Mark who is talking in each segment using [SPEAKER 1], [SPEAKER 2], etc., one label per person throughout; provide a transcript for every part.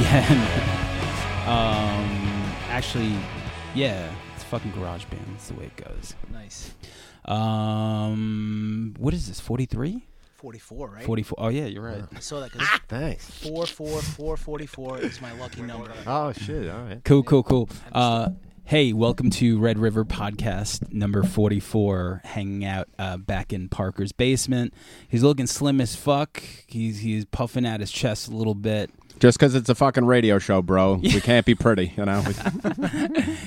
[SPEAKER 1] Yeah. um, actually, yeah, it's fucking garage band. That's the way it goes.
[SPEAKER 2] Nice.
[SPEAKER 1] Um, what is this? Forty three?
[SPEAKER 2] 44, right?
[SPEAKER 1] Forty Ah! four? Oh yeah, you're right.
[SPEAKER 2] I saw that because
[SPEAKER 3] Thanks.
[SPEAKER 2] 44444 is my lucky number.
[SPEAKER 3] Oh shit! All right.
[SPEAKER 1] Cool, cool, cool. Uh, hey, welcome to Red River Podcast number 44, hanging out uh, back in Parker's basement. He's looking slim as fuck. He's he's puffing out his chest a little bit.
[SPEAKER 4] Just because it's a fucking radio show, bro, we can't be pretty, you know.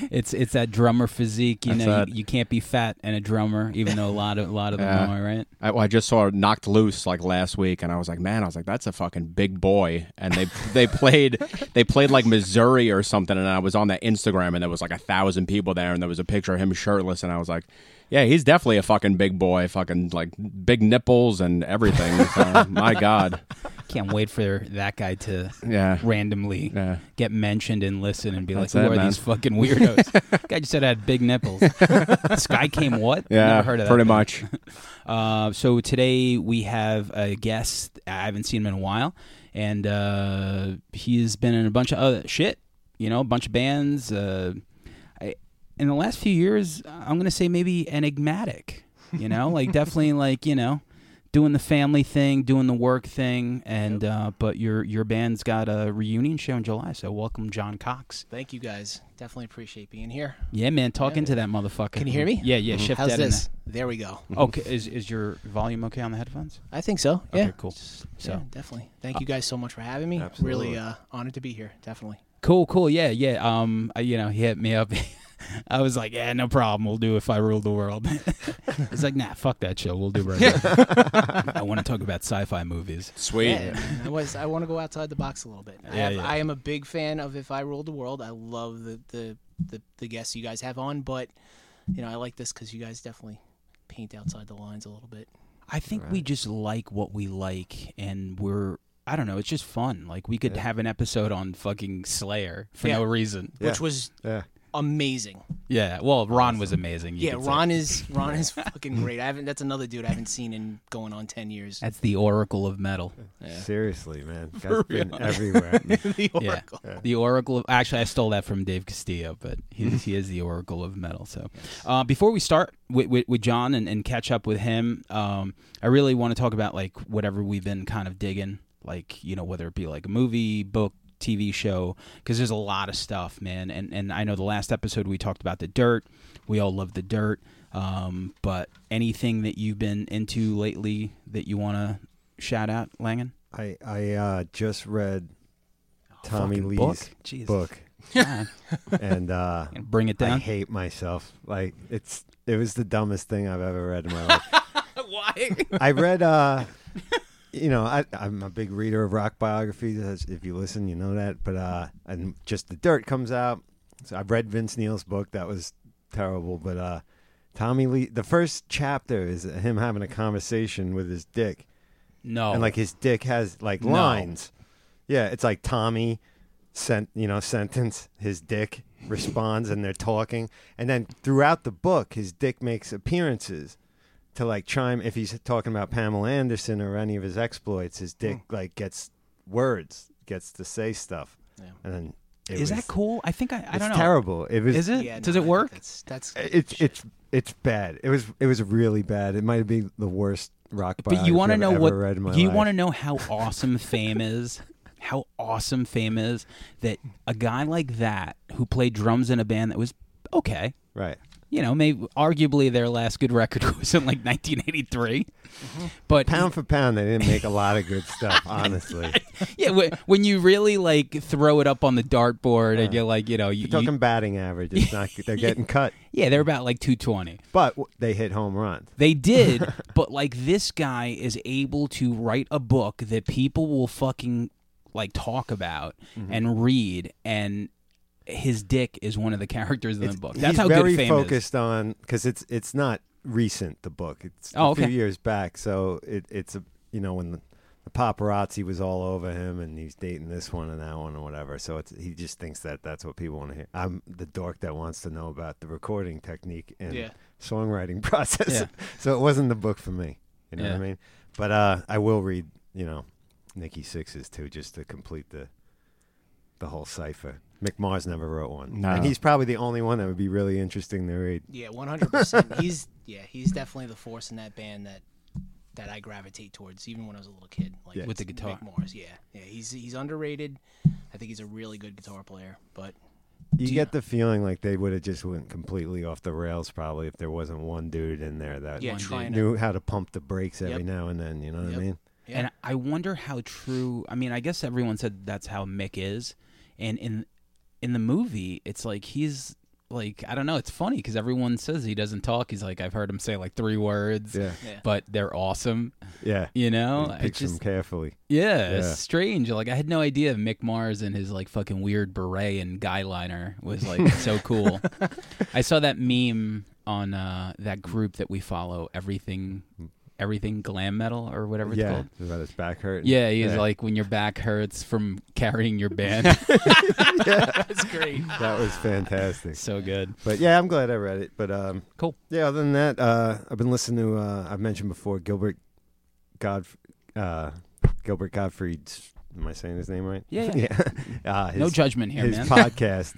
[SPEAKER 1] It's it's that drummer physique, you
[SPEAKER 4] That's
[SPEAKER 1] know.
[SPEAKER 4] that.
[SPEAKER 1] You, you can't be fat and a drummer, even though a lot of a lot of them
[SPEAKER 4] Yeah.
[SPEAKER 1] are, right?
[SPEAKER 4] I, well, I just saw Knocked Loose like last week, and I was like, man, I was like, that's a fucking big boy. And they they played they played like Missouri or something, and I was on that Instagram, and there was like a thousand people there, and there was a picture of him shirtless, and I was like, yeah, he's definitely a fucking big boy, fucking like big nipples and everything. So, my God,
[SPEAKER 1] Can't wait for that guy to
[SPEAKER 4] yeah.
[SPEAKER 1] randomly
[SPEAKER 4] Yeah.
[SPEAKER 1] get mentioned and listen and be
[SPEAKER 4] That's
[SPEAKER 1] like, "Who
[SPEAKER 4] it,
[SPEAKER 1] are
[SPEAKER 4] man.
[SPEAKER 1] these fucking weirdos?" guy just said I had big nipples. this guy came what?
[SPEAKER 4] Yeah,
[SPEAKER 1] Never heard of that.
[SPEAKER 4] pretty
[SPEAKER 1] thing.
[SPEAKER 4] much.
[SPEAKER 1] Uh, so today we have a guest. I haven't seen him in a while, and uh, he's been in a bunch of other shit. You know, a bunch of bands. Uh, I, in the last few years, I'm gonna say maybe enigmatic. You know, like definitely like you know, doing the family thing, doing the work thing, and uh, but your your band's got a reunion show in July. So welcome, John Cox.
[SPEAKER 2] Thank you guys. Definitely appreciate being here.
[SPEAKER 1] Yeah, man, talking to that motherfucker.
[SPEAKER 2] Can you hear me? Mm-hmm.
[SPEAKER 1] Yeah, yeah. Shift
[SPEAKER 2] How's
[SPEAKER 1] that in
[SPEAKER 2] this? There we go.
[SPEAKER 1] there. Okay, is is your volume okay on the headphones?
[SPEAKER 2] I think so. Yeah.
[SPEAKER 1] Okay, cool.
[SPEAKER 2] So
[SPEAKER 1] So-
[SPEAKER 2] definitely. Thank you guys so much for having me.
[SPEAKER 3] Absolutely.
[SPEAKER 2] Really uh, honored to be here. Definitely.
[SPEAKER 1] Cool, cool. Yeah, yeah. Um, I- you know, he hit me up. I was like, yeah, no problem. We'll do if I rule the world. He's like, nah, fuck that show. We'll do right. now." I want to talk about sci-fi movies.
[SPEAKER 4] Sweet.
[SPEAKER 2] Yeah. I was. I want to go outside the box a little bit. I,
[SPEAKER 1] Yeah,
[SPEAKER 2] have,
[SPEAKER 1] yeah.
[SPEAKER 2] I am a big fan of If I Ruled the World. I love the the the, the guests you guys have on, but you know I like this because you guys definitely paint outside the lines a little bit.
[SPEAKER 1] I think we just like what we like, and we're. I don't know. It's just fun. Like we could have an episode on fucking Slayer for
[SPEAKER 2] Yeah.
[SPEAKER 1] no reason.
[SPEAKER 3] Yeah.
[SPEAKER 2] which was
[SPEAKER 3] Yeah.
[SPEAKER 2] amazing.
[SPEAKER 1] Yeah. Well, Ron was amazing. you
[SPEAKER 2] yeah,
[SPEAKER 1] could say.
[SPEAKER 2] Ron is Ron is fucking great. I haven't. That's another dude I haven't seen in going on ten years.
[SPEAKER 1] That's the Oracle of Metal.
[SPEAKER 3] Seriously, man. Guy's been everywhere.
[SPEAKER 2] the Oracle.
[SPEAKER 1] Yeah. The Oracle of actually, I stole that from Dave Castillo, but he, he is the Oracle of Metal. So, uh, before we start with, with, with John and, and catch up with him, um, I really want to talk about like whatever we've been kind of digging, like you know whether it be like a movie, book, TV show, because there's a lot of stuff, man. And and I know the last episode we talked about the dirt. We all love the dirt, um, but anything that you've been into lately that you want to shout out, Langan?
[SPEAKER 3] I I uh, just read Tommy
[SPEAKER 1] Fucking
[SPEAKER 3] Lee's
[SPEAKER 1] book? Jesus.
[SPEAKER 3] book,
[SPEAKER 1] God.
[SPEAKER 3] and uh,
[SPEAKER 1] Bring it
[SPEAKER 3] I
[SPEAKER 1] down.
[SPEAKER 3] hate myself. Like it's it was the dumbest thing I've ever read in my life.
[SPEAKER 2] Why?
[SPEAKER 3] I read, uh, you know, I, I'm a big reader of rock biographies. as- If you listen, you know that. But uh, and just the dirt comes out. So I've read Vince Neil's book. That was terrible. But uh, Tommy Lee, the first chapter is him having a conversation with his dick,
[SPEAKER 1] No.
[SPEAKER 3] and like his dick has like
[SPEAKER 1] Oh. No.
[SPEAKER 3] lines. Yeah, it's like Tommy sent you know sentence. His dick responds, and they're talking. And then throughout the book, his dick makes appearances to like chime if he's talking about Pamela Anderson or any of his exploits, his dick
[SPEAKER 1] Hmm.
[SPEAKER 3] like gets words, gets to say stuff,
[SPEAKER 2] Yeah.
[SPEAKER 3] and then it
[SPEAKER 1] Is
[SPEAKER 3] was,
[SPEAKER 1] that cool? I think I, I
[SPEAKER 3] It's
[SPEAKER 1] don't know.
[SPEAKER 3] terrible. It was.
[SPEAKER 1] Is it?
[SPEAKER 2] Yeah,
[SPEAKER 1] Does
[SPEAKER 2] no,
[SPEAKER 1] it
[SPEAKER 2] I think
[SPEAKER 1] work?
[SPEAKER 2] That's that's.
[SPEAKER 3] It's it's it's bad. It was it was really bad. It might be the worst rock.
[SPEAKER 1] But you
[SPEAKER 3] want to
[SPEAKER 1] know
[SPEAKER 3] ever
[SPEAKER 1] what?
[SPEAKER 3] Read in my
[SPEAKER 1] You
[SPEAKER 3] life.
[SPEAKER 1] want to know how awesome fame is? How awesome fame is that a guy like that who played drums in a band that was okay.
[SPEAKER 3] right?
[SPEAKER 1] You know, maybe arguably their last good record was in like 1983,
[SPEAKER 3] Mm-hmm.
[SPEAKER 1] but
[SPEAKER 3] Pound for pound, they didn't make a lot of good stuff. Honestly,
[SPEAKER 1] yeah, when, when you really like throw it up on the dartboard and you're like, you know, you,
[SPEAKER 3] you're talking
[SPEAKER 1] you-
[SPEAKER 3] batting average. It's not. They're getting cut,
[SPEAKER 1] yeah, they're about like 220.
[SPEAKER 3] but w- they hit home runs.
[SPEAKER 1] They did, but like this guy is able to write a book that people will fucking like talk about
[SPEAKER 3] Mm-hmm.
[SPEAKER 1] and read, and his dick is one of the characters in the book. That's
[SPEAKER 3] he's
[SPEAKER 1] how
[SPEAKER 3] very
[SPEAKER 1] good fame is.
[SPEAKER 3] focused on because it's it's not recent the book it's
[SPEAKER 1] Oh,
[SPEAKER 3] a few
[SPEAKER 1] okay.
[SPEAKER 3] years back so it, it's a you know when the, the paparazzi was all over him and he's dating this one and that one and whatever so it's he just thinks that that's what people want to hear i'm the dork that wants to know about the recording technique and
[SPEAKER 2] Yeah.
[SPEAKER 3] songwriting process
[SPEAKER 1] Yeah.
[SPEAKER 3] so it wasn't the book for me you know what i
[SPEAKER 1] Yeah.
[SPEAKER 3] mean but uh i will read you know nikki sixes too just to complete the the whole cipher. McMars never wrote one,
[SPEAKER 4] No.
[SPEAKER 3] and he's probably the only one that would be really interesting to read.
[SPEAKER 2] Yeah, one hundred percent. He's yeah, he's definitely the force in that band that that I gravitate towards, even when I was a little kid. Like
[SPEAKER 1] With the guitar.
[SPEAKER 2] Mick Mars. Yeah, yeah, he's he's underrated. I think he's a really good guitar player, but
[SPEAKER 3] You get the feeling like they would have just went completely off the rails probably if there wasn't one dude in there that
[SPEAKER 2] yeah,
[SPEAKER 1] One
[SPEAKER 2] trying to.
[SPEAKER 3] knew how to pump the brakes every
[SPEAKER 2] Yep.
[SPEAKER 3] now and then. You know what
[SPEAKER 2] Yep.
[SPEAKER 3] I mean?
[SPEAKER 2] Yeah.
[SPEAKER 1] And I wonder how true. I mean, I guess everyone said that's how Mick is, and in in the movie, it's like he's like I don't know. It's funny because everyone says he doesn't talk. He's like I've heard him say like three words,
[SPEAKER 3] Yeah,
[SPEAKER 2] Yeah.
[SPEAKER 1] but they're awesome.
[SPEAKER 3] yeah.
[SPEAKER 1] You know, I
[SPEAKER 3] Picks them
[SPEAKER 1] just
[SPEAKER 3] carefully.
[SPEAKER 1] yeah,
[SPEAKER 3] Yeah.
[SPEAKER 1] it's strange. Like I had no idea Mick Mars and his like fucking weird beret and guy liner was like so cool. I saw that meme on uh, that group that we follow, everything, everything glam metal or whatever it's
[SPEAKER 3] Yeah,
[SPEAKER 1] called.
[SPEAKER 3] about his back hurt.
[SPEAKER 1] Yeah, he's like when your back hurts from carrying your band.
[SPEAKER 2] That's great.
[SPEAKER 3] that was fantastic.
[SPEAKER 1] so good.
[SPEAKER 3] But yeah, I'm glad I read it. But um,
[SPEAKER 1] Cool.
[SPEAKER 3] Yeah. Other than that, uh, I've been listening to uh, I've mentioned before Gilbert God uh, Gilbert Gottfried's. Am I saying his name right?
[SPEAKER 1] Yeah,
[SPEAKER 3] yeah. uh, his,
[SPEAKER 1] no judgment here,
[SPEAKER 3] his
[SPEAKER 1] man.
[SPEAKER 3] podcast.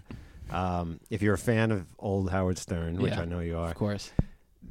[SPEAKER 3] Um, if you're a fan of old Howard Stern, which
[SPEAKER 1] Yeah.
[SPEAKER 3] I know you
[SPEAKER 1] of
[SPEAKER 3] are,
[SPEAKER 1] course.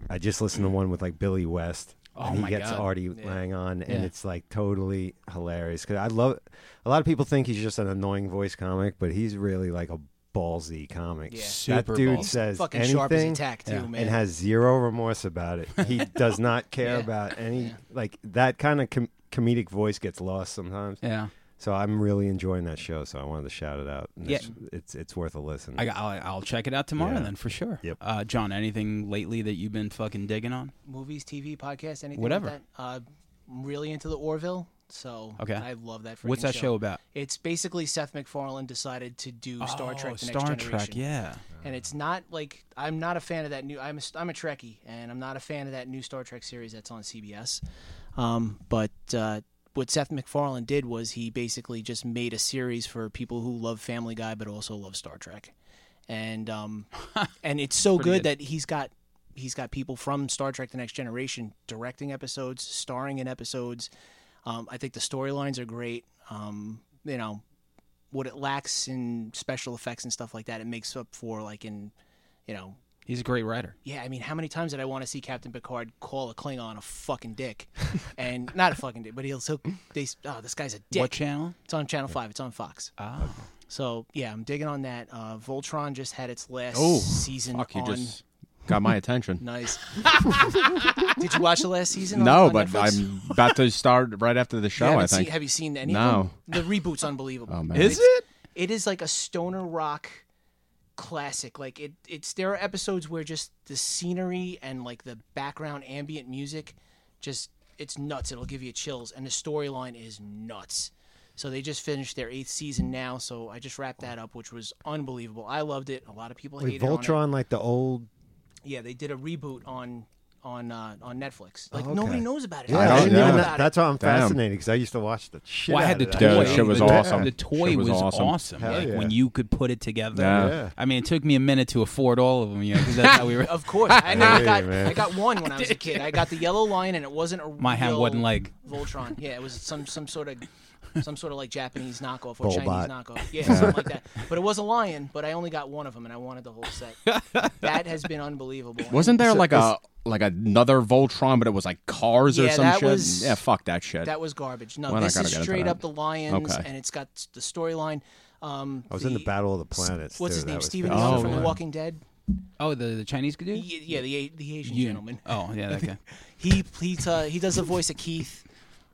[SPEAKER 3] I just listened to one with like Billy West.
[SPEAKER 1] Oh
[SPEAKER 3] and he
[SPEAKER 1] my
[SPEAKER 3] gets
[SPEAKER 1] God.
[SPEAKER 3] Artie
[SPEAKER 2] Yeah.
[SPEAKER 3] Lang on, and
[SPEAKER 1] Yeah.
[SPEAKER 3] it's like totally hilarious. Because I love. A lot of people think he's just an annoying voice comic, but he's really like a ballsy comic.
[SPEAKER 2] Yeah.
[SPEAKER 1] Super
[SPEAKER 3] that dude
[SPEAKER 1] ballsy.
[SPEAKER 3] says
[SPEAKER 2] Fucking
[SPEAKER 3] anything
[SPEAKER 2] sharp as a tack too,
[SPEAKER 1] Yeah.
[SPEAKER 2] man.
[SPEAKER 3] and has zero remorse about it. He does not care
[SPEAKER 2] Yeah.
[SPEAKER 3] about any
[SPEAKER 2] Yeah.
[SPEAKER 3] like that kind of com- comedic voice gets lost sometimes.
[SPEAKER 1] Yeah,
[SPEAKER 3] So I'm really enjoying that show. So I wanted to shout it out. And
[SPEAKER 1] Yeah.
[SPEAKER 3] it's, it's it's worth a listen.
[SPEAKER 1] I, I'll, I'll check it out tomorrow
[SPEAKER 3] Yeah.
[SPEAKER 1] then for sure.
[SPEAKER 3] Yep.
[SPEAKER 1] Uh, John, anything lately that you've been fucking digging on?
[SPEAKER 2] movies, TV, podcast, anything.
[SPEAKER 1] Whatever.
[SPEAKER 2] Like that. Uh, I'm really into the Orville, so
[SPEAKER 1] Okay.
[SPEAKER 2] I love that.
[SPEAKER 1] What's
[SPEAKER 2] freaking
[SPEAKER 1] that show about?
[SPEAKER 2] It's basically Seth MacFarlane decided to do Star
[SPEAKER 1] Oh,
[SPEAKER 2] Trek: The
[SPEAKER 1] Star
[SPEAKER 2] Next Generation.
[SPEAKER 1] Trek. Yeah.
[SPEAKER 2] and it's not like I'm not a fan of that new. I'm a, I'm a Trekkie, and I'm not a fan of that new Star Trek series that's on CBS. Um, but uh, what Seth MacFarlane did was he basically just made a series for people who love Family Guy but also love Star Trek, and um, and it's so
[SPEAKER 1] Pretty
[SPEAKER 2] good,
[SPEAKER 1] good.
[SPEAKER 2] that he's got he's got people from Star Trek: The Next Generation directing episodes, starring in episodes. Um, I think the storylines are great. Um, you know, what it lacks in special effects and stuff like that, it makes up for like in, you know,
[SPEAKER 1] He's a great writer.
[SPEAKER 2] yeah. I mean, how many times did I want to see Captain Picard call a Klingon a fucking dick, and not a fucking dick, but he'll so they oh this guy's a dick.
[SPEAKER 1] What channel?
[SPEAKER 2] It's on Channel Five. It's on Fox.
[SPEAKER 1] Ah,
[SPEAKER 2] So yeah, I'm digging on that. Uh, Voltron just had its last
[SPEAKER 4] Oh,
[SPEAKER 2] season
[SPEAKER 4] Fuck, you
[SPEAKER 2] on.
[SPEAKER 4] just got my attention.
[SPEAKER 2] Nice. did you watch the last season? on-
[SPEAKER 4] No,
[SPEAKER 2] on
[SPEAKER 4] but
[SPEAKER 2] Netflix?
[SPEAKER 4] I'm about to start right after the
[SPEAKER 2] You
[SPEAKER 4] show. I
[SPEAKER 2] haven't
[SPEAKER 4] think.
[SPEAKER 2] Seen, have you seen any?
[SPEAKER 4] No.
[SPEAKER 2] Of them? The reboot's unbelievable.
[SPEAKER 4] Oh, man.
[SPEAKER 1] is
[SPEAKER 2] It's-
[SPEAKER 1] it?
[SPEAKER 2] it is like a stoner rock classic like it it's there are episodes where just the scenery and like the background ambient music just it's nuts it'll give you chills and the storyline is nuts so they just finished their eighth season now so i just wrapped that up which was unbelievable i loved it a lot of people
[SPEAKER 3] Wait,
[SPEAKER 2] hated on it.
[SPEAKER 3] Voltron, like the old.
[SPEAKER 2] yeah they did a reboot on on uh, on netflix like
[SPEAKER 3] Oh, okay.
[SPEAKER 2] nobody knows about it
[SPEAKER 3] Yeah,
[SPEAKER 4] I
[SPEAKER 3] I
[SPEAKER 4] don't
[SPEAKER 3] didn't
[SPEAKER 4] know.
[SPEAKER 3] even know-
[SPEAKER 2] about it.
[SPEAKER 3] That's why I'm
[SPEAKER 4] Damn.
[SPEAKER 3] fascinated because I used to watch the shit.
[SPEAKER 1] Well, I had
[SPEAKER 3] out
[SPEAKER 1] the
[SPEAKER 3] of that
[SPEAKER 1] toy.
[SPEAKER 4] Yeah,
[SPEAKER 3] show.
[SPEAKER 4] shit was
[SPEAKER 1] the,
[SPEAKER 4] awesome.
[SPEAKER 1] The toy
[SPEAKER 4] Shit was
[SPEAKER 1] was,
[SPEAKER 4] awesome.
[SPEAKER 1] awesome.
[SPEAKER 3] Hell
[SPEAKER 1] Like
[SPEAKER 3] yeah.
[SPEAKER 1] when you could put it together.
[SPEAKER 4] Yeah.
[SPEAKER 3] Yeah.
[SPEAKER 1] I mean, it took me a minute to afford all of them, you know, because that's how we were.
[SPEAKER 2] of course i never
[SPEAKER 3] Hey,
[SPEAKER 2] got
[SPEAKER 3] man.
[SPEAKER 2] i got one when i was a kid i got the yellow line and it wasn't a
[SPEAKER 1] My hand
[SPEAKER 2] real-
[SPEAKER 1] wasn't like
[SPEAKER 2] Voltron. Yeah, it was some some sort of some sort of like Japanese knockoff or
[SPEAKER 3] Bulbot.
[SPEAKER 2] Chinese knockoff. Yeah, something like that. But it was a lion. But I only got one of them, and I wanted the whole set. that has been unbelievable.
[SPEAKER 4] Wasn't there
[SPEAKER 3] So
[SPEAKER 4] like
[SPEAKER 3] is-
[SPEAKER 4] a like another Voltron, but it was like cars or
[SPEAKER 2] Yeah,
[SPEAKER 4] some
[SPEAKER 2] that
[SPEAKER 4] shit?
[SPEAKER 2] was-
[SPEAKER 4] yeah, fuck that shit.
[SPEAKER 2] that was garbage? No,
[SPEAKER 4] Well, I
[SPEAKER 2] this
[SPEAKER 4] gotta
[SPEAKER 2] is
[SPEAKER 4] get into
[SPEAKER 2] straight
[SPEAKER 4] that.
[SPEAKER 2] up the lions,
[SPEAKER 4] Okay.
[SPEAKER 2] and it's got the storyline. Um,
[SPEAKER 3] I was in the Battle of the Planets.
[SPEAKER 2] What's
[SPEAKER 3] too.
[SPEAKER 2] his
[SPEAKER 3] That
[SPEAKER 2] name?
[SPEAKER 3] was
[SPEAKER 2] Steven
[SPEAKER 3] pretty
[SPEAKER 4] Oh,
[SPEAKER 2] Yeun
[SPEAKER 3] cool.
[SPEAKER 2] from
[SPEAKER 4] yeah.
[SPEAKER 2] The Walking Dead.
[SPEAKER 1] oh the the Chinese dude.
[SPEAKER 2] Y- Yeah, the A- the Asian
[SPEAKER 1] You-
[SPEAKER 2] gentleman.
[SPEAKER 1] Oh yeah, that guy.
[SPEAKER 2] He he uh, he does the voice of Keith.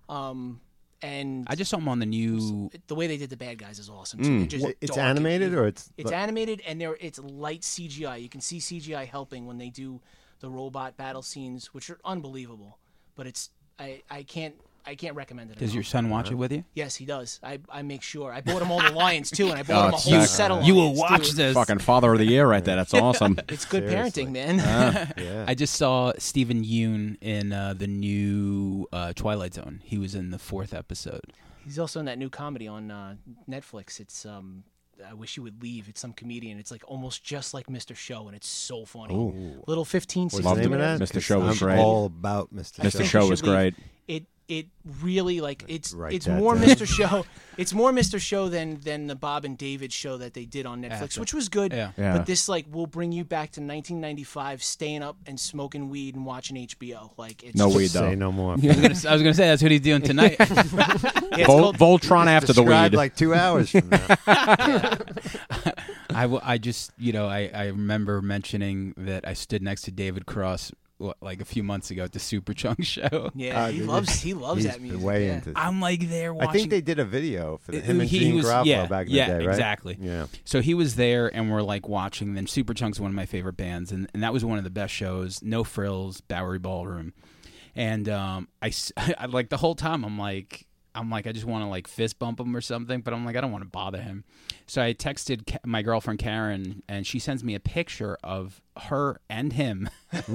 [SPEAKER 2] Um, and
[SPEAKER 1] I just saw him on the new.
[SPEAKER 2] the way they did the bad guys is awesome. Too. They're just
[SPEAKER 3] Wha- It's
[SPEAKER 2] dark and
[SPEAKER 3] animated
[SPEAKER 2] evil.
[SPEAKER 3] or it's
[SPEAKER 2] It's animated and there it's light CGI. You can see CGI helping when they do the robot battle scenes, which are unbelievable. But it's I, I can't I can't recommend it.
[SPEAKER 1] Does
[SPEAKER 2] enough.
[SPEAKER 1] your son watch it with you?
[SPEAKER 2] Yes, he does. I, I make sure. I bought him all the lions too, and I bought him a
[SPEAKER 4] Uh, it's
[SPEAKER 2] whole
[SPEAKER 4] sick.
[SPEAKER 2] set of
[SPEAKER 1] You will
[SPEAKER 2] lions.
[SPEAKER 1] watch
[SPEAKER 2] too.
[SPEAKER 1] this.
[SPEAKER 4] Fucking father of the year right there. That's awesome.
[SPEAKER 2] It's good
[SPEAKER 3] Seriously.
[SPEAKER 2] parenting,
[SPEAKER 3] Uh-huh.
[SPEAKER 2] man.
[SPEAKER 3] yeah.
[SPEAKER 1] I just saw Stephen Yoon in uh, the new uh, Twilight Zone. He was in the fourth episode.
[SPEAKER 2] He's also in that new comedy on uh, Netflix. It's um, I wish you would leave. It's some comedian. It's like almost just like Mr. Show, and it's so funny. Little 15,
[SPEAKER 3] What's
[SPEAKER 2] 16
[SPEAKER 3] the name of
[SPEAKER 2] minutes.
[SPEAKER 4] Mr.
[SPEAKER 3] that? 'Cause
[SPEAKER 4] Show was
[SPEAKER 3] I'm
[SPEAKER 4] great.
[SPEAKER 3] all about Mr.
[SPEAKER 4] Mr.
[SPEAKER 2] think
[SPEAKER 4] Show
[SPEAKER 2] you
[SPEAKER 4] was
[SPEAKER 2] should leave.
[SPEAKER 4] great.
[SPEAKER 2] It it really like it's
[SPEAKER 3] Write
[SPEAKER 2] it's
[SPEAKER 3] that
[SPEAKER 2] more
[SPEAKER 3] down.
[SPEAKER 2] Mr. Show. It's more Mr. Show than than the Bob and David show that they did on Netflix, which was good.
[SPEAKER 1] Yeah.
[SPEAKER 4] Yeah.
[SPEAKER 2] But this like will bring you back to 1995, staying up and smoking weed and watching HBO. Like it's
[SPEAKER 4] No
[SPEAKER 2] just-
[SPEAKER 4] weed though.
[SPEAKER 3] Say no more.
[SPEAKER 1] I was gonna- I was going to say that's what he's doing tonight.
[SPEAKER 2] Yeah, it's
[SPEAKER 4] Vol-
[SPEAKER 2] called-
[SPEAKER 4] Voltron after the
[SPEAKER 3] Describe
[SPEAKER 4] weed.
[SPEAKER 3] like two hours from now.
[SPEAKER 1] I, w- I just, you know, I, I remember mentioning that I stood next to David Cross what, like a few months ago at the Superchunk show.
[SPEAKER 2] yeah, he
[SPEAKER 3] Ah, dude,
[SPEAKER 2] loves he loves
[SPEAKER 3] He's
[SPEAKER 2] that music.
[SPEAKER 3] way
[SPEAKER 2] yeah.
[SPEAKER 3] into.
[SPEAKER 1] I'm like there watching.
[SPEAKER 3] I think they did a video for the,
[SPEAKER 1] Uh,
[SPEAKER 3] him and
[SPEAKER 1] he- he
[SPEAKER 3] Gene
[SPEAKER 1] was-
[SPEAKER 3] Garofalo
[SPEAKER 1] yeah,
[SPEAKER 3] back in
[SPEAKER 1] yeah,
[SPEAKER 3] the day, right?
[SPEAKER 1] exactly.
[SPEAKER 3] Yeah.
[SPEAKER 1] So he was there, and we're like watching. Then Superchunk's one of my favorite bands, and, and that was one of the best shows. No frills, Bowery Ballroom, and um, I, s- I- like the whole time I'm like. I'm like I just want to like fist bump him or something, but I'm like I don't want to bother him. So I texted Ca- my girlfriend Karen, and she sends me a picture of her and him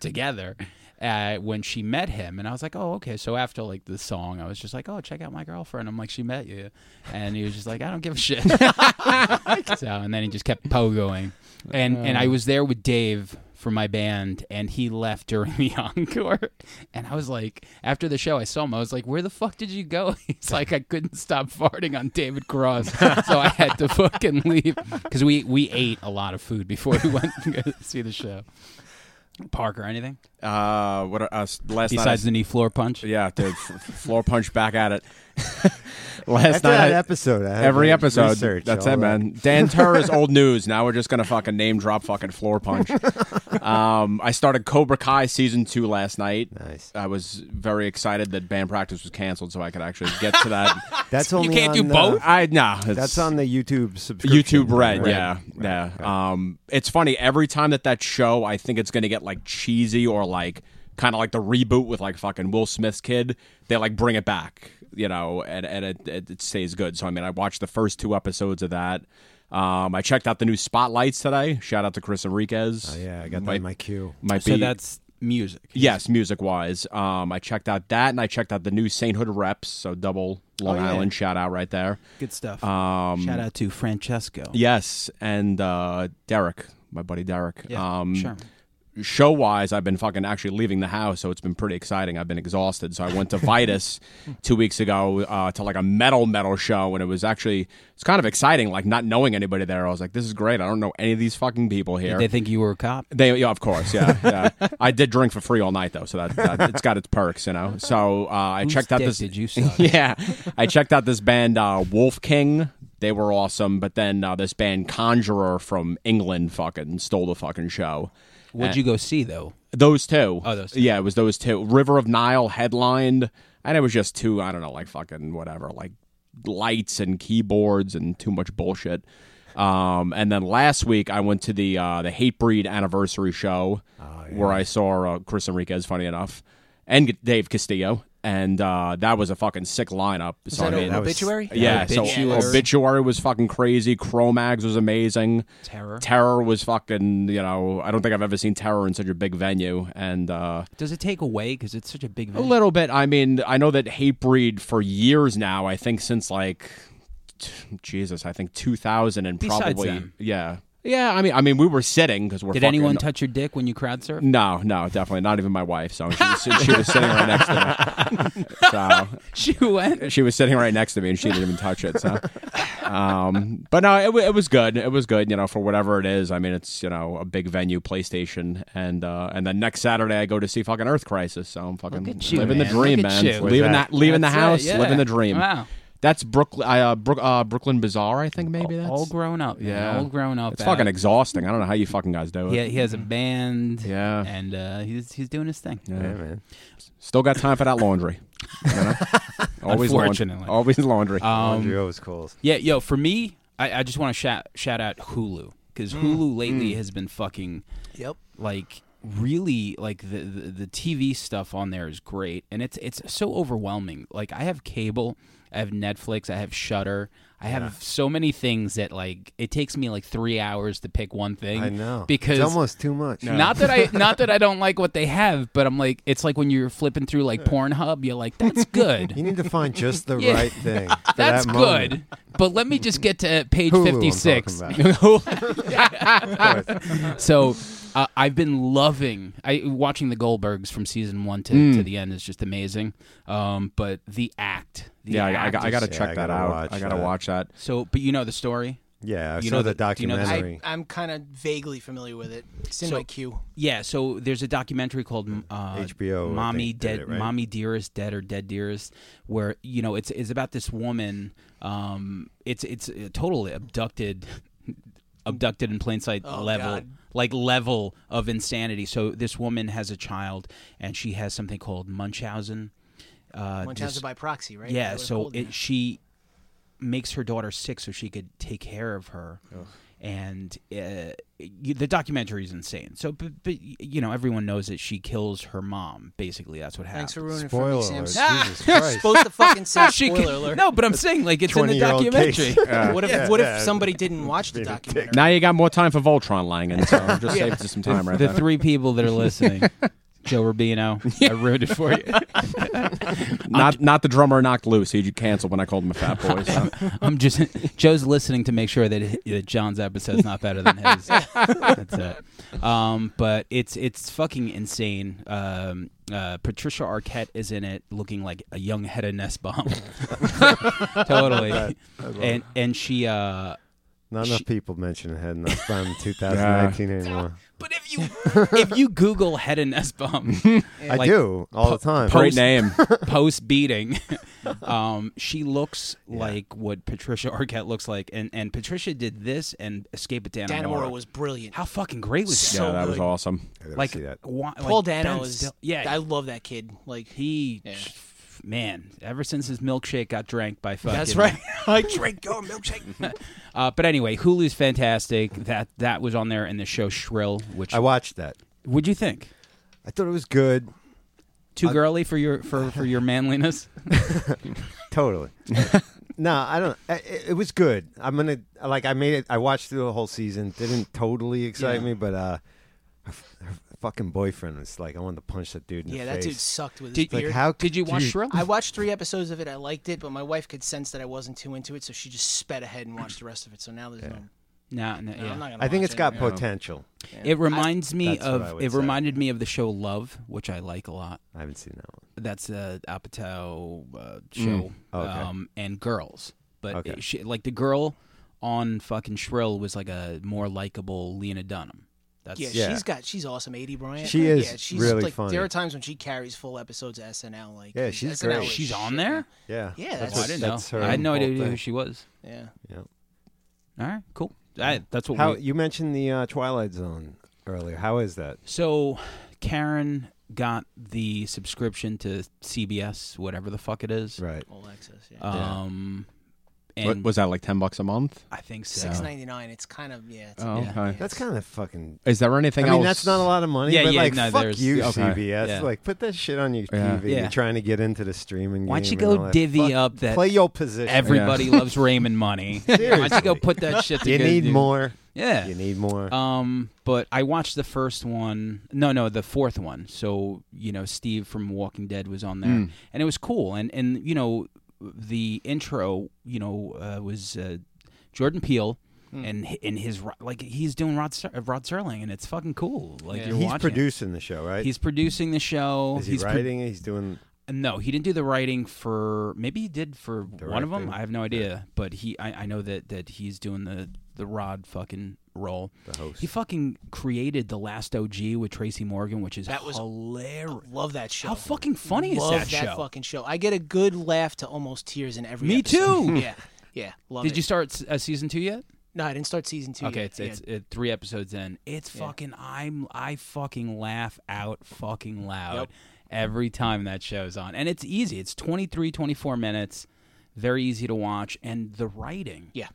[SPEAKER 1] together uh, when she met him, and I was like, oh okay. So after like the song, I was just like, oh check out my girlfriend. I'm like she met you, and he was just like I don't give a shit. so and then he just kept pogoing and and i was there with dave for my band and he left during the encore and i was like after the show i saw him i was like where the fuck did you go he's like i couldn't stop farting on david cross so i had to fucking leave because we we ate a lot of food before we went to go see the show parker anything
[SPEAKER 4] uh, what uh, s- last
[SPEAKER 1] besides
[SPEAKER 4] night?
[SPEAKER 1] the knee floor punch
[SPEAKER 4] I, yeah, dude, f- f- floor punch back at it. last
[SPEAKER 3] After
[SPEAKER 4] night,
[SPEAKER 3] that
[SPEAKER 4] I-
[SPEAKER 3] episode, I had
[SPEAKER 4] every
[SPEAKER 3] to
[SPEAKER 4] episode.
[SPEAKER 3] research
[SPEAKER 4] that's
[SPEAKER 3] all
[SPEAKER 4] it, man. Dan Turner's old news. Now we're just gonna fucking name drop fucking floor punch. um, I started Cobra Kai season two last night.
[SPEAKER 3] Nice.
[SPEAKER 4] I was very excited that band practice was canceled, so I could actually get to that.
[SPEAKER 3] That's only
[SPEAKER 1] can't do
[SPEAKER 3] on, uh,
[SPEAKER 1] both?
[SPEAKER 4] I nah, it's-
[SPEAKER 3] that's on the YouTube subscription.
[SPEAKER 4] YouTube Red,
[SPEAKER 3] right?
[SPEAKER 4] yeah, yeah. Um, it's funny every time that that show, I think it's gonna get like cheesy or like kind of like the reboot with like fucking Will Smith's kid. They like bring it back, you know, and and it, it, it stays good. So I mean, I watched the first two episodes of that. Um, I checked out the new spotlights today. Shout out to Chris Enriquez.
[SPEAKER 3] Oh, yeah, I got that
[SPEAKER 4] might,
[SPEAKER 3] in my queue.
[SPEAKER 4] might
[SPEAKER 1] so
[SPEAKER 4] be
[SPEAKER 1] that's music
[SPEAKER 4] yes, music wise. Um, I checked out that, and I checked out the new Sainthood reps. So double
[SPEAKER 3] Oh,
[SPEAKER 4] Long
[SPEAKER 1] yeah.
[SPEAKER 4] Island shout out right there.
[SPEAKER 1] good stuff
[SPEAKER 4] Um,
[SPEAKER 1] shout out to francesco
[SPEAKER 4] Yes, and uh, Derek, my buddy Derek.
[SPEAKER 1] Yeah,
[SPEAKER 4] um,
[SPEAKER 1] sure.
[SPEAKER 4] Show wise, I've been fucking actually leaving the house, so it's been pretty exciting. I've been exhausted, so I went to Vitus two weeks ago uh, to like a metal metal show, and it was actually it's kind of exciting. Like not knowing anybody there, I was like, "This is great." I don't know any of these fucking people here.
[SPEAKER 1] they think you were a cop
[SPEAKER 4] They, yeah, of course, yeah. yeah. I did drink for free all night though, so that, that it's got its perks, you know. So uh, I
[SPEAKER 1] Whose
[SPEAKER 4] checked out
[SPEAKER 1] dick
[SPEAKER 4] this.
[SPEAKER 1] did you suck?
[SPEAKER 4] yeah, I checked out this band uh, Wolf King. They were awesome, but then uh, this band Conjurer from England fucking stole the fucking show.
[SPEAKER 1] what'd you go see though
[SPEAKER 4] Those two.
[SPEAKER 1] Oh, those two.
[SPEAKER 4] Yeah, it was those two. River of Nile headlined, and it was just two, I don't know, like fucking whatever, like lights and keyboards and too much bullshit. Um, and then last week I went to the uh, the Hatebreed anniversary show
[SPEAKER 1] Oh,
[SPEAKER 4] where I saw uh, Chris Enriquez, funny enough, and Dave Castillo, and uh, that was a fucking sick lineup.
[SPEAKER 2] Is
[SPEAKER 4] so I
[SPEAKER 2] that
[SPEAKER 4] mean,
[SPEAKER 2] an
[SPEAKER 3] that was-
[SPEAKER 2] obituary?
[SPEAKER 4] yeah,
[SPEAKER 1] Obituary.
[SPEAKER 4] so obituary was fucking crazy. Chromags was amazing.
[SPEAKER 1] terror
[SPEAKER 4] Terror was fucking, you know, I don't think I've ever seen Terror in such a big venue. And uh,
[SPEAKER 1] Does it take away because it's such a big
[SPEAKER 4] a
[SPEAKER 1] venue?
[SPEAKER 4] little bit, I mean, I know that Hatebreed for years now, I think since like, t- Jesus, I think 2000 and
[SPEAKER 1] Besides
[SPEAKER 4] probably.
[SPEAKER 1] them.
[SPEAKER 4] Um, uh, uh,
[SPEAKER 1] uh, uh,
[SPEAKER 3] Um,
[SPEAKER 1] Uh, I've been loving I watching the Goldbergs from season one to,
[SPEAKER 4] Mm.
[SPEAKER 1] to the end is just amazing. Um, but the act, the
[SPEAKER 4] yeah, I, I,
[SPEAKER 1] act
[SPEAKER 4] got- I
[SPEAKER 1] is-
[SPEAKER 4] gotta
[SPEAKER 3] Yeah,
[SPEAKER 4] check
[SPEAKER 3] I
[SPEAKER 4] that
[SPEAKER 3] gotta
[SPEAKER 4] out.
[SPEAKER 3] watch
[SPEAKER 4] I gotta
[SPEAKER 3] that.
[SPEAKER 4] watch that.
[SPEAKER 1] So, but you know the story.
[SPEAKER 3] Yeah, I
[SPEAKER 1] You
[SPEAKER 3] saw
[SPEAKER 1] know
[SPEAKER 3] the,
[SPEAKER 1] the- do you know the- I-
[SPEAKER 3] documentary.
[SPEAKER 2] I, am kind of vaguely familiar with it. It's in
[SPEAKER 1] So-
[SPEAKER 2] my queue.
[SPEAKER 1] Yeah, so there's a documentary called uh,
[SPEAKER 3] HBO, I
[SPEAKER 1] "Mommy
[SPEAKER 3] think, did
[SPEAKER 1] Dead,
[SPEAKER 3] it, right?
[SPEAKER 1] Mommy Dearest Dead or Dead Dearest," where you know it's it's about this woman. Um, it's it's a totally abducted, abducted in plain sight
[SPEAKER 2] Oh,
[SPEAKER 1] level,
[SPEAKER 2] God.
[SPEAKER 1] like level of insanity. So this woman has a child, and she has something called Munchausen. Uh,
[SPEAKER 2] Munchausen
[SPEAKER 1] dis-
[SPEAKER 2] by proxy, right?
[SPEAKER 1] yeah,
[SPEAKER 2] That's what it's
[SPEAKER 1] so
[SPEAKER 2] called now.
[SPEAKER 1] it, she makes her daughter sick so she could take care of her. And uh, you, the documentary is insane. So, but, but you know, everyone knows that she kills her mom. Basically, that's what happens.
[SPEAKER 2] Thanks for ruining it for me,
[SPEAKER 3] Spoiler
[SPEAKER 2] Sam.
[SPEAKER 3] alert.
[SPEAKER 2] You're
[SPEAKER 3] Jesus Christ.
[SPEAKER 2] supposed to fucking say spoiler
[SPEAKER 1] ki-
[SPEAKER 2] alert.
[SPEAKER 1] No, but I'm saying like it's in the
[SPEAKER 3] 20-year-old
[SPEAKER 1] documentary.
[SPEAKER 3] case.
[SPEAKER 2] what if what
[SPEAKER 3] yeah.
[SPEAKER 2] if somebody didn't watch the documentary?
[SPEAKER 4] Now you got more time for Voltron Langen, so just saved you some time right
[SPEAKER 1] the
[SPEAKER 4] there.
[SPEAKER 1] three people that are listening, Joe Rubino, I ruined it for you.
[SPEAKER 4] not not the drummer knocked loose. He canceled when I called him a fat boy. So.
[SPEAKER 1] I'm just Joe's listening to make sure that, hi- that John's episode's not better than his. That's it. Um, but it's it's fucking insane. Um, uh, Patricia Arquette is in it, looking like a young Hedda Nestbaum. totally. and and she. Uh,
[SPEAKER 3] Not enough people mention Head and Thumb 2019 anymore.
[SPEAKER 1] but if you if you Google Hedda Nestbaum,
[SPEAKER 3] I
[SPEAKER 1] like,
[SPEAKER 3] do all the time.
[SPEAKER 1] po-
[SPEAKER 4] Great name.
[SPEAKER 1] post beating, um, she looks like what Patricia Arquette looks like, and and Patricia did this and Escape at Dannemora.
[SPEAKER 2] Danamora was brilliant.
[SPEAKER 1] how fucking great was that?
[SPEAKER 2] So
[SPEAKER 4] yeah, that was
[SPEAKER 2] good.
[SPEAKER 4] awesome.
[SPEAKER 3] I gotta
[SPEAKER 1] like,
[SPEAKER 3] see that.
[SPEAKER 1] wa- like
[SPEAKER 2] Paul Dano
[SPEAKER 1] Ben
[SPEAKER 2] is
[SPEAKER 1] Still- yeah.
[SPEAKER 2] I love that kid. Like
[SPEAKER 1] he,
[SPEAKER 2] Yeah.
[SPEAKER 1] man, ever since his milkshake got drank by fucking.
[SPEAKER 2] that's right. I drink your milkshake.
[SPEAKER 1] Uh, but anyway, Hulu's fantastic. That that was on there, and the show Shrill, which
[SPEAKER 3] I watched that.
[SPEAKER 1] would you think?
[SPEAKER 3] I thought it was good.
[SPEAKER 1] Too girly for your for, for your manliness.
[SPEAKER 3] Totally. no, I don't. I- It, it was good. I'm gonna like. I made it. I watched through the whole season. Didn't totally excite me, but uh, her, f- her fucking boyfriend was like, I wanted to punch that dude in
[SPEAKER 2] yeah,
[SPEAKER 3] the
[SPEAKER 2] that
[SPEAKER 3] face.
[SPEAKER 2] dude sucked with his
[SPEAKER 1] Did-
[SPEAKER 3] Like,
[SPEAKER 2] beard.
[SPEAKER 3] how
[SPEAKER 1] Did you
[SPEAKER 3] could
[SPEAKER 1] watch Shrill?
[SPEAKER 2] I watched three episodes of it. I liked it, but my wife could sense that I wasn't too into it, so she just sped ahead and watched the rest of it. So now there's no.
[SPEAKER 1] no, no,
[SPEAKER 2] no,
[SPEAKER 1] yeah.
[SPEAKER 2] I'm not gonna
[SPEAKER 3] I think
[SPEAKER 2] watch
[SPEAKER 3] it's got
[SPEAKER 2] anymore.
[SPEAKER 3] potential.
[SPEAKER 1] It reminds me
[SPEAKER 3] That's what I
[SPEAKER 1] of
[SPEAKER 3] would
[SPEAKER 1] it
[SPEAKER 3] say.
[SPEAKER 1] reminded me of the show Love, which I like a lot.
[SPEAKER 3] I haven't seen that one.
[SPEAKER 1] That's a Apatow uh, show,
[SPEAKER 3] Mm. Oh, Okay.
[SPEAKER 1] um, and girls. But
[SPEAKER 3] Okay.
[SPEAKER 1] it- she, like the girl on fucking Shrill was like a more likable Lena Dunham. That's
[SPEAKER 2] Yeah,
[SPEAKER 3] Yeah.
[SPEAKER 2] she's got she's awesome. AD Bryant.
[SPEAKER 3] She is
[SPEAKER 2] yeah, she's
[SPEAKER 3] really
[SPEAKER 2] like,
[SPEAKER 3] funny.
[SPEAKER 2] There are times when she carries full episodes of SNL. Like
[SPEAKER 3] Yeah, she's
[SPEAKER 2] SNL
[SPEAKER 3] great.
[SPEAKER 2] is
[SPEAKER 1] she's
[SPEAKER 2] shit.
[SPEAKER 1] on there.
[SPEAKER 3] Yeah,
[SPEAKER 2] Yeah,
[SPEAKER 3] That's
[SPEAKER 1] Oh,
[SPEAKER 2] that's-
[SPEAKER 1] I
[SPEAKER 3] what-
[SPEAKER 1] didn't know.
[SPEAKER 3] that's her
[SPEAKER 1] I had no
[SPEAKER 3] whole
[SPEAKER 1] idea
[SPEAKER 3] thing.
[SPEAKER 1] who she was.
[SPEAKER 2] Yeah.
[SPEAKER 3] Yeah.
[SPEAKER 1] All right, cool. I, that's what.
[SPEAKER 3] How
[SPEAKER 1] we,
[SPEAKER 3] you mentioned the uh, Twilight Zone earlier? How is that?
[SPEAKER 1] so, Karen got the subscription to CBS, whatever the fuck it is.
[SPEAKER 3] Right.
[SPEAKER 2] All access.
[SPEAKER 3] Oh,
[SPEAKER 2] Yeah.
[SPEAKER 1] Um,
[SPEAKER 4] What,
[SPEAKER 1] and
[SPEAKER 4] was that like ten bucks a month?
[SPEAKER 1] I think so.
[SPEAKER 2] Six ninety nine. It's kind of yeah. It's,
[SPEAKER 4] Oh,
[SPEAKER 1] Yeah.
[SPEAKER 4] okay.
[SPEAKER 3] That's kind of fucking.
[SPEAKER 4] Is there anything
[SPEAKER 3] I mean,
[SPEAKER 4] else?
[SPEAKER 3] that's not a lot of money.
[SPEAKER 1] Yeah,
[SPEAKER 3] but
[SPEAKER 1] yeah,
[SPEAKER 3] like,
[SPEAKER 1] no,
[SPEAKER 3] fuck
[SPEAKER 1] there's-
[SPEAKER 3] you,
[SPEAKER 1] okay.
[SPEAKER 3] CBS.
[SPEAKER 1] Yeah.
[SPEAKER 3] Like, put that shit on your
[SPEAKER 4] Yeah.
[SPEAKER 3] TV.
[SPEAKER 1] Yeah.
[SPEAKER 3] You're trying to get into the streaming.
[SPEAKER 1] Why don't you
[SPEAKER 3] game
[SPEAKER 1] go
[SPEAKER 3] and all that.
[SPEAKER 1] divvy
[SPEAKER 3] Fuck-
[SPEAKER 1] up that
[SPEAKER 3] Play your position.
[SPEAKER 1] Everybody
[SPEAKER 4] Yeah.
[SPEAKER 1] loves Raymond money. Why don't you go
[SPEAKER 3] Seriously.
[SPEAKER 1] put that shit
[SPEAKER 3] you
[SPEAKER 1] together?
[SPEAKER 3] need
[SPEAKER 1] dude?
[SPEAKER 3] more.
[SPEAKER 1] Yeah.
[SPEAKER 3] You need more.
[SPEAKER 1] Um, but I watched the first one. No, no, the fourth one. So you know, Steve from Walking Dead was on there,
[SPEAKER 3] Mm.
[SPEAKER 1] and it was cool. And and you know, the intro, you know, uh, was uh, Jordan Peele.
[SPEAKER 3] Mm.
[SPEAKER 1] And hi- in his ro- like he's doing Rod Ser- Rod Serling and it's fucking cool. Like
[SPEAKER 2] Yeah.
[SPEAKER 1] you're
[SPEAKER 3] he's
[SPEAKER 1] watching. it.
[SPEAKER 3] producing the show, right?
[SPEAKER 1] He's producing the show.
[SPEAKER 3] Is he
[SPEAKER 1] he's pro-
[SPEAKER 3] writing? it? he's doing.
[SPEAKER 1] no, he didn't do the writing for. Maybe he did for one of them.
[SPEAKER 3] Directing.
[SPEAKER 1] I have no idea. But he, I, I know that that he's doing the the Rod fucking role. The
[SPEAKER 3] host.
[SPEAKER 1] He fucking created the last OG with Tracy Morgan, which is
[SPEAKER 2] That was-
[SPEAKER 1] hilarious.
[SPEAKER 2] Love that show.
[SPEAKER 1] How fucking funny
[SPEAKER 2] love
[SPEAKER 1] is that, show?
[SPEAKER 2] fucking show. I get a good laugh to almost tears in every.
[SPEAKER 1] Me
[SPEAKER 2] episode.
[SPEAKER 1] too.
[SPEAKER 2] yeah, yeah. Love
[SPEAKER 1] did
[SPEAKER 2] it.
[SPEAKER 1] you start s- uh, season two yet?
[SPEAKER 2] No, I didn't start season two.
[SPEAKER 1] Okay, it's
[SPEAKER 2] yet. Yeah.
[SPEAKER 1] it's uh, three episodes in. It's fucking. I'm I fucking laugh out fucking loud
[SPEAKER 2] Yep.
[SPEAKER 1] every time that show's on, and it's easy. It's 23, 24 minutes, very easy to watch, and the writing.
[SPEAKER 2] yeah.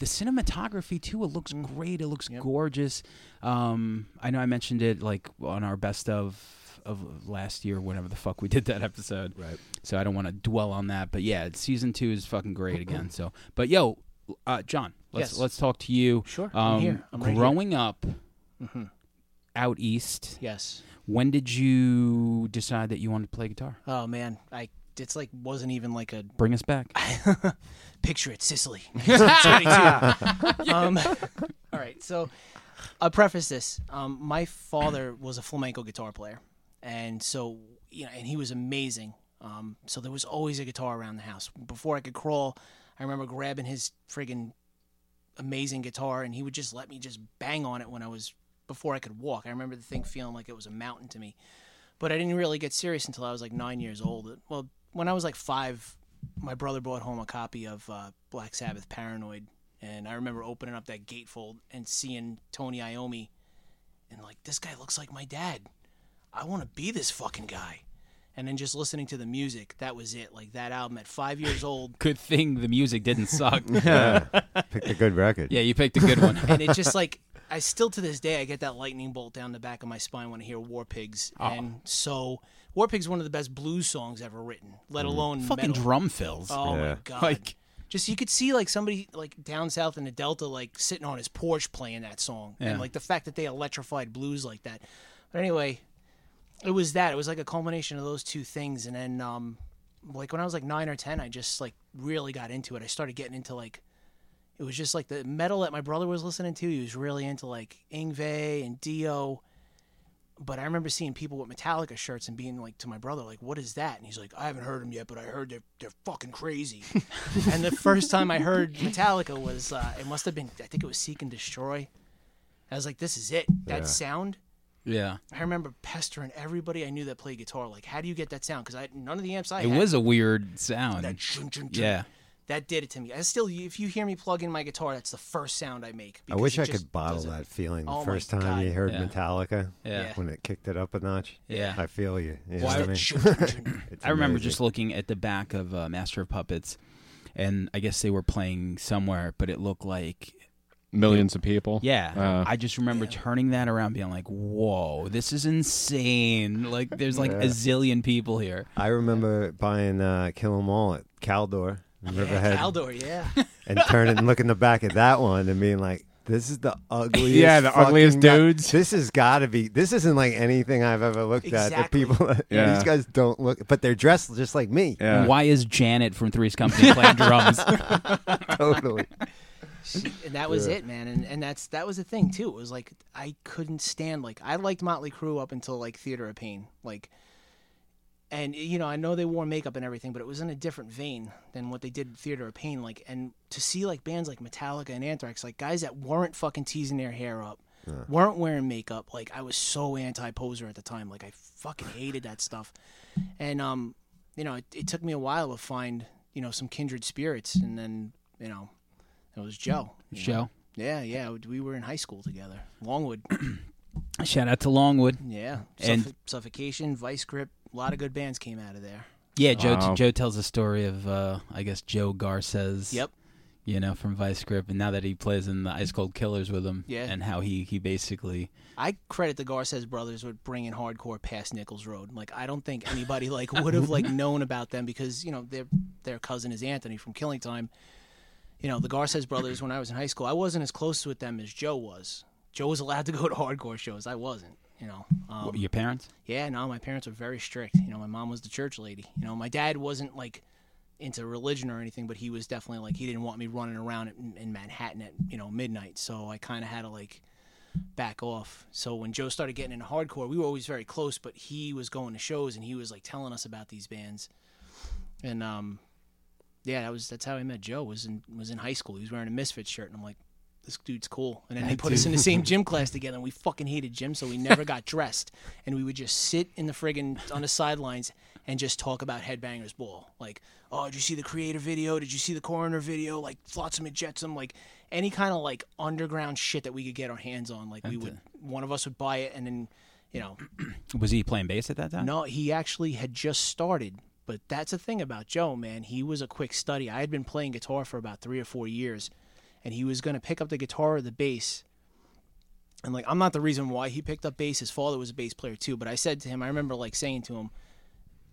[SPEAKER 1] the cinematography too it looks
[SPEAKER 2] Mm-hmm.
[SPEAKER 1] great it looks gorgeous um i know i mentioned it like on our best of of last year whenever the fuck we did that episode right so i don't want to dwell on that but yeah it's- season two is fucking great again so but yo uh john let's
[SPEAKER 2] Mm-hmm. Yes.
[SPEAKER 1] let's talk to you
[SPEAKER 2] Sure,
[SPEAKER 1] um
[SPEAKER 2] I'm here. I'm right here. Mm-hmm.
[SPEAKER 1] growing up out east
[SPEAKER 2] Yes.
[SPEAKER 1] when did you decide that you wanted to play guitar
[SPEAKER 2] Oh man, I. It's like wasn't even like a
[SPEAKER 1] bring us back
[SPEAKER 2] picture it, Sicily. 1922. um, all right, so I'll preface this. Um, my father was a flamenco guitar player, and so you know, and he was amazing. Um, so there was always a guitar around the house. Before I could crawl, I remember grabbing his friggin' amazing guitar, and he would just let me just bang on it when I was before I could walk. I remember the thing feeling like it was a mountain to me, but I didn't really get serious until I was like nine years old. Well, when I was like five, my brother brought home a copy of uh, Black Sabbath Paranoid and I remember opening up that gatefold and seeing Tony Iommi, and like this guy looks like my dad. I want to be this fucking guy. And then just listening to the music, that was it. Like that album at five years old,
[SPEAKER 1] Good thing the music didn't suck.
[SPEAKER 3] Yeah. Picked a good record.
[SPEAKER 1] yeah, you picked a good one.
[SPEAKER 2] and it just like I still to this day I get that lightning bolt down the back of my spine when I hear War Pigs, and so War Pigs is one of the best blues songs ever written, let alone
[SPEAKER 1] Fucking
[SPEAKER 2] metal.
[SPEAKER 1] drum fills.
[SPEAKER 2] Oh
[SPEAKER 3] Yeah.
[SPEAKER 2] my god!
[SPEAKER 1] Like-
[SPEAKER 2] just you could see like somebody like down south in the Delta, like sitting on his porch playing that song,
[SPEAKER 1] Yeah.
[SPEAKER 2] and like the fact that they electrified blues like that. But anyway, it was that. It was like a culmination of those two things, and then um, like when I was like nine or ten, I just like really got into it. I started getting into like. It was just like the metal that my brother was listening to. He was really into like Ingve and Dio but I remember seeing people with Metallica shirts and being like to my brother, like, "What is that?" And he's like, "I haven't heard them yet, but I heard they're they're fucking crazy." and the first time I heard Metallica was uh, it must have been I think it was Seek and Destroy. I was like, "This is it. That
[SPEAKER 3] Yeah.
[SPEAKER 2] sound."
[SPEAKER 1] yeah.
[SPEAKER 2] I remember pestering everybody I knew that played guitar, like, "How do you get that sound?" Because I none of the amps I
[SPEAKER 1] It
[SPEAKER 2] had
[SPEAKER 1] was a weird sound.
[SPEAKER 2] that chun, chun, chun.
[SPEAKER 1] yeah.
[SPEAKER 2] that did it to me. I still, if you hear me plug in my guitar, that's the first sound I make.
[SPEAKER 3] I
[SPEAKER 2] because
[SPEAKER 3] wish
[SPEAKER 2] it
[SPEAKER 3] I
[SPEAKER 2] just
[SPEAKER 3] could bottle
[SPEAKER 2] doesn't-
[SPEAKER 3] that feeling the
[SPEAKER 2] Oh my
[SPEAKER 3] first time
[SPEAKER 2] God.
[SPEAKER 3] you heard
[SPEAKER 1] Yeah.
[SPEAKER 3] Metallica.
[SPEAKER 1] Yeah.
[SPEAKER 3] When it kicked it up a notch.
[SPEAKER 1] Yeah.
[SPEAKER 3] I feel you. you know
[SPEAKER 1] Why-
[SPEAKER 3] what I mean?
[SPEAKER 2] Chun, chun, chun.
[SPEAKER 3] It's
[SPEAKER 1] I remember
[SPEAKER 3] amazing.
[SPEAKER 1] just looking at the back of uh, Master of Puppets, and I guess they were playing somewhere, but it looked like
[SPEAKER 4] Millions of people.
[SPEAKER 1] yeah.
[SPEAKER 4] Uh,
[SPEAKER 1] I just remember turning that around, being like, "Whoa, this is insane!" Like there's like a zillion people here.
[SPEAKER 3] I remember buying uh, Kill 'Em All at Caldor in Riverhead
[SPEAKER 2] Yeah, Caldor, yeah.
[SPEAKER 3] and turning and looking the back at that one and being like, "This is the ugliest."
[SPEAKER 4] Yeah, the
[SPEAKER 3] fucking
[SPEAKER 4] ugliest
[SPEAKER 3] guy-
[SPEAKER 4] dudes.
[SPEAKER 3] This has got to be. This isn't like anything I've ever looked at. The
[SPEAKER 2] Exactly.
[SPEAKER 3] people.
[SPEAKER 4] Yeah.
[SPEAKER 3] these guys don't look, but they're dressed just like me.
[SPEAKER 4] yeah.
[SPEAKER 1] Why is Janet from Three's Company playing drums?
[SPEAKER 3] Totally.
[SPEAKER 2] and that was it, man. And and that's that was the thing too. It was like I couldn't stand like I liked Motley Crue up until like Theater of Pain, like. And you know, I know they wore makeup and everything, but it was in a different vein than what they did in Theater of Pain. Like, and to see like bands like Metallica and Anthrax, like guys that weren't fucking teasing their hair up, weren't wearing makeup. Like, I was so anti-poser at the time. Like, I fucking hated that stuff. And um, you know, it, it took me a while to find you know some kindred spirits, and then you know, it was Joe. you know?
[SPEAKER 1] Show.
[SPEAKER 2] Yeah, yeah. we- We were in high school together. Longwood.
[SPEAKER 1] Shout out to Longwood.
[SPEAKER 2] Yeah.
[SPEAKER 1] And-
[SPEAKER 2] Suff- Suffocation, Vice Grip. A lot of good bands came out of there.
[SPEAKER 1] Yeah, Joe.
[SPEAKER 4] Wow.
[SPEAKER 1] Joe tells a story of uh, I guess Joe Garces.
[SPEAKER 2] Yep.
[SPEAKER 1] You know, from Vice Grip, and now that he plays in the Ice Cold Killers with him,
[SPEAKER 2] Yeah.
[SPEAKER 1] and how he he basically
[SPEAKER 2] I credit the Garces brothers with bringing hardcore past Nichols Road. Like I don't think anybody like would have like known about them because you know their their cousin is Anthony from Killing Time. You know the Garces brothers. When I was in high school, I wasn't as close with them as Joe was. Joe was allowed to go to hardcore shows. I wasn't. You know. Um,
[SPEAKER 1] your parents.
[SPEAKER 2] Yeah, no, my parents were very strict. You know, my mom was the church lady. You know, my dad wasn't like into religion or anything, but he was definitely like he didn't want me running around in, in Manhattan at you know midnight. So I kind of had to like back off. So when Joe started getting into hardcore, we were always very close, but he was going to shows and he was like telling us about these bands. And um, yeah, that was that's how I met Joe. Was in was in high school. He was wearing a Misfits shirt, and I'm like. This dude's cool, and then they put us in the same gym class together. and We fucking hated gym, so we never got dressed, and we would just sit in the friggin' on the sidelines and just talk about Headbangers Ball. Like, oh, did you see the creator video? Did you see the coroner video? Like Flotsam and Jetsam, like any kind of like underground shit that we could get our hands on. Like we would, one of us would buy it, and then, you know,
[SPEAKER 1] Was he playing bass at that time?
[SPEAKER 2] no, he actually had just started. But that's the thing about Joe, man. He was a quick study. I had been playing guitar for about three or four years, and he was going to pick up the guitar or the bass. And like, I'm not the reason why he picked up bass. His father was a bass player too. But I said to him, I remember like saying to him,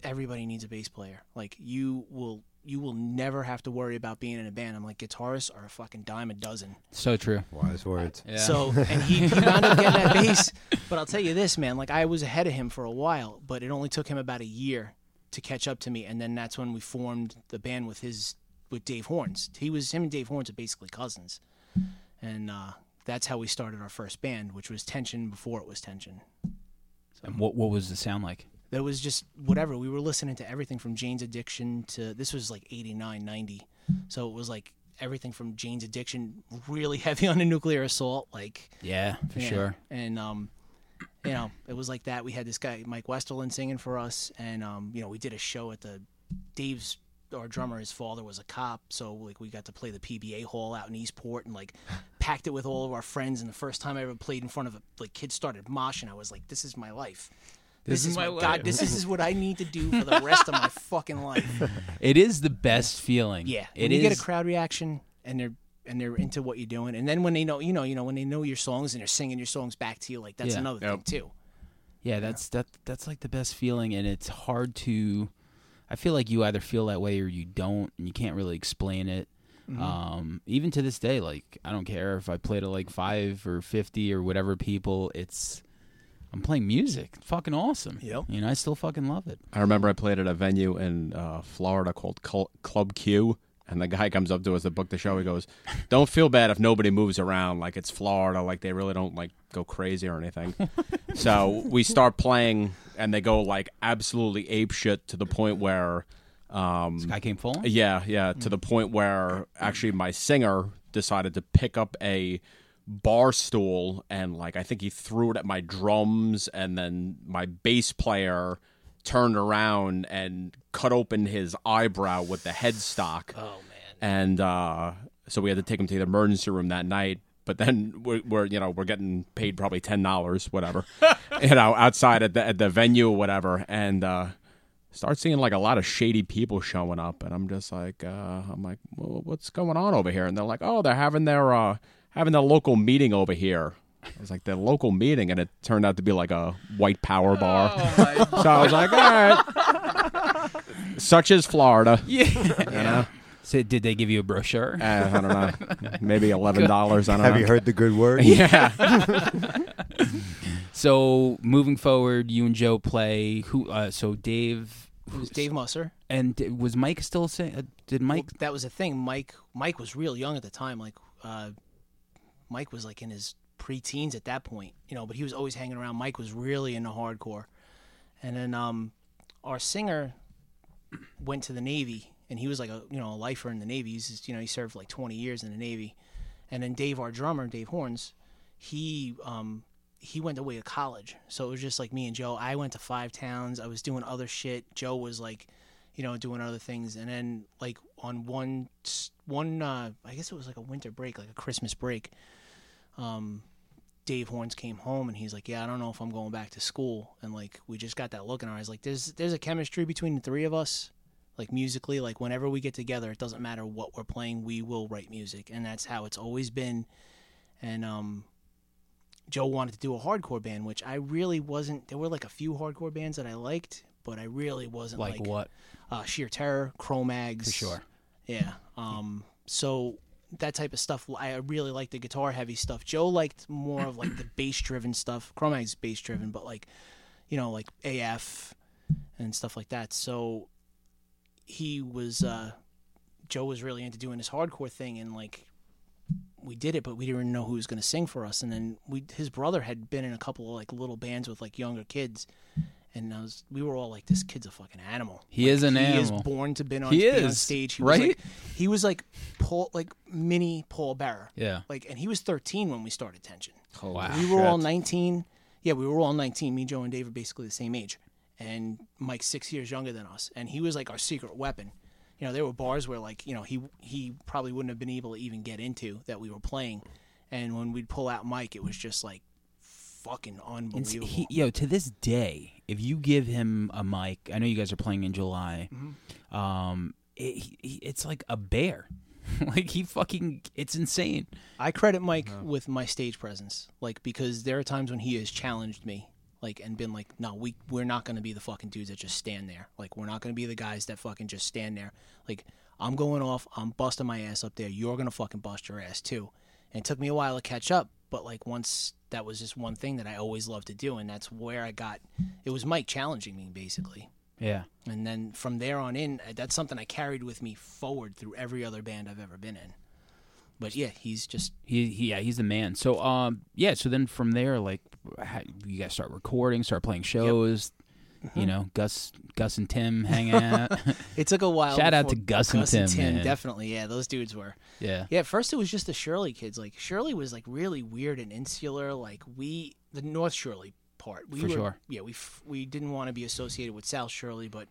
[SPEAKER 2] everybody needs a bass player. Like, you will, you will never have to worry about being in a band. I'm like, guitarists are a fucking dime a dozen.
[SPEAKER 1] So true.
[SPEAKER 3] Wise words.
[SPEAKER 1] Yeah.
[SPEAKER 2] So and he, he wound up getting that base. But I'll tell you this, man, like I was ahead of him for a while, but it only took him about a year to catch up to me, and then that's when we formed the band with his with Dave Horns. He was him and Dave Horns are basically cousins. And uh that's how we started our first band, which was Tension before it was Tension.
[SPEAKER 1] And what what was the sound like?
[SPEAKER 2] That was just whatever. We were listening to everything from Jane's Addiction to this was like 89, 90. So it was like everything from Jane's Addiction, really heavy on the nuclear assault, like
[SPEAKER 1] Yeah, for
[SPEAKER 2] Yeah.
[SPEAKER 1] sure.
[SPEAKER 2] And um, you know, it was like that. We had this guy Mike Westerlin singing for us, and um, you know, we did a show at the Dave's. Our drummer, his father was a cop, so like we got to play the PBA hall out in Eastport, and like packed it with all of our friends. And the first time I ever played in front of a, like kids started moshing, I was like, "This is my life. This, is, my, God. This is what I need to do for the rest of my fucking life."
[SPEAKER 1] It is the best feeling.
[SPEAKER 2] Yeah,
[SPEAKER 1] it
[SPEAKER 2] when you get
[SPEAKER 1] is-
[SPEAKER 2] a crowd reaction and they're and they're into what you're doing, and then when they know you know you know when they know your songs and they're singing your songs back to you, like that's
[SPEAKER 1] Yeah.
[SPEAKER 2] another
[SPEAKER 4] Yep.
[SPEAKER 2] thing too.
[SPEAKER 1] Yeah, that's that that's like the best feeling and it's hard to I feel like you either feel that way or you don't and you can't really explain it.
[SPEAKER 2] Mm-hmm.
[SPEAKER 1] Um even to this day like I don't care if I play to like 5 or 50 or whatever people it's I'm playing music. It's fucking awesome.
[SPEAKER 2] Yep.
[SPEAKER 1] You know, I still fucking love it.
[SPEAKER 4] I remember I played at a venue in uh, Florida called Col- Club Q, and the guy comes up to us to book the show. He goes, "Don't feel bad if nobody moves around. Like it's Florida. Like they really don't like go crazy or anything." so we start playing, and they go like absolutely ape shit to the point where, um,
[SPEAKER 1] I came full.
[SPEAKER 4] yeah, yeah, to the point where actually my singer decided to pick up a bar stool and like I think he threw it at my drums and then my bass player turned around and cut open his eyebrow with the headstock. Oh man. And uh so we had to take him to the emergency room that night. But then we're, we're you know we're getting paid probably ten dollars whatever, you know outside at the at the venue or whatever, and uh, start seeing like a lot of shady people showing up and i'm just like uh, i'm like well, what's going on over here and they're like oh they're having their uh having their local meeting over here it was like their local meeting and it turned out to be like a white power bar so i was like all right such is florida
[SPEAKER 1] So did they give you a brochure?
[SPEAKER 4] Uh, i don't know maybe $11 i don't
[SPEAKER 3] Have
[SPEAKER 4] know
[SPEAKER 3] you heard the good word?
[SPEAKER 4] yeah
[SPEAKER 1] So moving forward, you and Joe play who uh, so Dave
[SPEAKER 2] It was Dave Musser.
[SPEAKER 1] and d- was Mike still saying uh, did Mike
[SPEAKER 2] Well, that was a thing. Mike Mike was real young at the time. Like uh, Mike was like in his pre-teens at that point, you know. But he was always hanging around. Mike was really into hardcore, and then um, our singer went to the Navy, and he was like a you know a lifer in the Navy. He's just, you know he served like 20 years in the Navy, and then Dave, our drummer, Dave Horns, he um he went away to college, so it was just like me and Joe. I went to five towns. I was doing other shit. Joe was like you know, doing other things. And then like on one s- one uh I guess it was like a winter break, like a Christmas break. Um Dave Horns came home and he's like, "Yeah, I don't know if I'm going back to school." And like we just got that look in our eyes like there's there's a chemistry between the three of us. Like musically, like whenever we get together, it doesn't matter what we're playing, we will write music, and that's how it's always been. And um Joe wanted to do a hardcore band, which I really wasn't. There were like a few hardcore bands that I liked, but I really wasn't
[SPEAKER 1] like, what
[SPEAKER 2] uh, sheer terror, Chromags.
[SPEAKER 1] for sure?
[SPEAKER 2] Yeah. Um, so that type of stuff, I really like the guitar heavy stuff. Joe liked more of like the bass driven stuff. Chromags bass driven, but like, you know, like AF and stuff like that. So he was, uh, Joe was really into doing this hardcore thing and like, we did it, but we didn't know who was going to sing for us. And then we, his brother had been in a couple of like little bands with like younger kids, and I was, we were all like, "This kid's a fucking animal."
[SPEAKER 1] He is an
[SPEAKER 2] he
[SPEAKER 1] animal.
[SPEAKER 2] is born to been on,
[SPEAKER 1] He
[SPEAKER 2] be on
[SPEAKER 1] is,
[SPEAKER 2] stage. He
[SPEAKER 1] right?
[SPEAKER 2] was like, he was like Paul, like mini Paul Bearer.
[SPEAKER 1] Yeah.
[SPEAKER 2] Like, and he was 13 when we started Tension.
[SPEAKER 1] Wow.
[SPEAKER 2] we were all 19. Yeah, we were all 19. Me, Joe, and Dave are basically the same age, and Mike's six years younger than us. And he was like our secret weapon. You know, there were bars where like you know he he probably wouldn't have been able to even get into that we were playing, and when we'd pull out Mike, it was just like fucking
[SPEAKER 1] It's-
[SPEAKER 2] unbelievable.
[SPEAKER 1] He, yo, to this day, if you give him a mic, I know you guys are playing in July. Um, it, he, he- it's like a bear. like he fucking, it's insane.
[SPEAKER 2] I credit Mike with my stage presence, like because there are times when he has challenged me, like and been like, "No, we we're not going to be the fucking dudes that just stand there. Like we're not going to be the guys that fucking just stand there. Like I'm going off, I'm busting my ass up there. You're going to fucking bust your ass too." And it took me a while to catch up, but like once that was just one thing that I always loved to do, and that's where I got. It was Mike challenging me basically,
[SPEAKER 1] Yeah.
[SPEAKER 2] and then uh, from there on in, that's something I carried with me forward through every other band I've ever been in. But yeah, he's just
[SPEAKER 1] He, he yeah, he's the man. So um yeah, so then from there like ha- you guys start recording, start playing shows. You know, Gus Gus and Tim hang out.
[SPEAKER 2] It took a while.
[SPEAKER 1] Shout out
[SPEAKER 2] before-
[SPEAKER 1] to Gus and Tim, man.
[SPEAKER 2] definitely. Yeah, those dudes were.
[SPEAKER 1] yeah.
[SPEAKER 2] Yeah, at first it was just the Shirley kids. Like Shirley was like really weird and insular. Like we, the North Shirley part, we
[SPEAKER 1] For
[SPEAKER 2] were,
[SPEAKER 1] sure.
[SPEAKER 2] Yeah, we f- we didn't want to be associated with South Shirley, but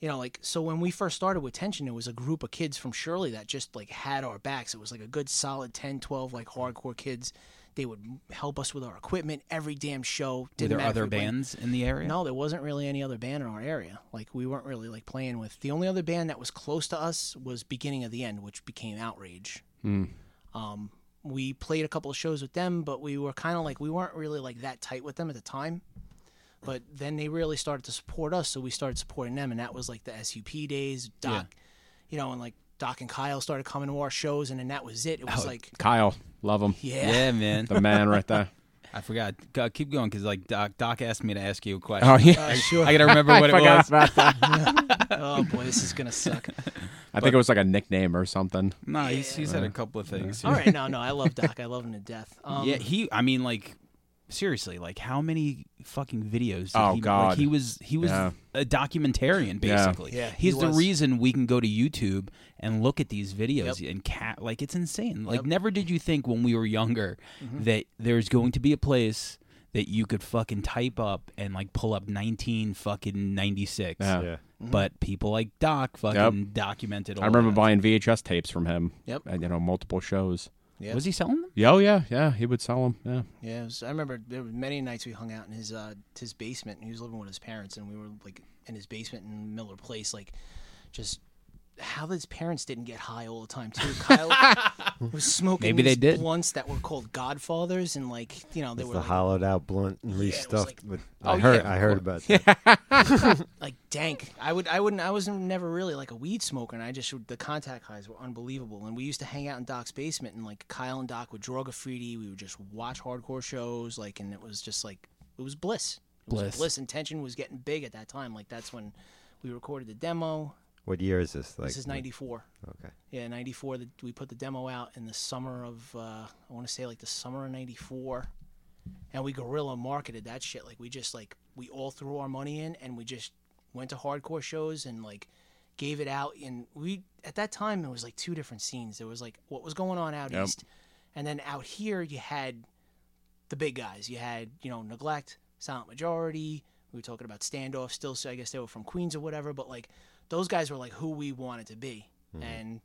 [SPEAKER 2] you know, like so when we first started with Tension, it was a group of kids from Shirley that just like had our backs. It was like a good solid 10, 12 like hardcore kids. They would help us with our equipment every damn show.
[SPEAKER 1] Were
[SPEAKER 2] Didn't
[SPEAKER 1] there
[SPEAKER 2] matter if
[SPEAKER 1] other
[SPEAKER 2] we went-
[SPEAKER 1] bands in the area?
[SPEAKER 2] no, there wasn't really any other band in our area. Like we weren't really like playing with. The only other band that was close to us was Beginning of the End, which became Outrage.
[SPEAKER 1] Hmm.
[SPEAKER 2] Um, we played a couple of shows with them, but we were kind of like we weren't really like that tight with them at the time. But then they really started to support us, so we started supporting them, and that was like the SUP days. Doc, you know, and like Doc and Kyle started coming to our shows, and then that was it. It was like,
[SPEAKER 4] Kyle, love him.
[SPEAKER 2] yeah,
[SPEAKER 1] Oh, Yeah, man.
[SPEAKER 4] The man right there.
[SPEAKER 1] I forgot. Go- keep going cuz like Doc Doc asked me to ask you a question.
[SPEAKER 4] Oh yeah.
[SPEAKER 1] sure. I got to remember what it was.
[SPEAKER 4] about that.
[SPEAKER 2] oh boy, this is gonna suck.
[SPEAKER 4] I think it was like a nickname or something.
[SPEAKER 1] No, he's, he's had a couple of things.
[SPEAKER 2] All right, no, no, I love Doc. I love him to death. Um,
[SPEAKER 1] yeah, he. I mean, like, seriously, like, how many fucking videos? Did
[SPEAKER 4] Oh,
[SPEAKER 1] he, like,
[SPEAKER 4] God.
[SPEAKER 1] he was he was
[SPEAKER 4] Yeah.
[SPEAKER 1] a documentarian basically.
[SPEAKER 2] Yeah, he
[SPEAKER 1] he's the
[SPEAKER 2] was.
[SPEAKER 1] reason we can go to YouTube and look at these videos and cat like it's insane. Like, never did you think when we were younger
[SPEAKER 2] Mm-hmm.
[SPEAKER 1] that there's going to be a place that you could fucking type up and like pull up 19 fucking 96.
[SPEAKER 4] Yeah.
[SPEAKER 3] Yeah.
[SPEAKER 2] Mm-hmm.
[SPEAKER 1] But people like Doc fucking documented. All
[SPEAKER 4] I remember
[SPEAKER 1] that.
[SPEAKER 4] buying VHS tapes from him.
[SPEAKER 2] Yep.
[SPEAKER 4] And you know, multiple shows.
[SPEAKER 2] Yep.
[SPEAKER 1] Was he selling them?
[SPEAKER 4] Yeah, oh, yeah, yeah. He would sell them. Yeah.
[SPEAKER 2] Yeah, it was, I remember there were many nights we hung out in his uh, his basement. He was living with his parents, and we were like in his basement in Miller Place, like just how his parents didn't get high all the time too. Kyle was smoking
[SPEAKER 1] Maybe they
[SPEAKER 2] these
[SPEAKER 1] did.
[SPEAKER 2] blunts that were called Godfathers, and like you know they
[SPEAKER 3] It's
[SPEAKER 2] were
[SPEAKER 3] the
[SPEAKER 2] like,
[SPEAKER 3] hollowed out blunt and
[SPEAKER 2] Yeah, it was
[SPEAKER 3] restuffed.
[SPEAKER 2] like-
[SPEAKER 3] with,
[SPEAKER 1] Oh,
[SPEAKER 3] I heard.
[SPEAKER 1] yeah,
[SPEAKER 3] I
[SPEAKER 1] of
[SPEAKER 3] heard about that.
[SPEAKER 2] like dank. I would I wouldn't I was never really like a weed smoker and I just the contact highs were unbelievable. And we used to hang out in Doc's basement and like Kyle and Doc would draw graffiti, we would just watch hardcore shows, like and it was just like it was bliss. It was
[SPEAKER 1] Bliss.
[SPEAKER 2] bliss and tension was getting big at that time. Like that's when we recorded the demo.
[SPEAKER 3] What year is this? Like
[SPEAKER 2] This is ninety four.
[SPEAKER 3] Okay.
[SPEAKER 2] Yeah, ninety four that we put the demo out in the summer of uh I wanna say like the summer of ninety four and we guerrilla marketed that shit. Like we just like we all threw our money in and we just went to hardcore shows and like gave it out. And we at that time it was like two different scenes. There was like what was going on out
[SPEAKER 4] Yep.
[SPEAKER 2] east, and then out here you had the big guys. You had you know neglect, silent majority. We were talking about standoff still. So I guess they were from Queens or whatever. But like those guys were like who we wanted to be.
[SPEAKER 4] Mm-hmm.
[SPEAKER 2] And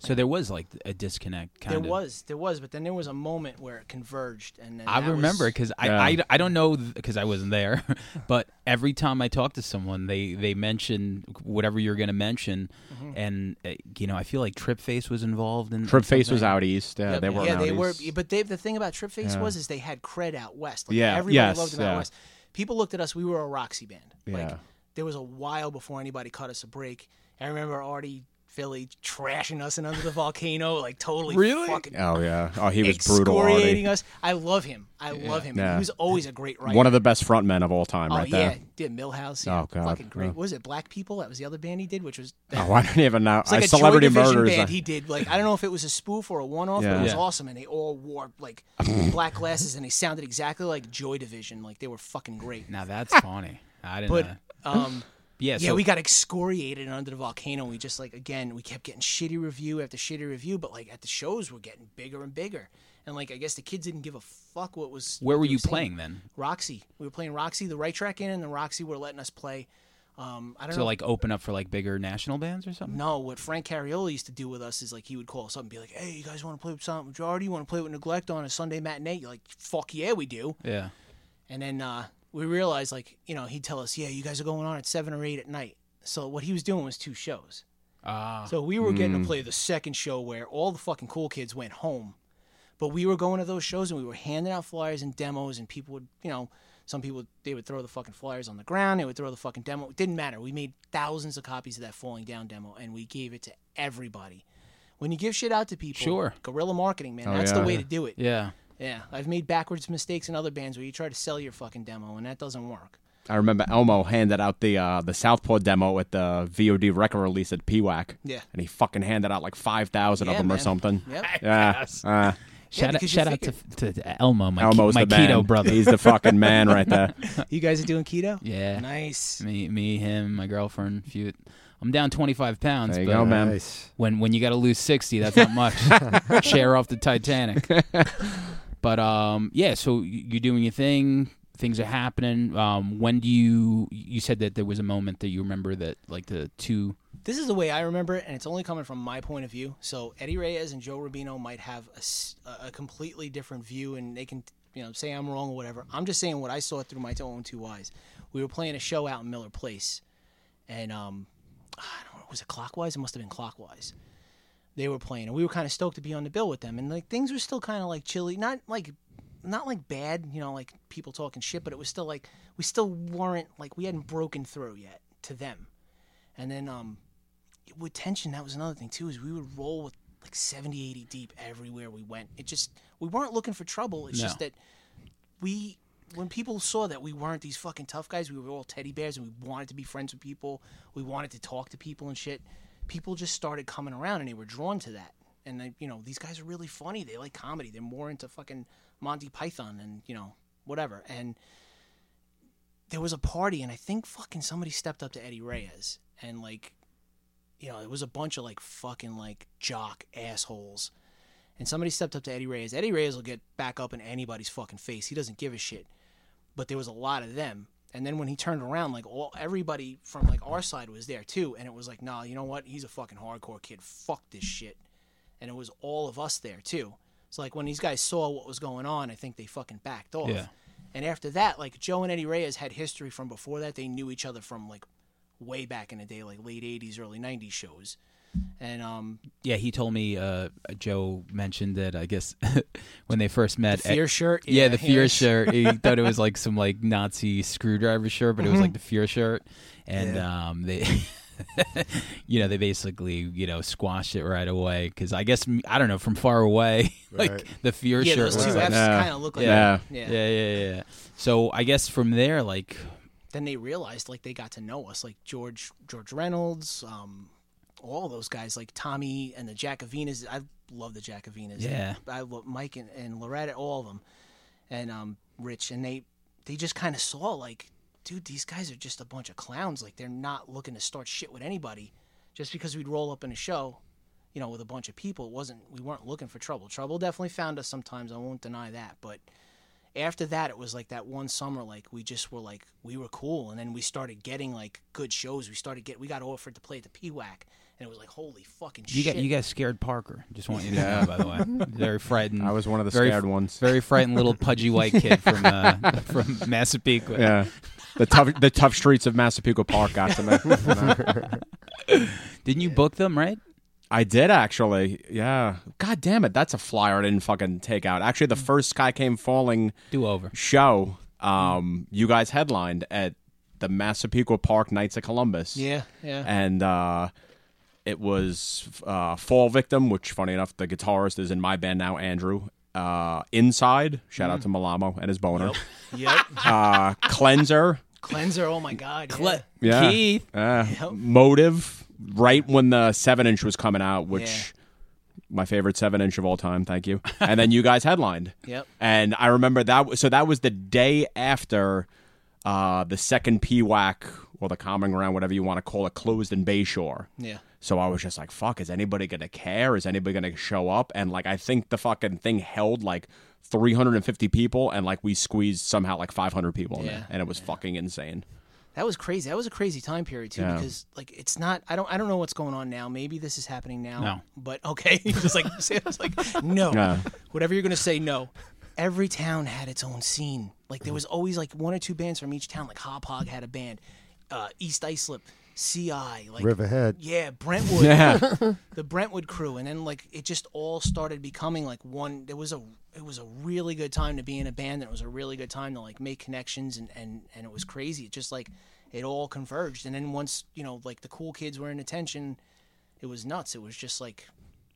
[SPEAKER 1] So there was like a disconnect. Kind
[SPEAKER 2] there
[SPEAKER 1] of.
[SPEAKER 2] was, there was, but then there was a moment where it converged, and then
[SPEAKER 1] I
[SPEAKER 2] that was-
[SPEAKER 1] remember because
[SPEAKER 4] Yeah.
[SPEAKER 1] I, I, I don't know because I wasn't there, but every time I talk to someone, they they mention whatever you're going to mention,
[SPEAKER 2] Mm-hmm.
[SPEAKER 1] and uh, you know I feel like Trip Face was involved in
[SPEAKER 4] Trip
[SPEAKER 1] in
[SPEAKER 4] Face was
[SPEAKER 1] something.
[SPEAKER 4] out east. Yeah, uh, they weren't
[SPEAKER 2] yeah,
[SPEAKER 4] out
[SPEAKER 2] they
[SPEAKER 4] east.
[SPEAKER 2] were. e-, But they, the thing about Trip Face was is they had cred out west. Like,
[SPEAKER 4] Yeah,
[SPEAKER 2] everybody
[SPEAKER 4] yes,
[SPEAKER 2] loved them out
[SPEAKER 4] yeah.
[SPEAKER 2] west. People looked at us. We were a Roxy band. Like
[SPEAKER 4] Yeah.
[SPEAKER 2] there was a while before anybody cut us a break. I remember Artie Philly trashing us in Under the Volcano, like totally
[SPEAKER 1] Really?
[SPEAKER 2] fucking
[SPEAKER 4] Oh yeah. Oh, he was brutal.
[SPEAKER 2] excoriating
[SPEAKER 4] Artie.
[SPEAKER 2] us. I love him. I love him.
[SPEAKER 4] Yeah.
[SPEAKER 2] He was always a great writer.
[SPEAKER 4] One of the best frontmen of all time,
[SPEAKER 2] Oh
[SPEAKER 4] right
[SPEAKER 2] yeah,
[SPEAKER 4] there.
[SPEAKER 2] did Millhouse? Yeah,
[SPEAKER 4] Oh, God,
[SPEAKER 2] fucking great.
[SPEAKER 4] yeah.
[SPEAKER 2] What was it Black People? That was the other band he did, which was
[SPEAKER 4] Oh, I don't even know.
[SPEAKER 2] It's like
[SPEAKER 4] I-
[SPEAKER 2] a
[SPEAKER 4] celebrity
[SPEAKER 2] Joy Division
[SPEAKER 4] murders. uh,
[SPEAKER 2] band
[SPEAKER 4] I-
[SPEAKER 2] he did. Like I don't know if it was a spoof or a one-off, but
[SPEAKER 4] Yeah.
[SPEAKER 2] it was
[SPEAKER 1] Yeah.
[SPEAKER 2] awesome, and they all wore like black glasses, and they sounded exactly like Joy Division. Like they were fucking great.
[SPEAKER 1] Now that's funny. I didn't.
[SPEAKER 2] But
[SPEAKER 1] know.
[SPEAKER 2] um,
[SPEAKER 1] Yeah,
[SPEAKER 2] yeah,
[SPEAKER 1] so-
[SPEAKER 2] we got excoriated under the volcano. We just like again, we kept getting shitty review after shitty review, but like at the shows, we're getting bigger and bigger. And like I guess the kids didn't give a fuck what was.
[SPEAKER 1] Where
[SPEAKER 2] what
[SPEAKER 1] were
[SPEAKER 2] they
[SPEAKER 1] you
[SPEAKER 2] saying.
[SPEAKER 1] playing then?
[SPEAKER 2] Roxy. We were playing Roxy, the right track in, and then Roxy were letting us play. Um, I don't
[SPEAKER 1] So
[SPEAKER 2] know.
[SPEAKER 1] like open up for like bigger national bands or something.
[SPEAKER 2] No, what Frank Cariola used to do with us is like he would call us up and be like, "Hey, you guys want to play with Silent Majority? You want to play with Neglect on a Sunday matinee?" You're like, "Fuck yeah, we do."
[SPEAKER 1] Yeah.
[SPEAKER 2] And then uh, we realized, like, you know, he'd tell us, "Yeah, you guys are going on at seven or eight at night." So what he was doing was two shows.
[SPEAKER 1] Ah.
[SPEAKER 2] So we were getting to play the second show where all the fucking cool kids went home, but we were going to those shows and we were handing out flyers and demos, and people would, you know, some people they would throw the fucking flyers on the ground, they would throw the fucking demo. It didn't matter. We made thousands of copies of that falling down demo, and we gave it to everybody. When you give shit out to people,
[SPEAKER 1] Sure. Oh,
[SPEAKER 2] guerrilla marketing, man, that's the
[SPEAKER 4] yeah.
[SPEAKER 2] way to do it.
[SPEAKER 1] yeah.
[SPEAKER 2] Yeah, I've made backwards mistakes in other bands where you try to sell your fucking demo and that doesn't work.
[SPEAKER 4] I remember Elmo handed out the uh, the Southpaw demo at the VOD record release at PWAC.
[SPEAKER 2] Yeah.
[SPEAKER 4] and he fucking handed out like five thousand of
[SPEAKER 2] Yeah,
[SPEAKER 4] them or
[SPEAKER 2] man.
[SPEAKER 4] something.
[SPEAKER 2] Yep.
[SPEAKER 4] Yeah, uh,
[SPEAKER 2] Yeah,
[SPEAKER 1] Shout out,
[SPEAKER 2] because you
[SPEAKER 1] shout out to, to, to Elmo, my,
[SPEAKER 4] Elmo's
[SPEAKER 1] my
[SPEAKER 4] the man.
[SPEAKER 1] keto brother.
[SPEAKER 4] He's the fucking man right there.
[SPEAKER 2] You guys are doing keto?
[SPEAKER 1] yeah,
[SPEAKER 2] Nice.
[SPEAKER 1] me, me, him, my girlfriend. Few, I'm down 25 pounds.
[SPEAKER 4] There you
[SPEAKER 1] but
[SPEAKER 4] go, Oh, man.
[SPEAKER 3] Nice.
[SPEAKER 1] When when you got to lose 60, that's not much. Share off the Titanic. but um, yeah. So y- you're doing your thing. Things are happening. Um, when do you? You said that there was a moment that you remember that like the two.
[SPEAKER 2] This is the way I remember it, and it's only coming from my point of view. So Eddie Reyes and Joe Rubino might have a s- a, completely different view, and they can you know say I'm wrong or whatever. I'm just saying what I saw through my own two eyes. We were playing a show out in Miller Place, and um, I don't know, was it Clockwise? It must have been Clockwise. They were playing, and we were kind of stoked to be on the bill with them, and like things were still kind of like chilly, not like not like bad, you know, like people talking shit, but it was still like we still weren't like we hadn't broken through yet to them. And then um with tension, that was another thing too, is we would roll with like 70, 80 deep everywhere we went. It just we weren't looking for trouble. It's
[SPEAKER 1] No.
[SPEAKER 2] just that we when people saw that we weren't these fucking tough guys, we were all teddy bears and we wanted to be friends with people, we wanted to talk to people and shit. People just started coming around and they were drawn to that. And they, you know, these guys are really funny. They like comedy. They're more into fucking Monty Python and, you know, whatever. And there was a party and I think fucking somebody stepped up to Eddie Reyes and like you know, it was a bunch of like fucking like jock assholes. And somebody stepped up to Eddie Reyes. Eddie Reyes will get back up in anybody's fucking face. He doesn't give a shit. But there was a lot of them. And then when he turned around, like all everybody from like our side was there too. And it was like, nah, you know what? He's a fucking hardcore kid. Fuck this shit. And it was all of us there too. So like when these guys saw what was going on, I think they fucking backed off.
[SPEAKER 1] Yeah.
[SPEAKER 2] And after that, like Joe and Eddie Reyes had history from before that. They knew each other from like way back in the day, like late '80s, early '90s shows. And um,
[SPEAKER 1] Yeah, he told me. Uh, Joe mentioned that I guess when they first met,
[SPEAKER 2] fear shirt.
[SPEAKER 1] Eh, Yeah, the fear
[SPEAKER 2] here's-
[SPEAKER 1] shirt. He thought it was like some like Nazi screwdriver shirt, but it was
[SPEAKER 2] Mm-hmm.
[SPEAKER 1] like the fear shirt, and um, they, you know, they basically you know squashed it right away because I guess m- I don't know from far away like
[SPEAKER 3] Right.
[SPEAKER 1] the fear
[SPEAKER 2] Yeah,
[SPEAKER 1] shirt.
[SPEAKER 2] those two
[SPEAKER 1] was like-
[SPEAKER 2] Fs
[SPEAKER 4] Yeah.
[SPEAKER 2] kind of look like
[SPEAKER 4] Yeah.
[SPEAKER 2] that. Yeah.
[SPEAKER 1] yeah, yeah, yeah, yeah. So I guess from there, like,
[SPEAKER 2] Then they realized like they got to know us, like George George Reynolds, um, all those guys, like Tommy and the Jacovinas. I love the Jacovinas.
[SPEAKER 1] Yeah.
[SPEAKER 2] I love Mike and, and Loretta, all of them, and um, Rich, and they they just kind of saw like, dude, these guys are just a bunch of clowns. Like they're not looking to start shit with anybody, just because we'd roll up in a show. You know, with a bunch of people, it wasn't we weren't looking for trouble. Trouble definitely found us sometimes. I won't deny that, but after that it was like that one summer like we just were like we were cool and then we started getting like good shows we started get we got offered to play at the PWAC and it was like holy fucking
[SPEAKER 1] you
[SPEAKER 2] shit
[SPEAKER 1] got you guys scared Parker. Just want you to know, by the way, very frightened.
[SPEAKER 4] I was one of the
[SPEAKER 1] very,
[SPEAKER 4] scared ones.
[SPEAKER 1] Very frightened little pudgy white kid from uh, from Massapequa.
[SPEAKER 4] Yeah, the tough the tough streets of Massapequa Park got to me. You know?
[SPEAKER 1] Didn't you book them right?
[SPEAKER 4] I did actually. Yeah. God damn it. That's a flyer I didn't fucking take out. Actually, the first Sky Came Falling
[SPEAKER 1] Do over.
[SPEAKER 4] show, um, you guys headlined at the Massapequa Park Knights of Columbus.
[SPEAKER 2] yeah yeah
[SPEAKER 4] And uh, it was uh, Fall Victim, which, funny enough, the guitarist is in my band now, Andrew. Uh, Inside, shout out to Malamo and his boner.
[SPEAKER 2] Mm. yep
[SPEAKER 4] Uh, Cleanser,
[SPEAKER 2] cleanser oh my god yeah.
[SPEAKER 1] Cle-
[SPEAKER 4] Yeah.
[SPEAKER 1] Keith.
[SPEAKER 4] Uh, Motive, right when the seven inch was coming out, which my favorite seven inch of all time. Thank you. And then you guys headlined.
[SPEAKER 2] Yep.
[SPEAKER 4] And I remember that. w- So that was the day after uh, the second PWAC or the Common Ground, whatever you want to call it, closed in Bayshore.
[SPEAKER 2] yeah
[SPEAKER 4] So I was just like, fuck, is anybody going to care? Is anybody going to show up? And like, I think the fucking thing held like 350 people and like we squeezed somehow like 500 people in
[SPEAKER 2] Yeah.
[SPEAKER 4] there. And it was fucking insane.
[SPEAKER 2] That was crazy. That was a crazy time period too,
[SPEAKER 4] Yeah.
[SPEAKER 2] because like it's not. I don't. I don't know what's going on now. Maybe this is happening now.
[SPEAKER 1] No.
[SPEAKER 2] But okay, just like Sam's like no.
[SPEAKER 4] Yeah.
[SPEAKER 2] Whatever you're gonna say, no. Every town had its own scene. Like there was always like one or two bands from each town. Like Hop Hog had a band, uh, East Islip, CI, like
[SPEAKER 3] Riverhead.
[SPEAKER 2] yeah, Brentwood.
[SPEAKER 4] Yeah.
[SPEAKER 2] the Brentwood crew, and then like it just all started becoming like one. It was a it was a really good time to be in a band, and it was a really good time to like make connections, and and and it was crazy. It just like it all converged, and then once you know like the cool kids were in attention, it was nuts. It was just like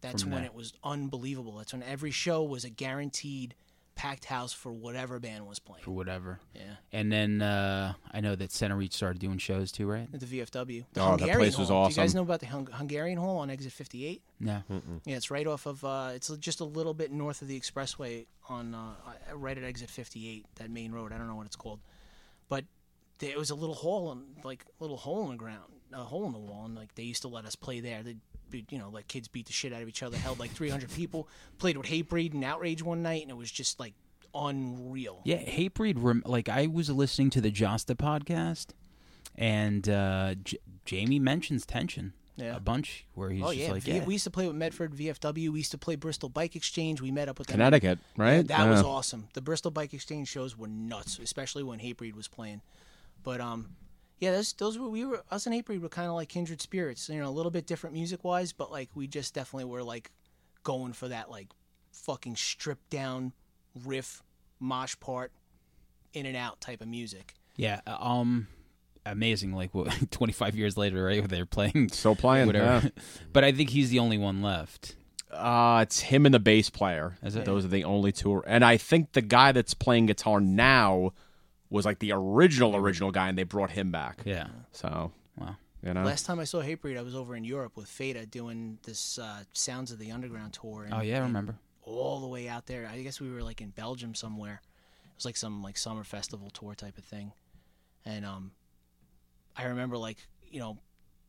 [SPEAKER 2] that's when it was unbelievable. That's when every show was a guaranteed packed house for whatever band was playing.
[SPEAKER 1] or whatever.
[SPEAKER 2] Yeah.
[SPEAKER 1] And then uh, I know that Center Reach started doing shows too, right?
[SPEAKER 2] At the VFW. The
[SPEAKER 4] Oh, that place was
[SPEAKER 2] Hall. Do you guys
[SPEAKER 4] awesome.
[SPEAKER 2] know about the Hung- Hungarian Hall on exit 58?
[SPEAKER 1] No.
[SPEAKER 2] Yeah, it's right off of. Uh, it's just a little bit north of the expressway on uh, uh, right at exit 58, that main road. I don't know what it's called, but there was a little hole in like a little hole in the ground, a hole in the wall, and like they used to let us play there. They, you know, like kids beat the shit out of each other. Held like 300 people. Played with Hatebreed and Outrage one night, and it was just like unreal.
[SPEAKER 1] Yeah, Hatebreed. Rem- like I was listening to the Josta podcast, and uh, J- Jamie mentions tension
[SPEAKER 2] Yeah.
[SPEAKER 1] a bunch, where he's
[SPEAKER 2] oh
[SPEAKER 1] just
[SPEAKER 2] yeah.
[SPEAKER 1] like,
[SPEAKER 2] V-
[SPEAKER 1] yeah,
[SPEAKER 2] we used to play with Medford VFW. We used to play Bristol Bike Exchange. We met up with them.
[SPEAKER 4] Connecticut, right?
[SPEAKER 2] Yeah, that was
[SPEAKER 4] Yeah.
[SPEAKER 2] awesome. The Bristol Bike Exchange shows were nuts, especially when Hatebreed was playing. But um, yeah, those those were we were us and Hatebreed were kind of like kindred spirits. You know, a little bit different music wise, but like we just definitely were like going for that like fucking stripped down riff mosh part in and out type of music.
[SPEAKER 1] yeah, uh, um, amazing. Like what, twenty five years later, right? They're playing
[SPEAKER 4] Still playing.
[SPEAKER 1] whatever,
[SPEAKER 4] yeah.
[SPEAKER 1] but I think he's the only one left.
[SPEAKER 4] Uh, it's him and the bass player.
[SPEAKER 1] Is it?
[SPEAKER 4] Those are the only two. And I think the guy that's playing guitar now was like the original original guy, and they brought him back.
[SPEAKER 1] Yeah,
[SPEAKER 4] So
[SPEAKER 1] Wow.
[SPEAKER 4] you know,
[SPEAKER 2] Last time I saw Hatebreed, I was over in Europe with Feta doing this uh, Sounds of the Underground tour. and-
[SPEAKER 1] Oh yeah, I remember.
[SPEAKER 2] all the way out there. I guess we were like in Belgium somewhere. It was like some like summer festival tour type of thing. And um I remember like, you know,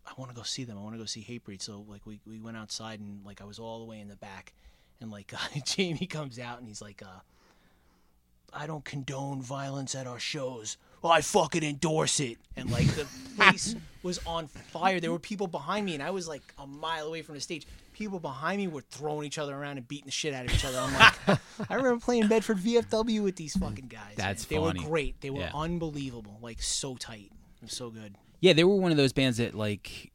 [SPEAKER 2] I want to go see them. I want to go see Hatebreed. So like we we went outside and like I was all the way in the back and like uh, Jamie comes out and he's like uh I don't condone violence at our shows. Well, I fucking endorse it. And like the place was on fire. There were people behind me, and I was like a mile away from the stage. People behind me were throwing each other around and beating the shit out of each other. I'm like, I remember playing Bedford VFW with these fucking guys.
[SPEAKER 1] That's
[SPEAKER 2] man. They
[SPEAKER 1] funny.
[SPEAKER 2] were great. They were
[SPEAKER 1] Yeah.
[SPEAKER 2] unbelievable. Like so tight. It was so good.
[SPEAKER 1] Yeah, they were one of those bands that like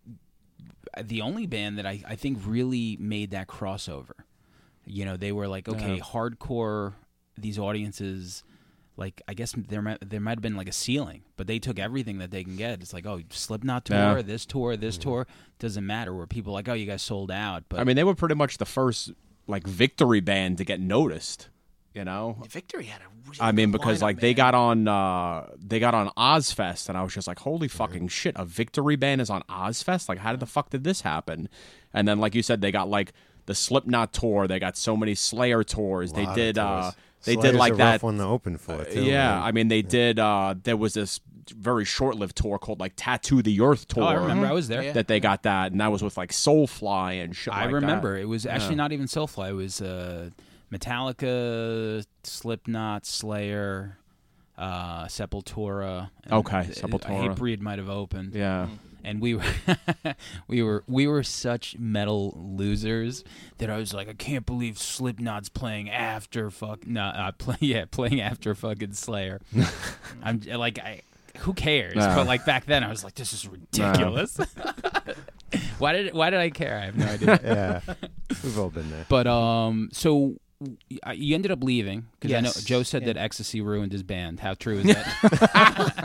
[SPEAKER 1] the only band that I, I think really made that crossover. You know, they were like, okay, hardcore these audiences like I guess there might there might have been like a ceiling, but they took everything that they can get. It's like, oh, Slipknot tour,
[SPEAKER 4] Yeah. Mm.
[SPEAKER 1] this tour, this tour doesn't matter. Where people are like, oh, you guys sold out, but
[SPEAKER 4] I mean, they were pretty much the first like victory band to get noticed. You know,
[SPEAKER 2] Victory had a really
[SPEAKER 4] I mean,
[SPEAKER 2] good
[SPEAKER 4] because
[SPEAKER 2] lineup,
[SPEAKER 4] like they
[SPEAKER 2] man.
[SPEAKER 4] got on uh they got on Ozfest, and I was just like, holy fucking shit! A victory band is on Ozfest. Like, how did the fuck did this happen? And then, like you said, they got like the Slipknot tour. They got so many Slayer tours. They
[SPEAKER 3] Lot of
[SPEAKER 4] did. uh
[SPEAKER 3] tours.
[SPEAKER 4] They
[SPEAKER 3] Slayer's
[SPEAKER 4] did like
[SPEAKER 3] a
[SPEAKER 4] that. Uh,
[SPEAKER 3] rough one to open for. Too,
[SPEAKER 4] yeah,
[SPEAKER 3] man.
[SPEAKER 4] I mean, they did. uh There was this very short-lived tour called like Tattoo the Earth tour.
[SPEAKER 1] oh, I remember I was there.
[SPEAKER 2] Yeah.
[SPEAKER 4] That they got that, and that was with like Soulfly and shit.
[SPEAKER 1] I
[SPEAKER 4] like that.
[SPEAKER 1] remember it was actually not even Soulfly. It was uh, Metallica, Slipknot, Slayer, uh, Sepultura. and
[SPEAKER 4] Okay,
[SPEAKER 1] th-
[SPEAKER 4] Sepultura.
[SPEAKER 1] Hatebreed might have opened.
[SPEAKER 4] Yeah.
[SPEAKER 3] Mm.
[SPEAKER 1] And we were, we were, we were such metal losers that I was like, I can't believe Slipknot's playing after fuck, no, uh, play, yeah, playing after fucking Slayer. I'm j- like, I, who cares?
[SPEAKER 4] No.
[SPEAKER 1] But like back then, I was like, this is ridiculous. why did, why did I care? I have no idea.
[SPEAKER 3] yeah. We've all been there.
[SPEAKER 1] But um, so w- I- you ended up leaving because I know
[SPEAKER 2] Yes.
[SPEAKER 1] Joe said
[SPEAKER 2] Yeah.
[SPEAKER 1] that ecstasy ruined his band. How true is that?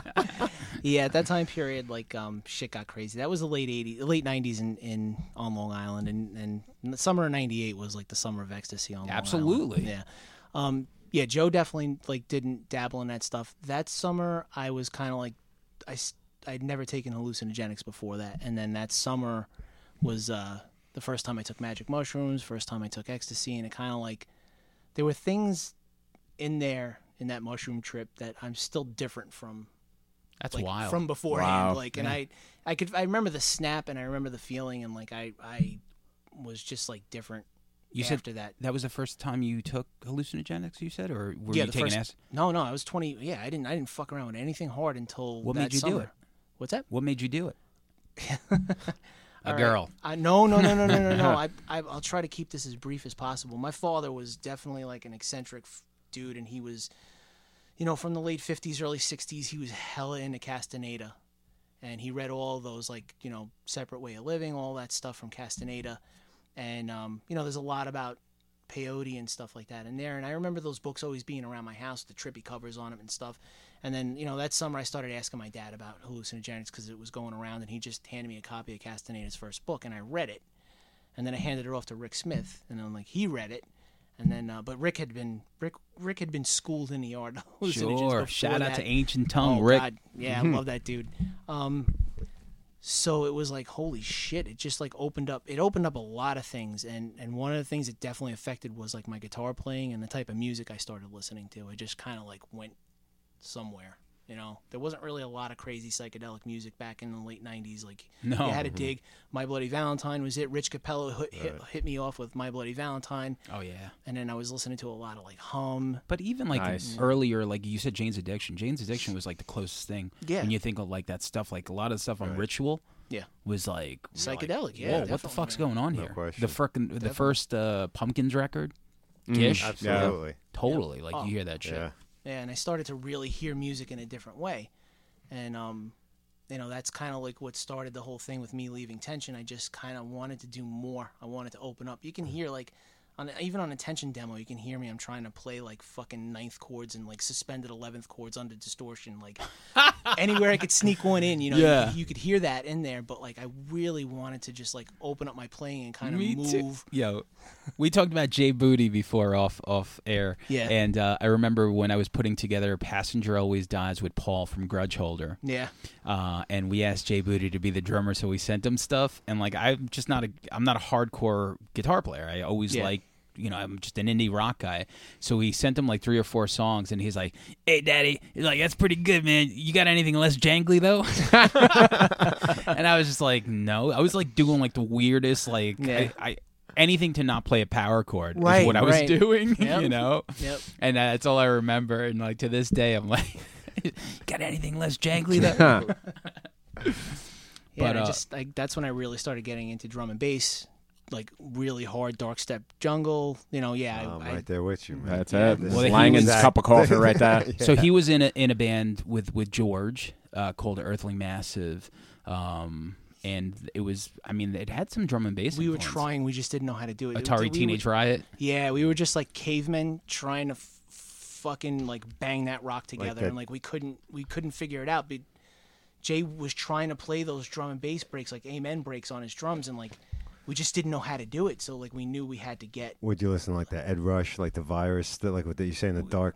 [SPEAKER 2] yeah, at that time period, like um, shit got crazy. That was the late '80s, late '90s in, in on Long Island, and and the summer of '98 was like the summer of ecstasy on Long Island.
[SPEAKER 1] Absolutely.
[SPEAKER 2] Yeah, um, yeah. Joe definitely like didn't dabble in that stuff. That summer, I was kind of like, I s- I'd never taken hallucinogenics before that, and then that summer was uh, the first time I took magic mushrooms, first time I took ecstasy, and it kind of like there were things in there in that mushroom trip that I'm still different from
[SPEAKER 1] That's
[SPEAKER 2] like
[SPEAKER 1] wild.
[SPEAKER 2] from beforehand.
[SPEAKER 4] Wow.
[SPEAKER 2] Like, and I, I could, I remember the snap, and I remember the feeling, and like I, I was just like different.
[SPEAKER 1] You said-
[SPEAKER 2] after that,
[SPEAKER 1] that was the first time you took hallucinogenics. You said, or were
[SPEAKER 2] yeah,
[SPEAKER 1] you
[SPEAKER 2] the
[SPEAKER 1] taking
[SPEAKER 2] first.
[SPEAKER 1] acid?
[SPEAKER 2] No, no, I was twenty. Yeah, I didn't, I didn't fuck around with anything hard until
[SPEAKER 1] What
[SPEAKER 2] that
[SPEAKER 1] made you do
[SPEAKER 2] summer.
[SPEAKER 1] it?
[SPEAKER 2] What's that?
[SPEAKER 1] What made you do it? A
[SPEAKER 2] All right.
[SPEAKER 1] girl.
[SPEAKER 2] I, no, no, no, no, no, no, no. I, I, I'll try to keep this as brief as possible. My father was definitely like an eccentric f- dude, and he was, you know, from the late '50s, early '60s. He was hella into Castaneda, and he read all those like you know separate way of living, all that stuff from Castaneda, and um, you know, there's a lot about peyote and stuff like that in there. And I remember those books always being around my house, the trippy covers on them and stuff. And then, you know, that summer I started asking my dad about hallucinogenics because it was going around, and he just handed me a copy of Castaneda's first book, and I read it. And then I handed it off to Rick Smith, and I'm like, he read it. And then, uh, but Rick had been Rick Rick had been schooled in the art of hallucinogens
[SPEAKER 1] Sure.
[SPEAKER 2] before
[SPEAKER 1] Shout out
[SPEAKER 2] that.
[SPEAKER 1] to Ancient Tongue,
[SPEAKER 2] Oh,
[SPEAKER 1] Rick. Mm-hmm.
[SPEAKER 2] God. Yeah, I love that dude. Um, so it was like holy shit! It just like opened up. It opened up a lot of things, and and one of the things it definitely affected was like my guitar playing and the type of music I started listening to. It just kind of like went somewhere. You know, there wasn't really a lot of crazy psychedelic music back in the late '90s. Like
[SPEAKER 1] No.
[SPEAKER 2] you had to dig. My Bloody Valentine was it. Rich Capello hit, hit, hit me off with My Bloody Valentine,
[SPEAKER 1] Oh yeah.
[SPEAKER 2] and then I was listening to a lot of like Hum.
[SPEAKER 1] But even like
[SPEAKER 4] Nice.
[SPEAKER 1] earlier, like you said, Jane's Addiction. Jane's Addiction was like the closest thing.
[SPEAKER 2] Yeah.
[SPEAKER 1] When you think of like that stuff, like a lot of the stuff on Ritual
[SPEAKER 2] Yeah,
[SPEAKER 1] was like you're like,
[SPEAKER 2] Psychedelic, yeah,
[SPEAKER 1] Whoa, what the
[SPEAKER 2] definitely,
[SPEAKER 1] fuck's
[SPEAKER 2] man.
[SPEAKER 1] going on here?
[SPEAKER 3] question. Mm,
[SPEAKER 1] The frickin' the first uh, Pumpkins record, Gish.
[SPEAKER 3] Absolutely.
[SPEAKER 1] Totally. Like
[SPEAKER 2] Oh.
[SPEAKER 1] you hear that shit.
[SPEAKER 3] Yeah.
[SPEAKER 2] Yeah, and I started to really hear music in a different way. And um, you know, that's kind of like what started the whole thing with me leaving Tension. I just kind of wanted to do more. I wanted to open up. You can hear like on even on a Tension demo, you can hear me. I'm trying to play like fucking ninth chords and like suspended eleventh chords under distortion, like anywhere I could sneak one in. You know,
[SPEAKER 1] Yeah.
[SPEAKER 2] you, could- you could hear that in there. But like, I really wanted to just like open up my playing and kind of move.
[SPEAKER 1] Yo, we talked about Jay Booty before off off air.
[SPEAKER 2] Yeah.
[SPEAKER 1] And uh, I remember when I was putting together "Passenger Always Dies" with Paul from Grudge Holder.
[SPEAKER 2] Yeah,
[SPEAKER 1] uh, and we asked Jay Booty to be the drummer, so we sent him stuff. And like, I'm just not a, I'm not a hardcore guitar player. I always
[SPEAKER 2] Yeah.
[SPEAKER 1] like, you know, I'm just an indie rock guy. So we sent him like three or four songs, and he's like, "Hey, Daddy," he's like, "That's pretty good, man. You got anything less jangly though?" and I was just like, "No." I was like doing like the weirdest, like
[SPEAKER 2] Yeah.
[SPEAKER 1] I. I anything to not play a power chord is
[SPEAKER 2] Right,
[SPEAKER 1] what I was
[SPEAKER 2] right.
[SPEAKER 1] doing,
[SPEAKER 2] Yep.
[SPEAKER 1] you know.
[SPEAKER 2] Yep.
[SPEAKER 1] And that's all I remember. And like to this day, I'm like, got anything less jangly though?
[SPEAKER 2] Yeah, and
[SPEAKER 1] But, uh,
[SPEAKER 2] I just I, that's when I really started getting into drum and bass, like really hard dark step jungle. You know, yeah,
[SPEAKER 3] I'm
[SPEAKER 2] I, I,
[SPEAKER 3] Um, right there with you, man.
[SPEAKER 4] That's it.
[SPEAKER 3] This
[SPEAKER 1] Well,
[SPEAKER 3] is-
[SPEAKER 1] he Langen's
[SPEAKER 3] Exact-
[SPEAKER 4] cup of coffee right there.
[SPEAKER 1] So he was in a, in a band with with George uh, called Earthling Massive, um, and it was I mean it had some drum and bass.
[SPEAKER 2] we were
[SPEAKER 1] influence.
[SPEAKER 2] trying, we just didn't know how to do it.
[SPEAKER 1] Atari
[SPEAKER 2] We were-
[SPEAKER 1] Teenage Riot.
[SPEAKER 2] yeah, we were just like cavemen trying to f- fucking like bang that rock together,
[SPEAKER 3] that-
[SPEAKER 2] and like we couldn't we couldn't figure it out. But Jay was trying to play those drum and bass breaks, like amen breaks on his drums, and like we just didn't know how to do it. So like we knew we had to get
[SPEAKER 3] Would you listen to, like the Ed Rush, like the virus, the, like what you say in the dark?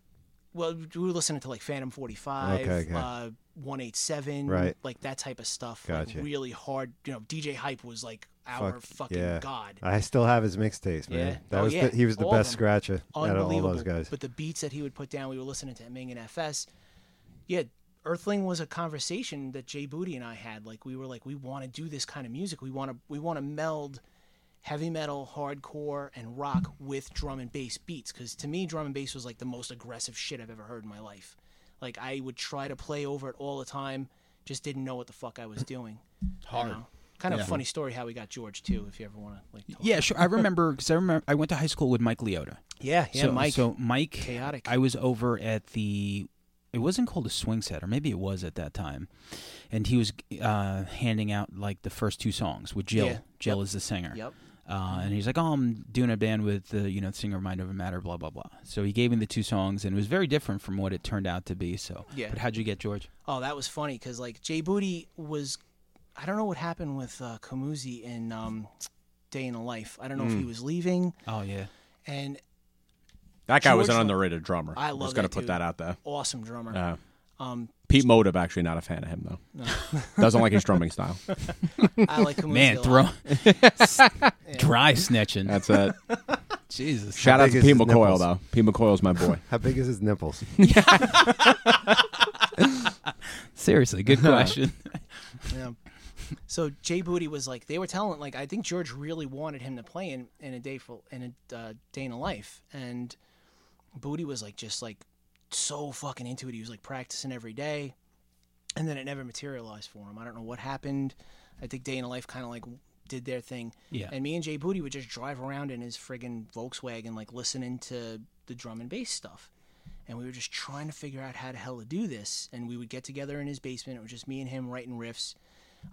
[SPEAKER 2] well, we were listening to like Phantom 45,
[SPEAKER 3] Okay, okay.
[SPEAKER 2] Uh, 187,
[SPEAKER 3] Right.
[SPEAKER 2] like that type of stuff.
[SPEAKER 3] Gotcha.
[SPEAKER 2] Like really hard, you know, DJ Hype was like our
[SPEAKER 3] Fuck,
[SPEAKER 2] fucking
[SPEAKER 3] yeah.
[SPEAKER 2] god.
[SPEAKER 3] I still have his mixtapes, man.
[SPEAKER 2] Yeah.
[SPEAKER 3] That
[SPEAKER 2] Oh,
[SPEAKER 3] was
[SPEAKER 2] yeah.
[SPEAKER 3] the, he was the
[SPEAKER 2] All of
[SPEAKER 3] best
[SPEAKER 2] them.
[SPEAKER 3] scratcher out of all
[SPEAKER 2] Unbelievable.
[SPEAKER 3] those guys.
[SPEAKER 2] But the beats that he would put down, we were listening to Ming and FS. Yeah, Earthling was a conversation that Jay Booty and I had. Like we were like, we want to do this kind of music. We want to we want to meld heavy metal, hardcore, and rock with drum and bass beats. Because to me, drum and bass was like the most aggressive shit I've ever heard in my life. Like I would try to play over it all the time, just didn't know what the fuck I was doing. Hard. Kind of a funny story how we got George too, if you ever want to like. Talk.
[SPEAKER 1] Yeah, sure. I remember because I remember I went to high school with Mike Leota.
[SPEAKER 2] yeah, yeah,
[SPEAKER 1] so,
[SPEAKER 2] Mike.
[SPEAKER 1] So Mike,
[SPEAKER 2] Chaotic.
[SPEAKER 1] I was over at the. It wasn't called a swing set, or maybe it was at that time, and he was uh, handing out like the first two songs with Jill.
[SPEAKER 2] Yeah.
[SPEAKER 1] Jill is the singer.
[SPEAKER 2] Yep.
[SPEAKER 1] Uh, and he's like, "Oh, I'm doing a band with the you know singer of Mind Over Matter, blah blah blah." So he gave me the two songs, and it was very different from what it turned out to be. So,
[SPEAKER 2] Yeah.
[SPEAKER 1] But how'd you get George?
[SPEAKER 2] Oh, that was funny because like Jay Booty was, I don't know what happened with uh, Kamuzi in um, Day in the Life. I don't know if he was leaving,
[SPEAKER 1] Oh yeah,
[SPEAKER 2] and
[SPEAKER 4] That guy was an
[SPEAKER 2] George-
[SPEAKER 4] underrated drummer.
[SPEAKER 2] I
[SPEAKER 4] was
[SPEAKER 2] love
[SPEAKER 4] gonna
[SPEAKER 2] that
[SPEAKER 4] put
[SPEAKER 2] dude.
[SPEAKER 4] that out there.
[SPEAKER 2] awesome drummer.
[SPEAKER 4] Uh,
[SPEAKER 2] Um,
[SPEAKER 4] Pete Motive actually not a fan of him though. Doesn't like his drumming style.
[SPEAKER 2] I like Kamuzi.
[SPEAKER 1] man,
[SPEAKER 2] a lot.
[SPEAKER 1] throw dry snitching.
[SPEAKER 4] That's it.
[SPEAKER 1] Jesus.
[SPEAKER 4] Shout
[SPEAKER 3] How
[SPEAKER 4] out to
[SPEAKER 3] big
[SPEAKER 4] Pete
[SPEAKER 3] is his
[SPEAKER 4] McCoyle
[SPEAKER 3] nipples?
[SPEAKER 4] though. Pete McCoyle's my boy.
[SPEAKER 3] How big is his nipples?
[SPEAKER 1] Seriously, good question.
[SPEAKER 2] Yeah. So Jay Booty was like, they were telling, like, I think George really wanted him to play in, in a day for in a uh, day in a life, and Booty was like, just like so fucking into it. He was like practicing every day, and then it never materialized for him. I don't know what happened. I think Day in a Life kind of like did their thing.
[SPEAKER 1] Yeah.
[SPEAKER 2] And me and Jay Booty would just drive around in his friggin' Volkswagen, like listening to the drum and bass stuff. And we were just trying to figure out how the hell to do this. And we would get together in his basement. It was just me and him writing riffs.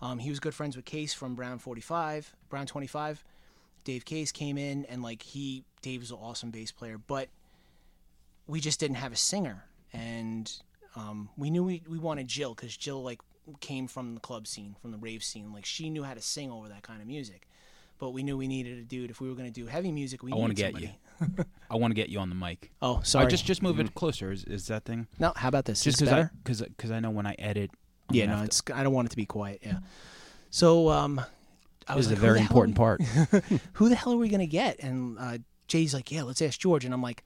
[SPEAKER 2] Um, he was good friends with Case from Brown 45, Brown 25. Dave Case came in and like he, Dave was an awesome bass player, but we just didn't have a singer. And um, we knew we, we wanted Jill because Jill like came from the club scene, from the rave scene. Like she knew how to sing over that kind of music. But we knew we needed a dude if we were going to do heavy music. We
[SPEAKER 1] I
[SPEAKER 2] want
[SPEAKER 1] wanna
[SPEAKER 2] to
[SPEAKER 1] get
[SPEAKER 2] somebody.
[SPEAKER 1] I want to get you on the mic.
[SPEAKER 2] Oh,
[SPEAKER 1] I
[SPEAKER 2] sorry.
[SPEAKER 1] just just move it closer. Is, is that thing?
[SPEAKER 2] no. How about this?
[SPEAKER 1] Just
[SPEAKER 2] Is this
[SPEAKER 1] because I
[SPEAKER 2] better?
[SPEAKER 1] because because I know when I edit. I'm
[SPEAKER 2] yeah,
[SPEAKER 1] gonna
[SPEAKER 2] no,
[SPEAKER 1] have to-
[SPEAKER 2] it's. I don't want it to be quiet. Yeah. So, um, I
[SPEAKER 1] this
[SPEAKER 2] was
[SPEAKER 1] is a
[SPEAKER 2] like, who the
[SPEAKER 1] very
[SPEAKER 2] hell-
[SPEAKER 1] important part.
[SPEAKER 2] Who the hell are we gonna get? And uh, Jay's like, yeah, let's ask George. And I'm like,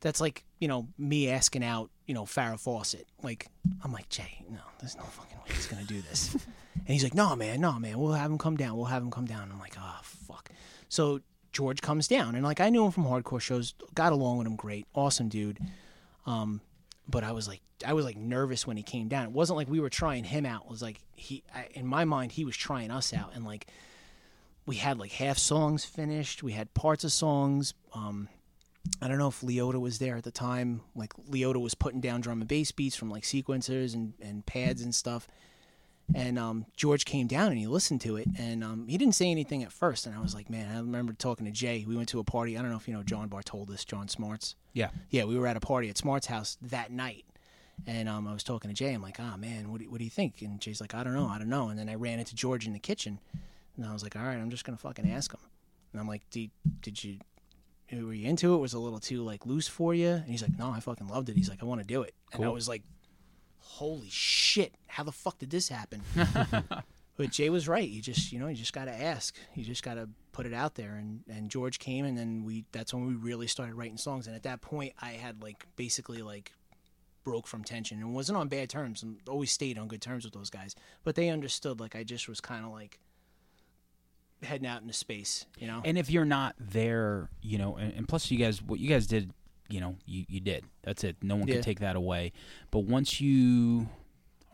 [SPEAKER 2] that's like you know me asking out you know Farrah Fawcett. Like I'm like Jay, no, there's no fucking way he's gonna do this. and he's like, no man, no man, we'll have him come down. We'll have him come down. I'm like, ah, fuck. So George comes down, and like I knew him from hardcore shows, got along with him great, awesome dude. Um, but I was like, I was like nervous when he came down. It wasn't like we were trying him out. It was like he, I, in my mind, he was trying us out, and like we had like half songs finished. We had parts of songs. Um, I don't know if Leota was there at the time. Like Leota was putting down drum and bass beats from like sequencers and, and pads and stuff. And um, George came down and he listened to it, and um, he didn't say anything at first. And I was like, man, I remember talking to Jay. We went to a party. I don't know if you know John Bartoldis, John Smarts
[SPEAKER 1] yeah.
[SPEAKER 2] yeah, we were at a party at Smart's house that night. And um, I was talking to Jay. I'm like, ah, man, what do, what do you think? And Jay's like, I don't know, I don't know. And then I ran into George in the kitchen, and I was like, all right, I'm just gonna fucking ask him. And I'm like, did did you were you into it? Was it a little too like loose for you? And he's like, no, I fucking loved it. He's like, I want to do it. And I was like, holy shit, how the fuck did this happen? But Jay was right. You just you know you just got to ask. You just got to put it out there. And and George came, and then we that's when we really started writing songs. And at that point, I had like basically like broke from tension and wasn't on bad terms. And always stayed on good terms with those guys. But they understood like I just was kind of like heading out into space, you know.
[SPEAKER 1] And if you're not there, you know, and, and plus you guys, what you guys did, you know, you, you did. That's it. No one
[SPEAKER 2] Yeah.
[SPEAKER 1] can take that away. But once you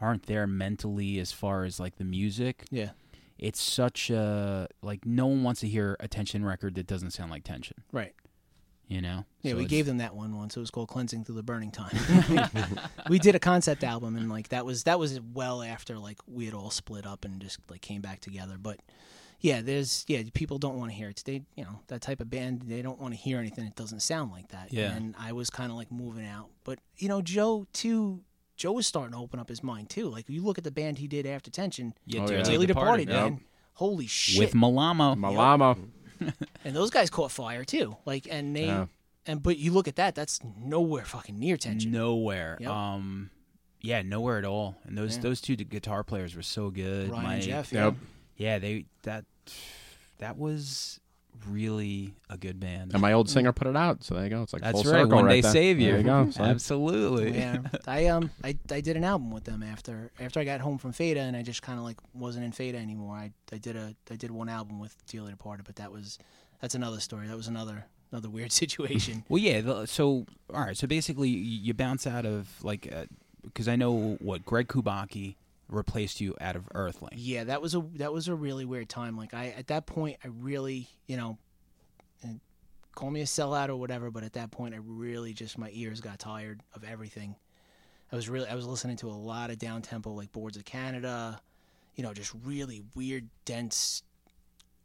[SPEAKER 1] aren't there mentally as far as like the music,
[SPEAKER 2] yeah,
[SPEAKER 1] it's such a like no one wants to hear a tension record that doesn't sound like tension.
[SPEAKER 2] right.
[SPEAKER 1] You know.
[SPEAKER 2] Yeah,
[SPEAKER 1] So
[SPEAKER 2] we
[SPEAKER 1] it's-
[SPEAKER 2] gave them that one once. It was called "Cleansing Through the Burning Time." we did a concept album, and like that was that was well after like we had all split up and just like came back together. But yeah, there's yeah, people don't want to hear it. They you know that type of band they don't want to hear anything that doesn't sound like that.
[SPEAKER 1] Yeah.
[SPEAKER 2] and I was kind of like moving out, but you know Joe too. Joe was starting to open up his mind too. Like you look at the band he did after Tension,
[SPEAKER 1] yeah,
[SPEAKER 4] Oh,
[SPEAKER 1] dude,
[SPEAKER 4] yeah.
[SPEAKER 1] Dearly
[SPEAKER 2] Daily Departed,
[SPEAKER 1] Departed,
[SPEAKER 2] man. Holy shit!
[SPEAKER 1] with Malamo.
[SPEAKER 4] Malama.
[SPEAKER 2] and those guys caught fire too. Like, and they,
[SPEAKER 4] Yeah.
[SPEAKER 2] and but you look at that, that's nowhere fucking near tension.
[SPEAKER 1] nowhere.
[SPEAKER 2] Yep.
[SPEAKER 1] Um, yeah, nowhere at all. And those
[SPEAKER 2] Yeah.
[SPEAKER 1] those two guitar players were so good.
[SPEAKER 2] Ryan
[SPEAKER 1] Mike.
[SPEAKER 2] and Jeff,
[SPEAKER 4] Yep.
[SPEAKER 1] Yeah, they that that was really a good band.
[SPEAKER 4] And my old singer put it out. So there you go. It's like
[SPEAKER 1] That's
[SPEAKER 4] full
[SPEAKER 1] right.
[SPEAKER 4] circle
[SPEAKER 1] One
[SPEAKER 4] right
[SPEAKER 1] day
[SPEAKER 4] there.
[SPEAKER 1] save you.
[SPEAKER 4] There you go. So-
[SPEAKER 1] Absolutely.
[SPEAKER 2] Oh, yeah. I um, I, I did an album with them after after I got home from Feta, and I just kind of like wasn't in Feta anymore. I, I did a I did one album with Dearly Departed, but that was that's another story. That was another another weird situation.
[SPEAKER 1] Well, yeah. the- So, all right. So basically, y- you bounce out of like because I know what Greg Kubaki replaced you out of Earthling.
[SPEAKER 2] Yeah, that was a that was a really weird time. Like I at that point I really, you know, and call me a sellout or whatever, but at that point I really just my ears got tired of everything. I was really I was listening to a lot of down tempo like Boards of Canada, you know, just really weird dense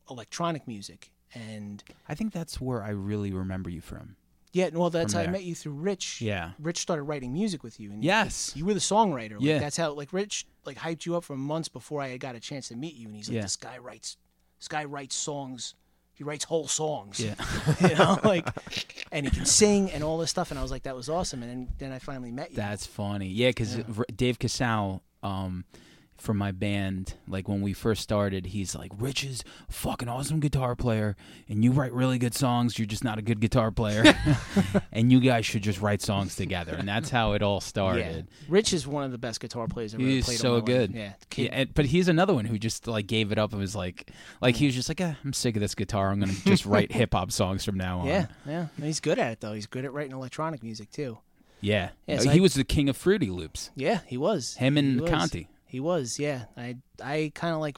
[SPEAKER 2] electronic music. And
[SPEAKER 1] I think that's where I really remember you from.
[SPEAKER 2] yeah, well that's
[SPEAKER 1] From
[SPEAKER 2] how I
[SPEAKER 1] there.
[SPEAKER 2] met you through Rich.
[SPEAKER 1] Yeah.
[SPEAKER 2] Rich started writing music with you and
[SPEAKER 1] Yes.
[SPEAKER 2] you were the songwriter. Like,
[SPEAKER 1] Yeah.
[SPEAKER 2] That's how like Rich like hyped you up for months before I got a chance to meet you, and he's like,
[SPEAKER 1] Yeah.
[SPEAKER 2] this guy writes, this guy writes songs. He writes whole songs.
[SPEAKER 1] Yeah.
[SPEAKER 2] you know, like, and he can sing and all this stuff. And I was like, that was awesome. And then, then I finally met you.
[SPEAKER 1] That's funny. Yeah, because Dave Casal, um, from my band, like when we first started, he's like, "Rich is a fucking awesome guitar player, and you write really good songs. You're just not a good guitar player, and you guys should just write songs together." And that's how it all
[SPEAKER 2] yeah.
[SPEAKER 1] started.
[SPEAKER 2] Rich is one of the best guitar players I've ever
[SPEAKER 1] He's
[SPEAKER 2] played. in
[SPEAKER 1] so
[SPEAKER 2] my life.
[SPEAKER 1] good.
[SPEAKER 2] Yeah,
[SPEAKER 1] Yeah,
[SPEAKER 2] kid,
[SPEAKER 1] and- but he's another one who just like gave it up and was like, like he was just like, "Ah, I'm sick of this guitar. I'm gonna just write hip hop songs from now on.
[SPEAKER 2] yeah, yeah. And he's good at it though. He's good at writing electronic music too.
[SPEAKER 1] yeah. Uh,
[SPEAKER 2] Yeah, so
[SPEAKER 1] he
[SPEAKER 2] I-
[SPEAKER 1] was the king of Fruity Loops.
[SPEAKER 2] Yeah, he was.
[SPEAKER 1] Him and
[SPEAKER 2] he was.
[SPEAKER 1] Conti.
[SPEAKER 2] He was, yeah. I I kind of like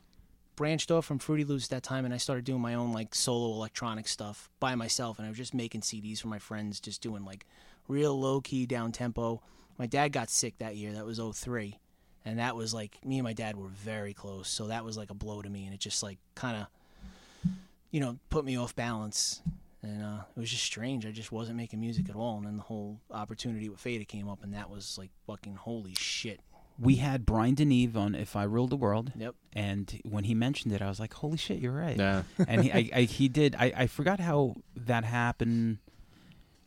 [SPEAKER 2] branched off from Fruity Loops that time, and I started doing my own like solo electronic stuff by myself, and I was just making CDs for my friends, just doing like real low key down tempo. My dad got sick that year. That was '03, and that was like me and my dad were very close, so that was like a blow to me, and it just like kind of you know put me off balance. And uh, it was just strange. I just wasn't making music at all. And then the whole opportunity with Fata came up, and that was like fucking holy shit.
[SPEAKER 1] we had Brian Deneve on If I Ruled the World.
[SPEAKER 2] Yep.
[SPEAKER 1] And when he mentioned it, I was like, "Holy shit, you're right."
[SPEAKER 4] Yeah.
[SPEAKER 1] And he, I, I, he did. I, I forgot how that happened.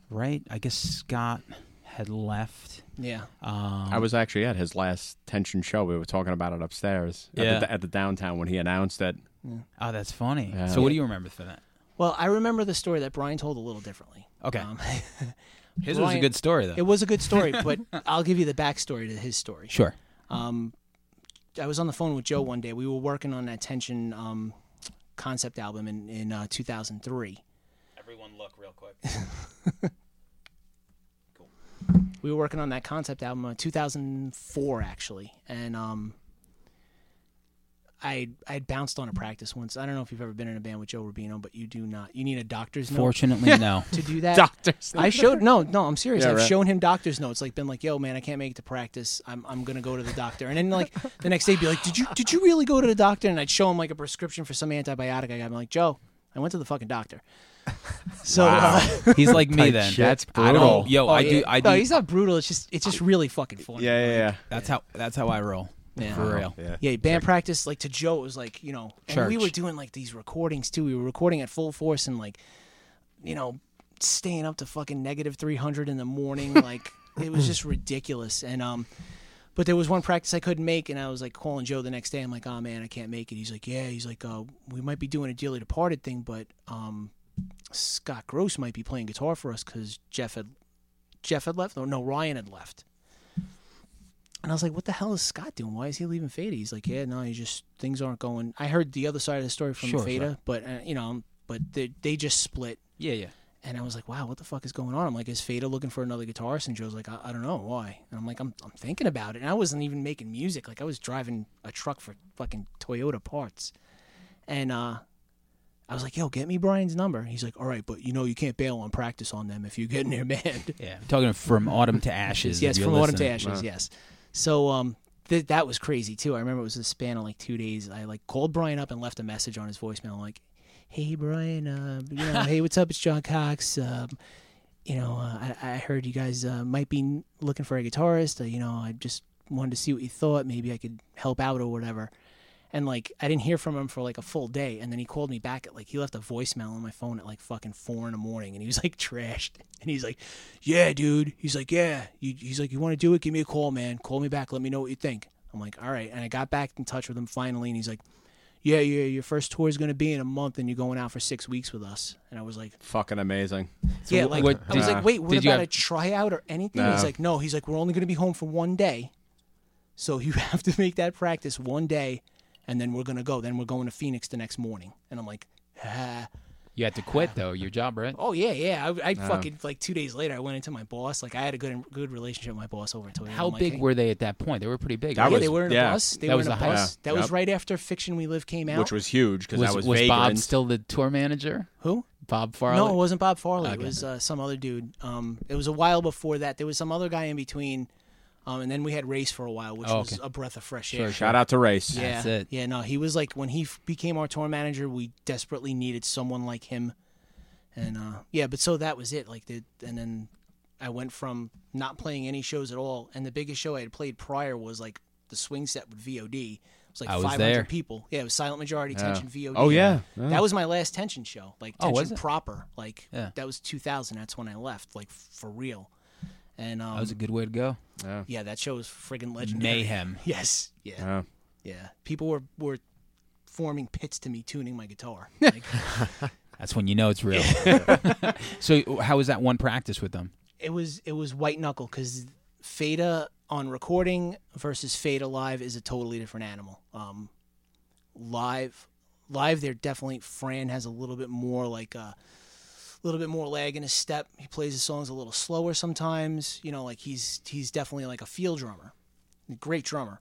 [SPEAKER 1] Right. I guess Scott had left.
[SPEAKER 2] Yeah.
[SPEAKER 1] Um,
[SPEAKER 4] I was actually at his last tension show. We were talking about it upstairs
[SPEAKER 1] Yeah.
[SPEAKER 4] at, the, at the downtown when he announced it.
[SPEAKER 1] Oh, that's funny.
[SPEAKER 4] Yeah.
[SPEAKER 1] So, what do you remember for that?
[SPEAKER 2] Well, I remember the story that Brian told a little differently.
[SPEAKER 1] Okay.
[SPEAKER 2] Um,
[SPEAKER 1] His was a
[SPEAKER 2] Brian-
[SPEAKER 1] good story, though.
[SPEAKER 2] it was a good story, but I'll give you the backstory to his story.
[SPEAKER 1] sure.
[SPEAKER 2] Um, I was on the phone with Joe one day. We were working on that Tension um, concept album in, in uh, 2003.
[SPEAKER 1] Everyone, look real quick.
[SPEAKER 2] we were working on that concept album uh, in 2004 actually and um I I had bounced on a practice once. I don't know if you've ever been in a band with Joe Rubino, but you do not. You need a doctor's note
[SPEAKER 1] Fortunately, no.
[SPEAKER 2] to do that.
[SPEAKER 4] Doctors.
[SPEAKER 2] I showed no, no. I'm serious.
[SPEAKER 4] Yeah,
[SPEAKER 2] I've
[SPEAKER 4] right.
[SPEAKER 2] shown him doctor's notes. Like been like, yo, man, I can't make it to practice. I'm I'm gonna go to the doctor. And then like the next day, he'd be like, did you did you really go to the doctor? And I'd show him like a prescription for some antibiotic. I got. I'm like, Joe, I went to the fucking doctor. So uh,
[SPEAKER 1] He's like me then.
[SPEAKER 3] shit. That's
[SPEAKER 1] I
[SPEAKER 4] brutal.
[SPEAKER 1] don't, yo, Oh, I
[SPEAKER 2] Oh, yeah.
[SPEAKER 1] do. I do.
[SPEAKER 2] No, he's not brutal. It's just it's just really fucking funny.
[SPEAKER 4] Yeah, yeah, yeah.
[SPEAKER 1] that's how. That's how I roll.
[SPEAKER 2] Yeah.
[SPEAKER 1] For real.
[SPEAKER 3] Yeah.
[SPEAKER 2] Yeah, band practice like to Joe it was like you know, and we
[SPEAKER 1] Church.
[SPEAKER 2] were doing like these recordings too. We were recording at full force and like, you know, staying up to fucking negative three hundred in the morning. Like it was just ridiculous. And um, but there was one practice I couldn't make, and I was like calling Joe the next day. I'm like, oh man, I can't make it. He's like, yeah. He's like, uh, we might be doing a dearly departed thing, but um, Scott Gross might be playing guitar for us because Jeff had Jeff had left. No, no, Ryan had left. And I was like, what the hell is Scott doing? Why is he leaving Fada? He's like, yeah, no, he just, things aren't going. I heard the other side of the story from
[SPEAKER 1] Sure,
[SPEAKER 2] Fada,
[SPEAKER 1] sure.
[SPEAKER 2] but, uh, you know, but they, they just split.
[SPEAKER 1] Yeah. Yeah.
[SPEAKER 2] And I was like, wow, what the fuck is going on? I'm like, is Fada looking for another guitarist? And Joe's like, I, I don't know why. And I'm like, I'm, I'm thinking about it. And I wasn't even making music. Like, I was driving a truck for fucking Toyota parts. And uh, I was like, yo, get me Brian's number. He's like, all right, but you know, you can't bail on practice on them if you get in their band.
[SPEAKER 1] Yeah. I'm talking from autumn to ashes.
[SPEAKER 2] Yes,
[SPEAKER 1] if you're
[SPEAKER 2] from autumn to
[SPEAKER 1] listening.
[SPEAKER 2] ashes. Yes. So um, th- that was crazy too. I remember it was a span of like two days. I like called Brian up and left a message on his voicemail like, "Hey Brian, uh, you know, hey, what's up? It's John Cox. Um, you know, uh, I-, I heard you guys uh, might be looking for a guitarist. Uh, you know, I just wanted to see what you thought. Maybe I could help out or whatever." And like I didn't hear from him for like a full day, and then he called me back at like he left a voicemail on my phone at like fucking four in the morning, and he was like trashed, and he's like, "Yeah, dude," he's like, "Yeah," you, he's like, "You want to do it? Give me a call, man. Call me back. Let me know what you think." I'm like, "All right," and I got back in touch with him finally, and he's like, "Yeah, yeah, your first tour is gonna be in a month, and you're going out for six weeks with us,ss," and I was like,
[SPEAKER 4] Fucking amazing.
[SPEAKER 2] yeah, like
[SPEAKER 1] what-
[SPEAKER 2] I was
[SPEAKER 4] did-
[SPEAKER 2] like, wait, what
[SPEAKER 1] did you
[SPEAKER 2] about
[SPEAKER 1] have-
[SPEAKER 2] a tryout or anything?
[SPEAKER 4] No.
[SPEAKER 2] He's like, no. He's like, we're only going to be home for one day, so you have to make that practice one day, and then we're going to go. Then we're going to Phoenix the next morning, and I'm like, ah.
[SPEAKER 5] You had to quit though your job, right?
[SPEAKER 2] oh yeah, yeah. I, I fucking like two days later, I went into my boss. Like I had a good good relationship with my boss over at Toyota.
[SPEAKER 5] How
[SPEAKER 2] I'm like,
[SPEAKER 5] big
[SPEAKER 2] hey-
[SPEAKER 5] were they at that point? They were pretty big.
[SPEAKER 4] That
[SPEAKER 5] right?
[SPEAKER 2] yeah,
[SPEAKER 4] was-
[SPEAKER 2] they were in a
[SPEAKER 4] yeah,
[SPEAKER 2] bus. They
[SPEAKER 5] that
[SPEAKER 2] were
[SPEAKER 5] was
[SPEAKER 2] in a
[SPEAKER 5] the hype.
[SPEAKER 2] bus.
[SPEAKER 4] Yeah.
[SPEAKER 2] That was
[SPEAKER 4] Yep.
[SPEAKER 2] right after Fiction We Live came out.
[SPEAKER 4] Which was huge because
[SPEAKER 5] was,
[SPEAKER 4] that was,
[SPEAKER 5] was Bob
[SPEAKER 4] Vagrant.
[SPEAKER 5] still the tour manager?
[SPEAKER 2] who?
[SPEAKER 5] Bob Farley.
[SPEAKER 2] No, it wasn't Bob Farley.
[SPEAKER 5] Okay.
[SPEAKER 2] It was uh, some other dude. Um, it was a while before that. There was some other guy in between, um, and then we had Race for a while, which
[SPEAKER 1] Oh,
[SPEAKER 2] was
[SPEAKER 1] okay.
[SPEAKER 2] a breath of fresh
[SPEAKER 1] Sure,
[SPEAKER 2] air.
[SPEAKER 1] sure.
[SPEAKER 4] Shout out to Race.
[SPEAKER 2] Yeah,
[SPEAKER 1] That's it.
[SPEAKER 2] yeah. No, he was like when he f- became our tour manager, we desperately needed someone like him, and uh, yeah. But so that was it. Like, the, and then I went from not playing any shows at all, and the biggest show I had played prior was like the swing set with VOD. It was like
[SPEAKER 1] I was
[SPEAKER 2] 500
[SPEAKER 1] there.
[SPEAKER 2] people. Yeah, it was Silent Majority Tension VOD.
[SPEAKER 4] Oh, yeah. Yeah.
[SPEAKER 2] That was my last tension show, like
[SPEAKER 1] Oh,
[SPEAKER 2] tension
[SPEAKER 1] was it?
[SPEAKER 2] proper. Like
[SPEAKER 1] Yeah.
[SPEAKER 2] that was 2000. That's when I left, like for real. And um,
[SPEAKER 1] That was a good way to go.
[SPEAKER 2] yeah, that show was friggin' legendary.
[SPEAKER 1] Mayhem.
[SPEAKER 2] Yes, yeah,
[SPEAKER 4] Yeah.
[SPEAKER 2] yeah. People were were forming pits to me tuning my guitar. Like,
[SPEAKER 1] That's when you know it's real. so, how was that one practice with them?
[SPEAKER 2] it was it was white knuckle because Feta on recording versus Feta live is a totally different animal. Um, live, live, they're definitely Fran has a little bit more like a little bit more lag in his step. He plays his songs a little slower sometimes. You know, like he's he's definitely like a field drummer, great drummer.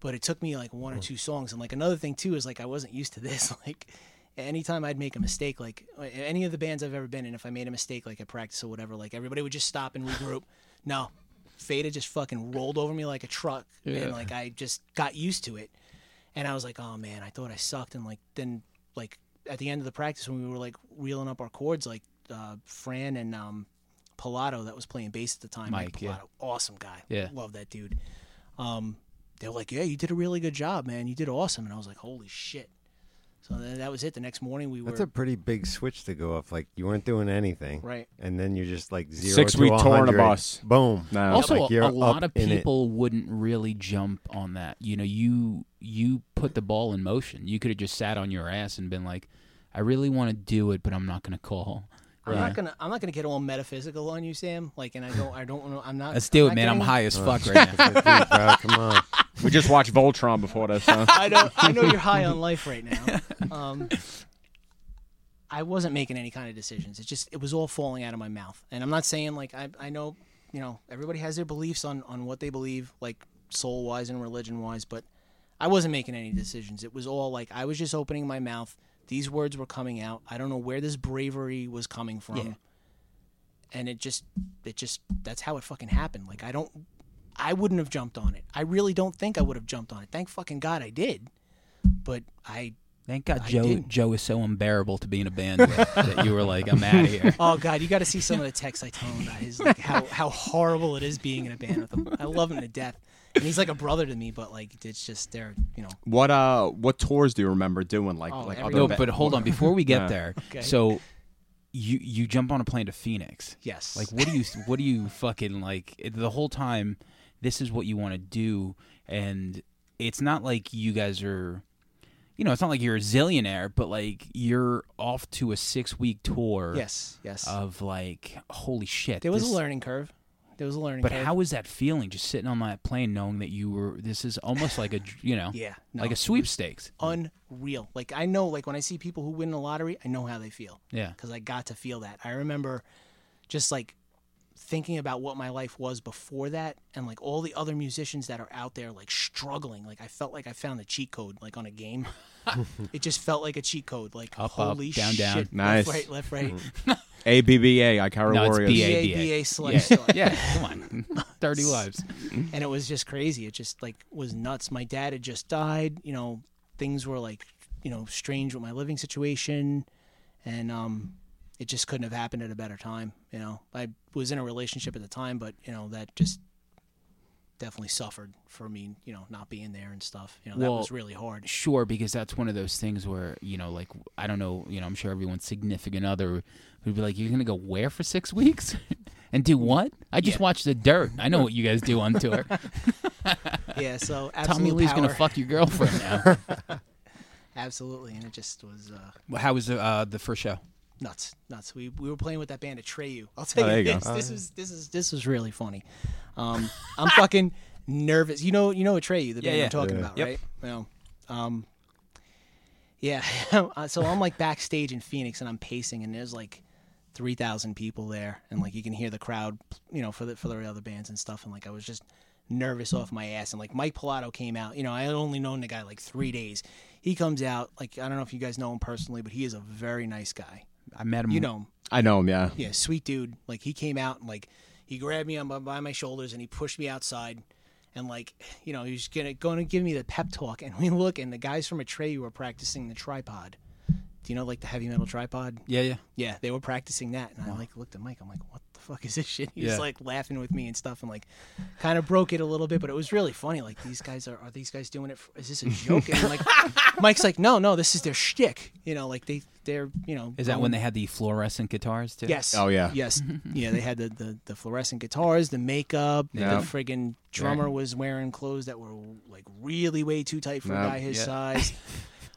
[SPEAKER 2] But it took me like one or
[SPEAKER 1] Hmm.
[SPEAKER 2] two songs, and like another thing too is like I wasn't used to this. Like anytime I'd make a mistake, like any of the bands I've ever been in, if I made a mistake like at practice or whatever, like everybody would just stop and regroup. no, Feta just fucking rolled over me like a truck, and like I just got used to it. And I was like, oh man, I thought I sucked. And like then like at the end of the practice when we were like reeling up our chords, like uh, Fran and um, Pilato that was playing bass at the time,
[SPEAKER 1] Mike,
[SPEAKER 2] Pilato,
[SPEAKER 1] yeah.
[SPEAKER 2] awesome guy,
[SPEAKER 1] Yeah.
[SPEAKER 2] love that dude. Um, They were like, "Yeah, you did a really good job, man. You did awesome." And I was like, "Holy shit!" So then that was it. The next morning we
[SPEAKER 3] That's
[SPEAKER 2] were
[SPEAKER 3] a pretty big switch to go off. Like you weren't doing anything,
[SPEAKER 2] Right.
[SPEAKER 3] And then you're just like zero
[SPEAKER 4] Six
[SPEAKER 3] to
[SPEAKER 4] week tour on a
[SPEAKER 3] 100.
[SPEAKER 4] bus.
[SPEAKER 3] Boom.
[SPEAKER 4] No.
[SPEAKER 3] It's
[SPEAKER 5] Also,
[SPEAKER 3] Uh, like
[SPEAKER 5] a,
[SPEAKER 3] you're
[SPEAKER 5] a lot of
[SPEAKER 3] up in it.
[SPEAKER 5] people wouldn't really jump on that. You know, you you put the ball in motion. You could have just sat on your ass and been like, "I really want to do it, but I'm not going to call."
[SPEAKER 2] I'm not gonna. I'm not gonna get all metaphysical on you, Sam. Like, and I don't. I don't. know- I'm not.
[SPEAKER 1] Let's do it,
[SPEAKER 2] not
[SPEAKER 1] man. I'm
[SPEAKER 2] getting-
[SPEAKER 1] high as
[SPEAKER 3] Uh.
[SPEAKER 1] fuck right now.
[SPEAKER 3] Dude, bro, come on.
[SPEAKER 4] We just watched Voltron before this. Huh?
[SPEAKER 2] I know. I know you're high on life right now. Um, I wasn't making any kind of decisions. It just. It was all falling out of my mouth. And I'm not saying like I. I know. You know. Everybody has their beliefs on on what they believe, like soul wise and religion wise. But I wasn't making any decisions. It was all like I was just opening my mouth. These words were coming out. I don't know where this bravery was coming from. and it just it just that's how it fucking happened like i don't i wouldn't have jumped on it i really don't think i would have jumped on it thank fucking god i did but i
[SPEAKER 1] Thank God
[SPEAKER 2] I
[SPEAKER 1] Joe
[SPEAKER 2] didn't.
[SPEAKER 1] Joe is so unbearable to be in a band with that you were like, I'm out of here.
[SPEAKER 2] oh god you got to see some of the texts i tell him about his like how how horrible it is being in a band with him i love him to death and he's like a brother to me but like it's just they're you know
[SPEAKER 4] What uh, what tours do you remember doing? Like,
[SPEAKER 2] Oh,
[SPEAKER 4] like
[SPEAKER 2] every-
[SPEAKER 4] other
[SPEAKER 1] No,
[SPEAKER 4] ba-
[SPEAKER 1] but hold on. Before we get
[SPEAKER 4] Yeah.
[SPEAKER 1] there,
[SPEAKER 2] Okay.
[SPEAKER 1] so you you jump on a plane to Phoenix.
[SPEAKER 2] yes
[SPEAKER 1] Like, what do you what do you fucking like? The whole time, this is what you want to do, and it's not like you guys are, you know, it's not like you're a zillionaire, but like you're off to a six week tour.
[SPEAKER 2] yes yes
[SPEAKER 1] Of like, holy shit.
[SPEAKER 2] there was
[SPEAKER 1] Uh, this-
[SPEAKER 2] a learning curve there was a learning
[SPEAKER 1] But
[SPEAKER 2] curve
[SPEAKER 1] how was that feeling? Just sitting on that plane, knowing that you were. This is almost like a, you know,
[SPEAKER 2] Yeah,
[SPEAKER 1] like
[SPEAKER 2] no.
[SPEAKER 1] a sweepstakes.
[SPEAKER 2] unreal like i know like when i see people who win the lottery i know how they feel
[SPEAKER 1] Yeah.
[SPEAKER 2] because I got to feel that. I remember just like thinking about what my life was before that and like all the other musicians that are out there like struggling. Like I felt like I found the cheat code like on a game. it just felt like a cheat code. Like
[SPEAKER 1] Up, up,
[SPEAKER 2] holy
[SPEAKER 1] down,
[SPEAKER 2] shit.
[SPEAKER 1] down.
[SPEAKER 4] Nice.
[SPEAKER 2] Left, right, left, right.
[SPEAKER 4] ABBA, Ikara
[SPEAKER 1] No, it's
[SPEAKER 4] Warriors.
[SPEAKER 1] BA.
[SPEAKER 2] BA, BA,
[SPEAKER 1] Yeah.
[SPEAKER 2] slash, slash.
[SPEAKER 1] yeah, come on.
[SPEAKER 5] 30 lives.
[SPEAKER 2] and it was just crazy. It just like was nuts. My dad had just died. You know, things were like, you know, strange with my living situation, and um, it just couldn't have happened at a better time. You know, I was in a relationship at the time, but you know that just definitely suffered for me. You know, not being there and stuff. You know, that
[SPEAKER 1] Well,
[SPEAKER 2] was really hard.
[SPEAKER 1] Sure, because that's one of those things where, you know, like, I don't know, you know, I'm sure everyone's significant other would be like, you're going to go where for six weeks? and do what? I just watched The Dirt. I know what you guys do on tour.
[SPEAKER 2] Yeah. So absolutely,
[SPEAKER 5] Tommy Lee's going to fuck your girlfriend now.
[SPEAKER 2] Absolutely, and it just was uh,
[SPEAKER 1] How was the, uh, the first show?
[SPEAKER 2] nuts, nuts. We, we were playing with that band Atreyu. I'll tell
[SPEAKER 4] Oh, there
[SPEAKER 2] you,
[SPEAKER 4] you go.
[SPEAKER 2] this. This was this is this was really funny. Um, I'm fucking nervous. You know, you know Atreyu, the band
[SPEAKER 1] yeah.
[SPEAKER 2] I'm talking about,
[SPEAKER 1] Yep.
[SPEAKER 2] right? Well, um, yeah. Uh, so I'm like backstage in Phoenix, and I'm pacing, and there's like three thousand people there, and like you can hear the crowd, you know, for the for the other bands and stuff, and like I was just nervous off my ass, and like Mike Pilato came out. You know, I had only known the guy like three days. He comes out, like I don't know if you guys know him personally, but he is a very nice guy.
[SPEAKER 1] I met him.
[SPEAKER 2] You know him.
[SPEAKER 4] I know him. Yeah.
[SPEAKER 2] Yeah, sweet dude. Like he came out and like he grabbed me on by, by my shoulders and he pushed me outside, and like you know he was gonna gonna give me the pep talk. And we look and the guys from Atreyu were practicing the tripod. Do you know like the heavy metal tripod?
[SPEAKER 1] Yeah, yeah.
[SPEAKER 2] Yeah, they were practicing that, and I like looked at Mike. I'm like, what the fuck is this shit? He was
[SPEAKER 1] Yeah.
[SPEAKER 2] like laughing with me and stuff, and like kind of broke it a little bit, but it was really funny. Like these guys are are these guys doing it? For, is this a joke? And like Mike's like, no, no, this is their shtick. You know, like they they're you know
[SPEAKER 1] Is that
[SPEAKER 2] going-
[SPEAKER 1] when they had the fluorescent guitars, too?
[SPEAKER 2] Um, Yes.
[SPEAKER 4] Oh, yeah.
[SPEAKER 2] Yes.
[SPEAKER 1] Mhm.
[SPEAKER 2] yeah, they had the, the, the fluorescent guitars, the makeup.
[SPEAKER 4] Yeah.
[SPEAKER 2] The friggin' drummer was wearing clothes that were like really way too tight for a
[SPEAKER 4] Yeah.
[SPEAKER 2] guy his
[SPEAKER 1] Yeah.
[SPEAKER 2] size.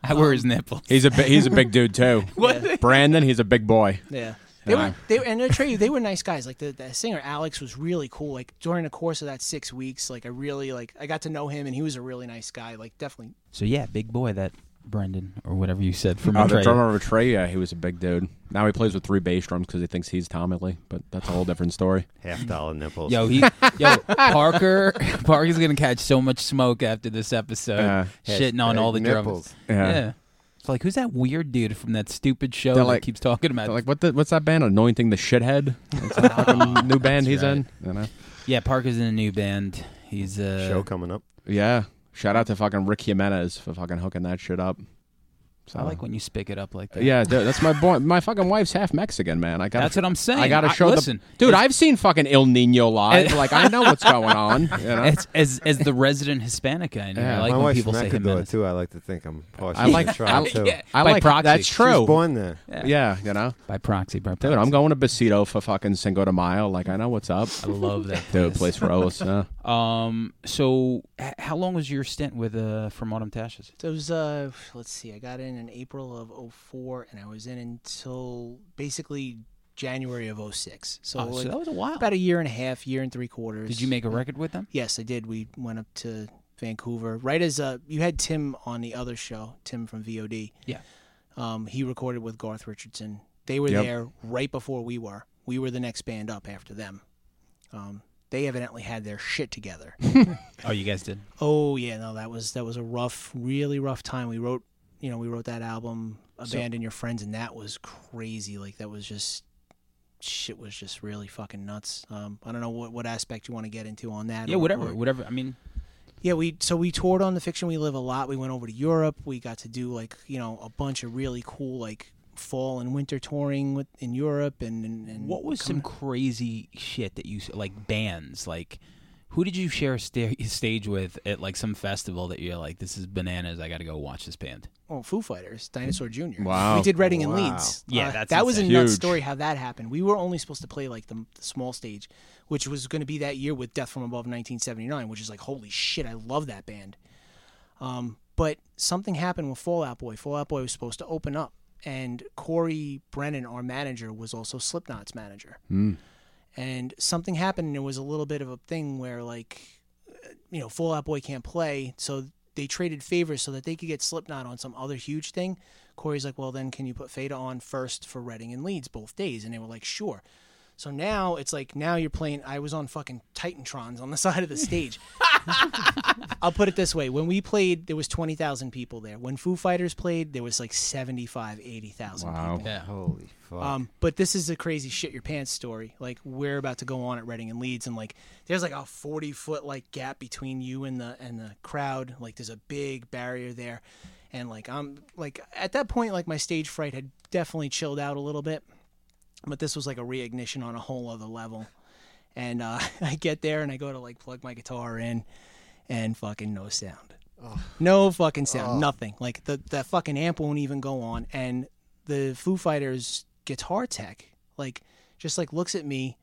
[SPEAKER 1] I were his nipples.
[SPEAKER 4] He's a bi- he's a big dude too.
[SPEAKER 2] What?
[SPEAKER 4] Brandon, he's a big boy.
[SPEAKER 2] Yeah. They were they were- and I tell you, they were nice guys. Like the, the singer Alex was really cool. Like during the course of that six weeks, like I really like I got to know him and he was a really nice guy. Like definitely
[SPEAKER 1] So, yeah, big boy, that Brendan, or whatever you said from
[SPEAKER 4] Oh, the
[SPEAKER 1] Atreyu.
[SPEAKER 4] drummer of Atreyu, yeah, he was a big dude. Now he plays with three bass drums because he thinks he's Tommy Lee, but that's a whole different story.
[SPEAKER 3] Half dollar nipples.
[SPEAKER 1] Yo, he, yo, Parker, Parker's gonna catch so much smoke after this episode,
[SPEAKER 4] Yeah.
[SPEAKER 1] shitting on
[SPEAKER 3] Hashtag
[SPEAKER 1] all the
[SPEAKER 3] nipples.
[SPEAKER 1] drums. Uh, Yeah. it's like who's that weird dude from that stupid show
[SPEAKER 4] They're
[SPEAKER 1] that
[SPEAKER 4] like-
[SPEAKER 1] keeps talking about?
[SPEAKER 4] They're Like what? The, what's that band? Anointing the shithead. That's that fucking new band he's in. You know?
[SPEAKER 1] yeah, Parker's in a new band. He's uh,
[SPEAKER 3] Show coming up.
[SPEAKER 4] Yeah. Shout out to fucking Rick Jimenez for fucking hooking that shit up. So
[SPEAKER 1] I like when you spick it up like that.
[SPEAKER 4] Yeah, dude, that's my boy. My fucking wife's half Mexican, man. I got.
[SPEAKER 1] That's what I'm saying.
[SPEAKER 4] I gotta
[SPEAKER 1] I-
[SPEAKER 4] show
[SPEAKER 1] listen,
[SPEAKER 4] them, dude. I've seen fucking El Nino live. like I know what's going on. You know?
[SPEAKER 1] As, as as the resident Hispanic guy, in here,
[SPEAKER 4] Yeah.
[SPEAKER 1] I like
[SPEAKER 3] My
[SPEAKER 1] when
[SPEAKER 3] wife's
[SPEAKER 1] people
[SPEAKER 3] from
[SPEAKER 1] say
[SPEAKER 3] Ecuador
[SPEAKER 1] Jimenez.
[SPEAKER 3] too. I like to think I'm partial.
[SPEAKER 4] I like.
[SPEAKER 3] trial
[SPEAKER 4] I,
[SPEAKER 3] too.
[SPEAKER 4] yeah, I
[SPEAKER 1] By
[SPEAKER 4] like.
[SPEAKER 1] proxy.
[SPEAKER 4] That's
[SPEAKER 1] She's
[SPEAKER 4] true.
[SPEAKER 3] I was born there.
[SPEAKER 4] yeah. you know,
[SPEAKER 1] by proxy, by
[SPEAKER 4] dude.
[SPEAKER 1] proxy.
[SPEAKER 4] I'm going to Besito for fucking Cinco de Mayo. Like I know what's up.
[SPEAKER 1] I love that
[SPEAKER 4] Dude, place rolls. Yeah.
[SPEAKER 1] Um. So, h- how long was your stint with uh from Autumn Tashes?
[SPEAKER 2] So it was, uh, let's see, I got in in April of 04, and I was in until basically January of 06. So,
[SPEAKER 1] Oh, so
[SPEAKER 2] like,
[SPEAKER 1] that was a while.
[SPEAKER 2] about a year and a half, year and three quarters.
[SPEAKER 1] Did you make a record with them?
[SPEAKER 2] Yes, I did. We went up to Vancouver right as uh, you had Tim on the other show, Tim from VOD.
[SPEAKER 1] Yeah.
[SPEAKER 2] Um, he recorded with Garth Richardson. They were
[SPEAKER 4] Yep.
[SPEAKER 2] there right before we were. We were the next band up after them. Um, they evidently had their shit together.
[SPEAKER 1] Oh, you guys did.
[SPEAKER 2] oh yeah, no, that was that was a rough, really rough time. We wrote, you know, we wrote that album, Abandon Your Friends, and that was crazy. Like that was just shit was just really fucking nuts. Um, I don't know what what aspect you want to get into on that.
[SPEAKER 1] Yeah,
[SPEAKER 2] or-
[SPEAKER 1] whatever,
[SPEAKER 2] or-
[SPEAKER 1] whatever. I mean,
[SPEAKER 2] yeah, we so we toured on the fiction we live a lot. We went over to Europe. We got to do like you know a bunch of really cool like fall and winter touring with in Europe and and, and
[SPEAKER 1] what was some crazy shit that you s- like bands like? Who did you share a sta- stage with at like some festival that you're like, this is bananas? I got to go watch this band.
[SPEAKER 2] oh Foo Fighters Dinosaur Jr.
[SPEAKER 4] Wow.
[SPEAKER 2] we did Reading and
[SPEAKER 3] Wow.
[SPEAKER 2] Leeds. Uh,
[SPEAKER 1] Yeah, that's
[SPEAKER 2] that was a
[SPEAKER 1] insane.
[SPEAKER 2] nuts
[SPEAKER 4] Huge.
[SPEAKER 2] story how that happened. We were only supposed to play like the, the small stage, which was going to be that year with Death from Above 1979, which is like holy shit, I love that band. Um, but something happened with Fallout Boy. Fallout Boy was supposed to open up, and Corey Brennan, our manager, was also Slipknot's manager.
[SPEAKER 4] Hmm.
[SPEAKER 2] And something happened, and there was a little bit of a thing where, like, uh, you know, Fallout Boy can't play, so they traded favors so that they could get Slipknot on some other huge thing. Corey's like, well, then can you put Feta on first for Reading and Leeds both days? And they were like, sure. So now it's like now you're playing. I was on fucking Titantrons on the side of the stage. I'll put it this way: when we played, there was twenty thousand people there. When Foo Fighters played, there was like 75, 80,000
[SPEAKER 4] Wow.
[SPEAKER 1] Yeah.
[SPEAKER 3] Holy fuck!
[SPEAKER 2] um, but this is a crazy shit your pants story. Like we're about to go on at Reading and Leeds, and like there's like a forty foot like gap between you and the and the crowd. Like there's a big barrier there, and like I'm like at that point like my stage fright had definitely chilled out a little bit, but this was like a reignition on a whole other level. And uh, I get there and I go to like plug my guitar in, and fucking no sound. No fucking sound. Nothing. Like the the fucking amp won't even go on. And the Foo Fighters guitar tech, like, just like looks at me,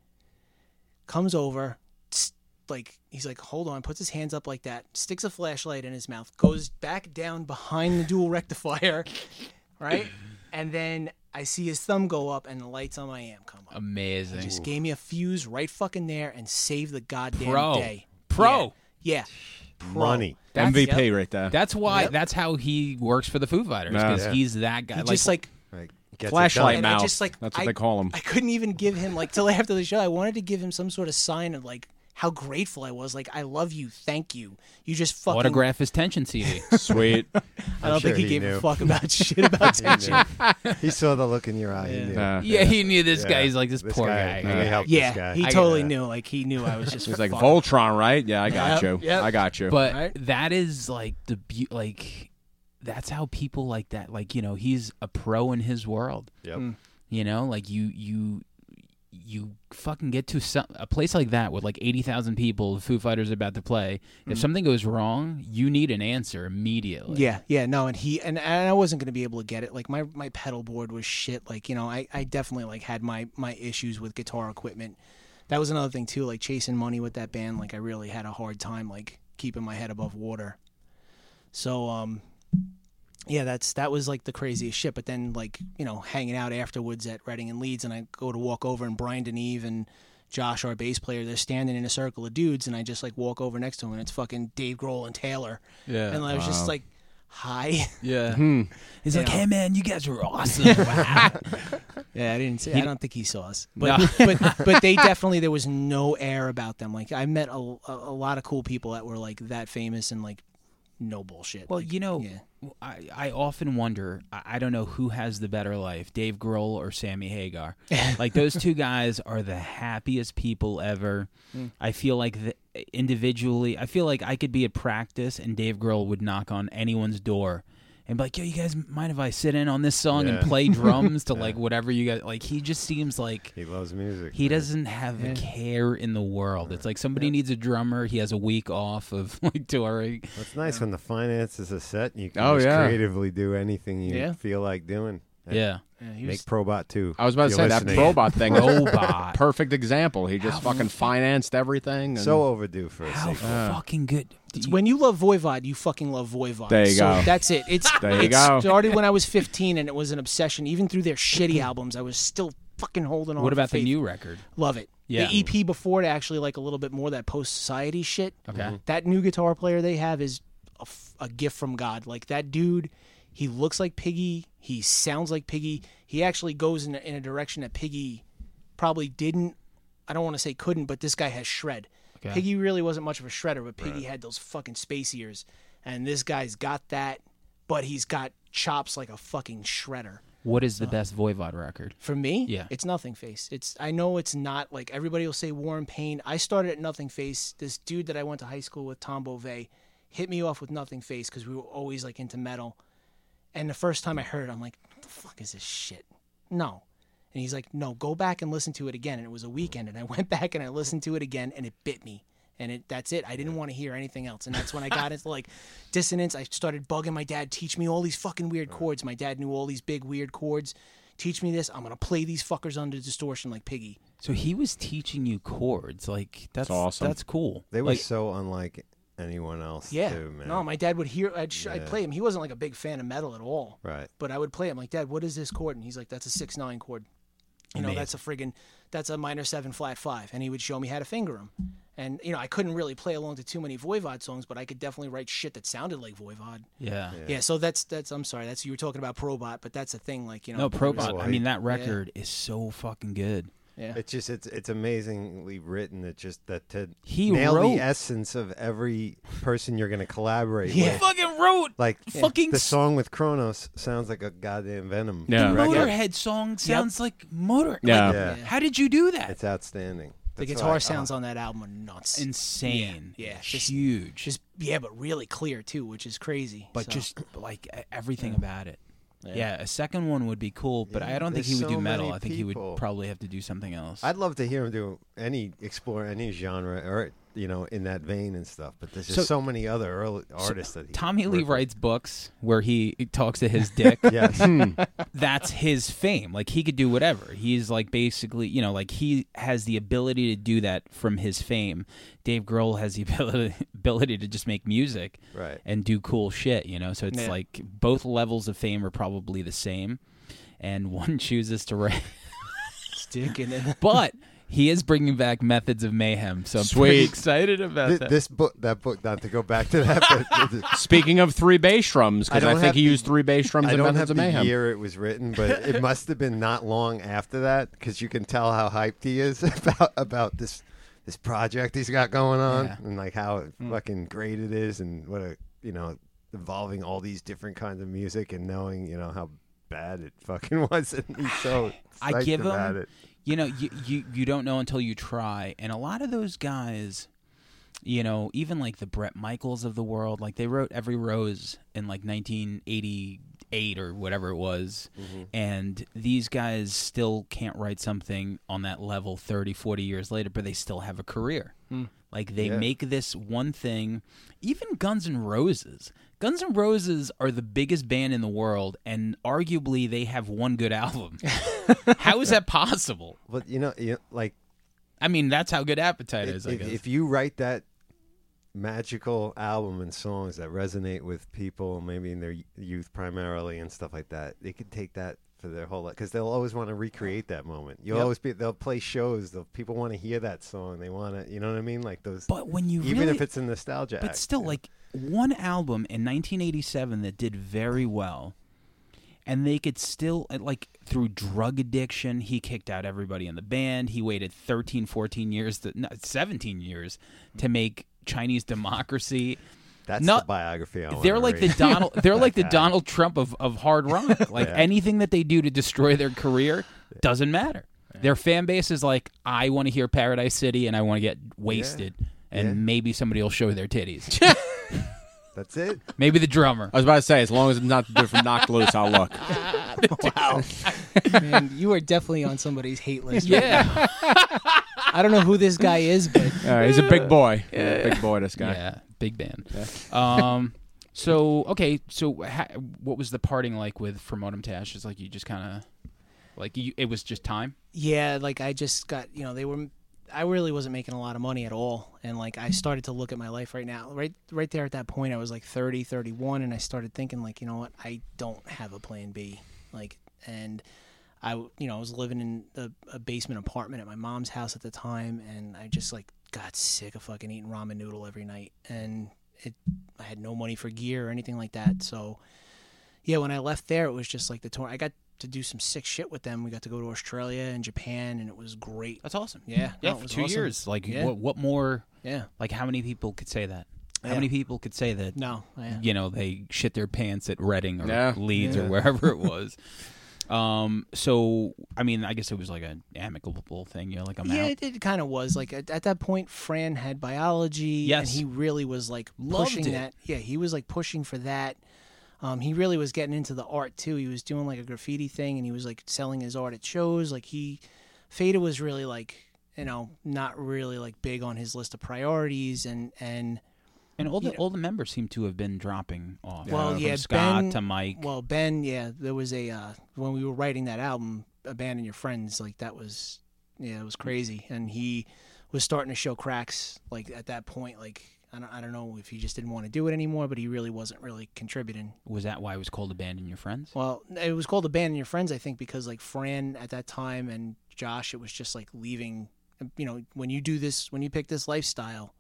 [SPEAKER 2] comes over, s- like he's like, hold on, puts his hands up like that, sticks a flashlight in his mouth, goes back down behind the dual rectifier, right? And then I see his thumb go up and the lights on my amp come up.
[SPEAKER 1] Amazing.
[SPEAKER 2] Just gave me a fuse right fucking there and saved the goddamn
[SPEAKER 1] Pro.
[SPEAKER 2] day.
[SPEAKER 1] Pro.
[SPEAKER 2] Yeah. Pro.
[SPEAKER 3] Money.
[SPEAKER 1] That's-
[SPEAKER 4] MVP right there.
[SPEAKER 1] That's why. That's how he works for the Foo Fighters
[SPEAKER 4] Yeah.
[SPEAKER 1] because
[SPEAKER 3] Yeah.
[SPEAKER 1] he's that guy.
[SPEAKER 2] He
[SPEAKER 1] Like,
[SPEAKER 2] just like
[SPEAKER 3] Like, gets it
[SPEAKER 4] Flashlight
[SPEAKER 2] And
[SPEAKER 3] done.
[SPEAKER 2] I
[SPEAKER 4] mouth.
[SPEAKER 2] just, like,
[SPEAKER 4] That's what
[SPEAKER 2] I-
[SPEAKER 4] they call him.
[SPEAKER 2] I couldn't even give him like till after the show. I wanted to give him some sort of sign of like how grateful I was. Like I love you, thank you. You just fucking.
[SPEAKER 1] autograph his tension CD.
[SPEAKER 4] Sweet.
[SPEAKER 2] I don't
[SPEAKER 3] I'm
[SPEAKER 2] think
[SPEAKER 3] sure
[SPEAKER 2] he,
[SPEAKER 3] he
[SPEAKER 2] gave
[SPEAKER 3] knew.
[SPEAKER 2] a fuck about shit about
[SPEAKER 3] He
[SPEAKER 2] tension.
[SPEAKER 3] knew. He saw the look in your eye. He knew.
[SPEAKER 4] Uh,
[SPEAKER 1] yeah, he knew this
[SPEAKER 3] Yeah.
[SPEAKER 1] guy. He's like this, poor guy.
[SPEAKER 3] Let me help this
[SPEAKER 2] Yeah,
[SPEAKER 3] guy.
[SPEAKER 2] he
[SPEAKER 3] I-
[SPEAKER 2] totally
[SPEAKER 3] yeah.
[SPEAKER 2] knew. Like he knew I was just.
[SPEAKER 4] He's like
[SPEAKER 2] fucking-
[SPEAKER 4] Voltron, right? Yeah, I got
[SPEAKER 2] Yep,
[SPEAKER 4] you.
[SPEAKER 2] yep.
[SPEAKER 4] I got you.
[SPEAKER 1] But
[SPEAKER 2] Right.
[SPEAKER 1] that is like the be- like that's how people like that like you know he's a pro in his world.
[SPEAKER 3] Yep.
[SPEAKER 2] Mm.
[SPEAKER 1] You know, like you you you fucking get to some, a place like that with like 80,000 people, the Foo Fighters are about to play. If something goes wrong, you need an answer immediately.
[SPEAKER 2] Yeah, yeah, no, and he and, and I wasn't gonna be able to get it. Like my my pedal board was shit. Like you know, I I definitely like had my my issues with guitar equipment. That was another thing too. Like chasing money with that band. Like I really had a hard time like keeping my head above water. So um, yeah, that's that was like the craziest shit. But then like you know, hanging out afterwards at Reading and Leeds, and I go to walk over and Brian Deneve and. Josh, our bass player, they're standing in a circle of dudes, and I just like walk over next to him, and it's fucking Dave Grohl and Taylor,
[SPEAKER 1] Yeah.
[SPEAKER 2] and I was just like, "Hi."
[SPEAKER 1] yeah. He's like,
[SPEAKER 2] Yeah.
[SPEAKER 1] "Hey man, you guys were awesome." Wow.
[SPEAKER 2] Yeah, I didn't see. I don't think he saw us, but but but they definitely there was no air about them. Like I met a, a, a lot of cool people that were like that famous and like no bullshit.
[SPEAKER 1] Well,
[SPEAKER 2] Like,
[SPEAKER 1] you know,
[SPEAKER 2] yeah.
[SPEAKER 1] I, I often wonder. I, I don't know who has the better life, Dave Grohl or Sammy Hagar. like those two guys are the happiest people ever.
[SPEAKER 3] Hmm.
[SPEAKER 1] I feel like the, individually, I feel like I could be at practice and Dave Grohl would knock on anyone's door. And and be like, "Yo, you guys mind if I sit in on this song
[SPEAKER 3] Yeah.
[SPEAKER 1] and play drums to
[SPEAKER 3] Yeah.
[SPEAKER 1] like whatever you guys like?" He just seems like
[SPEAKER 3] He loves music.
[SPEAKER 1] he
[SPEAKER 3] man.
[SPEAKER 1] doesn't have a care in the world. It's like somebody needs a drummer. He has a week off of like touring.
[SPEAKER 3] Well, It's nice when the finances are set and you can
[SPEAKER 4] Oh,
[SPEAKER 3] just
[SPEAKER 4] yeah.
[SPEAKER 3] creatively do anything you
[SPEAKER 2] Yeah.
[SPEAKER 3] feel like doing. And
[SPEAKER 1] Yeah,
[SPEAKER 2] Yeah, he
[SPEAKER 3] Make
[SPEAKER 2] was,
[SPEAKER 3] Probot too.
[SPEAKER 4] I was about to say that robot thing.
[SPEAKER 1] Robot.
[SPEAKER 4] Perfect example. He just fucking financed everything. and-
[SPEAKER 3] So overdue for a
[SPEAKER 1] how
[SPEAKER 3] sequel.
[SPEAKER 1] Oh, fucking good.
[SPEAKER 2] it's when you love Voivod, you fucking love Voivod.
[SPEAKER 4] There you
[SPEAKER 2] so
[SPEAKER 4] go.
[SPEAKER 2] That's it. It's
[SPEAKER 4] There you
[SPEAKER 2] it
[SPEAKER 4] go.
[SPEAKER 2] started when I was 15, and it was an obsession. Even through their shitty albums, I was still fucking holding on.
[SPEAKER 1] What
[SPEAKER 2] to
[SPEAKER 1] about the
[SPEAKER 2] faith.
[SPEAKER 1] new record?
[SPEAKER 2] Love it.
[SPEAKER 1] Yeah.
[SPEAKER 2] The EP before it actually like a little bit more that post society shit.
[SPEAKER 1] Okay. Mhm.
[SPEAKER 2] That new guitar player they have is a, f- a gift from God. Like that dude, he looks like Piggy. He sounds like Piggy. He actually goes in a, in a direction that Piggy probably didn't. I don't want to say couldn't, but this guy has shred. Piggy really wasn't much of a shredder, but Piggy had those fucking space ears, and this guy's got that, but he's got chops like a fucking shredder
[SPEAKER 5] What is the
[SPEAKER 1] Uh,
[SPEAKER 5] best Voivod record?
[SPEAKER 2] for me
[SPEAKER 5] Yeah.
[SPEAKER 2] it's nothing face it's i know it's not like everybody will say war and pain i started at nothing face this dude that i went to high school with tom beauvais hit me off with nothing face because we were always like into metal and the first time i heard it i'm like what the fuck is this shit no and he's like no go back and listen to it again and it was a weekend and i went back and i listened to it again and it bit me and it, that's it. I didn't want to hear anything else, and that's when I got into like dissonance. I started bugging my dad, teach me all these fucking weird chords. My dad knew all these big weird chords. Teach me this. I'm gonna play these fuckers under distortion like Piggy.
[SPEAKER 1] So he was teaching you chords. Like that's
[SPEAKER 4] awesome.
[SPEAKER 1] That's cool.
[SPEAKER 3] They were
[SPEAKER 1] Like,
[SPEAKER 3] so unlike anyone else
[SPEAKER 2] Yeah.
[SPEAKER 3] too, man.
[SPEAKER 2] No, my dad would hear. I'd, sh- I'd
[SPEAKER 3] Yeah.
[SPEAKER 2] play him. He wasn't like a big fan of metal at all.
[SPEAKER 3] right.
[SPEAKER 2] But I would play him like, Dad, what is this chord? And he's like, That's a six nine chord. You know, that's a friggin' that's a minor seven flat five. And he would show me how to finger him. And you know, I couldn't really play along to too many Voivod songs, but I could definitely write shit that sounded like Voivod.
[SPEAKER 1] yeah.
[SPEAKER 2] Yeah, so that's that's I'm sorry, that's you were talking about Probot, but that's a thing like, you know.
[SPEAKER 1] No, Probot. I
[SPEAKER 3] Right.
[SPEAKER 1] mean, that record is so fucking good.
[SPEAKER 2] Yeah.
[SPEAKER 3] It's just it's it's amazingly written. It just that to
[SPEAKER 1] He
[SPEAKER 3] nail
[SPEAKER 1] wrote-
[SPEAKER 3] the essence of every person you're going to collaborate
[SPEAKER 2] Yeah.
[SPEAKER 3] with.
[SPEAKER 1] Fucking wrote
[SPEAKER 3] Like
[SPEAKER 1] Fucking
[SPEAKER 3] the
[SPEAKER 1] s-
[SPEAKER 3] song with Kronos sounds like a goddamn Venom.
[SPEAKER 4] Yeah.
[SPEAKER 1] the
[SPEAKER 3] record.
[SPEAKER 1] Motorhead song. Sounds like Motor.
[SPEAKER 4] Yeah.
[SPEAKER 1] Like,
[SPEAKER 3] Yeah.
[SPEAKER 1] How did you do that?
[SPEAKER 3] It's outstanding.
[SPEAKER 2] the
[SPEAKER 3] That's why
[SPEAKER 2] guitar
[SPEAKER 3] I-
[SPEAKER 2] sounds on that album are nuts.
[SPEAKER 1] insane.
[SPEAKER 2] Yeah, yeah, just-
[SPEAKER 1] huge.
[SPEAKER 2] just yeah, but really clear too, which is crazy.
[SPEAKER 1] but
[SPEAKER 2] so.
[SPEAKER 1] just like e- everything about it. Yeah. a second one would be cool, but I don't think
[SPEAKER 3] there's
[SPEAKER 1] he would
[SPEAKER 3] so
[SPEAKER 1] do metal.
[SPEAKER 3] many
[SPEAKER 1] I think he
[SPEAKER 3] people.
[SPEAKER 1] would probably have to do something else.
[SPEAKER 3] I'd love to hear him do any explore any genre or you know in that vein and stuff. But there's just
[SPEAKER 1] So-
[SPEAKER 3] so, many other early artists that he
[SPEAKER 1] Tommy
[SPEAKER 3] worked
[SPEAKER 1] Lee
[SPEAKER 3] with.
[SPEAKER 1] writes books where he talks to his dick.
[SPEAKER 3] Yes,
[SPEAKER 1] That's his fame. Like he could do whatever. He's like basically, you know, like he has the ability to do that from his fame. Dave Grohl has the ability, ability to just make music
[SPEAKER 3] Right.
[SPEAKER 1] and do cool shit, you know. So it's
[SPEAKER 2] Yeah.
[SPEAKER 1] like both levels of fame are probably the same, and one chooses to write
[SPEAKER 2] stick in it.
[SPEAKER 1] but he is bringing back Methods of Mayhem, so I'm pretty
[SPEAKER 4] Sweet.
[SPEAKER 1] excited about
[SPEAKER 3] Th-
[SPEAKER 1] that.
[SPEAKER 3] this book, that book, not to go back to that. But th- th-
[SPEAKER 4] Speaking of three bass drums,
[SPEAKER 3] I
[SPEAKER 4] because
[SPEAKER 3] don't
[SPEAKER 4] I, think
[SPEAKER 3] have
[SPEAKER 4] he
[SPEAKER 3] the-
[SPEAKER 4] used three bass drums
[SPEAKER 3] I
[SPEAKER 4] in
[SPEAKER 3] don't
[SPEAKER 4] Methods
[SPEAKER 3] have
[SPEAKER 4] of
[SPEAKER 3] the
[SPEAKER 4] Mayhem.
[SPEAKER 3] year it was written, but it must have been not long after that because you can tell how hyped he is about about this this project he's got going on and like how
[SPEAKER 1] Hmm.
[SPEAKER 3] fucking great it is and what a you know involving all these different kinds of music and knowing you know how bad it fucking was and he's so
[SPEAKER 1] I
[SPEAKER 3] psyched
[SPEAKER 1] give
[SPEAKER 3] about
[SPEAKER 1] him,
[SPEAKER 3] it.
[SPEAKER 1] you know, you, you you don't know until you try, and a lot of those guys, you know, even like the Brett Michaels of the world, like they wrote Every Rose in like 1988 or whatever it was, and these guys still can't write something on that level 30, 40 years later, but they still have a career. Like they
[SPEAKER 3] Yeah.
[SPEAKER 1] make this one thing. Even Guns N' Roses. Guns N' Roses are the biggest band in the world, and arguably they have one good album. how is that possible?
[SPEAKER 3] But you know, you, like
[SPEAKER 1] I mean, that's how good Appetite is.
[SPEAKER 3] if,
[SPEAKER 1] I
[SPEAKER 3] if-
[SPEAKER 1] guess.
[SPEAKER 3] if you write that magical album and songs that resonate with people, maybe in their y- youth primarily and stuff like that, they could take that for their whole life because they'll always want to recreate that moment. You'll always be. They'll play shows. They'll, people want to hear that song. They want to. You know what I mean? Like those.
[SPEAKER 1] but when you
[SPEAKER 3] even
[SPEAKER 1] really,
[SPEAKER 3] if it's a nostalgia.
[SPEAKER 1] but
[SPEAKER 3] act,
[SPEAKER 1] still,
[SPEAKER 3] yeah.
[SPEAKER 1] like one album in 1987 that did very well, and they could still and, like through drug addiction, he kicked out everybody in the band. He waited 13, 14 years, to, no, 17 years to make Chinese Democracy.
[SPEAKER 3] that's
[SPEAKER 1] not-
[SPEAKER 3] the biography. I wanna
[SPEAKER 1] They're like the
[SPEAKER 3] read.
[SPEAKER 1] Donald. They're like the
[SPEAKER 3] guy.
[SPEAKER 1] Donald Trump of, of hard rock. Like
[SPEAKER 3] Yeah.
[SPEAKER 1] anything that they do to destroy their career doesn't matter. Their fan base is like, I want to hear Paradise City and I want to get wasted, and
[SPEAKER 3] Yeah.
[SPEAKER 1] maybe somebody will show their titties.
[SPEAKER 3] That's it.
[SPEAKER 1] Maybe the drummer.
[SPEAKER 4] I was about to say, as long as it's not different knocked loose, I'll look.
[SPEAKER 2] Man, you are definitely on somebody's hate list. right
[SPEAKER 1] Yeah.
[SPEAKER 2] now. I don't know who this guy is, but
[SPEAKER 4] All right, he's a big boy. Big boy, this guy.
[SPEAKER 1] yeah. Big band. Um. So okay. So ha- what was the parting like with From Autumn to Ashes? Like you just kind of, like you, it was just time.
[SPEAKER 2] yeah, like I just got, you know, they were I really wasn't making a lot of money at all and like I started to look at my life right now. Right right there at that point I was like 30, 31 and I started thinking like, you know what? I don't have a plan B. Like and I w- you know, I was living in a, a basement apartment at my mom's house at the time and I just like got sick of fucking eating ramen noodle every night and it I had no money for gear or anything like that. So yeah, when I left there, it was just like the tour. I got to do some sick shit with them. We got to go to Australia and Japan, and it was great.
[SPEAKER 1] That's awesome.
[SPEAKER 2] Yeah,
[SPEAKER 1] Yeah.
[SPEAKER 2] no, Oh, it
[SPEAKER 1] for
[SPEAKER 2] was
[SPEAKER 1] two
[SPEAKER 2] awesome.
[SPEAKER 1] years. Like
[SPEAKER 2] Yeah.
[SPEAKER 1] what? What more?
[SPEAKER 2] Yeah,
[SPEAKER 1] Like how many people could say that? How
[SPEAKER 2] Yeah.
[SPEAKER 1] many people could say that?
[SPEAKER 2] no, yeah.
[SPEAKER 1] you know they shit their pants at Reading or
[SPEAKER 4] Yeah.
[SPEAKER 1] Leeds or wherever it was. Um. So I mean, I guess it was like an amicable thing. You know, like I'm
[SPEAKER 2] yeah,
[SPEAKER 1] out.
[SPEAKER 2] it, it kind of was like at, at that point. Fran had biology, and
[SPEAKER 1] Yes.
[SPEAKER 2] he really was like
[SPEAKER 1] Loved
[SPEAKER 2] pushing
[SPEAKER 1] it.
[SPEAKER 2] that. Yeah, he was like pushing for that. Um, he really was getting into the art too. He was doing like a graffiti thing, and he was like selling his art at shows. Like he, Fada was really like you know not really like big on his list of priorities, and and
[SPEAKER 1] And all the
[SPEAKER 2] Yeah.
[SPEAKER 1] all the members seem to have been dropping off.
[SPEAKER 2] Well,
[SPEAKER 1] From
[SPEAKER 2] yeah,
[SPEAKER 1] Scott
[SPEAKER 2] Ben-
[SPEAKER 1] to Mike.
[SPEAKER 2] Well, Ben, yeah, there was a uh, when we were writing that album, "Abandon Your Friends," like that was, yeah, it was crazy, and he was starting to show cracks. Like at that point, like I don't, I don't know if he just didn't want to do it anymore, but he really wasn't really contributing.
[SPEAKER 1] was that why it was called "Abandon Your Friends"?
[SPEAKER 2] Well, it was called "Abandon Your Friends," I think, because like Fran at that time and Josh, it was just like leaving. um, You know, when you do this, when you pick this lifestyle,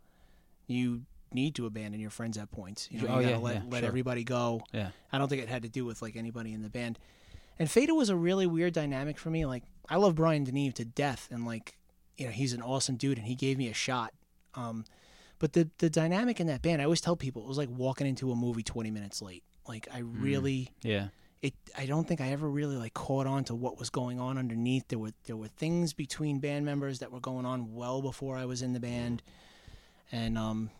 [SPEAKER 2] you need to abandon your friends at points. You know,
[SPEAKER 1] Oh,
[SPEAKER 2] you gotta
[SPEAKER 1] yeah,
[SPEAKER 2] let,
[SPEAKER 1] yeah,
[SPEAKER 2] let
[SPEAKER 1] sure.
[SPEAKER 2] everybody go.
[SPEAKER 1] Yeah.
[SPEAKER 2] I don't think it had to do with like anybody in the band. And Fada was a really weird dynamic for me. Like I love Brian Deneve to death, and like you know he's an awesome dude, and he gave me a shot. Um, but the the dynamic in that band, I always tell people it was like walking into a movie twenty minutes late. Like I
[SPEAKER 1] Mm.
[SPEAKER 2] really
[SPEAKER 1] Yeah.
[SPEAKER 2] it I don't think I ever really like caught on to what was going on underneath. There were there were things between band members that were going on well before I was in the band. And um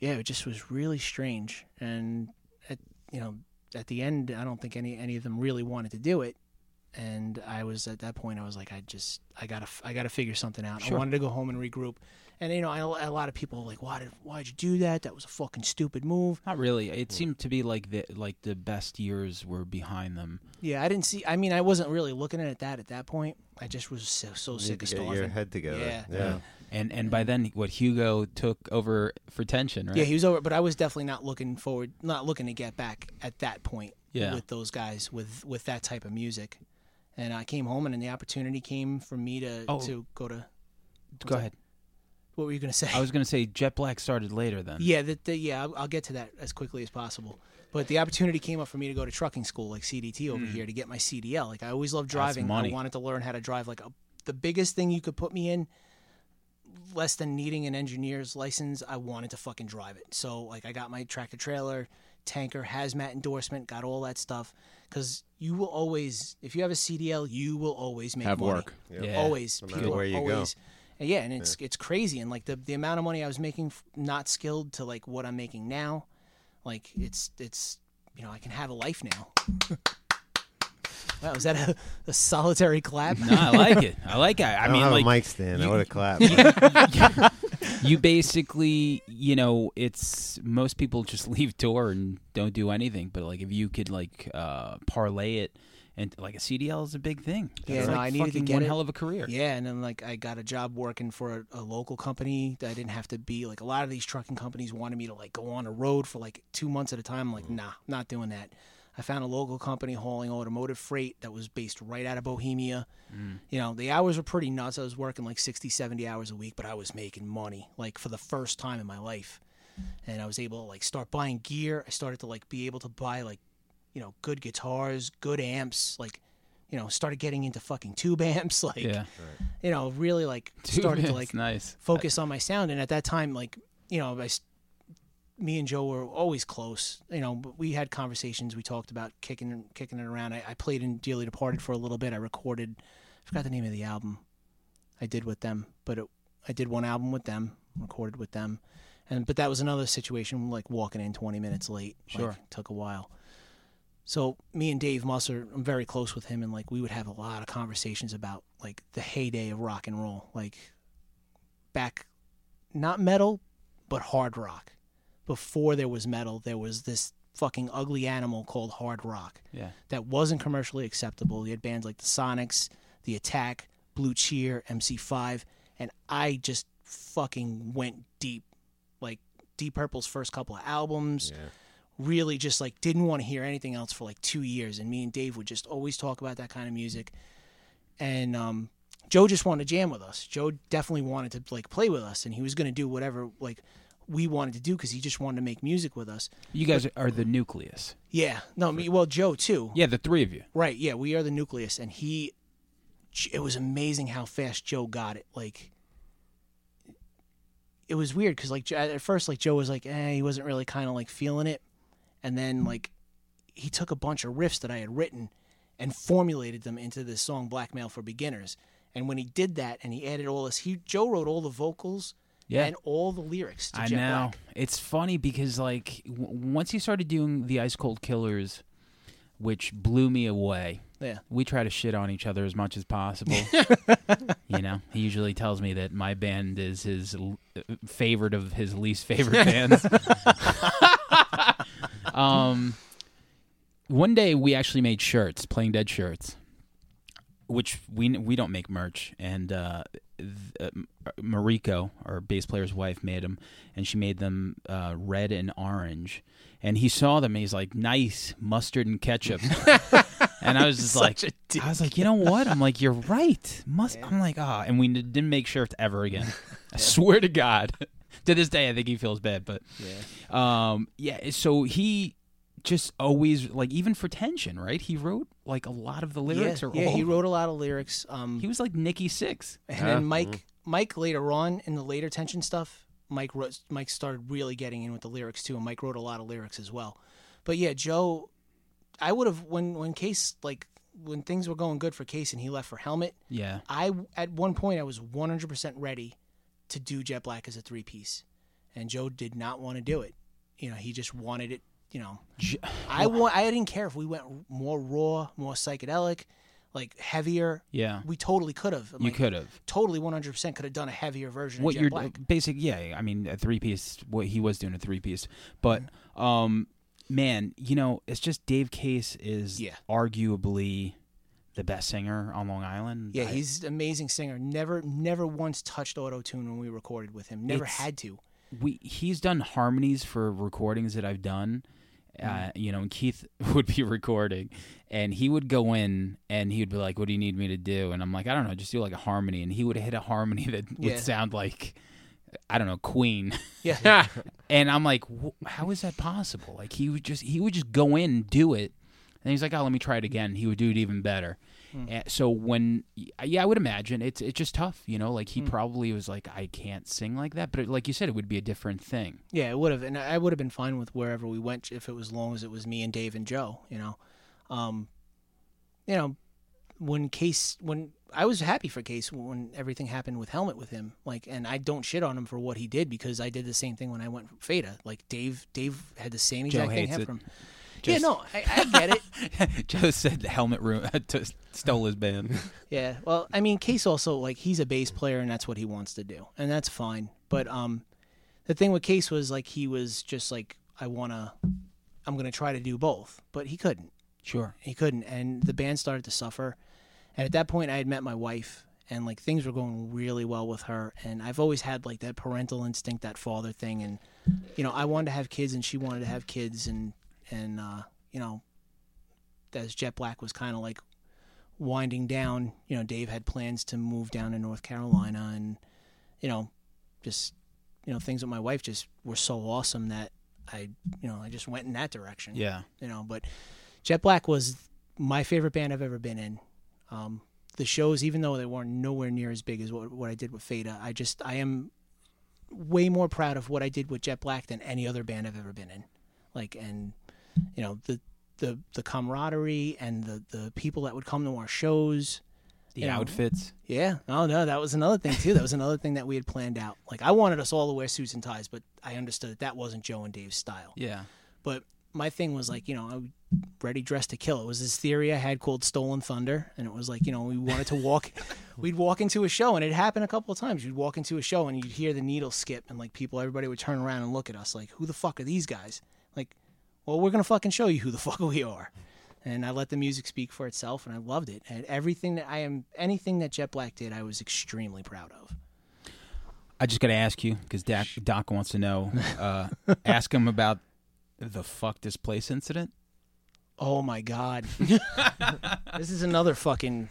[SPEAKER 2] yeah, it just was really strange. And at you know, at the end I don't think any any of them really wanted to do it. And I was at that point I was like I just I got to I got to figure something out. I wanted to go home and regroup. And you know, I, a lot of people were like why did why'd you do that? That was a fucking stupid move.
[SPEAKER 1] Not really. It seemed to be like the like the best years were behind them.
[SPEAKER 2] Yeah, I didn't see. I mean, I wasn't really looking at that at that point. I just was so, so
[SPEAKER 3] You need
[SPEAKER 2] sick
[SPEAKER 3] to
[SPEAKER 2] of
[SPEAKER 3] get your
[SPEAKER 2] starving.
[SPEAKER 3] head together.
[SPEAKER 2] Yeah.
[SPEAKER 3] yeah.
[SPEAKER 1] And and by then, what Hugo took over for tension, right?
[SPEAKER 2] Yeah, he was over, but I was definitely not looking forward, not looking to get back at that point.
[SPEAKER 1] Yeah.
[SPEAKER 2] with those guys, with with that type of music, and I came home, and then the opportunity came for me to
[SPEAKER 1] Oh.
[SPEAKER 2] to go to.
[SPEAKER 1] Go ahead.
[SPEAKER 2] What were you gonna say?
[SPEAKER 1] I was gonna say Jet Black started later then.
[SPEAKER 2] Yeah, that the, yeah, I'll, I'll get to that as quickly as possible. But the opportunity came up for me to go to trucking school, like CDT over here, to get my CDL. Like I always loved driving.
[SPEAKER 1] money.
[SPEAKER 2] I wanted to learn how to drive. Like a, the biggest thing you could put me in, less than needing an engineer's license, I wanted to fucking drive it. So like I got my tractor trailer, tanker, hazmat endorsement, got all that stuff. Because you will always, if you have a CDL, you will always make
[SPEAKER 4] Have
[SPEAKER 2] money
[SPEAKER 4] work.
[SPEAKER 1] Yeah.
[SPEAKER 2] always
[SPEAKER 3] No matter
[SPEAKER 2] people
[SPEAKER 3] where
[SPEAKER 2] are
[SPEAKER 3] you go.
[SPEAKER 2] always and yeah and it's it's crazy and like the the amount of money i was making f- not skilled to like what i'm making now like it's it's you know i can have a life now wow is that a, a solitary clap
[SPEAKER 1] No, I like it. I like it. I,
[SPEAKER 3] I, don't
[SPEAKER 1] mean,
[SPEAKER 3] have
[SPEAKER 1] like
[SPEAKER 3] a mic stand. I
[SPEAKER 1] you-
[SPEAKER 3] would have clapped. but-
[SPEAKER 1] you basically, you know, it's most people just leave tour and don't do anything. But like, if you could like uh, parlay it, and like a CDL is a big thing. That's
[SPEAKER 2] Yeah, no,
[SPEAKER 1] like
[SPEAKER 2] I needed to
[SPEAKER 1] fucking
[SPEAKER 2] get
[SPEAKER 1] one
[SPEAKER 2] it.
[SPEAKER 1] hell of a career.
[SPEAKER 2] Yeah, and then like I got a job working for a, a local company that I didn't have to be like a lot of these trucking companies wanted me to like go on a road for like two months at a time. I'm like,
[SPEAKER 1] Mm-hmm.
[SPEAKER 2] nah, not doing that. I found a local company hauling automotive freight that was based right out of Bohemia.
[SPEAKER 1] Mm.
[SPEAKER 2] You know, the hours were pretty nuts. I was working like 60, 70 hours a week, but I was making money like for the first time in my life. And I was able to like start buying gear. I started to like be able to buy like, you know, good guitars, good amps, like, you know, started getting into fucking tube amps. Like,
[SPEAKER 1] yeah.
[SPEAKER 2] you know, really like
[SPEAKER 1] Dude,
[SPEAKER 2] started to
[SPEAKER 1] it's
[SPEAKER 2] like
[SPEAKER 1] nice.
[SPEAKER 2] focus on my sound. And at that time, like, you know, I, s- me and Joe were always close, you know, but we had conversations. We talked about kicking, kicking it around. I, I played in Dearly Departed for a little bit. I recorded, I forgot the name of the album I did with them, but it, I did one album with them, recorded with them. and but that was another situation like walking in 20 minutes late
[SPEAKER 1] Sure.
[SPEAKER 2] like, took a while so me and dave musser i'm very close with him and like we would have a lot of conversations about like the heyday of rock and roll like back not metal but hard rock before there was metal there was this fucking ugly animal called hard rock
[SPEAKER 1] Yeah.
[SPEAKER 2] that wasn't commercially acceptable you had bands like the sonics the attack blue cheer mc5 and i just fucking went deep like deep purple's first couple of albums really just like didn't want to hear anything else for like two years and me and dave would just always talk about that kind of music and um, Joe just wanted to jam with us. Joe definitely wanted to like play with us, and he was going to do whatever like we wanted to do because he just wanted to make music with us.
[SPEAKER 1] You guys are the nucleus.
[SPEAKER 2] Yeah, no, me well Joe too.
[SPEAKER 1] Yeah, the three of you.
[SPEAKER 2] Right, yeah, we are the nucleus, and he. It was amazing how fast Joe got it. Like, it was weird because like at at first like Joe was like, eh, he wasn't really kind of like feeling it, and then
[SPEAKER 1] Mm-hmm.
[SPEAKER 2] like he took a bunch of riffs that I had written and formulated them into this song Blackmail for Beginners. And when he did that and he added all this, he Joe wrote all the vocals
[SPEAKER 1] Yeah.
[SPEAKER 2] and all the lyrics to
[SPEAKER 1] I
[SPEAKER 2] Jet
[SPEAKER 1] know.
[SPEAKER 2] Black.
[SPEAKER 1] It's funny because like w- once he started doing the Ice Cold Killers, which blew me away.
[SPEAKER 2] Yeah.
[SPEAKER 1] We try to shit on each other as much as possible. you know, he usually tells me that my band is his l- uh, favorite of his least favorite bands. um, one day we actually made shirts, playing dead shirts, which we we don't make merch. And uh, th- uh, M- Mariko, our bass player's wife, made them, and she made them uh, red and orange. And he saw them, and he's like, "Nice mustard and ketchup." and I was just like,
[SPEAKER 2] Such a dick.
[SPEAKER 1] I was like, you know what? I'm like, you're right. Must I'm like, ah, and we n- didn't make shirts ever again. I swear to God. to this day, I think he feels bad, but yeah. Um, yeah. So he just always like, even for tension, right? He wrote like a lot of the lyrics.
[SPEAKER 2] yeah,
[SPEAKER 1] or
[SPEAKER 2] yeah,
[SPEAKER 1] all,
[SPEAKER 2] he wrote a lot of lyrics. Um,
[SPEAKER 1] He was like Nikki Six.
[SPEAKER 2] And then Mike, Mike later on in the later tension stuff, Mike wrote, Mike started really getting in with the lyrics too, and Mike wrote a lot of lyrics as well. But yeah, Joe, I would have when when Case like when things were going good for Case and he left for Helmet,
[SPEAKER 1] Yeah.
[SPEAKER 2] I at one point I was 100% ready to do Jet Black as a three piece, and Joe did not want to do it. You know, he just wanted it. You know,
[SPEAKER 1] J-
[SPEAKER 2] I wa- I didn't care if we went more raw, more psychedelic, like heavier.
[SPEAKER 1] Yeah.
[SPEAKER 2] We totally could have.
[SPEAKER 1] You could have.
[SPEAKER 2] totally 100% could have done a heavier version
[SPEAKER 1] what
[SPEAKER 2] of Jet
[SPEAKER 1] you're
[SPEAKER 2] Black.
[SPEAKER 1] basic yeah i mean a three piece what he was doing a three piece but
[SPEAKER 2] Mm-hmm.
[SPEAKER 1] um man you know it's just dave case is
[SPEAKER 2] Yeah.
[SPEAKER 1] arguably the best singer on long island
[SPEAKER 2] Yeah,
[SPEAKER 1] I-
[SPEAKER 2] he's an amazing singer. Never never once touched auto tune when we recorded with him. Never
[SPEAKER 1] It's-
[SPEAKER 2] had to.
[SPEAKER 1] we he's done harmonies for recordings that I've done. Uh,
[SPEAKER 2] Mm-hmm.
[SPEAKER 1] you know, and Keith would be recording, and he would go in and he would be like, "What do you need me to do?" And I'm like, "I don't know, just do like a harmony." And he would hit a harmony that
[SPEAKER 2] Yeah.
[SPEAKER 1] would sound like, I don't know, Queen.
[SPEAKER 2] Yeah.
[SPEAKER 1] and I'm like, "Wh- "How is that possible?" Like he would just he would just go in and do it, and he's like, "Oh, let me try it again." He would do it even better. And so when yeah, I would imagine it's it's just tough, you know. Like he probably was like, "I can't sing like that," but it, like you said, it would be a different thing.
[SPEAKER 2] Yeah, it would have and I would have been fine with wherever we went if it was as long as it was me and Dave and Joe, you know. Um you know, when Case when I was happy for Case when everything happened with Helmet with him, like and I don't shit on him for what he did because I did the same thing when I went Feta. Like Dave Dave had the same exact thing
[SPEAKER 1] hates
[SPEAKER 2] happen
[SPEAKER 1] it.
[SPEAKER 2] for him.
[SPEAKER 1] Just-
[SPEAKER 2] Yeah, no, I, I get it.
[SPEAKER 1] Joe said the helmet room stole his band.
[SPEAKER 2] Yeah. Well, I mean, Case also like he's a bass player and that's what he wants to do, and that's fine. But um, the thing with Case was like he was just like I wanna, I'm gonna try to do both, but he couldn't.
[SPEAKER 1] Sure.
[SPEAKER 2] He couldn't, and the band started to suffer. And at that point, I had met my wife, and like things were going really well with her. And I've always had like that parental instinct, that father thing, and you know, I wanted to have kids, and she wanted to have kids, and and uh, you know, as Jet Black was kind of like winding down, you know, Dave had plans to move down to North Carolina, and you know, just you know, things with my wife just were so awesome that I, you know, I just went in that direction
[SPEAKER 1] Yeah.
[SPEAKER 2] you know. But Jet Black was my favorite band I've ever been in. Um, the shows, even though they weren't nowhere near as big as what, what I did with Feta, I just I am way more proud of what I did with Jet Black than any other band I've ever been in. Like, and you know the the the camaraderie and the the people that would come to our shows.
[SPEAKER 1] The
[SPEAKER 2] you know?
[SPEAKER 1] outfits.
[SPEAKER 2] Yeah. Oh no, that was another thing too. That was another thing that we had planned out. Like I wanted us all to wear suits and ties, but I understood that that wasn't Joe and Dave's style.
[SPEAKER 1] Yeah.
[SPEAKER 2] But my thing was like, you know, I'm ready dressed to kill. It was this theory I had called Stolen Thunder, and it was like, you know, we wanted to walk, we'd walk into a show, and it happened a couple of times. You'd walk into a show, and you'd hear the needle skip, and like people, everybody would turn around and look at us, like, who the fuck are these guys? Like, well, we're gonna fucking show you who the fuck we are. And I let the music speak for itself, and I loved it. And everything that I am, anything that Jet Black did, I was extremely proud of.
[SPEAKER 1] I just got to ask you because Doc, Doc wants to know. Uh, ask him about the fuck this place incident.
[SPEAKER 2] Oh my god. this is another fucking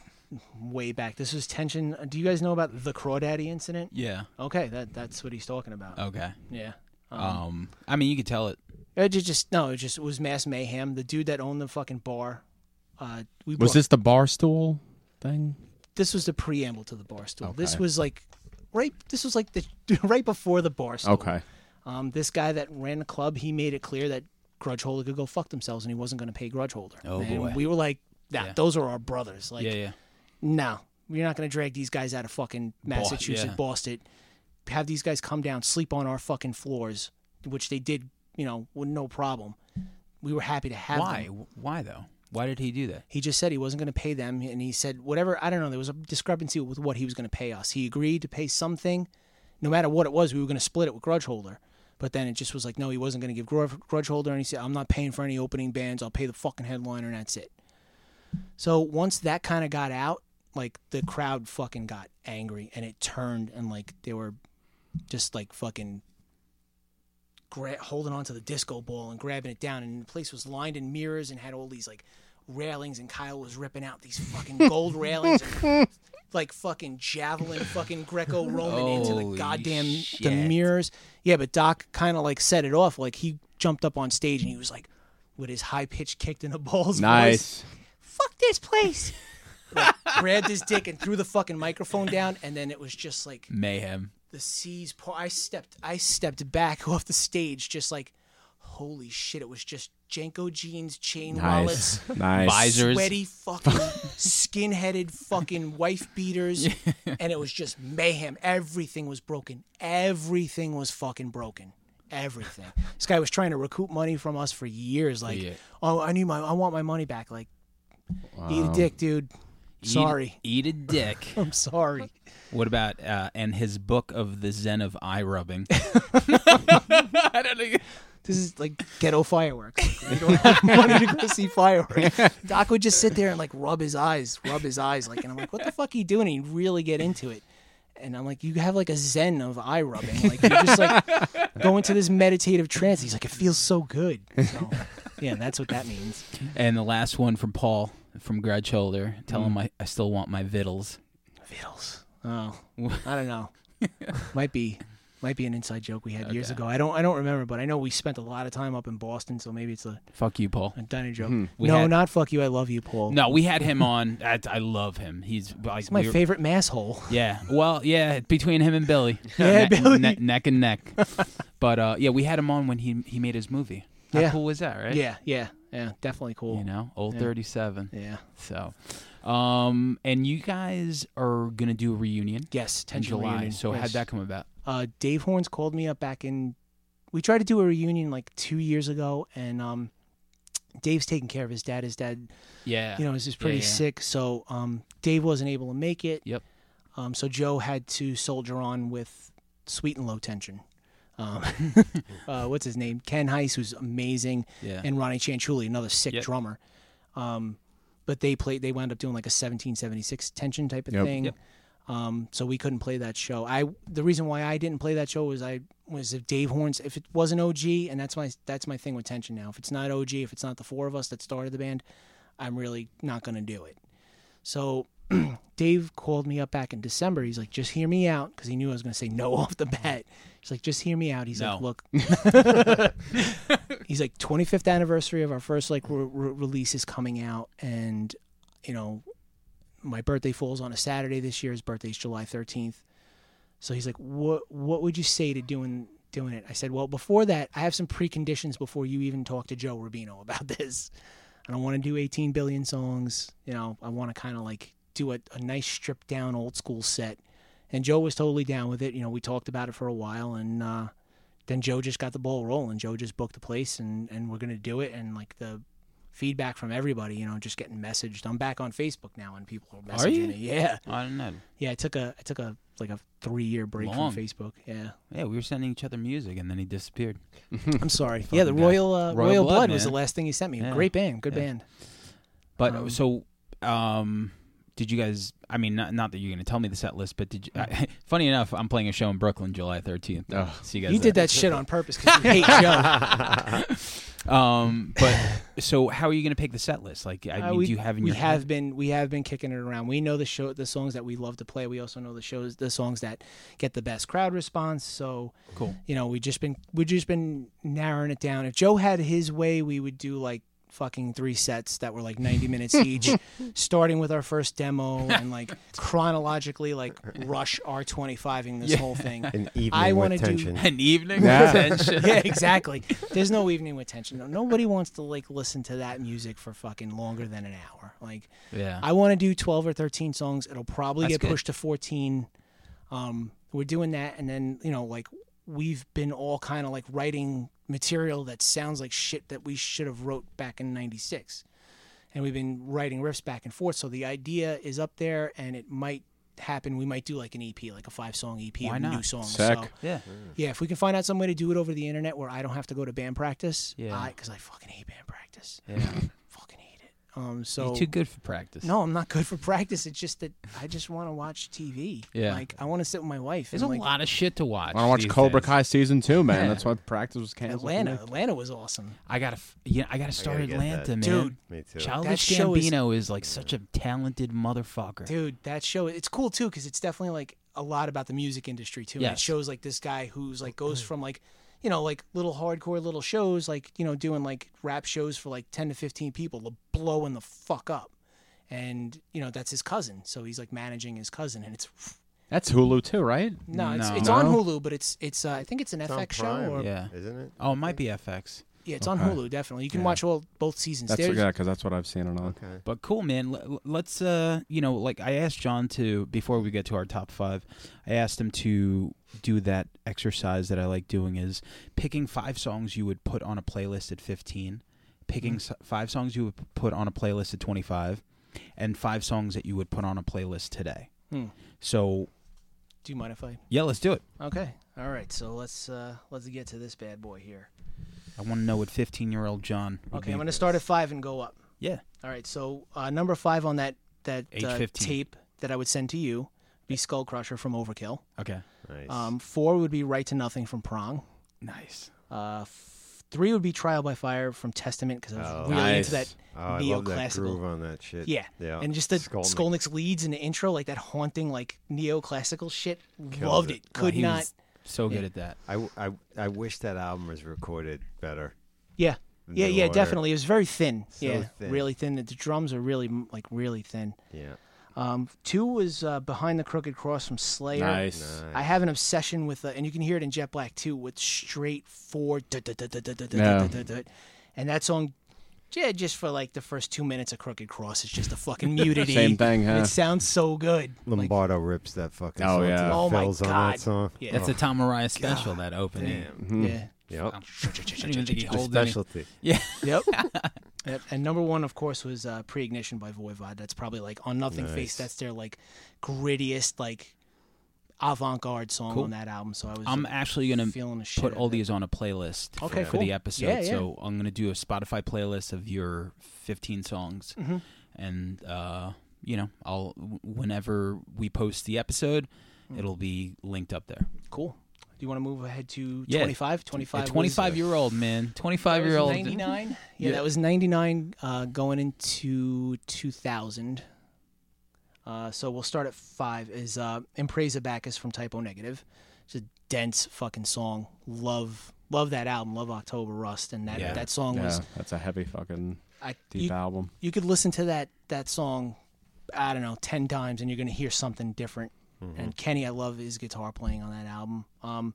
[SPEAKER 2] way back. This was tension. Uh, Do you guys know about the Crawdaddy incident?
[SPEAKER 1] Yeah.
[SPEAKER 2] Okay, that that's what he's talking about.
[SPEAKER 1] Okay.
[SPEAKER 2] Yeah.
[SPEAKER 1] Um, I mean, you could tell it.
[SPEAKER 2] It ju- just no, it just it was mass mayhem. The dude that owned the fucking bar uh, we
[SPEAKER 4] Was
[SPEAKER 2] brought-
[SPEAKER 4] this the bar stool thing?
[SPEAKER 2] this was the preamble to the bar stool. This
[SPEAKER 4] Okay.
[SPEAKER 2] was like right this was like the right before the bar stool.
[SPEAKER 4] Okay.
[SPEAKER 2] Um, this guy that ran the club, he made it clear that Grudge Holder could go fuck themselves, and he wasn't going to pay Grudge Holder.
[SPEAKER 1] Oh,
[SPEAKER 2] and
[SPEAKER 1] boy.
[SPEAKER 2] we were like, nah,
[SPEAKER 1] Yeah.
[SPEAKER 2] those are our brothers. Like,
[SPEAKER 1] Yeah, yeah.
[SPEAKER 2] no, you're not going to drag these guys out of fucking Massachusetts,
[SPEAKER 1] yeah.
[SPEAKER 2] Boston. Have these guys come down, sleep on our fucking floors, which they did, you know, with no problem. We were happy to have
[SPEAKER 1] Why?
[SPEAKER 2] them.
[SPEAKER 1] Why though? Why did he do that?
[SPEAKER 2] He just said he wasn't going to pay them, and he said whatever. I don't know. There was a discrepancy with what he was going to pay us. He agreed to pay something, no matter what it was. We were going to split it with Grudge Holder, but then it just was like, no, he wasn't going to give Grudge Grudge Holder, and he said, I'm not paying for any opening bands. I'll pay the fucking headliner, and that's it. So once that kind of got out, like the crowd fucking got angry, and it turned, and like they were just like fucking gra- holding onto the disco ball and grabbing it down, and the place was lined in mirrors and had all these like railings, and Kyle was ripping out these fucking gold railings, and, like fucking javelin, fucking Greco-Roman into the
[SPEAKER 1] Holy
[SPEAKER 2] goddamn the
[SPEAKER 1] shit.
[SPEAKER 2] mirrors. Yeah, but Doc kind of like set it off. Like he jumped up on stage and he was like, with his high pitched kicked in the balls, voice,
[SPEAKER 4] Nice.
[SPEAKER 2] fuck this place. Like, grabbed his dick and threw the fucking microphone down, and then it was just like
[SPEAKER 1] Mayhem.
[SPEAKER 2] the seas pour. I stepped, I stepped back off the stage, just like, holy shit! It was just Janko jeans, chain wallets,
[SPEAKER 4] Nice. Nice.
[SPEAKER 1] Visor. Visors.
[SPEAKER 2] sweaty fucking skin-headed fucking wife beaters, and it was just mayhem. Everything was broken. Everything was fucking broken. Everything. This guy was trying to recoup money from us for years. Like,
[SPEAKER 1] Yeah.
[SPEAKER 2] oh, I need my, I want my money back. Like, eat a dick, dude.
[SPEAKER 1] Eat-
[SPEAKER 2] Sorry,
[SPEAKER 1] Eat, a dick.
[SPEAKER 2] I'm sorry.
[SPEAKER 1] what about uh, and his book of the Zen of eye rubbing? I don't know.
[SPEAKER 2] This is like ghetto fireworks. Like, we don't have money to go see fireworks. Doc would just sit there and like rub his eyes, rub his eyes, like, and I'm like, what the fuck are you doing? And he'd really get into it. And I'm like, you have like a zen of eye rubbing. Like you're just like go into this meditative trance. He's like, it feels so good. So yeah, that's what that means.
[SPEAKER 1] And the last one from Paul from Grudge Holder. Tell him I, I still want my vittles.
[SPEAKER 2] Mm. Vittles. Oh, I don't know. might be, might be an inside joke we had years ago. I don't, I don't remember, but I know we spent a lot of time up in Boston, so maybe it's a,
[SPEAKER 1] Fuck you, Paul.
[SPEAKER 2] a diner joke.
[SPEAKER 1] We
[SPEAKER 2] No,
[SPEAKER 1] had-
[SPEAKER 2] not fuck you. I love you, Paul.
[SPEAKER 1] No, we had him on. I, I love him. He's like
[SPEAKER 2] It's my
[SPEAKER 1] we were-
[SPEAKER 2] favorite mass hole.
[SPEAKER 1] Yeah. Well, yeah, between him and Billy. Ne-
[SPEAKER 2] Yeah, Billy.
[SPEAKER 1] ne- neck and neck. but uh, yeah, we had him on when he he made his movie. How
[SPEAKER 2] Yeah.
[SPEAKER 1] cool was that, right?
[SPEAKER 2] Yeah, yeah, yeah. Definitely cool.
[SPEAKER 1] You know, old 37.
[SPEAKER 2] Yeah.
[SPEAKER 1] So, um, and you guys are going to do a reunion
[SPEAKER 2] Yes,
[SPEAKER 1] in
[SPEAKER 2] tension
[SPEAKER 1] July.
[SPEAKER 2] reunion.
[SPEAKER 1] So, how'd
[SPEAKER 2] Yes.
[SPEAKER 1] that come about?
[SPEAKER 2] Uh, Dave Horns called me up back in. We tried to do a reunion like two years ago, and um, Dave's taking care of his dad. His dad,
[SPEAKER 1] Yeah.
[SPEAKER 2] you know, is just pretty
[SPEAKER 1] yeah.
[SPEAKER 2] sick, so um, Dave wasn't able to make it.
[SPEAKER 1] Yep.
[SPEAKER 2] Um, so Joe had to soldier on with Sweet and Low Tension. Um, uh, what's his name? Ken Heiss, who's amazing.
[SPEAKER 1] yeah.
[SPEAKER 2] and Ronnie Chanchuli, another sick
[SPEAKER 1] Yep.
[SPEAKER 2] drummer. Um, but they played. They wound up doing like a 1776 tension type of
[SPEAKER 4] Yep.
[SPEAKER 2] thing.
[SPEAKER 1] Yep.
[SPEAKER 2] Um, so we couldn't play that show. I the reason why I didn't play that show was I was if Dave Horns if it wasn't OG and that's my that's my thing with tension now. If it's not OG, if it's not the four of us that started the band, I'm really not gonna do it. So Dave called me up back in December. He's like, just hear me out because he knew I was gonna say no off the bat. He's like, just hear me out. He's
[SPEAKER 1] No.
[SPEAKER 2] like, look, he's like 25th anniversary of our first like re- re- release is coming out and you know my birthday falls on a saturday this year his birthday's july 13th so he's like what what would you say to doing doing it i said well before that i have some preconditions before you even talk to joe rubino about this i don't want to do 18 billion songs you know i want to kind of like do a, a nice stripped down old school set. And Joe was totally down with it. You know, we talked about it for a while, and uh, then Joe just got the ball rolling. Joe just booked the place, and and we're gonna do it. And like the feedback from everybody, you know, just getting messaged. I'm back on Facebook now, and people are messaging
[SPEAKER 1] you?
[SPEAKER 2] me. Yeah,
[SPEAKER 1] I don't know.
[SPEAKER 2] yeah. I took a I took a like a three year break
[SPEAKER 1] Long.
[SPEAKER 2] from Facebook. Yeah,
[SPEAKER 1] Yeah, we were sending each other music, and then he disappeared.
[SPEAKER 2] I'm sorry. yeah, the
[SPEAKER 1] Fucking guy.
[SPEAKER 2] Royal uh,
[SPEAKER 1] Royal
[SPEAKER 2] Royal,
[SPEAKER 1] Blood,
[SPEAKER 2] Blood, was the
[SPEAKER 1] man.
[SPEAKER 2] last thing he sent me.
[SPEAKER 1] Yeah.
[SPEAKER 2] Great band, good
[SPEAKER 1] Yeah.
[SPEAKER 2] band.
[SPEAKER 1] But
[SPEAKER 2] Um,
[SPEAKER 1] so, um, did you guys? I mean, not, not that you're going to tell me the set list, but did you? I, funny enough, I'm playing a show in Brooklyn July 13th.
[SPEAKER 4] Ugh.
[SPEAKER 1] See you guys.
[SPEAKER 2] You did that shit on purpose because you hate Joe.
[SPEAKER 1] that. Um, but so, how are you going to pick the set list? Like, I
[SPEAKER 2] Uh,
[SPEAKER 1] mean,
[SPEAKER 2] we
[SPEAKER 1] do you have in
[SPEAKER 2] we
[SPEAKER 1] your
[SPEAKER 2] have
[SPEAKER 1] head?
[SPEAKER 2] been we have been kicking it around. We know the show the songs that we love to play. We also know the shows the songs that get the best crowd response. So
[SPEAKER 1] Cool.
[SPEAKER 2] you know we just been we just been narrowing it down. If Joe had his way, we would do like fucking three sets that were like 90 minutes each starting with our first demo and like chronologically like rush r25ing this whole thing
[SPEAKER 3] An evening
[SPEAKER 2] I wanna
[SPEAKER 3] with
[SPEAKER 2] do-
[SPEAKER 3] tension.
[SPEAKER 1] an evening
[SPEAKER 4] Yeah.
[SPEAKER 1] attention.
[SPEAKER 2] yeah, exactly. There's no evening with tension. No, nobody wants to like listen to that music for fucking longer than an hour. Like
[SPEAKER 1] yeah.
[SPEAKER 2] I want to do 12 or 13 songs. It'll probably
[SPEAKER 1] That's
[SPEAKER 2] get
[SPEAKER 1] good.
[SPEAKER 2] pushed to 14. Um, we're doing that, and then you know, like we've been all kind of like writing material that sounds like shit that we should have wrote back in '96, and we've been writing riffs back and forth. So the idea is up there, and it might happen. We might do like an EP, like a five-song EP
[SPEAKER 1] Why
[SPEAKER 2] of new
[SPEAKER 1] not?
[SPEAKER 2] songs.
[SPEAKER 4] Sick.
[SPEAKER 2] So
[SPEAKER 1] yeah.
[SPEAKER 2] yeah, if we can find out some way to do it over the internet where I don't have to go to band practice,
[SPEAKER 1] Yeah.
[SPEAKER 2] yeah, because I, fucking hate band practice.
[SPEAKER 1] Yeah.
[SPEAKER 2] Fucking hate it. Um, so
[SPEAKER 1] You're too good for practice.
[SPEAKER 2] no, I'm not good for practice. It's just that I just want to watch TV.
[SPEAKER 1] Yeah.
[SPEAKER 2] like I want to sit with my wife.
[SPEAKER 1] There's
[SPEAKER 2] and,
[SPEAKER 1] a
[SPEAKER 2] like,
[SPEAKER 1] lot of shit to watch.
[SPEAKER 4] I want to
[SPEAKER 1] these
[SPEAKER 4] watch Cobra
[SPEAKER 1] days.
[SPEAKER 4] Kai season two, man.
[SPEAKER 1] Yeah.
[SPEAKER 4] That's why practice was canceled. for
[SPEAKER 2] Atlanta,
[SPEAKER 4] me.
[SPEAKER 2] Atlanta was awesome.
[SPEAKER 1] I gotta, f- yeah, I gotta start
[SPEAKER 3] get that.
[SPEAKER 1] Atlanta, man.
[SPEAKER 2] Dude.
[SPEAKER 3] Me too.
[SPEAKER 1] Childish
[SPEAKER 2] That show is-
[SPEAKER 1] Gambino is, like such a talented motherfucker.
[SPEAKER 2] Dude, that show it's cool too because it's definitely like a lot about the music industry too. And
[SPEAKER 1] Yes.
[SPEAKER 2] it shows like this guy who's like goes from like you know like little hardcore little shows like you know doing like rap shows for like ten to fifteen people, to blowing the fuck up, and you know that's his cousin, so he's like managing his cousin, and it's
[SPEAKER 4] That's Hulu too, right?
[SPEAKER 2] no, it's,
[SPEAKER 1] No.
[SPEAKER 2] it's on
[SPEAKER 4] No?
[SPEAKER 2] Hulu, but it's it's uh, I think it's an
[SPEAKER 3] It's on
[SPEAKER 2] FX
[SPEAKER 3] Prime,
[SPEAKER 2] show or
[SPEAKER 1] Yeah.
[SPEAKER 3] Isn't it?
[SPEAKER 1] Oh, it might be FX.
[SPEAKER 2] yeah, it's
[SPEAKER 4] Okay.
[SPEAKER 2] on Hulu definitely. You can
[SPEAKER 1] Yeah.
[SPEAKER 2] watch all both seasons.
[SPEAKER 4] That's
[SPEAKER 2] There's-
[SPEAKER 4] yeah, because that's what I've seen it on.
[SPEAKER 3] Okay.
[SPEAKER 1] But cool, man. L- l- Let's, uh, you know, like I asked John to before we get to our top five, I asked him to do that exercise that I like doing is picking five songs you would put on a playlist at fifteen, picking
[SPEAKER 2] Mm-hmm.
[SPEAKER 1] s five songs you would p- put on a playlist at twenty five, and five songs that you would put on a playlist today.
[SPEAKER 2] Hmm.
[SPEAKER 1] So
[SPEAKER 2] Do you mind if I?
[SPEAKER 1] yeah, let's do it.
[SPEAKER 2] Okay. All right. So let's uh let's get to this bad boy here.
[SPEAKER 1] I want to know what fifteen year old John. Would
[SPEAKER 2] Okay,
[SPEAKER 1] be.
[SPEAKER 2] I'm gonna start at five and go up.
[SPEAKER 1] Yeah.
[SPEAKER 2] All right. So uh, number five on that that
[SPEAKER 1] Age
[SPEAKER 2] uh,
[SPEAKER 1] 15.
[SPEAKER 2] tape that I would send to you would be Skull Crusher from Overkill.
[SPEAKER 1] Okay.
[SPEAKER 3] Nice.
[SPEAKER 2] Um, four would be Right to Nothing from Prong.
[SPEAKER 1] Nice.
[SPEAKER 2] Uh, f- three would be Trial by Fire from Testament because I was
[SPEAKER 3] Oh,
[SPEAKER 2] really
[SPEAKER 4] nice.
[SPEAKER 2] into that
[SPEAKER 3] oh, I love that
[SPEAKER 2] neoclassical.
[SPEAKER 3] groove on that shit.
[SPEAKER 2] Yeah.
[SPEAKER 3] Yeah.
[SPEAKER 2] And just the
[SPEAKER 3] Skolnick.
[SPEAKER 2] Skolnick, leads in the intro, like that haunting, like neoclassical shit.
[SPEAKER 3] Kills
[SPEAKER 2] Loved
[SPEAKER 3] it.
[SPEAKER 2] it. Could
[SPEAKER 1] he
[SPEAKER 2] not.
[SPEAKER 1] was so good
[SPEAKER 2] Yeah.
[SPEAKER 1] at that.
[SPEAKER 3] I, w- I, I wish that album was recorded better.
[SPEAKER 2] Yeah.
[SPEAKER 3] in
[SPEAKER 2] Yeah,
[SPEAKER 3] the
[SPEAKER 2] yeah,
[SPEAKER 3] order.
[SPEAKER 2] definitely. It was very thin.
[SPEAKER 3] So
[SPEAKER 2] yeah,
[SPEAKER 3] thin.
[SPEAKER 2] really thin. The drums are really mm, like really thin.
[SPEAKER 3] Yeah.
[SPEAKER 2] Um, two was uh, behind the crooked cross from Slayer.
[SPEAKER 4] Nice.
[SPEAKER 2] I have an obsession with, uh, and you can hear it in Jet Black too, with straight four. dut, dut, dut, dut, dut, dut,
[SPEAKER 4] Yeah.
[SPEAKER 2] dut, dut, dut. And that song, yeah, just for like the first two minutes of Crooked Cross, it's just a fucking mutiny.
[SPEAKER 4] Same thing,
[SPEAKER 2] And
[SPEAKER 4] huh?
[SPEAKER 2] It sounds so good. Like,
[SPEAKER 3] Lombardo rips that fucking
[SPEAKER 4] Oh,
[SPEAKER 3] song to
[SPEAKER 4] yeah.
[SPEAKER 3] the
[SPEAKER 2] Oh, my
[SPEAKER 3] fills on
[SPEAKER 2] God.
[SPEAKER 3] that song.
[SPEAKER 2] Yeah.
[SPEAKER 1] That's a Tom Mariah special that opening.
[SPEAKER 2] yeah.
[SPEAKER 3] Yep.
[SPEAKER 1] I don't even think he
[SPEAKER 3] The
[SPEAKER 1] holds any-
[SPEAKER 3] specialty.
[SPEAKER 2] Yep. yep. And number one, of course, was uh, Pre-Ignition by Voivod. That's probably like on Nothing
[SPEAKER 3] Nice.
[SPEAKER 2] Face. That's their like grittiest, like avant-garde song
[SPEAKER 1] Cool.
[SPEAKER 2] on that album. So I was
[SPEAKER 1] I'm
[SPEAKER 2] like,
[SPEAKER 1] actually gonna
[SPEAKER 2] feeling the shit.
[SPEAKER 1] put
[SPEAKER 2] out
[SPEAKER 1] all
[SPEAKER 2] of it.
[SPEAKER 1] these on a playlist
[SPEAKER 2] Okay,
[SPEAKER 1] for, for the
[SPEAKER 2] cool.
[SPEAKER 1] episode.
[SPEAKER 2] Yeah, yeah.
[SPEAKER 1] So I'm gonna do a Spotify playlist of your 15 songs,
[SPEAKER 2] Mm-hmm.
[SPEAKER 1] and uh, you know, I'll w- whenever we post the episode,
[SPEAKER 2] Mm.
[SPEAKER 1] it'll be linked up there.
[SPEAKER 2] Cool. Do you want to move ahead to
[SPEAKER 1] Yeah.
[SPEAKER 2] 25?
[SPEAKER 1] a
[SPEAKER 2] 25. was-
[SPEAKER 1] 25 year old man, 25
[SPEAKER 2] that was
[SPEAKER 1] year old.
[SPEAKER 2] 99. Yeah,
[SPEAKER 1] Yeah.
[SPEAKER 2] that was 99 uh, going into 2000. Uh, so we'll start at five. Is uh, "In Praise of Bacchus" from Typo Negative. It's a dense fucking song. Love, love that album. Love October Rust, and that
[SPEAKER 1] Yeah.
[SPEAKER 2] that song
[SPEAKER 4] Yeah,
[SPEAKER 2] was.
[SPEAKER 4] that's a heavy fucking
[SPEAKER 2] I, you,
[SPEAKER 4] deep album.
[SPEAKER 2] you could listen to that that song, I don't know, ten times, and you're
[SPEAKER 4] Mm-hmm.
[SPEAKER 2] gonna hear something different. And Kenny, I love his guitar playing on that album. Um,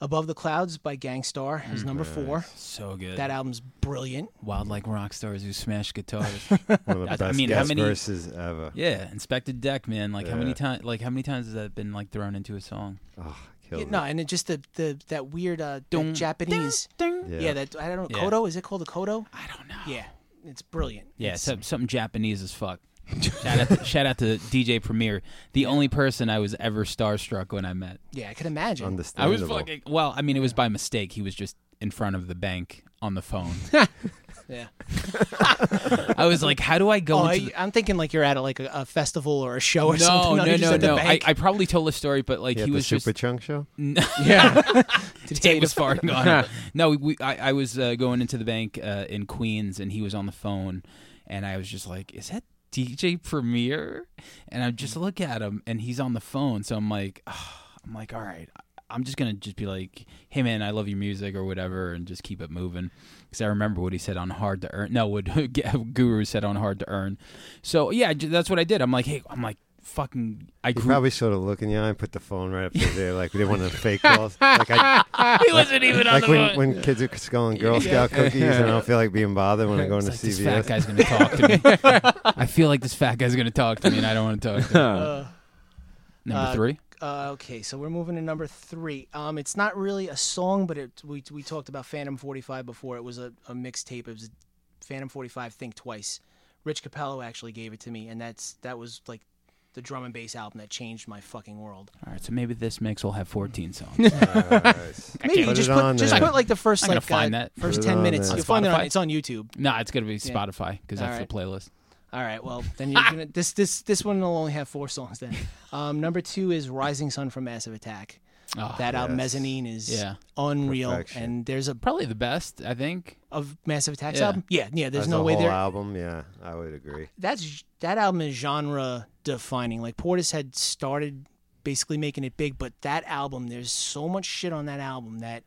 [SPEAKER 2] Above the Clouds by Gangstar
[SPEAKER 4] Mm-hmm.
[SPEAKER 2] is number four.
[SPEAKER 1] So good.
[SPEAKER 2] That album's brilliant.
[SPEAKER 1] Wild like rock stars who smash guitars.
[SPEAKER 3] One of the
[SPEAKER 1] I- I
[SPEAKER 3] best
[SPEAKER 1] mean, how
[SPEAKER 3] guest
[SPEAKER 1] many-
[SPEAKER 3] verses ever.
[SPEAKER 1] yeah, inspected deck man. Like how many
[SPEAKER 3] Yeah.
[SPEAKER 1] times? Like how many times has that been like thrown into a song?
[SPEAKER 3] Oh,
[SPEAKER 2] Yeah,
[SPEAKER 3] killed
[SPEAKER 2] no, and it just the, the that weird uh, that
[SPEAKER 1] Dun,
[SPEAKER 2] Japanese.
[SPEAKER 1] Ding.
[SPEAKER 3] it.
[SPEAKER 2] yeah. that I don't know.
[SPEAKER 1] Yeah.
[SPEAKER 2] Kodo is it called a Kodo?
[SPEAKER 1] I don't know.
[SPEAKER 2] Yeah, it's brilliant.
[SPEAKER 1] Yeah,
[SPEAKER 2] It's-
[SPEAKER 1] some, something Japanese as fuck. shout, out to, shout out to DJ Premier, the only person I was ever starstruck when I met.
[SPEAKER 2] yeah, I can imagine.
[SPEAKER 1] I was
[SPEAKER 3] understandable.
[SPEAKER 1] fucking well. I mean, it was by mistake. He was just in front of the bank on the phone.
[SPEAKER 2] yeah.
[SPEAKER 1] I was like, "How do I go
[SPEAKER 2] Oh,
[SPEAKER 1] into?"
[SPEAKER 2] I, I'm thinking like you're at a, like a, a festival or a show or
[SPEAKER 1] the... No,
[SPEAKER 2] something.
[SPEAKER 1] no,
[SPEAKER 2] you're just
[SPEAKER 1] no,
[SPEAKER 2] at the
[SPEAKER 1] no. I,
[SPEAKER 2] bank.
[SPEAKER 1] I probably told a story, but like
[SPEAKER 3] Yeah,
[SPEAKER 1] he
[SPEAKER 3] the
[SPEAKER 1] was
[SPEAKER 3] Super
[SPEAKER 1] just
[SPEAKER 3] Chunk show.
[SPEAKER 1] Dave was farting on him. No, we, I, I was uh, going into the bank uh, in Queens, and he was on the phone, and I was just like, "Is that DJ Premier?" And I just look at him, and he's on the phone, so I'm like, "I'm like, all right." I'm just gonna just be like, "Hey man, I love your music" or whatever, and just keep it moving. Because I remember what he said on "Hard to Earn." No, what Guru said on "Hard to Earn." So yeah, j- that's what I did. I'm like, "Hey, I'm like, fucking." I
[SPEAKER 3] He
[SPEAKER 1] grew.
[SPEAKER 3] probably sort of look in the eye and put the phone right up to there, like they wanted the fake calls. Like I,
[SPEAKER 1] he wasn't even
[SPEAKER 3] like when, when kids are scolding Girl Scout cookies, and I don't feel like being bothered when I'm going to
[SPEAKER 1] It's like, this fat
[SPEAKER 3] CVS.
[SPEAKER 1] guy's gonna talk to me. I feel like this fat guy's gonna talk to me, and I don't want to talk. to him.
[SPEAKER 2] Uh,
[SPEAKER 1] Number
[SPEAKER 2] Uh,
[SPEAKER 1] three,
[SPEAKER 2] Uh, okay, so we're moving to number three. Um, it's not really a song, but it we we talked about Phantom Forty Five before. It was a, a mixtape. It was Phantom Forty Five. Think twice. Rich Capello actually gave it to me, and that's that was like the drum and bass album that changed my fucking world.
[SPEAKER 1] all right. So maybe this mix will have 14 songs.
[SPEAKER 3] Nice.
[SPEAKER 2] Maybe
[SPEAKER 3] Put
[SPEAKER 2] just
[SPEAKER 3] it
[SPEAKER 2] put
[SPEAKER 3] on
[SPEAKER 2] just
[SPEAKER 3] there.
[SPEAKER 2] put like the first
[SPEAKER 1] I'm gonna
[SPEAKER 2] like
[SPEAKER 1] find
[SPEAKER 2] uh,
[SPEAKER 1] that.
[SPEAKER 2] first
[SPEAKER 3] Put it
[SPEAKER 2] ten
[SPEAKER 3] on
[SPEAKER 2] minutes.
[SPEAKER 3] there.
[SPEAKER 2] You'll find it on
[SPEAKER 1] Spotify?
[SPEAKER 2] it's on YouTube.
[SPEAKER 1] nah, it's gonna be Spotify because that's
[SPEAKER 2] Alright.
[SPEAKER 1] the playlist.
[SPEAKER 2] All right, well then you're gonna this this this one will only have four songs then. Um, number two is Rising Sun from Massive Attack.
[SPEAKER 1] Oh,
[SPEAKER 2] That album
[SPEAKER 3] yes.
[SPEAKER 2] Mezzanine is
[SPEAKER 1] Yeah.
[SPEAKER 2] unreal,
[SPEAKER 3] Perfection.
[SPEAKER 2] and there's a
[SPEAKER 1] probably the best, I think.
[SPEAKER 2] of Massive Attack's
[SPEAKER 1] Yeah.
[SPEAKER 2] album. Yeah, yeah. There's
[SPEAKER 3] As
[SPEAKER 2] no
[SPEAKER 3] a
[SPEAKER 2] way
[SPEAKER 3] whole
[SPEAKER 2] there.
[SPEAKER 3] album. Yeah, I would agree.
[SPEAKER 2] That's that album is genre defining. Like Portis had started basically making it big, but that album, there's so much shit on that album that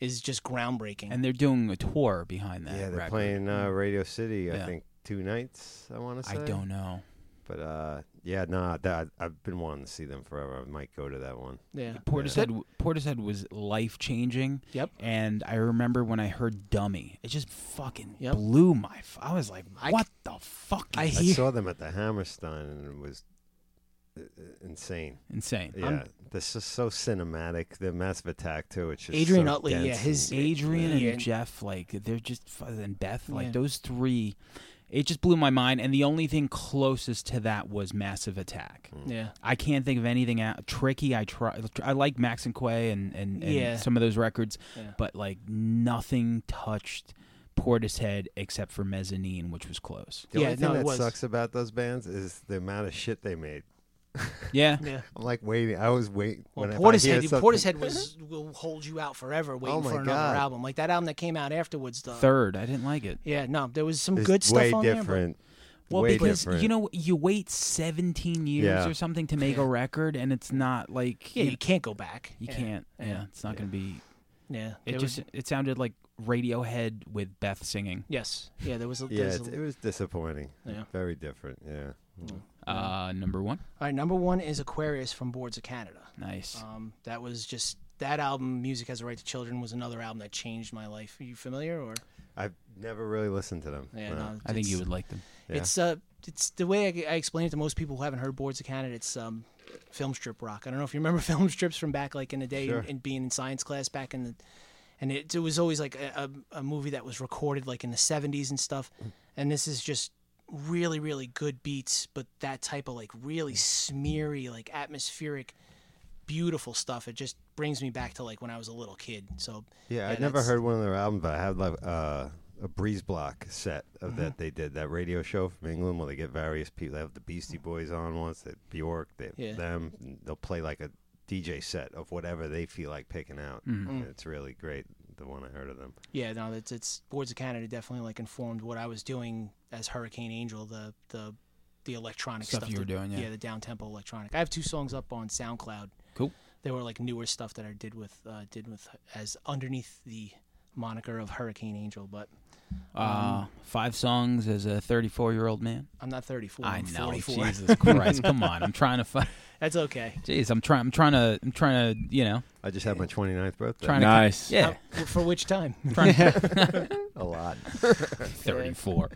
[SPEAKER 2] is just groundbreaking.
[SPEAKER 1] And they're doing a tour behind that.
[SPEAKER 3] Yeah, they're
[SPEAKER 1] record.
[SPEAKER 3] playing uh,
[SPEAKER 2] Mm.
[SPEAKER 3] Radio City. I
[SPEAKER 1] Yeah.
[SPEAKER 3] think two nights. I want to
[SPEAKER 1] I
[SPEAKER 3] say.
[SPEAKER 1] don't know.
[SPEAKER 3] But uh, yeah, nah. That I've been wanting to see them forever. I might go to that one.
[SPEAKER 2] yeah,
[SPEAKER 1] Portishead, Portishead was life changing.
[SPEAKER 2] Yep.
[SPEAKER 1] And I remember when I heard "Dummy," it just fucking
[SPEAKER 2] Yep.
[SPEAKER 1] blew my. F- I was like,
[SPEAKER 2] I-
[SPEAKER 1] "What the fuck?"
[SPEAKER 2] I
[SPEAKER 1] is
[SPEAKER 3] I
[SPEAKER 2] hear-
[SPEAKER 3] saw them at the Hammerstein, and it was uh, uh, insane.
[SPEAKER 1] insane."
[SPEAKER 3] Yeah, this is so cinematic. The Massive Attack too. It's just
[SPEAKER 2] Adrian
[SPEAKER 3] so
[SPEAKER 2] Utley, yeah,
[SPEAKER 3] dense
[SPEAKER 2] his-
[SPEAKER 3] and-
[SPEAKER 1] Adrian
[SPEAKER 2] Yeah.
[SPEAKER 1] and Jeff, like they're just fu- and Beth, like
[SPEAKER 2] Yeah.
[SPEAKER 1] those three, it just blew my mind. And the only thing closest to that was Massive Attack.
[SPEAKER 2] yeah.
[SPEAKER 1] I can't think of anything out. tricky. I try. I like Max and Quay and and, and
[SPEAKER 2] Yeah.
[SPEAKER 1] some of those records,
[SPEAKER 2] Yeah.
[SPEAKER 1] but like nothing touched Portishead except for Mezzanine, which was close.
[SPEAKER 3] the
[SPEAKER 2] yeah,
[SPEAKER 3] only thing
[SPEAKER 2] no, it
[SPEAKER 3] that
[SPEAKER 2] was.
[SPEAKER 3] sucks about those bands is the amount of shit they made.
[SPEAKER 1] Yeah,
[SPEAKER 2] Yeah.
[SPEAKER 3] I'm like waiting. I was waiting.
[SPEAKER 2] Well,
[SPEAKER 3] when if I hear
[SPEAKER 2] Portishead,
[SPEAKER 3] something- Oh
[SPEAKER 2] Portishead was will hold you out forever waiting
[SPEAKER 3] my
[SPEAKER 2] for another
[SPEAKER 3] God.
[SPEAKER 2] album. Like that album that came out afterwards, the
[SPEAKER 1] third. I didn't like it.
[SPEAKER 2] yeah, no, there was some
[SPEAKER 3] It's
[SPEAKER 2] good stuff
[SPEAKER 3] way
[SPEAKER 2] on there. but-
[SPEAKER 3] different.
[SPEAKER 1] Well,
[SPEAKER 3] way
[SPEAKER 1] because
[SPEAKER 3] different.
[SPEAKER 1] you know you wait seventeen years
[SPEAKER 3] Yeah.
[SPEAKER 1] or something to make a record, and it's not like
[SPEAKER 2] Yeah,
[SPEAKER 1] you,
[SPEAKER 2] you can't go back.
[SPEAKER 1] you
[SPEAKER 2] Yeah,
[SPEAKER 1] can't. Yeah, it's not going to be
[SPEAKER 2] Yeah,
[SPEAKER 1] It
[SPEAKER 2] there was-
[SPEAKER 1] just it sounded like Radiohead with Beth singing.
[SPEAKER 2] yes, yeah. There was a,
[SPEAKER 3] Yeah,
[SPEAKER 2] there's
[SPEAKER 3] it,
[SPEAKER 2] a-
[SPEAKER 3] it was disappointing.
[SPEAKER 2] Yeah.
[SPEAKER 3] Very different. Yeah.
[SPEAKER 1] Uh, number one,
[SPEAKER 2] All right, number one is Aquarius from Boards of Canada.
[SPEAKER 1] nice.
[SPEAKER 2] Um, that was just that album. Music has a right to children was another album that changed my life. Are you familiar or?
[SPEAKER 3] I've never really listened to them.
[SPEAKER 2] Yeah,
[SPEAKER 3] no.
[SPEAKER 2] no,
[SPEAKER 1] I think
[SPEAKER 2] it's-
[SPEAKER 1] you would like them.
[SPEAKER 3] yeah.
[SPEAKER 2] It's uh, it's the way I, I explain it to most people who haven't heard Boards of Canada. It's um, film strip rock. I don't know if you remember film strips from back like in the day
[SPEAKER 3] Sure.
[SPEAKER 2] and, being in science class back in the, and it, it was always like a, a, a movie that was recorded like in the '70s and stuff.
[SPEAKER 3] Mm.
[SPEAKER 2] And this is just really really good beats, but that type of like
[SPEAKER 3] Mm.
[SPEAKER 2] really smeary like atmospheric. Beautiful stuff. It just brings me back to like when I was a little kid. So
[SPEAKER 3] Yeah, I'd never
[SPEAKER 2] that's-
[SPEAKER 3] heard one of their albums, but I have like uh, a Breeze Block set of
[SPEAKER 2] Mm-hmm.
[SPEAKER 3] that they did that radio show from England where they get various people. They have the Beastie Boys on once, they Bjork, they
[SPEAKER 2] Yeah.
[SPEAKER 3] them. and They'll play like a DJ set of whatever they feel like picking out.
[SPEAKER 2] Mm-hmm.
[SPEAKER 3] And It's really great. The one I heard of them.
[SPEAKER 2] Yeah, no, it's it's Boards of Canada definitely like informed what I was doing as Hurricane Angel, the the the electronic
[SPEAKER 1] Stuff
[SPEAKER 2] stuff,
[SPEAKER 1] you were
[SPEAKER 2] that-
[SPEAKER 1] doing, yeah.
[SPEAKER 2] the down tempo electronic. I have two songs up on SoundCloud.
[SPEAKER 1] Cool.
[SPEAKER 2] They were like newer stuff that I did with uh, did with as underneath the moniker of Hurricane Angel, but
[SPEAKER 1] Uh, five songs as a 34 year old man.
[SPEAKER 2] I'm not 34.
[SPEAKER 1] I
[SPEAKER 2] I'm
[SPEAKER 1] know.
[SPEAKER 2] 44.
[SPEAKER 1] Jesus Christ! Come on, I'm trying to find.
[SPEAKER 2] That's okay.
[SPEAKER 1] Jeez, I'm trying. I'm trying to. I'm trying to. You know,
[SPEAKER 3] I just had my 29th birthday.
[SPEAKER 1] trying
[SPEAKER 4] Nice.
[SPEAKER 1] to. Yeah,
[SPEAKER 2] Uh, for which time?
[SPEAKER 1] trying to,
[SPEAKER 3] a lot.
[SPEAKER 1] 34.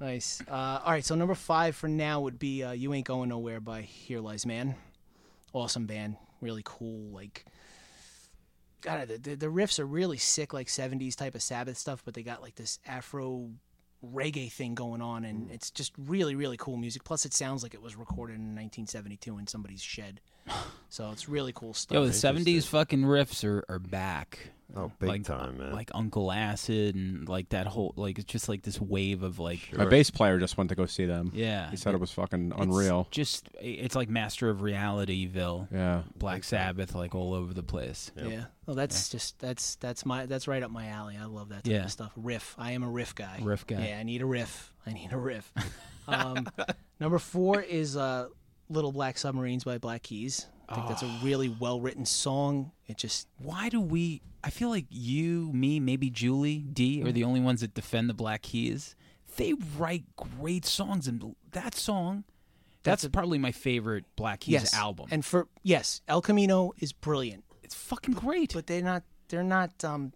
[SPEAKER 2] Nice. Uh, all right, so number five for now would be uh, "You Ain't Going Nowhere" by Here Lies Man. Awesome band, really cool. Like, God, the, the, the riffs are really sick, like '70s type of Sabbath stuff, but they got like this Afro reggae thing going on,
[SPEAKER 1] Mm.
[SPEAKER 2] and it's just really, really cool music. Plus, it sounds like it was recorded in 1972 in somebody's shed, so it's really cool stuff.
[SPEAKER 1] Yo, the 70s fucking riffs are, are back.
[SPEAKER 3] Oh, big
[SPEAKER 1] like,
[SPEAKER 3] time, man.
[SPEAKER 1] Like Uncle Acid and like that whole like it's just like this wave of like
[SPEAKER 4] My bass player just went to go see them.
[SPEAKER 1] yeah.
[SPEAKER 4] He said it was fucking
[SPEAKER 1] It's
[SPEAKER 4] unreal.
[SPEAKER 1] Just it's like Master of Realityville,
[SPEAKER 4] Yeah.
[SPEAKER 1] Black Sabbath, like all over the place.
[SPEAKER 2] Yeah. Well, that's just that's that's my that's right up my alley. I love that type
[SPEAKER 1] Yeah.
[SPEAKER 2] of stuff. Riff. I am a riff guy.
[SPEAKER 1] Riff guy.
[SPEAKER 2] Yeah, I need a riff. I need a riff. um, number four is uh, "Little Black Submarines" by Black Keys. I think that's a really well written song. It just
[SPEAKER 1] Why do we? I feel like you, me, maybe Julie D
[SPEAKER 2] Mm-hmm.
[SPEAKER 1] are the only ones that defend the Black Keys. They write great songs, and that song, that's, probably my favorite Black Keys
[SPEAKER 2] yes
[SPEAKER 1] album.
[SPEAKER 2] and for yes, El Camino is brilliant,
[SPEAKER 1] it's fucking great.
[SPEAKER 2] but they're not they're not um,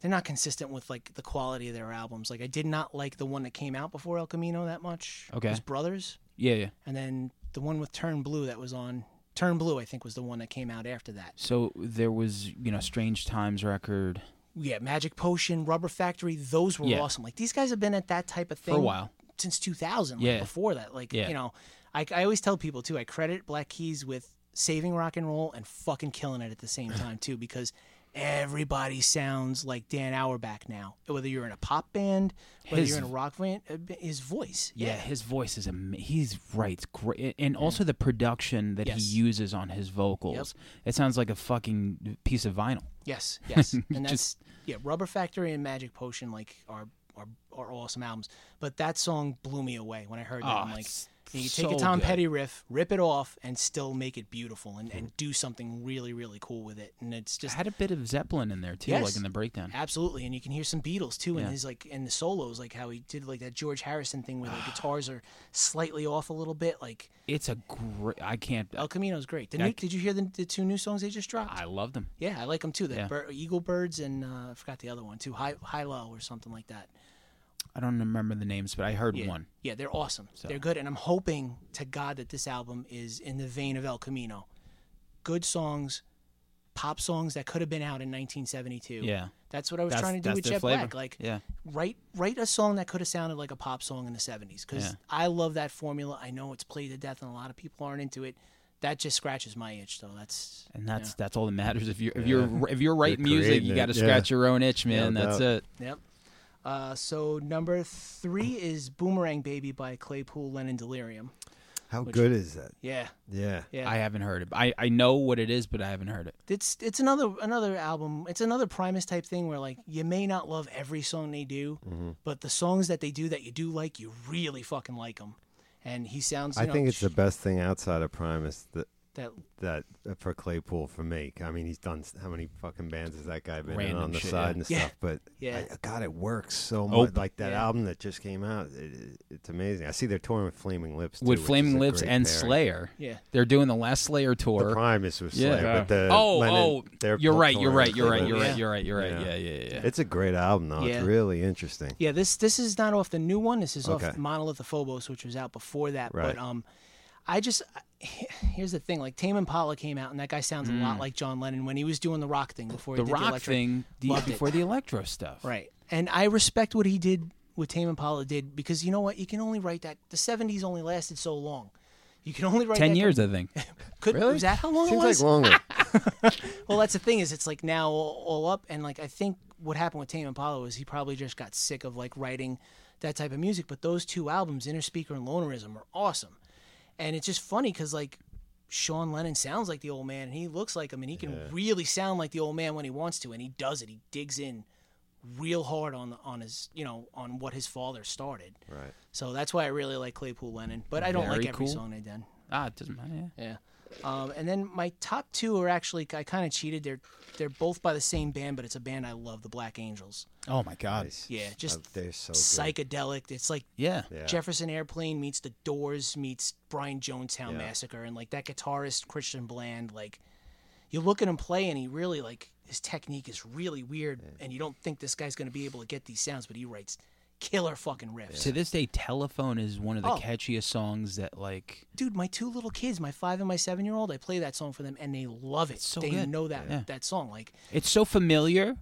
[SPEAKER 2] they're not consistent with like the quality of their albums. Like I did not like the one that came out before El Camino that much. It
[SPEAKER 1] Okay.
[SPEAKER 2] was Brothers.
[SPEAKER 1] yeah, yeah.
[SPEAKER 2] and then the one with Turn Blue that was on Turn Blue, I think was the one that came out after that.
[SPEAKER 1] So there was, you know, Strange Times record.
[SPEAKER 2] Yeah, Magic Potion, Rubber Factory, those were
[SPEAKER 1] Yeah.
[SPEAKER 2] awesome. Like these guys have been at that type of thing
[SPEAKER 1] a while.
[SPEAKER 2] since 2000. Like,
[SPEAKER 1] Yeah.
[SPEAKER 2] before that, like
[SPEAKER 1] Yeah.
[SPEAKER 2] you know, I, I always tell people too. I credit Black Keys with saving rock and roll and fucking killing it at the same time too, because everybody sounds like Dan Auerbach now. Whether you're in a pop band, whether
[SPEAKER 1] His-
[SPEAKER 2] you're in a rock band, uh, his voice.
[SPEAKER 1] Yeah, his voice is amazing. He's writes great, and also the production that
[SPEAKER 2] Mm. Yes.
[SPEAKER 1] he uses on his vocals. It sounds like a fucking piece of vinyl.
[SPEAKER 2] Yes, yes, and that's yeah. Rubber Factory and Magic Potion like are are are awesome albums, but that song blew me away when I heard that.
[SPEAKER 1] Oh,
[SPEAKER 2] I'm like,
[SPEAKER 1] it's
[SPEAKER 2] you take
[SPEAKER 1] so
[SPEAKER 2] a Tom
[SPEAKER 1] good.
[SPEAKER 2] Petty riff, rip it off, and still make it beautiful and, and do something really really cool with it, and it's
[SPEAKER 1] It
[SPEAKER 2] just
[SPEAKER 1] had a bit of Zeppelin in there too,
[SPEAKER 2] Yes.
[SPEAKER 1] like in the breakdown.
[SPEAKER 2] absolutely. And you can hear some Beatles too, and his like in the solos, like how he did like that George Harrison thing where the
[SPEAKER 1] Ah.
[SPEAKER 2] guitars are slightly off a little bit. Like
[SPEAKER 1] It's a great. I can't.
[SPEAKER 2] El Camino's great. Did, you, did you hear the, the two new songs they just dropped?
[SPEAKER 1] I love them.
[SPEAKER 2] Yeah, I like them too. The
[SPEAKER 1] Yeah.
[SPEAKER 2] bir- Eagle Birds and uh, I forgot the other one too, High High Low or something like that.
[SPEAKER 1] I don't remember the names, but I heard
[SPEAKER 2] Yeah.
[SPEAKER 1] one.
[SPEAKER 2] Yeah, they're awesome. They're good, and I'm hoping to God that this album is in the vein of El Camino. Good songs, pop songs that could have been out in 1972.
[SPEAKER 1] Yeah.
[SPEAKER 2] that's what I was
[SPEAKER 1] That's-
[SPEAKER 2] trying to do
[SPEAKER 1] that's
[SPEAKER 2] with
[SPEAKER 1] their
[SPEAKER 2] Jet
[SPEAKER 1] flavor.
[SPEAKER 2] Black. Like,
[SPEAKER 1] Yeah.
[SPEAKER 2] write write a song that could have sounded like a pop song in the 70s. Because
[SPEAKER 1] Yeah.
[SPEAKER 2] I love that formula. I know it's played to death, and a lot of people aren't into it. That just scratches my itch, though. That's
[SPEAKER 1] And that's that's all that matters. If you're if you're if you're writing music,
[SPEAKER 3] creating
[SPEAKER 1] you
[SPEAKER 3] it,
[SPEAKER 1] got to
[SPEAKER 3] yeah.
[SPEAKER 1] scratch your own itch, man.
[SPEAKER 3] No
[SPEAKER 1] that's
[SPEAKER 3] doubt.
[SPEAKER 1] it.
[SPEAKER 2] Yep. Uh, so number three is "Boomerang Baby" by Claypool, Lennon, Delirium.
[SPEAKER 3] How good is that?
[SPEAKER 2] Yeah,
[SPEAKER 3] Yeah.
[SPEAKER 2] yeah.
[SPEAKER 1] I haven't heard it. I I know what it is, but I haven't heard it.
[SPEAKER 2] it's it's another another album. It's another Primus type thing where like you may not love every song they do,
[SPEAKER 3] Mm-hmm.
[SPEAKER 2] but the songs that they do that you do like, you really fucking like them. And he sounds. You
[SPEAKER 3] I
[SPEAKER 2] know,
[SPEAKER 3] think it's the
[SPEAKER 2] sh-
[SPEAKER 3] best thing outside of Primus that
[SPEAKER 2] that
[SPEAKER 3] that uh, for Claypool for me. I mean, he's done s- how many fucking bands has that guy been in
[SPEAKER 1] Random
[SPEAKER 3] on the
[SPEAKER 1] shit,
[SPEAKER 3] side
[SPEAKER 1] yeah.
[SPEAKER 3] and
[SPEAKER 2] Yeah.
[SPEAKER 3] stuff? But
[SPEAKER 2] Yeah.
[SPEAKER 3] I, God, it works so much.
[SPEAKER 1] Oh,
[SPEAKER 3] like that
[SPEAKER 2] yeah.
[SPEAKER 3] album that just came out, it, it- it's amazing. I see they're touring with Flaming Lips. Too,
[SPEAKER 1] With
[SPEAKER 3] which is
[SPEAKER 1] Flaming
[SPEAKER 3] a
[SPEAKER 1] Lips
[SPEAKER 3] great
[SPEAKER 1] and
[SPEAKER 3] pairing.
[SPEAKER 1] Slayer,
[SPEAKER 2] yeah.
[SPEAKER 1] they're doing the last Slayer tour.
[SPEAKER 3] The Primus was
[SPEAKER 1] Yeah.
[SPEAKER 3] Slayer, but the
[SPEAKER 1] oh,
[SPEAKER 3] Lennon,
[SPEAKER 1] oh,
[SPEAKER 3] they're
[SPEAKER 1] you're
[SPEAKER 3] pu-
[SPEAKER 1] right, you're
[SPEAKER 3] touring
[SPEAKER 1] right,
[SPEAKER 3] with
[SPEAKER 1] you're right,
[SPEAKER 3] Flaming
[SPEAKER 1] you're
[SPEAKER 3] Lips.
[SPEAKER 1] right, you're right, you're right.
[SPEAKER 3] Yeah.
[SPEAKER 1] Yeah, yeah, yeah.
[SPEAKER 3] It's a great album, though.
[SPEAKER 2] Yeah.
[SPEAKER 3] It's really interesting.
[SPEAKER 2] Yeah, this this is not off the new one. This is off
[SPEAKER 3] Okay.
[SPEAKER 2] Monolith of Phobos, which was out before that.
[SPEAKER 3] Right.
[SPEAKER 2] But um, I just here's the thing: like Tame Impala came out, and that guy sounds a
[SPEAKER 3] Mm.
[SPEAKER 2] lot like John Lennon when he was doing the rock thing before
[SPEAKER 1] The
[SPEAKER 2] he did the
[SPEAKER 1] rock
[SPEAKER 2] electric.
[SPEAKER 1] thing the,
[SPEAKER 2] Loved it.
[SPEAKER 1] before the electro stuff.
[SPEAKER 2] Right. And I respect what he did, what Tame Impala did, because you know what? You can only write that. The 70s only lasted so long. You can only write
[SPEAKER 1] Ten
[SPEAKER 2] that-
[SPEAKER 1] years, I think.
[SPEAKER 2] Could,
[SPEAKER 3] Really?
[SPEAKER 2] Was that how long
[SPEAKER 3] Seems
[SPEAKER 2] it was?
[SPEAKER 3] like longer.
[SPEAKER 2] Well, that's the thing is, it's like now all, all up, and like I think what happened with Tame Impala was he probably just got sick of like writing that type of music. But those two albums, Inner Speaker and Lonerism, are awesome, and it's just funny because like Sean Lennon sounds like the old man, and he looks like him, and he can really sound like the old man when he wants to, and he does it. He digs in real hard on on his you know on what his father started.
[SPEAKER 3] right.
[SPEAKER 2] So that's why I really like Claypool Lennon, but I don't
[SPEAKER 1] Very
[SPEAKER 2] like every
[SPEAKER 1] cool.
[SPEAKER 2] song they done.
[SPEAKER 1] Ah, it doesn't matter. Yeah.
[SPEAKER 2] Yeah. Um, and then my top two are actually I kind of cheated. They're they're both by the same band, but it's a band I love, the Black Angels.
[SPEAKER 1] Oh my god.
[SPEAKER 2] Yeah, just
[SPEAKER 3] Oh, Uh, they're so good.
[SPEAKER 2] psychedelic. It's like
[SPEAKER 1] Yeah.
[SPEAKER 3] Yeah.
[SPEAKER 2] Jefferson Airplane meets The Doors meets Brian Jonestown
[SPEAKER 3] Yeah.
[SPEAKER 2] Massacre, and like that guitarist Christian Bland, like you look at him play and he really like his technique is really weird, and you don't think this guy's gonna be able to get these sounds, but he writes killer fucking riffs.
[SPEAKER 1] To this day, "Telephone" is one of the
[SPEAKER 2] Oh.
[SPEAKER 1] catchiest songs that like
[SPEAKER 2] Dude, my two little kids, my five and my seven year old, I play that song for them, and they love it.
[SPEAKER 1] so
[SPEAKER 2] they
[SPEAKER 1] good.
[SPEAKER 2] know that
[SPEAKER 1] Yeah.
[SPEAKER 2] that song, like
[SPEAKER 1] it's so familiar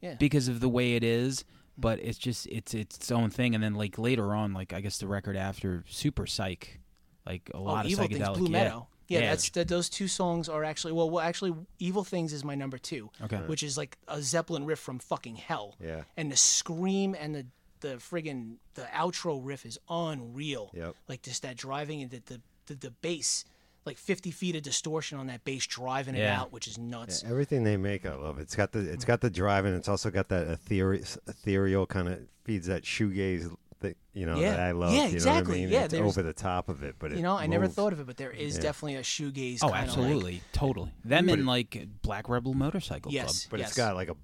[SPEAKER 2] Yeah.
[SPEAKER 1] because of the way it is but it's just it's its own thing and then like later on like i guess the record after super psych like a lot of
[SPEAKER 2] Oh, Evil Things,
[SPEAKER 1] psychedelic
[SPEAKER 2] Blue
[SPEAKER 1] yeah.
[SPEAKER 2] Meadow. Yeah, that's that. Those two songs are actually well, well, actually, Evil Things is my number two,
[SPEAKER 1] Okay.
[SPEAKER 2] which is like a Zeppelin riff from fucking hell.
[SPEAKER 3] Yeah.
[SPEAKER 2] and the scream and the the friggin' the outro riff is unreal.
[SPEAKER 3] Yep.
[SPEAKER 2] like just that driving and the the the, the bass, like fifty feet of distortion on that bass driving it
[SPEAKER 1] Yeah.
[SPEAKER 2] out, which is nuts.
[SPEAKER 3] E-, Everything they make, I love. It's got the it's got the drive, and it's also got that ethereal, ethereal kind of feeds that shoegaze that you know
[SPEAKER 2] Yeah.
[SPEAKER 3] that I love.
[SPEAKER 2] Yeah,
[SPEAKER 3] you Know what
[SPEAKER 2] exactly.
[SPEAKER 3] I mean?
[SPEAKER 2] Yeah,
[SPEAKER 3] it's
[SPEAKER 2] there's-
[SPEAKER 3] over the top of it, but it
[SPEAKER 2] You know, I never
[SPEAKER 3] moves.
[SPEAKER 2] thought of it, but there is definitely a shoegaze.
[SPEAKER 1] oh
[SPEAKER 2] kinda, like-
[SPEAKER 1] absolutely totally them and like black rebel motorcycle
[SPEAKER 2] yes,
[SPEAKER 1] club
[SPEAKER 3] But
[SPEAKER 2] yes.
[SPEAKER 3] it's got like a,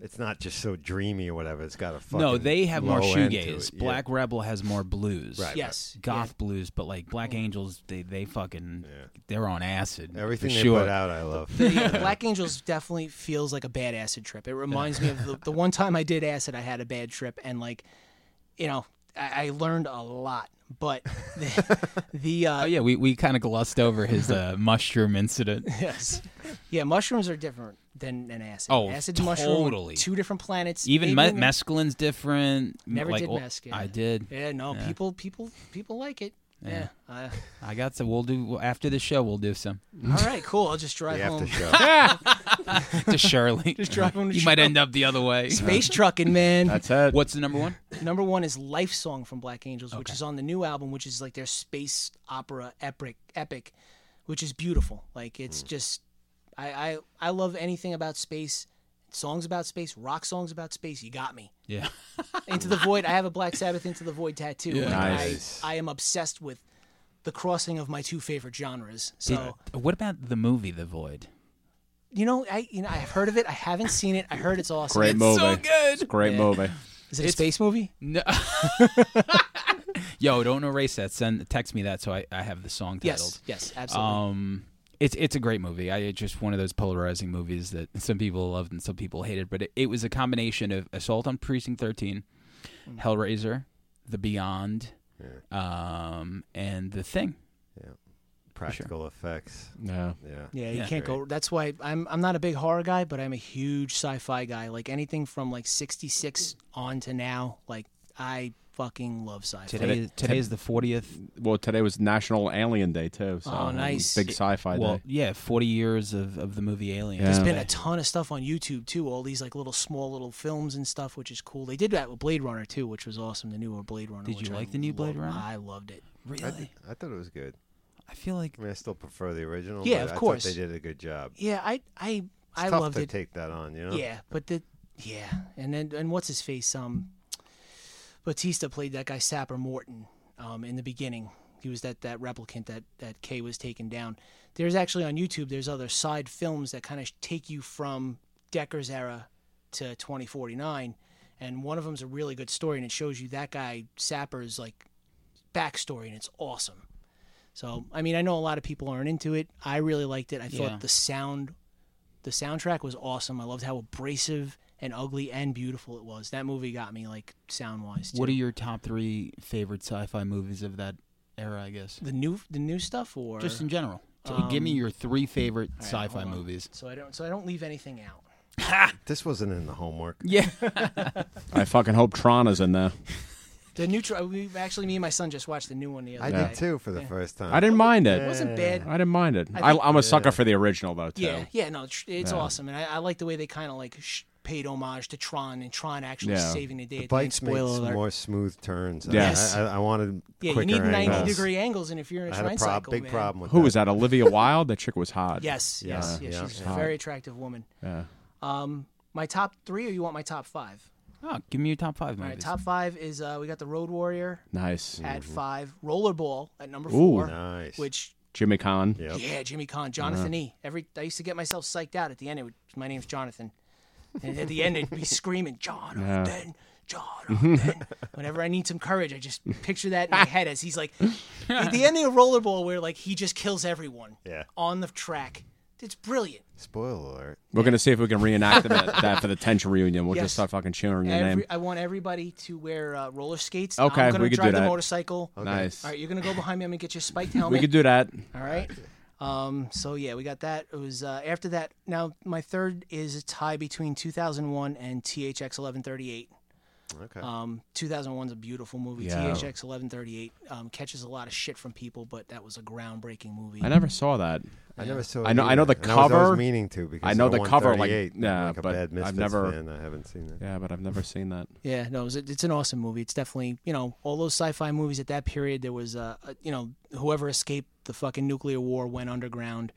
[SPEAKER 3] it's not just so dreamy or whatever. It's got a fucking
[SPEAKER 1] no they have more
[SPEAKER 3] low end to
[SPEAKER 1] shoegaze
[SPEAKER 3] it. Yeah.
[SPEAKER 1] black rebel has more blues
[SPEAKER 3] Right.
[SPEAKER 2] yes,
[SPEAKER 1] goth blues but like black angels they they fucking they're on acid
[SPEAKER 3] Everything
[SPEAKER 1] for
[SPEAKER 3] they
[SPEAKER 1] sure
[SPEAKER 3] put out, I love.
[SPEAKER 2] Yeah, Black Angels definitely feels like a bad acid trip. It reminds me of the, the one time I did acid, I had a bad trip, and like, you know, I, I learned a lot. But the, the uh,
[SPEAKER 1] oh yeah we, we kind of glossed over his uh, mushroom incident
[SPEAKER 2] yes, yeah, mushrooms are different than an acid.
[SPEAKER 1] Oh,
[SPEAKER 2] acid and mushroom, are
[SPEAKER 1] totally.
[SPEAKER 2] two different planets.
[SPEAKER 1] even
[SPEAKER 2] maybe
[SPEAKER 1] me-
[SPEAKER 2] in the-
[SPEAKER 1] mescaline's different
[SPEAKER 2] Never
[SPEAKER 1] like,
[SPEAKER 2] did
[SPEAKER 1] well,
[SPEAKER 2] mesc,
[SPEAKER 1] i
[SPEAKER 2] yeah.
[SPEAKER 1] did
[SPEAKER 2] Yeah, no, people, people, people like it. Yeah. Uh,
[SPEAKER 1] I got some. We'll do after the show. We'll do some
[SPEAKER 2] all right, cool. I'll just drive
[SPEAKER 3] The after
[SPEAKER 2] home.
[SPEAKER 3] show.
[SPEAKER 1] to Shirley.
[SPEAKER 2] Just drive home. To
[SPEAKER 1] you
[SPEAKER 2] Sh-
[SPEAKER 1] might end up the other way.
[SPEAKER 2] space trucking, man.
[SPEAKER 4] That's it.
[SPEAKER 1] What's the number one?
[SPEAKER 2] Number one is Life Song from Black Angels, which is on the new album, which is like their space opera epic, epic, which is beautiful. Like it's
[SPEAKER 4] Mm.
[SPEAKER 2] just, I, I I love anything about space, songs about space, rock songs about space. You got me.
[SPEAKER 1] Yeah,
[SPEAKER 2] Into the Void. I have a Black Sabbath Into the Void tattoo. Like,
[SPEAKER 4] Nice.
[SPEAKER 2] I, I am obsessed with the crossing of my two favorite genres. So
[SPEAKER 1] What about the movie The Void?
[SPEAKER 2] you know, I you know I've heard of it. I haven't seen it. I heard it's awesome.
[SPEAKER 4] Great movie.
[SPEAKER 1] good.
[SPEAKER 4] It's a great movie.
[SPEAKER 2] Is it a space movie?
[SPEAKER 1] No. Yo, don't erase that. Send text me that so I, I have the song titled.
[SPEAKER 2] Yes. Yes. Absolutely.
[SPEAKER 1] Um, it's it's a great movie. I it's just one of those polarizing movies that some people loved and some people hated. But it, it was a combination of Assault on Precinct Thirteen, Hellraiser, The Beyond, um, and The Thing.
[SPEAKER 3] Practical effects.
[SPEAKER 4] Yeah.
[SPEAKER 3] Yeah.
[SPEAKER 2] Yeah, you can't go. That's why I'm I'm not a big horror guy, but I'm a huge sci-fi guy. Like anything from like '66 on to now, like I fucking love sci-fi.
[SPEAKER 1] Today, is- today is the fortieth.
[SPEAKER 4] Well, today was National Alien Day too. So
[SPEAKER 2] Oh, nice.
[SPEAKER 4] Big sci-fi
[SPEAKER 1] Well,
[SPEAKER 4] day.
[SPEAKER 1] yeah, forty years of, of the movie Alien.
[SPEAKER 4] There's
[SPEAKER 2] There's been a ton of stuff on YouTube too. All these like little small little films and stuff, which is cool. They did that with Blade Runner too, which was awesome. The newer Blade Runner.
[SPEAKER 1] Did you
[SPEAKER 2] which I
[SPEAKER 1] like the new Blade
[SPEAKER 2] lo-
[SPEAKER 1] Runner?
[SPEAKER 2] I loved it.
[SPEAKER 1] really.
[SPEAKER 3] I thought it was good.
[SPEAKER 1] I feel like
[SPEAKER 3] I mean, I still prefer the original.
[SPEAKER 2] Yeah,
[SPEAKER 3] but
[SPEAKER 2] of
[SPEAKER 3] I thought
[SPEAKER 2] course.
[SPEAKER 3] they did a good job. It's
[SPEAKER 2] Yeah, I I I
[SPEAKER 3] tough
[SPEAKER 2] loved
[SPEAKER 3] to
[SPEAKER 2] it.
[SPEAKER 3] take that on, you know.
[SPEAKER 2] Yeah, but the yeah, and then and what's his face? Um, Batista played that guy Sapper Morton um, in the beginning. He was that that replicant that that Kay was taken down. There's actually on YouTube. There's other side films that kind of take you from Decker's era to 2049, and one of them's a really good story, and it shows you that guy Sapper's like backstory, and it's awesome. So I mean, I know a lot of people aren't into it. I really liked it. I
[SPEAKER 1] Yeah.
[SPEAKER 2] thought the sound the soundtrack was awesome. I loved how abrasive and ugly and beautiful it was. That movie got me like sound wise.
[SPEAKER 1] what are your top three favorite sci-fi movies of that era? I guess
[SPEAKER 2] the new the new stuff or
[SPEAKER 1] just in general. Um, T- Give me your three favorite sci-fi movies.
[SPEAKER 2] so I don't so I don't leave anything out.
[SPEAKER 3] This wasn't in the homework.
[SPEAKER 1] Yeah,
[SPEAKER 4] I fucking hope Tron is in there.
[SPEAKER 2] The new tri- we actually me and my son just watched the new one the other
[SPEAKER 3] I
[SPEAKER 2] day.
[SPEAKER 3] did too for the first time.
[SPEAKER 4] I didn't mind it.
[SPEAKER 2] It wasn't bad.
[SPEAKER 4] I didn't mind it.
[SPEAKER 2] I
[SPEAKER 4] I
[SPEAKER 2] think-
[SPEAKER 4] I, am a sucker for the original though too.
[SPEAKER 2] Yeah, yeah, no, tr- it's awesome, and I, I like the way they kind of like sh- paid homage to Tron and Tron actually
[SPEAKER 4] Yeah.
[SPEAKER 2] saving the day.
[SPEAKER 3] The
[SPEAKER 2] at the end.
[SPEAKER 3] bikes made
[SPEAKER 2] Spoiler
[SPEAKER 3] some
[SPEAKER 2] alert.
[SPEAKER 3] more smooth turns. I-
[SPEAKER 4] Yes.
[SPEAKER 3] I, I, I wanted
[SPEAKER 2] Yeah, you
[SPEAKER 3] quicker
[SPEAKER 2] need ninety
[SPEAKER 3] angles.
[SPEAKER 2] degree angles, and if you're in a
[SPEAKER 3] I had a
[SPEAKER 2] train
[SPEAKER 3] prob-
[SPEAKER 2] cycle,
[SPEAKER 3] big
[SPEAKER 2] man-
[SPEAKER 3] problem with
[SPEAKER 4] Who
[SPEAKER 3] that.
[SPEAKER 4] was that? Olivia Wilde. That chick was hot.
[SPEAKER 2] Yes, yes,
[SPEAKER 3] Yeah,
[SPEAKER 2] yes.
[SPEAKER 3] yeah.
[SPEAKER 2] She's a very attractive woman.
[SPEAKER 4] Yeah.
[SPEAKER 2] Um, my top three, or you want my top five?
[SPEAKER 1] oh, give me your top five
[SPEAKER 2] All
[SPEAKER 1] movies.
[SPEAKER 2] right, top five is uh, we got the Road Warrior
[SPEAKER 4] Nice.
[SPEAKER 2] at five, Rollerball at number
[SPEAKER 4] Ooh.
[SPEAKER 2] four,
[SPEAKER 3] Nice.
[SPEAKER 2] which
[SPEAKER 4] Jimmy Kahn.
[SPEAKER 3] Yep.
[SPEAKER 2] Yeah, Jimmy Kahn, Jonathan E. Every I used to get myself psyched out at the end. It would, my name's Jonathan, and at the end it'd be screaming Jonathan, Jonathan. Whenever I need some courage, I just picture that in my head as he's like at the end of Rollerball, where like he just kills everyone
[SPEAKER 3] Yeah.
[SPEAKER 2] on the track. It's brilliant.
[SPEAKER 3] Spoiler alert.
[SPEAKER 4] We're gonna see if we can reenact that, that for the tension reunion. We'll
[SPEAKER 2] Yes.
[SPEAKER 4] just start fucking cheering your name.
[SPEAKER 2] Every, I want everybody to wear uh, roller skates.
[SPEAKER 4] Okay,
[SPEAKER 2] I'm gonna
[SPEAKER 4] we could do
[SPEAKER 2] drive the
[SPEAKER 4] that.
[SPEAKER 2] motorcycle.
[SPEAKER 4] Nice.
[SPEAKER 2] All right, you're gonna go behind me. I'm gonna get your spiked helmet.
[SPEAKER 4] we could do that.
[SPEAKER 2] All right. Um, so yeah, we got that. It was uh, after that. Now my third is a tie between 2001 and THX 1138.
[SPEAKER 3] Okay.
[SPEAKER 2] Um, 2001's a beautiful movie.
[SPEAKER 4] Yeah.
[SPEAKER 2] THX 1138 um, catches a lot of shit from people, but that was a groundbreaking movie.
[SPEAKER 4] I never saw that.
[SPEAKER 3] I never saw.
[SPEAKER 4] I
[SPEAKER 3] it
[SPEAKER 4] know- I know
[SPEAKER 3] either,
[SPEAKER 4] the
[SPEAKER 3] and I was always
[SPEAKER 4] cover.
[SPEAKER 3] meaning to because
[SPEAKER 4] I know
[SPEAKER 3] of
[SPEAKER 4] the cover, like,
[SPEAKER 3] 138, I'm
[SPEAKER 4] yeah,
[SPEAKER 3] like a
[SPEAKER 4] but
[SPEAKER 3] bad
[SPEAKER 4] I've
[SPEAKER 3] Misfits
[SPEAKER 4] never-
[SPEAKER 3] fan, I haven't seen that.
[SPEAKER 4] Yeah, but I've never seen that.
[SPEAKER 2] Yeah, no, it was, it's an awesome movie. It's definitely you know all those sci-fi movies at that period. There was uh uh, you know whoever escaped the fucking nuclear war went underground,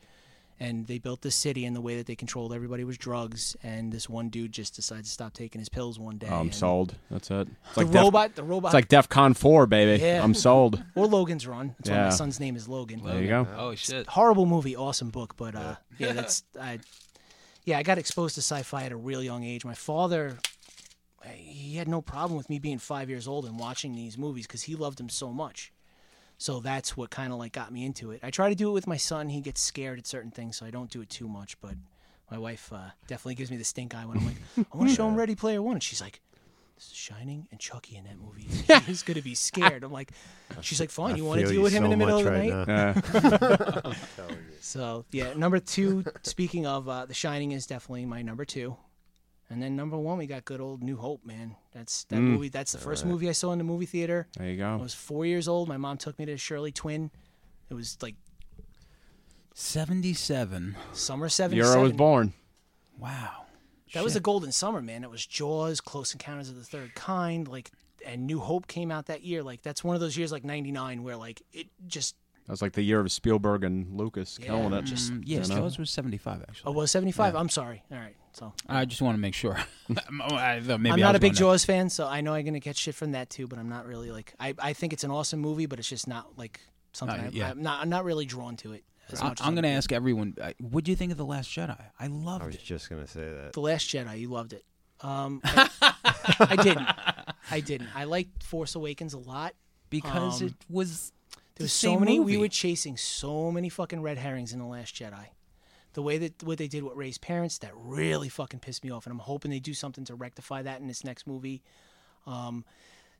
[SPEAKER 2] and they built this city. And the way that they controlled everybody was drugs. And this one dude just decided to stop taking his pills one day.
[SPEAKER 4] Oh, I'm
[SPEAKER 2] and
[SPEAKER 4] sold. That's it. It's
[SPEAKER 2] The
[SPEAKER 4] like Def-
[SPEAKER 2] robot, the robot,
[SPEAKER 4] It's like DEF CON 4, baby.
[SPEAKER 2] Yeah.
[SPEAKER 4] I'm sold.
[SPEAKER 2] or Logan's Run. That's why my
[SPEAKER 4] Yeah.
[SPEAKER 2] son's name is Logan.
[SPEAKER 4] There you go.
[SPEAKER 5] Oh shit!
[SPEAKER 2] Horrible movie, awesome book, but uh, yeah, that's I. Yeah, I got exposed to sci-fi at a real young age. My father, eh, he had no problem with me being five years old and watching these movies because he loved them so much. So that's what kind of like got me into it. I try to do it with my son. He gets scared at certain things, so I don't do it too much. But my wife uh, definitely gives me the stink eye when I'm like, I want to show him Ready Player One, and she's like, "This is Shining and Chucky in that movie. He's gonna be scared." I'm like, she's like, "Fine, you want to
[SPEAKER 3] Feel
[SPEAKER 2] deal with him in
[SPEAKER 3] so
[SPEAKER 2] the middle of
[SPEAKER 3] much
[SPEAKER 2] the night?"
[SPEAKER 3] right now.
[SPEAKER 2] So yeah, number two. speaking of uh, The Shining, is definitely my number two, and then number one we got good old New Hope, man. That's that movie. That's the first movie I saw in the movie theater.
[SPEAKER 4] There you
[SPEAKER 2] I
[SPEAKER 4] go.
[SPEAKER 2] was four years old. My mom took me to Shirley Twin. It was like
[SPEAKER 1] Seventy-seven.
[SPEAKER 2] summer seventy
[SPEAKER 4] Euro was
[SPEAKER 2] seven.
[SPEAKER 4] born.
[SPEAKER 1] Wow.
[SPEAKER 2] That was the golden summer, man. That was Jaws, Close Encounters of the Third Kind, like, and New Hope came out that year. Like that's one of those years, like '99, where like it just
[SPEAKER 4] That was like the year of Spielberg and Lucas
[SPEAKER 2] Yeah,
[SPEAKER 4] killing it.
[SPEAKER 2] just-
[SPEAKER 1] Mm, yes,
[SPEAKER 4] You know?
[SPEAKER 1] Jaws was seventy-five actually.
[SPEAKER 2] oh well, '75. I'm sorry. All right, so
[SPEAKER 1] I just want to make sure. I'm- I thought maybe
[SPEAKER 2] Oh. I'm
[SPEAKER 1] I
[SPEAKER 2] not
[SPEAKER 1] was
[SPEAKER 2] a big
[SPEAKER 1] going to-
[SPEAKER 2] Jaws fan, so I know I'm gonna get shit from that too. But I'm not really like I, I think it's an awesome movie, but it's just not like something.
[SPEAKER 1] Oh,
[SPEAKER 2] I,
[SPEAKER 1] yeah.
[SPEAKER 2] I'm not I'm not really drawn to it as
[SPEAKER 1] I-
[SPEAKER 2] much. as
[SPEAKER 1] I'm going to
[SPEAKER 2] other
[SPEAKER 1] ask everyone. uh, What do you think of the Last Jedi? I loved
[SPEAKER 3] I was
[SPEAKER 1] it.
[SPEAKER 3] just gonna say that.
[SPEAKER 2] people. The Last Jedi. You loved it. Um, I, I didn't. I didn't. I liked Force Awakens a lot.
[SPEAKER 1] because
[SPEAKER 2] Um,
[SPEAKER 1] it was
[SPEAKER 2] There
[SPEAKER 1] the
[SPEAKER 2] was so
[SPEAKER 1] same
[SPEAKER 2] many. We
[SPEAKER 1] movie.
[SPEAKER 2] were chasing so many fucking red herrings in the Last Jedi. The way that what they did with Ray's parents that really fucking pissed me off, and I'm hoping they do something to rectify that in this next movie. Um,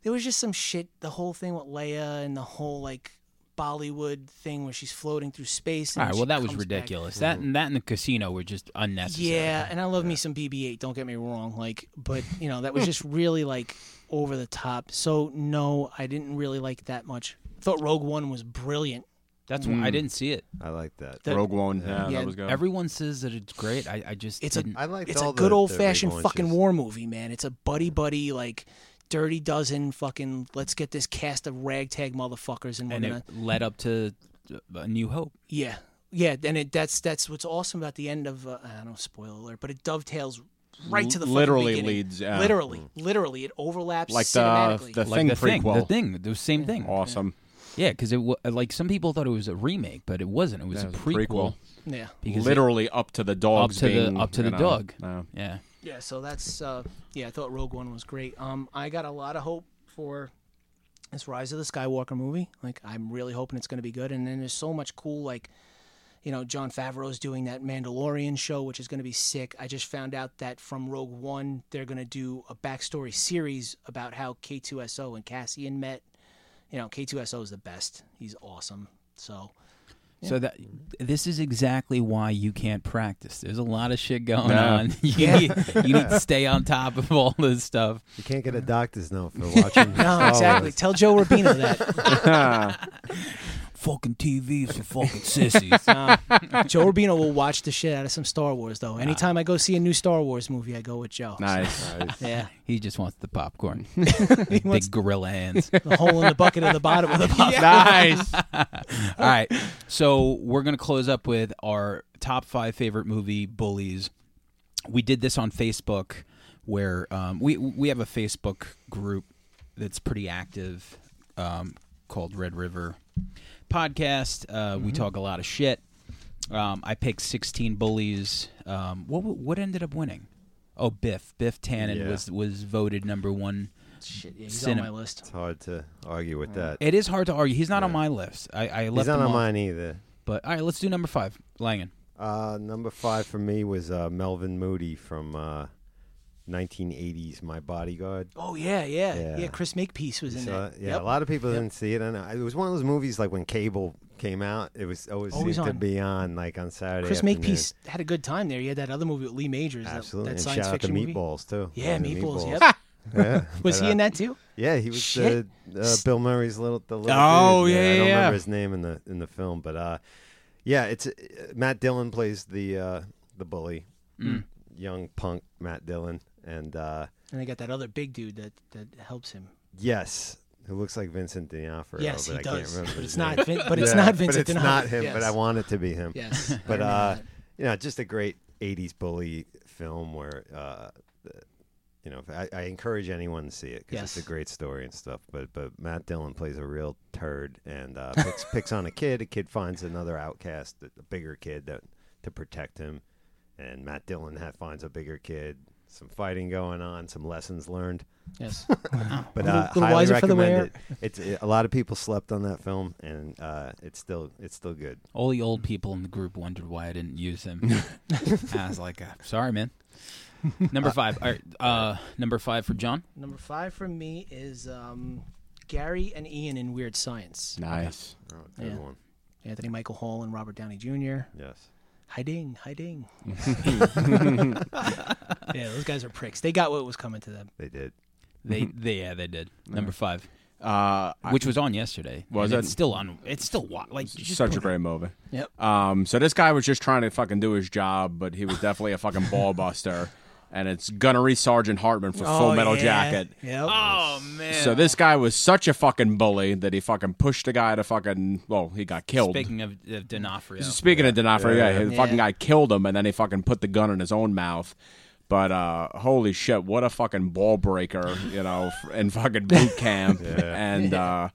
[SPEAKER 2] there was just some shit. The whole thing with Leia and the whole like Bollywood thing where she's floating through space. And
[SPEAKER 1] all right.
[SPEAKER 2] then
[SPEAKER 1] Well,
[SPEAKER 2] she
[SPEAKER 1] that was
[SPEAKER 2] comes back.
[SPEAKER 1] ridiculous. That and that and the casino were just unnecessary.
[SPEAKER 2] Yeah, and I love me some BB-8. Don't get me wrong, like, but you know that was just really like over the top. So no, I didn't really like that much. Thought Rogue One was brilliant.
[SPEAKER 1] that's why I didn't see it.
[SPEAKER 3] I like that.
[SPEAKER 2] The-
[SPEAKER 4] Rogue One. Yeah,
[SPEAKER 2] Mm. Yeah,
[SPEAKER 4] that was good.
[SPEAKER 1] Everyone says that it's great. I, I just
[SPEAKER 2] It's a-
[SPEAKER 1] didn't.
[SPEAKER 3] I liked
[SPEAKER 2] it's
[SPEAKER 3] all
[SPEAKER 2] a
[SPEAKER 3] the-
[SPEAKER 2] good
[SPEAKER 3] the
[SPEAKER 2] old fashioned
[SPEAKER 3] relaunches.
[SPEAKER 2] fucking war movie, man. It's a buddy buddy like dirty dozen fucking let's get this cast of ragtag motherfuckers and we're
[SPEAKER 1] and
[SPEAKER 2] gonna
[SPEAKER 1] it led up to uh, a New Hope.
[SPEAKER 2] yeah yeah and it that's that's what's awesome about the end of uh, I don't spoil alert but it dovetails right to the fucking
[SPEAKER 4] Literally
[SPEAKER 2] beginning.
[SPEAKER 4] leads, yeah.
[SPEAKER 2] literally literally it overlaps
[SPEAKER 4] Like the,
[SPEAKER 2] cinematically
[SPEAKER 4] the
[SPEAKER 1] Like
[SPEAKER 4] thing
[SPEAKER 1] the thing,
[SPEAKER 4] prequel.
[SPEAKER 1] the thing, the same thing.
[SPEAKER 4] Awesome.
[SPEAKER 1] Yeah, because it wa- like some people thought it was a remake, but it wasn't. It was,
[SPEAKER 4] That
[SPEAKER 1] a
[SPEAKER 4] was a
[SPEAKER 1] prequel.
[SPEAKER 4] prequel.
[SPEAKER 2] yeah
[SPEAKER 1] Because it-
[SPEAKER 4] Literally up to the dogs.
[SPEAKER 1] to the-
[SPEAKER 4] being,
[SPEAKER 1] up to
[SPEAKER 4] you
[SPEAKER 1] the
[SPEAKER 4] know,
[SPEAKER 1] dog.
[SPEAKER 4] yeah.
[SPEAKER 1] yeah,
[SPEAKER 2] yeah so that's uh, yeah I thought Rogue One was great um I got a lot of hope for this Rise of the Skywalker movie like I'm really hoping it's gonna be good and then there's so much cool like you know, John Favreau's doing that Mandalorian show, which is going to be sick. I just found out that from Rogue One, they're going to do a backstory series about how K2SO and Cassian met. You know, K2SO is the best. He's awesome. So,
[SPEAKER 1] So that this is exactly why you can't practice. There's a lot of shit going
[SPEAKER 4] Yeah.
[SPEAKER 1] on. You, need, you need to stay on top of all this stuff.
[SPEAKER 3] You can't get a doctor's note for
[SPEAKER 2] no,
[SPEAKER 3] watching. Oh, Star
[SPEAKER 2] exactly.
[SPEAKER 3] Wars.
[SPEAKER 2] Tell Joe Rubino that.
[SPEAKER 1] Fucking TVs for fucking sissies.
[SPEAKER 2] Joe Rubino will watch the shit out of some Star Wars, though. Anytime I go see a new Star Wars movie, I go with Joe.
[SPEAKER 4] Nice.
[SPEAKER 2] Yeah.
[SPEAKER 1] he just wants the popcorn. Big gorilla hands.
[SPEAKER 2] The hole in the bucket at the bottom of the pop.
[SPEAKER 4] nice.
[SPEAKER 1] All right. So we're going to close up with our top five favorite movie bullies. We did this on Facebook where um, we, we have a Facebook group that's pretty active um, called Red River podcast. Uh,
[SPEAKER 3] Mm-hmm.
[SPEAKER 1] We talk a lot of shit. Um, I picked 16 bullies. Um, what what ended up winning? Oh, Biff. Biff Tannen
[SPEAKER 3] Yeah.
[SPEAKER 1] was was voted number one.
[SPEAKER 2] Shit, yeah, he's
[SPEAKER 1] Cinema.
[SPEAKER 2] on my list.
[SPEAKER 3] It's hard to argue with that.
[SPEAKER 1] It is hard to argue. He's not on my list. I, I left
[SPEAKER 3] He's not
[SPEAKER 1] him
[SPEAKER 3] on
[SPEAKER 1] off,
[SPEAKER 3] mine either.
[SPEAKER 1] But all right, let's do number five. Langan.
[SPEAKER 3] Uh, number five for me was uh, Melvin Moody from uh, 1980s My Bodyguard.
[SPEAKER 2] Oh yeah, yeah,
[SPEAKER 3] Yeah.
[SPEAKER 2] yeah. Chris Makepeace was in
[SPEAKER 3] So,
[SPEAKER 2] that.
[SPEAKER 3] yeah,
[SPEAKER 2] Yep.
[SPEAKER 3] a lot of people didn't see it. And it was one of those movies like when cable came out, it was always,
[SPEAKER 2] Always
[SPEAKER 3] seemed to
[SPEAKER 2] on.
[SPEAKER 3] be on like on Saturday.
[SPEAKER 2] Chris
[SPEAKER 3] afternoon.
[SPEAKER 2] Makepeace had a good time there. He had that other movie with Lee Majors. that-
[SPEAKER 3] Absolutely.
[SPEAKER 2] That,
[SPEAKER 3] and
[SPEAKER 2] science
[SPEAKER 3] shout out to
[SPEAKER 2] fiction movie.
[SPEAKER 3] Meatballs, too.
[SPEAKER 2] Yeah,
[SPEAKER 3] And the
[SPEAKER 2] Meatballs.
[SPEAKER 3] Meatballs.
[SPEAKER 2] Yep.
[SPEAKER 3] Yeah.
[SPEAKER 2] Was
[SPEAKER 3] But,
[SPEAKER 2] he
[SPEAKER 3] uh,
[SPEAKER 2] in that too?
[SPEAKER 3] Yeah, he was uh,
[SPEAKER 2] Shit.
[SPEAKER 3] uh, Bill Murray's little the little.
[SPEAKER 1] Oh,
[SPEAKER 3] dude. I
[SPEAKER 1] yeah,
[SPEAKER 3] don't
[SPEAKER 1] yeah.
[SPEAKER 3] remember his name in the in the film, but uh, yeah, it's uh, Matt Dillon plays the uh, the bully,
[SPEAKER 2] Mm.
[SPEAKER 3] young punk Matt Dillon, and uh,
[SPEAKER 2] And they got that other big dude that that helps him.
[SPEAKER 3] yes, who looks like Vincent D'Onofrio.
[SPEAKER 2] yes,
[SPEAKER 3] but
[SPEAKER 2] he
[SPEAKER 3] I can't
[SPEAKER 2] does.
[SPEAKER 3] remember
[SPEAKER 2] But
[SPEAKER 3] his
[SPEAKER 2] it's
[SPEAKER 3] name.
[SPEAKER 2] not. Vin- but it's
[SPEAKER 3] Yeah,
[SPEAKER 2] not Vincent.
[SPEAKER 3] But it's
[SPEAKER 2] D'Onofrio.
[SPEAKER 3] not him. But
[SPEAKER 2] Yes.
[SPEAKER 3] I want it to be him.
[SPEAKER 2] Yes. I
[SPEAKER 3] But
[SPEAKER 2] remember
[SPEAKER 3] uh,
[SPEAKER 2] that.
[SPEAKER 3] you know, just a great '80s bully film where. Uh, the- you know, I, I encourage anyone to see it because it's
[SPEAKER 2] Yes.
[SPEAKER 3] a great story and stuff. But but Matt Dillon plays a real turd and uh, picks, picks on a kid. A kid finds another outcast, a a bigger kid that to protect him, and Matt Dillon ha- finds a bigger kid. Some fighting going on, some lessons learned.
[SPEAKER 2] yes.
[SPEAKER 3] But
[SPEAKER 2] Little-
[SPEAKER 3] uh,
[SPEAKER 2] little
[SPEAKER 3] highly
[SPEAKER 2] wiser for the
[SPEAKER 3] recommend
[SPEAKER 2] wear.
[SPEAKER 3] it. It's it, a lot of people slept on that film, and uh, it's still it's still good.
[SPEAKER 1] All the old people in the group wondered why I didn't use him. I was like, uh, sorry, man. Number five. All right, uh, number five for John.
[SPEAKER 2] Number five for me is um, Gary and Ian in Weird Science.
[SPEAKER 4] Nice.
[SPEAKER 3] Oh, good
[SPEAKER 2] Yeah.
[SPEAKER 3] one.
[SPEAKER 2] Anthony Michael Hall and Robert Downey Jr.
[SPEAKER 3] Yes.
[SPEAKER 2] Hiding, hiding. yeah, those guys are pricks. They got what was coming to them.
[SPEAKER 3] They did.
[SPEAKER 1] They, they, yeah, they did. Number five,
[SPEAKER 4] Mm-hmm. Uh, I-
[SPEAKER 1] which was on yesterday.
[SPEAKER 4] Was
[SPEAKER 1] And
[SPEAKER 4] it?
[SPEAKER 1] It's still on. It's still wa- like you just
[SPEAKER 4] such
[SPEAKER 1] put
[SPEAKER 4] a great movie.
[SPEAKER 2] Yep.
[SPEAKER 4] Um, so this guy was just trying to fucking do his job, but he was definitely a fucking ball buster. And it's Gunnery Sergeant Hartman for Full Metal Jacket.
[SPEAKER 2] Yep.
[SPEAKER 1] Oh man!
[SPEAKER 4] So this guy was such a fucking bully that he fucking pushed the guy to fucking well, he got killed.
[SPEAKER 1] Speaking of, of D'Onofrio,
[SPEAKER 4] Speaking of D'Onofrio, yeah, the fucking
[SPEAKER 2] Yeah.
[SPEAKER 4] guy killed him, and then he fucking put the gun in his own mouth. But uh, holy shit, what a fucking ball breaker, you know, f- in fucking boot camp, and uh,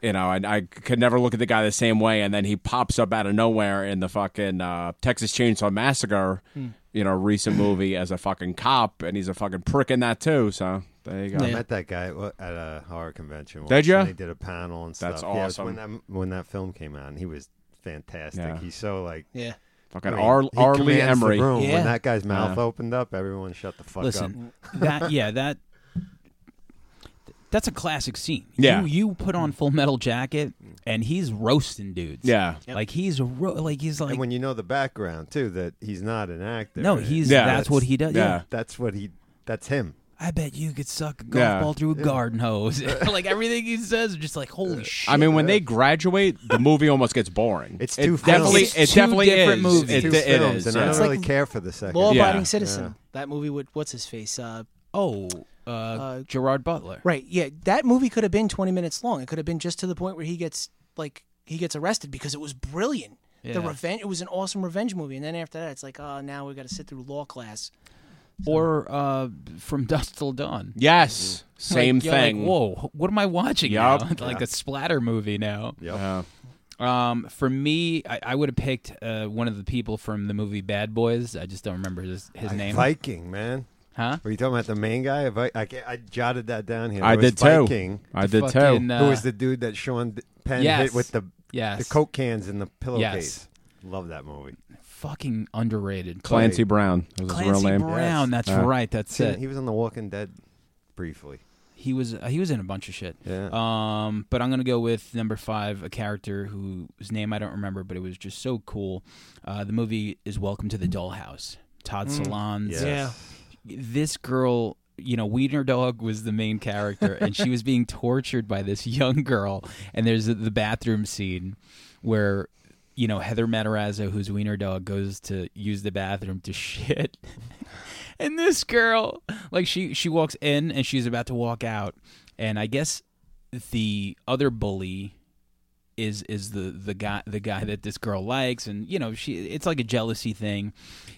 [SPEAKER 4] you know, and I could never look at the guy the same way. And then he pops up out of nowhere in the fucking uh, Texas Chainsaw Massacre,
[SPEAKER 3] Hmm.
[SPEAKER 4] you know, recent movie as a fucking cop, and he's a fucking prick in that too. So there you go.
[SPEAKER 3] I met that guy at wa- at a horror convention. Once,
[SPEAKER 4] Did ya?
[SPEAKER 3] and They did a panel and stuff.
[SPEAKER 4] That's
[SPEAKER 3] Yeah, it was
[SPEAKER 4] awesome.
[SPEAKER 3] when that when that film came out, and he was fantastic.
[SPEAKER 4] Yeah.
[SPEAKER 3] He's so like.
[SPEAKER 2] Yeah.
[SPEAKER 4] Fucking
[SPEAKER 3] I mean,
[SPEAKER 4] Ar-
[SPEAKER 3] he
[SPEAKER 4] Arlie
[SPEAKER 3] commands the
[SPEAKER 4] Emery.
[SPEAKER 3] room.
[SPEAKER 2] Yeah.
[SPEAKER 3] When that guy's mouth opened up, everyone shut the fuck up.
[SPEAKER 1] listen, that yeah, that that's a classic scene.
[SPEAKER 4] Yeah.
[SPEAKER 1] you, you put on Full Metal Jacket, and he's roasting dudes.
[SPEAKER 4] Yeah.
[SPEAKER 1] like he's ro- like he's like
[SPEAKER 3] And when you know the background too, that he's not an actor.
[SPEAKER 1] no, he's
[SPEAKER 4] Yeah.
[SPEAKER 1] that's what he does.
[SPEAKER 4] Yeah.
[SPEAKER 1] Yeah.
[SPEAKER 3] That's what he. That's him.
[SPEAKER 1] I bet you could suck a golf
[SPEAKER 4] Yeah.
[SPEAKER 1] ball through a garden hose. like everything he says, is just like holy shit.
[SPEAKER 4] I mean, when they graduate, the movie almost gets boring.
[SPEAKER 3] It's
[SPEAKER 4] It
[SPEAKER 3] two
[SPEAKER 4] definitely,
[SPEAKER 1] films.
[SPEAKER 4] it
[SPEAKER 1] It's two
[SPEAKER 4] definitely
[SPEAKER 1] different
[SPEAKER 4] is.
[SPEAKER 1] movies.
[SPEAKER 4] It,
[SPEAKER 3] Two
[SPEAKER 4] it
[SPEAKER 3] films,
[SPEAKER 4] is,
[SPEAKER 3] and I
[SPEAKER 4] yeah.
[SPEAKER 3] don't
[SPEAKER 2] It's
[SPEAKER 3] really
[SPEAKER 2] like
[SPEAKER 3] care for the second.
[SPEAKER 2] Law
[SPEAKER 3] one.
[SPEAKER 2] Abiding
[SPEAKER 4] Yeah.
[SPEAKER 2] Citizen.
[SPEAKER 3] Yeah.
[SPEAKER 2] That movie with, what's his face? Uh,
[SPEAKER 1] oh, uh, Gerard Butler.
[SPEAKER 2] right. Yeah. That movie could have been 20 minutes long. It could have been just to the point where he gets, like, he gets arrested because it was brilliant. The
[SPEAKER 1] Yeah.
[SPEAKER 2] revenge, it was an awesome revenge movie. And then after that, it's like, oh, now we got to sit through law class.
[SPEAKER 1] Or uh, from dusk till dawn.
[SPEAKER 4] Yes, same
[SPEAKER 1] Like, you're like,
[SPEAKER 4] thing.
[SPEAKER 1] Whoa, what am I watching
[SPEAKER 4] Yup.
[SPEAKER 1] now? like a splatter movie now.
[SPEAKER 4] Yeah.
[SPEAKER 1] Um, for me, I, I would have picked uh, one of the people from the movie Bad Boys. I just don't remember his, his name.
[SPEAKER 3] Viking man.
[SPEAKER 1] Huh?
[SPEAKER 3] Were you talking about the main guy? If I, I, can't- I jotted that down here.
[SPEAKER 4] I
[SPEAKER 3] There was
[SPEAKER 4] did too.
[SPEAKER 3] Viking,
[SPEAKER 4] I did
[SPEAKER 1] Fucking,
[SPEAKER 4] too.
[SPEAKER 1] uh,
[SPEAKER 3] who was the dude that Sean D- Penn
[SPEAKER 1] Yes.
[SPEAKER 3] hit with the
[SPEAKER 1] yes.
[SPEAKER 3] the coke cans in the pillowcase.
[SPEAKER 1] Yes.
[SPEAKER 3] Love that movie.
[SPEAKER 1] Fucking underrated.
[SPEAKER 4] Clancy Brown was his real
[SPEAKER 1] Clancy
[SPEAKER 4] name.
[SPEAKER 1] Brown. That's
[SPEAKER 4] Yeah.
[SPEAKER 1] right. That's
[SPEAKER 3] See,
[SPEAKER 1] it.
[SPEAKER 3] He was on The Walking Dead briefly.
[SPEAKER 1] He was uh, he was in a bunch of shit.
[SPEAKER 3] Yeah.
[SPEAKER 1] Um, but I'm gonna go with number five, a character whose name I don't remember, but it was just so cool. Uh, the movie is Welcome to the Dollhouse. Todd Solondz.
[SPEAKER 2] Yeah.
[SPEAKER 1] this girl you know wiener dog was the main character and she was being tortured by this young girl and there's the, the bathroom scene where you know heather matarazzo who's wiener dog goes to use the bathroom to shit and this girl like she she walks in and she's about to walk out and i guess the other bully is is the the guy the guy that this girl likes, and you know she it's like a jealousy thing,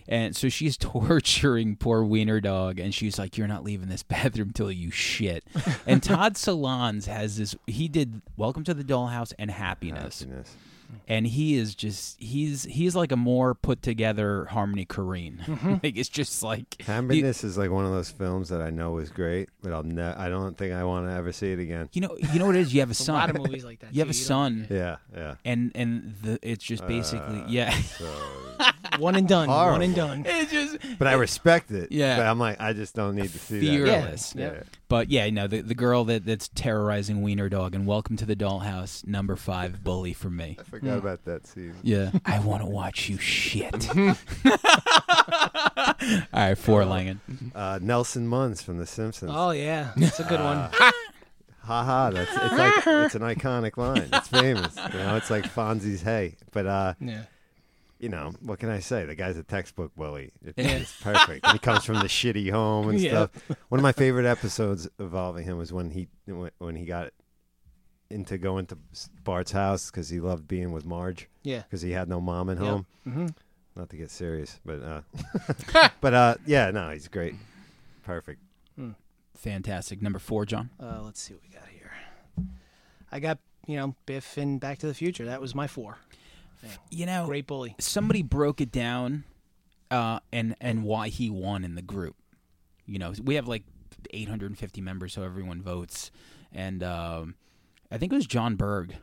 [SPEAKER 1] and so she's torturing poor Wiener dog, and she's like, "You're not leaving this bathroom till you shit." and Todd Solondz has this. He did Welcome to the Dollhouse and Happiness
[SPEAKER 3] Happiness.
[SPEAKER 1] and he is just he's he's like a more put together Harmony Korine.
[SPEAKER 2] Mm-hmm.
[SPEAKER 1] like it's just like you,
[SPEAKER 3] Happiness is like one of those films that I know was great, but I'll ne- I don't think I want to ever see it again.
[SPEAKER 1] you know you know what it is. You have a
[SPEAKER 2] a
[SPEAKER 1] son.
[SPEAKER 2] lot of movies like that.
[SPEAKER 1] you have a
[SPEAKER 2] too.
[SPEAKER 1] son,
[SPEAKER 3] Yeah, yeah.
[SPEAKER 1] and and the, it's just basically yeah.
[SPEAKER 2] don't- One and done. One and done.
[SPEAKER 3] Horrible.
[SPEAKER 1] it's just
[SPEAKER 3] But I respect it.
[SPEAKER 1] Yeah.
[SPEAKER 3] But I'm like, I just don't need to see that.
[SPEAKER 1] fearless.
[SPEAKER 2] Yeah.
[SPEAKER 3] Yeah.
[SPEAKER 1] But yeah, no, the the girl that that's terrorizing Wiener Dog and Welcome to the Dollhouse, number five bully for me.
[SPEAKER 3] I forgot about that scene.
[SPEAKER 1] Yeah, I want to watch you shit. All right, four
[SPEAKER 2] Uh-huh.
[SPEAKER 1] Langan.
[SPEAKER 3] Uh, Nelson Munns from The Simpsons.
[SPEAKER 2] Oh yeah, that's a good one.
[SPEAKER 3] Ha ha! That's it's like it's an iconic line. It's famous. You know, it's like Fonzie's "Hey," but uh,
[SPEAKER 2] Yeah.
[SPEAKER 3] you know, what can I say? The guy's a textbook bully. It- It's perfect. And he comes from the shitty home and
[SPEAKER 2] Yeah.
[SPEAKER 3] stuff. One of my favorite episodes involving him was when he when- when he got into going to Bart's house because he loved being with Marge
[SPEAKER 2] Yeah.
[SPEAKER 3] because he had no mom at
[SPEAKER 2] Yep.
[SPEAKER 3] home.
[SPEAKER 2] hmm
[SPEAKER 3] Not to get serious, but uh, but uh, yeah, no, he's great. Perfect.
[SPEAKER 1] Fantastic. Number four, John.
[SPEAKER 2] Uh, let's see what we got here. I got you know Biff and Back to the Future. That was my four.
[SPEAKER 1] You know,
[SPEAKER 2] Great bully.
[SPEAKER 1] somebody broke it down uh, and and why he won in the group. You know, we have like 850 members, so everyone votes, and um, I think it was John Berg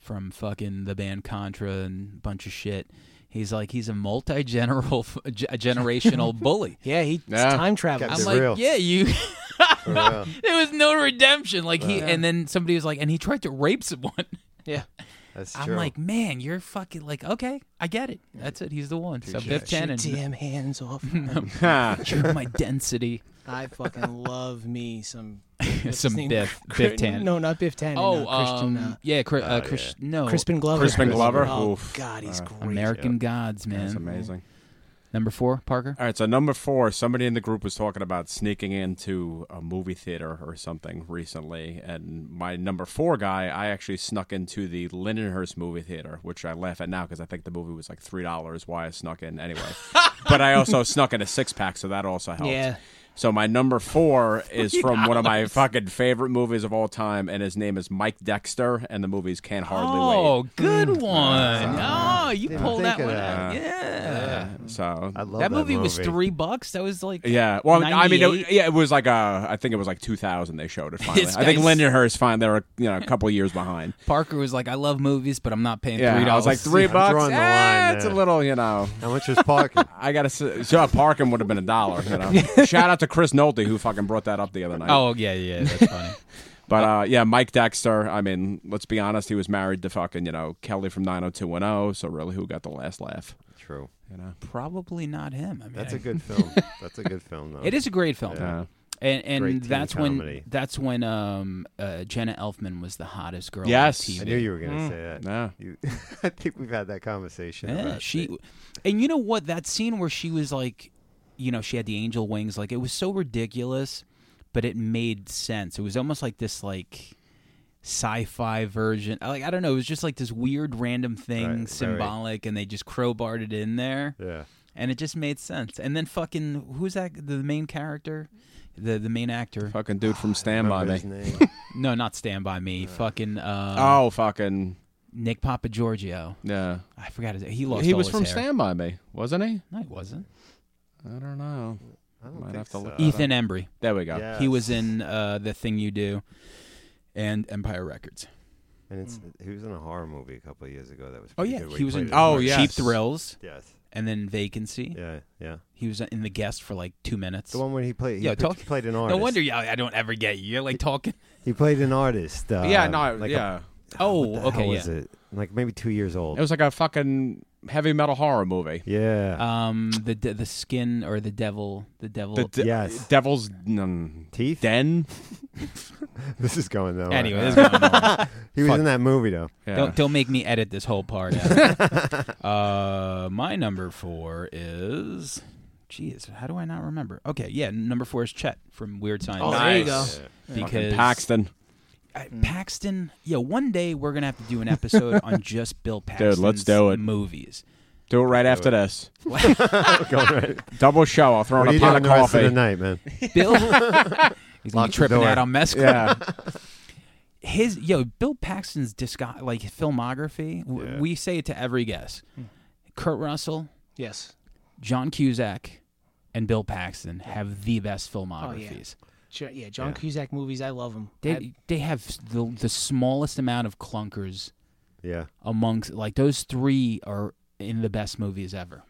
[SPEAKER 1] from fucking the band Contra and bunch of shit. He's like he's a multi general generational bully.
[SPEAKER 2] Yeah, he
[SPEAKER 4] Yeah.
[SPEAKER 2] time travel.
[SPEAKER 3] Kept
[SPEAKER 1] I'm
[SPEAKER 3] Is it
[SPEAKER 1] like,
[SPEAKER 3] real?
[SPEAKER 1] yeah, you.
[SPEAKER 3] For real.
[SPEAKER 1] there was no redemption. Like he, and then somebody was like, and he tried to rape someone.
[SPEAKER 2] Yeah,
[SPEAKER 3] That's
[SPEAKER 1] I'm
[SPEAKER 3] true.
[SPEAKER 1] like, man, you're fucking like, okay, I get it. That's it. He's the one. So
[SPEAKER 3] Touche.
[SPEAKER 1] Biff
[SPEAKER 2] Get your
[SPEAKER 1] Tannen,
[SPEAKER 2] damn hands off.
[SPEAKER 1] You're my density.
[SPEAKER 2] I fucking love me some what's
[SPEAKER 1] Some
[SPEAKER 2] his name?
[SPEAKER 1] Biff-
[SPEAKER 2] Cri-
[SPEAKER 1] Biff Tannen.
[SPEAKER 2] No, not Biff Tannen.
[SPEAKER 1] Oh,
[SPEAKER 2] no, Christian.
[SPEAKER 1] um,
[SPEAKER 2] uh,
[SPEAKER 1] yeah, Chris, uh, Chris, no,
[SPEAKER 2] Crispin Glover.
[SPEAKER 4] Crispin Glover?
[SPEAKER 2] Oh
[SPEAKER 4] Oof.
[SPEAKER 2] God, he's great.
[SPEAKER 1] American Gods, man.
[SPEAKER 4] That's amazing.
[SPEAKER 1] Number four, Parker.
[SPEAKER 4] All right, so number four, somebody in the group was talking about sneaking into a movie theater or something recently, and my number four guy, I actually snuck into the Lindenhurst movie theater, which I laugh at now because I think the movie was like three dollars. Why I snuck in anyway, but I also snuck in a six pack, so that also helped.
[SPEAKER 2] Yeah.
[SPEAKER 4] So my number four is from one of my fucking favorite movies of all time, and his name is Mike Dexter, and the movie's Can't Hardly
[SPEAKER 1] Oh,
[SPEAKER 4] Wait.
[SPEAKER 1] good one. Oh, you
[SPEAKER 3] Didn't
[SPEAKER 1] pulled
[SPEAKER 3] think
[SPEAKER 1] that
[SPEAKER 3] of
[SPEAKER 1] one
[SPEAKER 3] that.
[SPEAKER 1] out. Yeah.
[SPEAKER 4] So
[SPEAKER 3] I love
[SPEAKER 1] That movie was
[SPEAKER 3] movie.
[SPEAKER 1] three bucks. That was like
[SPEAKER 4] Yeah. Well, I mean, it,
[SPEAKER 1] 98?
[SPEAKER 4] yeah, it was like uh, I think it was like 2000 they showed it finally.
[SPEAKER 1] This
[SPEAKER 4] I think
[SPEAKER 1] guy's-
[SPEAKER 4] Lindenhurst fine. They were you know a couple years behind.
[SPEAKER 1] Parker was like, I love movies, but I'm not paying
[SPEAKER 4] Yeah,
[SPEAKER 1] three
[SPEAKER 4] I was
[SPEAKER 1] dollars.
[SPEAKER 4] like three
[SPEAKER 3] I'm
[SPEAKER 4] bucks.
[SPEAKER 3] drawing the
[SPEAKER 4] eh,
[SPEAKER 3] line
[SPEAKER 4] it's
[SPEAKER 3] there.
[SPEAKER 4] a little, you know.
[SPEAKER 3] How much was parking?
[SPEAKER 4] I gotta s- so parking would have been a dollar. You know. Shout out to Chris Nolte who fucking brought that up the other night.
[SPEAKER 1] Oh yeah, yeah, that's funny.
[SPEAKER 4] But uh, yeah, Mike Dexter. I mean, let's be honest. He was married to fucking you know Kelly from 90210. So really, who got the last laugh?
[SPEAKER 3] True.
[SPEAKER 4] You know.
[SPEAKER 1] Probably not him. I mean,
[SPEAKER 3] That's
[SPEAKER 1] I-
[SPEAKER 3] a good film. That's a good film, though.
[SPEAKER 1] It is a great film.
[SPEAKER 4] Yeah.
[SPEAKER 1] And
[SPEAKER 3] Great
[SPEAKER 1] and
[SPEAKER 3] teen
[SPEAKER 1] that's
[SPEAKER 3] comedy.
[SPEAKER 1] when that's when um uh, Jenna Elfman was the hottest girl.
[SPEAKER 4] Yes.
[SPEAKER 1] on TV.
[SPEAKER 3] I knew you were
[SPEAKER 1] Mm.
[SPEAKER 3] going to say that.
[SPEAKER 4] Yeah.
[SPEAKER 3] You, I think we've had that conversation.
[SPEAKER 1] Yeah,
[SPEAKER 3] about
[SPEAKER 1] Eh, she,
[SPEAKER 3] it.
[SPEAKER 1] and you know what? That scene where she was like, you know, she had the angel wings. Like it was so ridiculous, but it made sense. It was almost like this like sci-fi version. Like I don't know. It was just like this weird random thing,
[SPEAKER 3] Right, right.
[SPEAKER 1] symbolic, and they just crowbarred it in there,
[SPEAKER 3] Yeah.
[SPEAKER 1] and it just made sense. And then fucking who's that? The main character, the the main actor.
[SPEAKER 4] Fucking dude from Stand By
[SPEAKER 3] Remember
[SPEAKER 4] Me.
[SPEAKER 3] his name?
[SPEAKER 1] No, not Stand by Me. Fucking uh,
[SPEAKER 4] Oh fucking
[SPEAKER 1] Nick Papa Giorgio.
[SPEAKER 4] yeah.
[SPEAKER 1] I forgot his. He lost.
[SPEAKER 4] he
[SPEAKER 1] all
[SPEAKER 4] was
[SPEAKER 1] his
[SPEAKER 4] from
[SPEAKER 1] hair.
[SPEAKER 4] Stand By Me, wasn't he?
[SPEAKER 1] No, he wasn't.
[SPEAKER 4] I don't know.
[SPEAKER 3] I don't
[SPEAKER 4] Might
[SPEAKER 3] think
[SPEAKER 4] have to
[SPEAKER 3] so.
[SPEAKER 4] look
[SPEAKER 1] Ethan Embry.
[SPEAKER 4] There we go.
[SPEAKER 3] Yes.
[SPEAKER 1] He was in uh, the thing you do, and Empire Records.
[SPEAKER 3] And it's, he was in a horror movie a couple of years ago that was.
[SPEAKER 1] Mm. Oh
[SPEAKER 3] pretty
[SPEAKER 1] yeah,
[SPEAKER 3] good, where
[SPEAKER 1] he was in
[SPEAKER 3] played a
[SPEAKER 4] Oh,
[SPEAKER 3] nerd.
[SPEAKER 4] yes.
[SPEAKER 1] Cheap Thrills,
[SPEAKER 3] Yes.
[SPEAKER 1] and then Vacancy.
[SPEAKER 3] Yeah. Yeah.
[SPEAKER 1] He was in the guest for like two minutes.
[SPEAKER 3] The one where he played. He
[SPEAKER 1] Yeah,
[SPEAKER 3] pit-
[SPEAKER 1] talk-
[SPEAKER 3] played an artist.
[SPEAKER 1] No wonder y'all, I don't ever get you. You're like talking.
[SPEAKER 3] He played an artist. Uh,
[SPEAKER 4] yeah, no,
[SPEAKER 3] like a-
[SPEAKER 4] yeah.
[SPEAKER 1] Oh,
[SPEAKER 3] what the
[SPEAKER 1] okay,
[SPEAKER 3] hell
[SPEAKER 1] yeah.
[SPEAKER 3] was it? Like maybe two years old.
[SPEAKER 4] It was like a fucking heavy metal horror movie.
[SPEAKER 3] yeah.
[SPEAKER 1] Um, the de- the skin or the devil, the devil.
[SPEAKER 4] The de-
[SPEAKER 3] Yes.
[SPEAKER 4] Devil's mm,
[SPEAKER 3] Teeth.
[SPEAKER 4] Den.
[SPEAKER 3] this is going though.
[SPEAKER 1] anyway, this is going on.
[SPEAKER 3] he was
[SPEAKER 1] fuck.
[SPEAKER 3] in that movie though.
[SPEAKER 4] Yeah.
[SPEAKER 1] Don't don't make me edit this whole part. Out. uh, my number four is. Jeez, how do I not remember? Okay, yeah, number four is Chet from Weird Science.
[SPEAKER 2] Oh, there you go.
[SPEAKER 4] Nice.
[SPEAKER 1] Because
[SPEAKER 4] Fucking
[SPEAKER 1] I,
[SPEAKER 4] Paxton.
[SPEAKER 1] Uh, Paxton. Yeah, one day we're gonna have to do an episode on just Bill Paxton's
[SPEAKER 4] Dude, let's do it.
[SPEAKER 1] movies.
[SPEAKER 4] Do it right after this. Double show. I'll throw
[SPEAKER 3] What
[SPEAKER 4] in
[SPEAKER 3] are
[SPEAKER 4] a pot of
[SPEAKER 3] you doing the rest of
[SPEAKER 4] coffee.
[SPEAKER 3] the night, man?
[SPEAKER 1] Bill, he's gonna
[SPEAKER 3] Lock the
[SPEAKER 1] be tripping
[SPEAKER 3] door.
[SPEAKER 1] out on mescaline.
[SPEAKER 4] Yeah.
[SPEAKER 1] his yo Bill Paxton's disco- like filmography. w- We say it to every guest.
[SPEAKER 4] Hmm.
[SPEAKER 1] Kurt Russell,
[SPEAKER 2] Yes.
[SPEAKER 1] John Cusack, and Bill Paxton have the best
[SPEAKER 4] Oh,
[SPEAKER 1] filmographies.
[SPEAKER 2] Sure, yeah, John Cusack movies, I love them.
[SPEAKER 1] They they have s- the the smallest amount of clunkers
[SPEAKER 3] Yeah.
[SPEAKER 1] amongst like those three are in the best movies ever.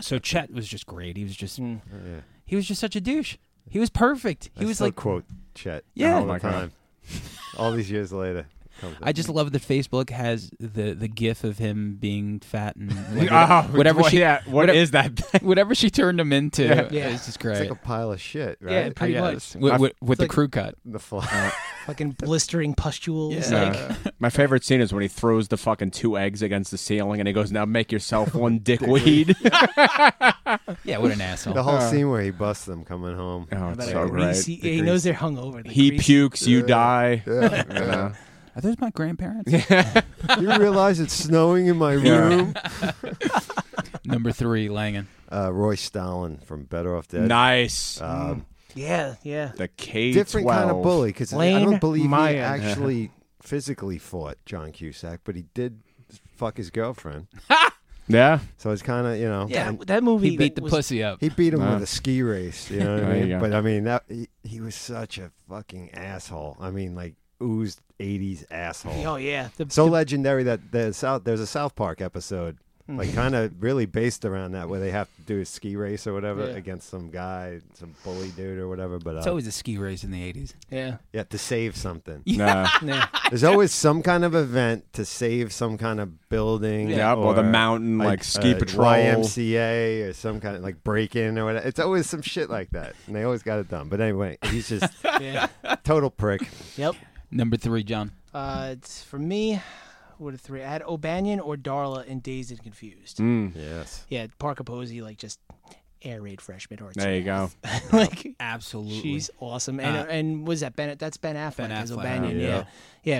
[SPEAKER 1] So Chet was just great. He was
[SPEAKER 2] Hmm.
[SPEAKER 1] just
[SPEAKER 3] Yeah.
[SPEAKER 1] he was just such a douche. He was perfect.
[SPEAKER 3] I
[SPEAKER 1] He was
[SPEAKER 3] still
[SPEAKER 1] like
[SPEAKER 3] quote Chet.
[SPEAKER 1] Yeah.
[SPEAKER 3] all
[SPEAKER 1] Oh
[SPEAKER 3] the
[SPEAKER 4] my God.
[SPEAKER 3] time. all these years later. comes up.
[SPEAKER 1] I just love that Facebook has the the gif of him being fat and like,
[SPEAKER 4] Oh,
[SPEAKER 1] whatever
[SPEAKER 4] well,
[SPEAKER 1] she
[SPEAKER 4] yeah, what
[SPEAKER 1] whatever-
[SPEAKER 4] is that?
[SPEAKER 1] whatever she turned him into. Yeah,
[SPEAKER 2] Yeah.
[SPEAKER 1] it's just
[SPEAKER 3] it's
[SPEAKER 1] great.
[SPEAKER 3] like a pile of shit, right?
[SPEAKER 2] Yeah, pretty
[SPEAKER 3] I
[SPEAKER 2] much.
[SPEAKER 3] guess.
[SPEAKER 1] with
[SPEAKER 4] I've-
[SPEAKER 1] with, with the
[SPEAKER 2] like-
[SPEAKER 1] crew cut.
[SPEAKER 3] The fly.
[SPEAKER 2] Fucking blistering pustules.
[SPEAKER 1] Yeah.
[SPEAKER 2] Like,
[SPEAKER 4] My favorite scene is when he throws the fucking two eggs against the ceiling and he goes, "Now make yourself one dickweed."
[SPEAKER 1] Yeah, what an asshole.
[SPEAKER 3] the whole scene where he busts them coming home.
[SPEAKER 4] oh,
[SPEAKER 2] but
[SPEAKER 4] it's
[SPEAKER 2] I
[SPEAKER 4] so
[SPEAKER 2] agree.
[SPEAKER 4] great.
[SPEAKER 2] See- yeah, he knows they're hungover. The
[SPEAKER 4] He
[SPEAKER 2] grease-
[SPEAKER 4] pukes, you die.
[SPEAKER 3] Yeah.
[SPEAKER 1] Are those my grandparents?
[SPEAKER 3] you realize it's snowing in my
[SPEAKER 4] Yeah.
[SPEAKER 3] room?
[SPEAKER 1] Number three, Langan.
[SPEAKER 3] Uh, Roy Stalin from Better Off Dead.
[SPEAKER 4] Nice.
[SPEAKER 3] Um,
[SPEAKER 2] Yeah, yeah.
[SPEAKER 4] the K
[SPEAKER 3] different kind of bully because I
[SPEAKER 2] Lane
[SPEAKER 3] don't believe
[SPEAKER 2] Meyer.
[SPEAKER 3] he actually physically fought John Cusack, but he did fuck his girlfriend.
[SPEAKER 4] Yeah.
[SPEAKER 3] So it's kind of you know.
[SPEAKER 2] Yeah,
[SPEAKER 3] and
[SPEAKER 2] that movie
[SPEAKER 1] He beat the
[SPEAKER 2] was-
[SPEAKER 1] pussy up.
[SPEAKER 3] He beat him
[SPEAKER 4] Wow.
[SPEAKER 3] with a ski race, you know what
[SPEAKER 4] There
[SPEAKER 3] I
[SPEAKER 4] you
[SPEAKER 3] mean?
[SPEAKER 4] go.
[SPEAKER 3] But I mean, that he, he was such a fucking asshole. I mean, like oozed '80s asshole.
[SPEAKER 2] Oh yeah, the,
[SPEAKER 3] so legendary that the South there's a South Park episode,
[SPEAKER 2] Hmm.
[SPEAKER 3] like kind of really based around that, where they have to do a ski race or whatever
[SPEAKER 2] Yeah.
[SPEAKER 3] against some guy, some bully dude or whatever. But
[SPEAKER 1] It's
[SPEAKER 3] uh,
[SPEAKER 1] always a ski race in the eighties.
[SPEAKER 2] yeah,
[SPEAKER 3] you have to save something.
[SPEAKER 4] Nah.
[SPEAKER 2] yeah.
[SPEAKER 3] There's always some kind of event to save some kind of building.
[SPEAKER 4] Yeah, or the mountain,
[SPEAKER 3] uh,
[SPEAKER 4] like, ski patrol.
[SPEAKER 3] YMCA, or some kind of like break in or whatever. It's always some shit like that, and they always got it done. But anyway, he's just
[SPEAKER 2] Yeah.
[SPEAKER 3] total prick.
[SPEAKER 2] Yep.
[SPEAKER 1] Number three, John.
[SPEAKER 2] Uh, it's- for me, what are three? I had O'Banion or Darla in Dazed and Confused.
[SPEAKER 3] Yes,
[SPEAKER 2] Yeah, Parker Posey, like just air raid freshman or
[SPEAKER 4] There you go.
[SPEAKER 2] like
[SPEAKER 1] Absolutely. Uh,
[SPEAKER 2] she's awesome. And and was that Ben? That's Ben Affleck,
[SPEAKER 1] Ben
[SPEAKER 2] as
[SPEAKER 1] Affleck,
[SPEAKER 2] O'Banion.
[SPEAKER 1] yeah.
[SPEAKER 2] Yeah.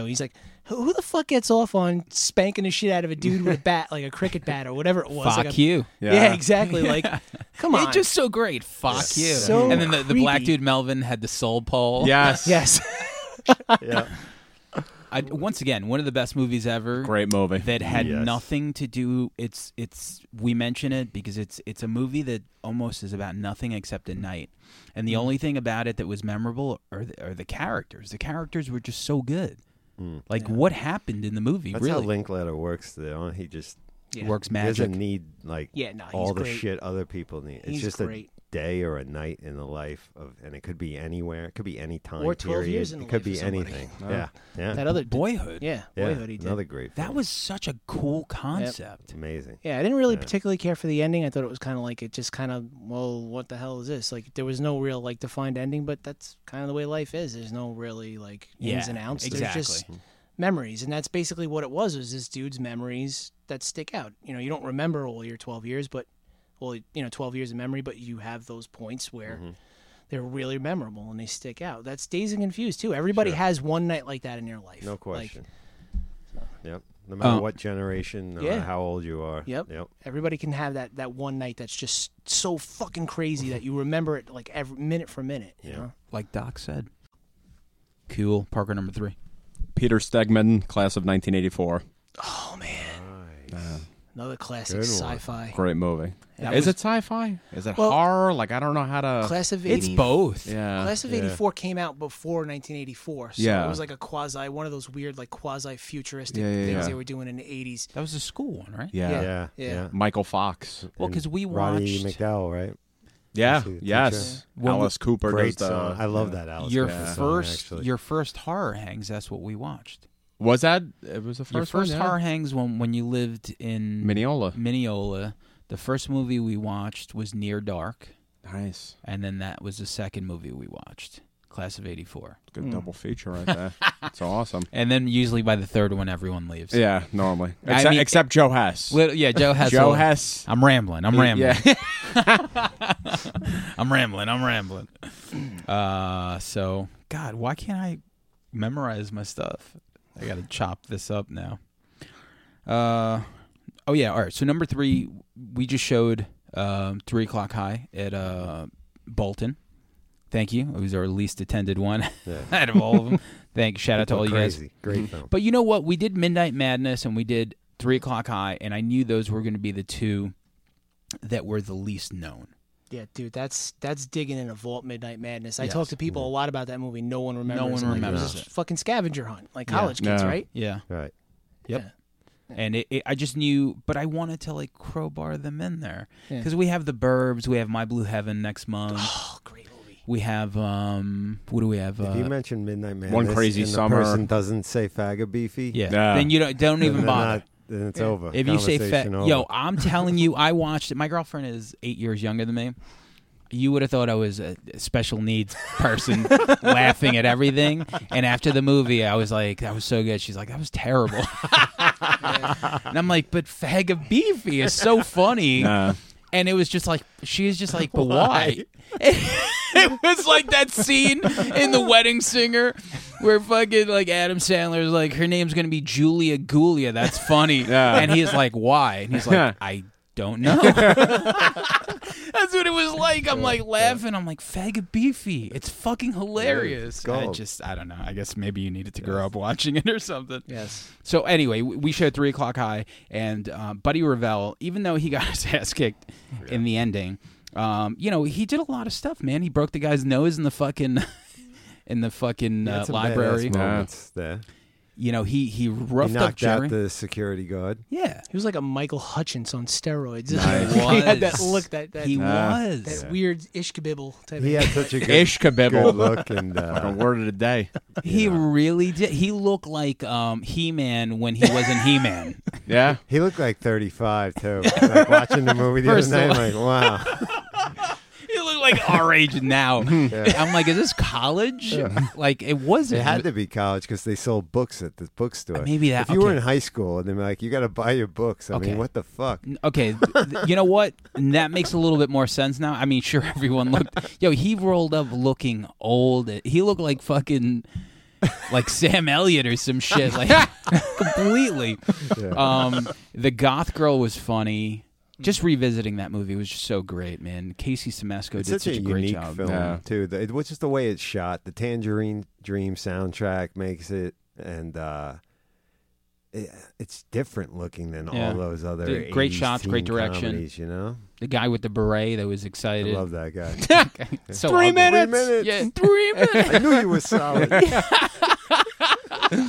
[SPEAKER 2] yeah, He's like, who, who the fuck gets off on spanking the shit out of a dude with a bat, like a cricket bat or whatever it was?
[SPEAKER 1] Fuck
[SPEAKER 2] like a-
[SPEAKER 1] you.
[SPEAKER 2] Yeah. exactly. Like, come on.
[SPEAKER 1] It's just so great. Fuck you.
[SPEAKER 2] So
[SPEAKER 1] and then the, the black
[SPEAKER 2] creepy.
[SPEAKER 1] dude Melvin had the soul pole.
[SPEAKER 4] Yes.
[SPEAKER 2] yes.
[SPEAKER 3] yeah,
[SPEAKER 1] I, once again, one of the best movies ever.
[SPEAKER 4] Great movie.
[SPEAKER 1] That had
[SPEAKER 3] Yes.
[SPEAKER 1] nothing to do. It's it's we mention it because it's it's a movie that almost is about nothing except a night, and the only thing about it that was memorable are the, are the characters. The characters were just so good. Like what happened in the movie
[SPEAKER 3] that's how
[SPEAKER 1] really
[SPEAKER 3] Linkletter works. Though he just
[SPEAKER 2] Yeah.
[SPEAKER 1] works
[SPEAKER 3] he
[SPEAKER 1] magic.
[SPEAKER 3] doesn't need like
[SPEAKER 2] Yeah, no, he's
[SPEAKER 3] all the
[SPEAKER 2] great.
[SPEAKER 3] shit other people need. It's
[SPEAKER 2] He's
[SPEAKER 3] just
[SPEAKER 2] great.
[SPEAKER 3] a day or a night in the life of, and it could be anywhere. It could be any time
[SPEAKER 2] Or 12
[SPEAKER 3] period.
[SPEAKER 2] years in the
[SPEAKER 3] it could
[SPEAKER 2] life of
[SPEAKER 3] be
[SPEAKER 2] somebody.
[SPEAKER 3] anything.
[SPEAKER 4] Oh.
[SPEAKER 3] Yeah, yeah.
[SPEAKER 2] That other
[SPEAKER 1] Boyhood.
[SPEAKER 2] Yeah,
[SPEAKER 3] yeah,
[SPEAKER 2] boyhood he did.
[SPEAKER 3] another great.
[SPEAKER 1] That
[SPEAKER 3] film.
[SPEAKER 1] was such a cool concept.
[SPEAKER 3] amazing.
[SPEAKER 2] Yeah, I didn't really particularly care for the ending. I thought it was kind of like it just kind of, well, what the hell is this? Like there was no real like defined ending, but that's kind of the way life is. There's no really like ins
[SPEAKER 1] Yeah,
[SPEAKER 2] and outs. There's just memories, and that's basically what it was. Was this dude's memories that stick out? You know, you don't remember all your 12 years, but well, you know, 12 years of memory, but you have those points where.
[SPEAKER 3] Mm-hmm.
[SPEAKER 2] They're really memorable and they stick out. That's Dazed and Confused too. Everybody has one night like that in their life.
[SPEAKER 3] No
[SPEAKER 2] Like,
[SPEAKER 3] question. yep. No matter
[SPEAKER 4] Oh.
[SPEAKER 1] Uh,
[SPEAKER 3] what generation, no
[SPEAKER 2] yeah.
[SPEAKER 3] matter how old you are.
[SPEAKER 2] Yep.
[SPEAKER 3] Yep.
[SPEAKER 2] Everybody can have that that one night that's just so fucking crazy that you remember it like every minute for minute. You
[SPEAKER 3] Yeah.
[SPEAKER 2] know?
[SPEAKER 1] like Doc said. Cool. Parker number three.
[SPEAKER 4] Peter Stegman, class of 1984.
[SPEAKER 2] Oh man, another classic
[SPEAKER 3] Good one.
[SPEAKER 2] sci-fi.
[SPEAKER 4] Great movie.
[SPEAKER 2] That
[SPEAKER 4] is
[SPEAKER 2] was-
[SPEAKER 4] it sci-fi? Is it
[SPEAKER 2] Well-
[SPEAKER 4] horror? Like I don't know how to.
[SPEAKER 2] Class of
[SPEAKER 1] It's
[SPEAKER 2] eighty.
[SPEAKER 1] both.
[SPEAKER 4] yeah.
[SPEAKER 2] Class of '84 came out before 1984, so
[SPEAKER 4] Yeah.
[SPEAKER 2] it was like a quasi, one of those weird, like quasi futuristic
[SPEAKER 4] Yeah, yeah,
[SPEAKER 2] things
[SPEAKER 4] yeah.
[SPEAKER 2] they were doing in the '80s.
[SPEAKER 1] That was a school one, right?
[SPEAKER 4] yeah.
[SPEAKER 2] Yeah.
[SPEAKER 3] Yeah.
[SPEAKER 2] Yeah.
[SPEAKER 3] Yeah.
[SPEAKER 4] Michael Fox.
[SPEAKER 1] Well, because we
[SPEAKER 3] Roddy
[SPEAKER 1] watched
[SPEAKER 3] McDowell, right?
[SPEAKER 4] Yeah.
[SPEAKER 3] Actually, the
[SPEAKER 4] Yes.
[SPEAKER 1] Yeah.
[SPEAKER 4] Alice Cooper does uh,
[SPEAKER 3] Great
[SPEAKER 4] the.
[SPEAKER 3] song. I love that Alice.
[SPEAKER 1] your
[SPEAKER 3] Cooper song,
[SPEAKER 1] first
[SPEAKER 3] actually.
[SPEAKER 1] your first horror hangs. That's what we watched.
[SPEAKER 4] Was that? It was the first.
[SPEAKER 1] your first
[SPEAKER 4] one, yeah?
[SPEAKER 1] horror Hmm. hangs when when you lived in
[SPEAKER 4] Mineola.
[SPEAKER 1] Mineola. The first movie we watched was Near Dark,
[SPEAKER 4] Nice.
[SPEAKER 1] and then that was the second movie we watched, Class of '84.
[SPEAKER 4] Good double feature right there. It's awesome.
[SPEAKER 1] And then usually by the third one, everyone leaves.
[SPEAKER 4] Yeah, normally.
[SPEAKER 1] I
[SPEAKER 4] Except,
[SPEAKER 1] mean-
[SPEAKER 4] except Joe Hess.
[SPEAKER 1] Well, yeah. Joe has.
[SPEAKER 4] Joe
[SPEAKER 1] a-
[SPEAKER 4] Hess.
[SPEAKER 1] I'm rambling. I'm rambling.
[SPEAKER 4] Yeah.
[SPEAKER 1] I'm rambling. I'm rambling. Uh, so God, why can't I memorized my stuff. I got to chop this up now. Uh, oh yeah. All right. So number three, we just showed um three o'clock high at uh, Bolton. Thank you. It was our least attended one out of all of them. Thank. Shout out to all you guys.
[SPEAKER 3] Crazy, great film.
[SPEAKER 1] But you know what? We did Midnight Madness and we did Three O'clock High, and I knew those were going to be the two that were the least known.
[SPEAKER 2] Yeah, dude, that's that's digging in a vault. Midnight Madness. I talk to people a lot about that movie. No one remembers.
[SPEAKER 1] one
[SPEAKER 2] I'm like, it was
[SPEAKER 1] remembers
[SPEAKER 2] just
[SPEAKER 1] it.
[SPEAKER 2] Fucking scavenger hunt, like college kids,
[SPEAKER 4] No.
[SPEAKER 2] right?
[SPEAKER 1] Yeah.
[SPEAKER 3] Right.
[SPEAKER 1] Yep. And it, it, I just knew, but I wanted to like crowbar them in there
[SPEAKER 2] Yeah.
[SPEAKER 1] because we have the Burbs, we have My Blue Heaven next month,
[SPEAKER 2] Oh, great movie.
[SPEAKER 1] we have um, what do we have? Uh,
[SPEAKER 3] If you mentioned Midnight Madness,
[SPEAKER 4] One Crazy
[SPEAKER 3] and
[SPEAKER 4] Summer.
[SPEAKER 3] The person doesn't say faggot beefy.
[SPEAKER 1] yeah.
[SPEAKER 4] Yeah.
[SPEAKER 1] Then you don't don't
[SPEAKER 3] then
[SPEAKER 1] even
[SPEAKER 3] they're
[SPEAKER 1] bother.
[SPEAKER 3] not- then it's over.
[SPEAKER 1] If you say fat,
[SPEAKER 3] Conversation over.
[SPEAKER 1] yo, I'm telling you, I watched it. My girlfriend is eight years younger than me. You would have thought I was a special needs person laughing at everything. And after the movie, I was like, that was so good. She's like, that was terrible. and I'm like, but Fag of Beefy is so funny.
[SPEAKER 4] Nah.
[SPEAKER 1] And it was just like, she was just like, but why? it was like that scene in The Wedding Singer where fucking like Adam Sandler's like, her name's gonna be Julia Gulia. That's funny.
[SPEAKER 4] Yeah.
[SPEAKER 1] And he's like, why? And he's like, I don't know. That's what it was like. I'm like laughing. I'm like, faggot beefy. It's fucking hilarious.
[SPEAKER 3] Yeah, it's
[SPEAKER 1] I
[SPEAKER 3] gold.
[SPEAKER 1] just, I don't know. I guess maybe you needed to grow up watching it or something.
[SPEAKER 2] Yes.
[SPEAKER 1] So anyway, we we showed three o'clock high, and uh, Buddy Revell, even though he got his ass kicked
[SPEAKER 3] Oh,
[SPEAKER 1] in the ending, um, you know, he did a lot of stuff, man. He broke the guy's nose in the fucking in the fucking
[SPEAKER 3] He had
[SPEAKER 1] uh,
[SPEAKER 3] some
[SPEAKER 1] library.
[SPEAKER 3] badass moments there.
[SPEAKER 1] You know, he he
[SPEAKER 3] he
[SPEAKER 1] roughed up
[SPEAKER 3] knocked
[SPEAKER 1] Jerry.
[SPEAKER 3] out the security guard.
[SPEAKER 1] yeah,
[SPEAKER 2] He was like a Michael Hutchins on steroids. he
[SPEAKER 1] Nice.
[SPEAKER 2] had that
[SPEAKER 1] Was.
[SPEAKER 2] look, that that,
[SPEAKER 1] he
[SPEAKER 4] Ah.
[SPEAKER 1] was.
[SPEAKER 2] that weird ishkabibble type.
[SPEAKER 3] He
[SPEAKER 2] of
[SPEAKER 3] had such a good,
[SPEAKER 4] Ish
[SPEAKER 3] good
[SPEAKER 4] kabibble.
[SPEAKER 3] look and
[SPEAKER 4] Fucking
[SPEAKER 3] uh,
[SPEAKER 4] word of the day.
[SPEAKER 1] He really did. He looked like um, He Man when he wasn't He Man.
[SPEAKER 4] Yeah.
[SPEAKER 3] he looked like 35 too. Like watching the movie the
[SPEAKER 1] First
[SPEAKER 3] other
[SPEAKER 1] of
[SPEAKER 3] night, I'm like, wow.
[SPEAKER 1] he looked like our age now. I'm like, is this college? Like it wasn't.
[SPEAKER 3] It had to be college because they sold books at the bookstore.
[SPEAKER 1] Maybe that-
[SPEAKER 3] If you were
[SPEAKER 1] okay.
[SPEAKER 3] in high school and they're like, you got to buy your books. I
[SPEAKER 1] Okay.
[SPEAKER 3] mean, what the fuck?
[SPEAKER 1] Okay, th- th- you know what? That makes a little bit more sense now. I mean, sure, everyone looked. Yo, he rolled up looking old. He looked like fucking like Sam Elliott or some shit, like completely. Um, the goth girl was funny. Just revisiting that movie was just so great, man. Casey Semesco
[SPEAKER 3] It's
[SPEAKER 1] did
[SPEAKER 3] such
[SPEAKER 1] such
[SPEAKER 3] a,
[SPEAKER 1] great
[SPEAKER 3] unique
[SPEAKER 1] job.
[SPEAKER 3] film
[SPEAKER 4] Yeah.
[SPEAKER 3] too. The, it was just the way it's shot. The Tangerine Dream soundtrack makes it, and uh, it, it's different looking than
[SPEAKER 1] Yeah.
[SPEAKER 3] all those other
[SPEAKER 1] Dude, great
[SPEAKER 3] 80s
[SPEAKER 1] shots, great
[SPEAKER 3] teen
[SPEAKER 1] direction.
[SPEAKER 3] comedies, you know,
[SPEAKER 1] The guy with the beret that was
[SPEAKER 3] I
[SPEAKER 1] excited.
[SPEAKER 3] love that guy.
[SPEAKER 1] so
[SPEAKER 2] Three
[SPEAKER 1] ugly.
[SPEAKER 2] minutes.
[SPEAKER 3] Three minutes.
[SPEAKER 1] Yeah, three minutes.
[SPEAKER 3] I knew you were solid.
[SPEAKER 2] thing.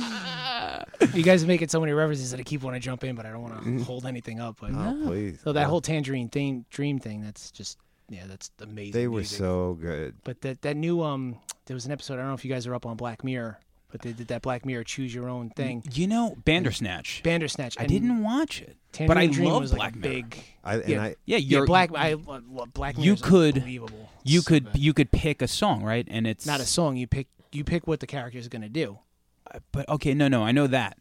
[SPEAKER 2] you guys are making so many references that I keep wanting to jump in, but I don't want
[SPEAKER 1] Mm.
[SPEAKER 2] to hold anything up. But
[SPEAKER 3] Oh, please.
[SPEAKER 2] so that whole tangerine thing, dream thing, that's just yeah, that's amazing.
[SPEAKER 3] they were
[SPEAKER 2] music.
[SPEAKER 3] so good.
[SPEAKER 2] But that that new um, there was an episode. I don't know if you guys are up on Black Mirror, but they did that Black Mirror choose your own thing.
[SPEAKER 1] You know, Bandersnatch.
[SPEAKER 2] Bandersnatch.
[SPEAKER 1] I
[SPEAKER 2] and
[SPEAKER 1] didn't watch it, but I
[SPEAKER 2] Tangerine Dream
[SPEAKER 1] love
[SPEAKER 2] was
[SPEAKER 1] Black
[SPEAKER 2] like a
[SPEAKER 1] Mirror.
[SPEAKER 2] big.
[SPEAKER 3] I, and
[SPEAKER 2] yeah,
[SPEAKER 3] I,
[SPEAKER 1] Yeah,
[SPEAKER 2] yeah,
[SPEAKER 1] you're
[SPEAKER 2] Black. I lo- lo- Black Mirror.
[SPEAKER 1] you could-
[SPEAKER 2] unbelievable.
[SPEAKER 1] You
[SPEAKER 2] So
[SPEAKER 1] could
[SPEAKER 2] good.
[SPEAKER 1] you could pick a song, right? And it's
[SPEAKER 2] not a song. You pick you pick what the character is going to do.
[SPEAKER 1] But okay, no, no, I know that.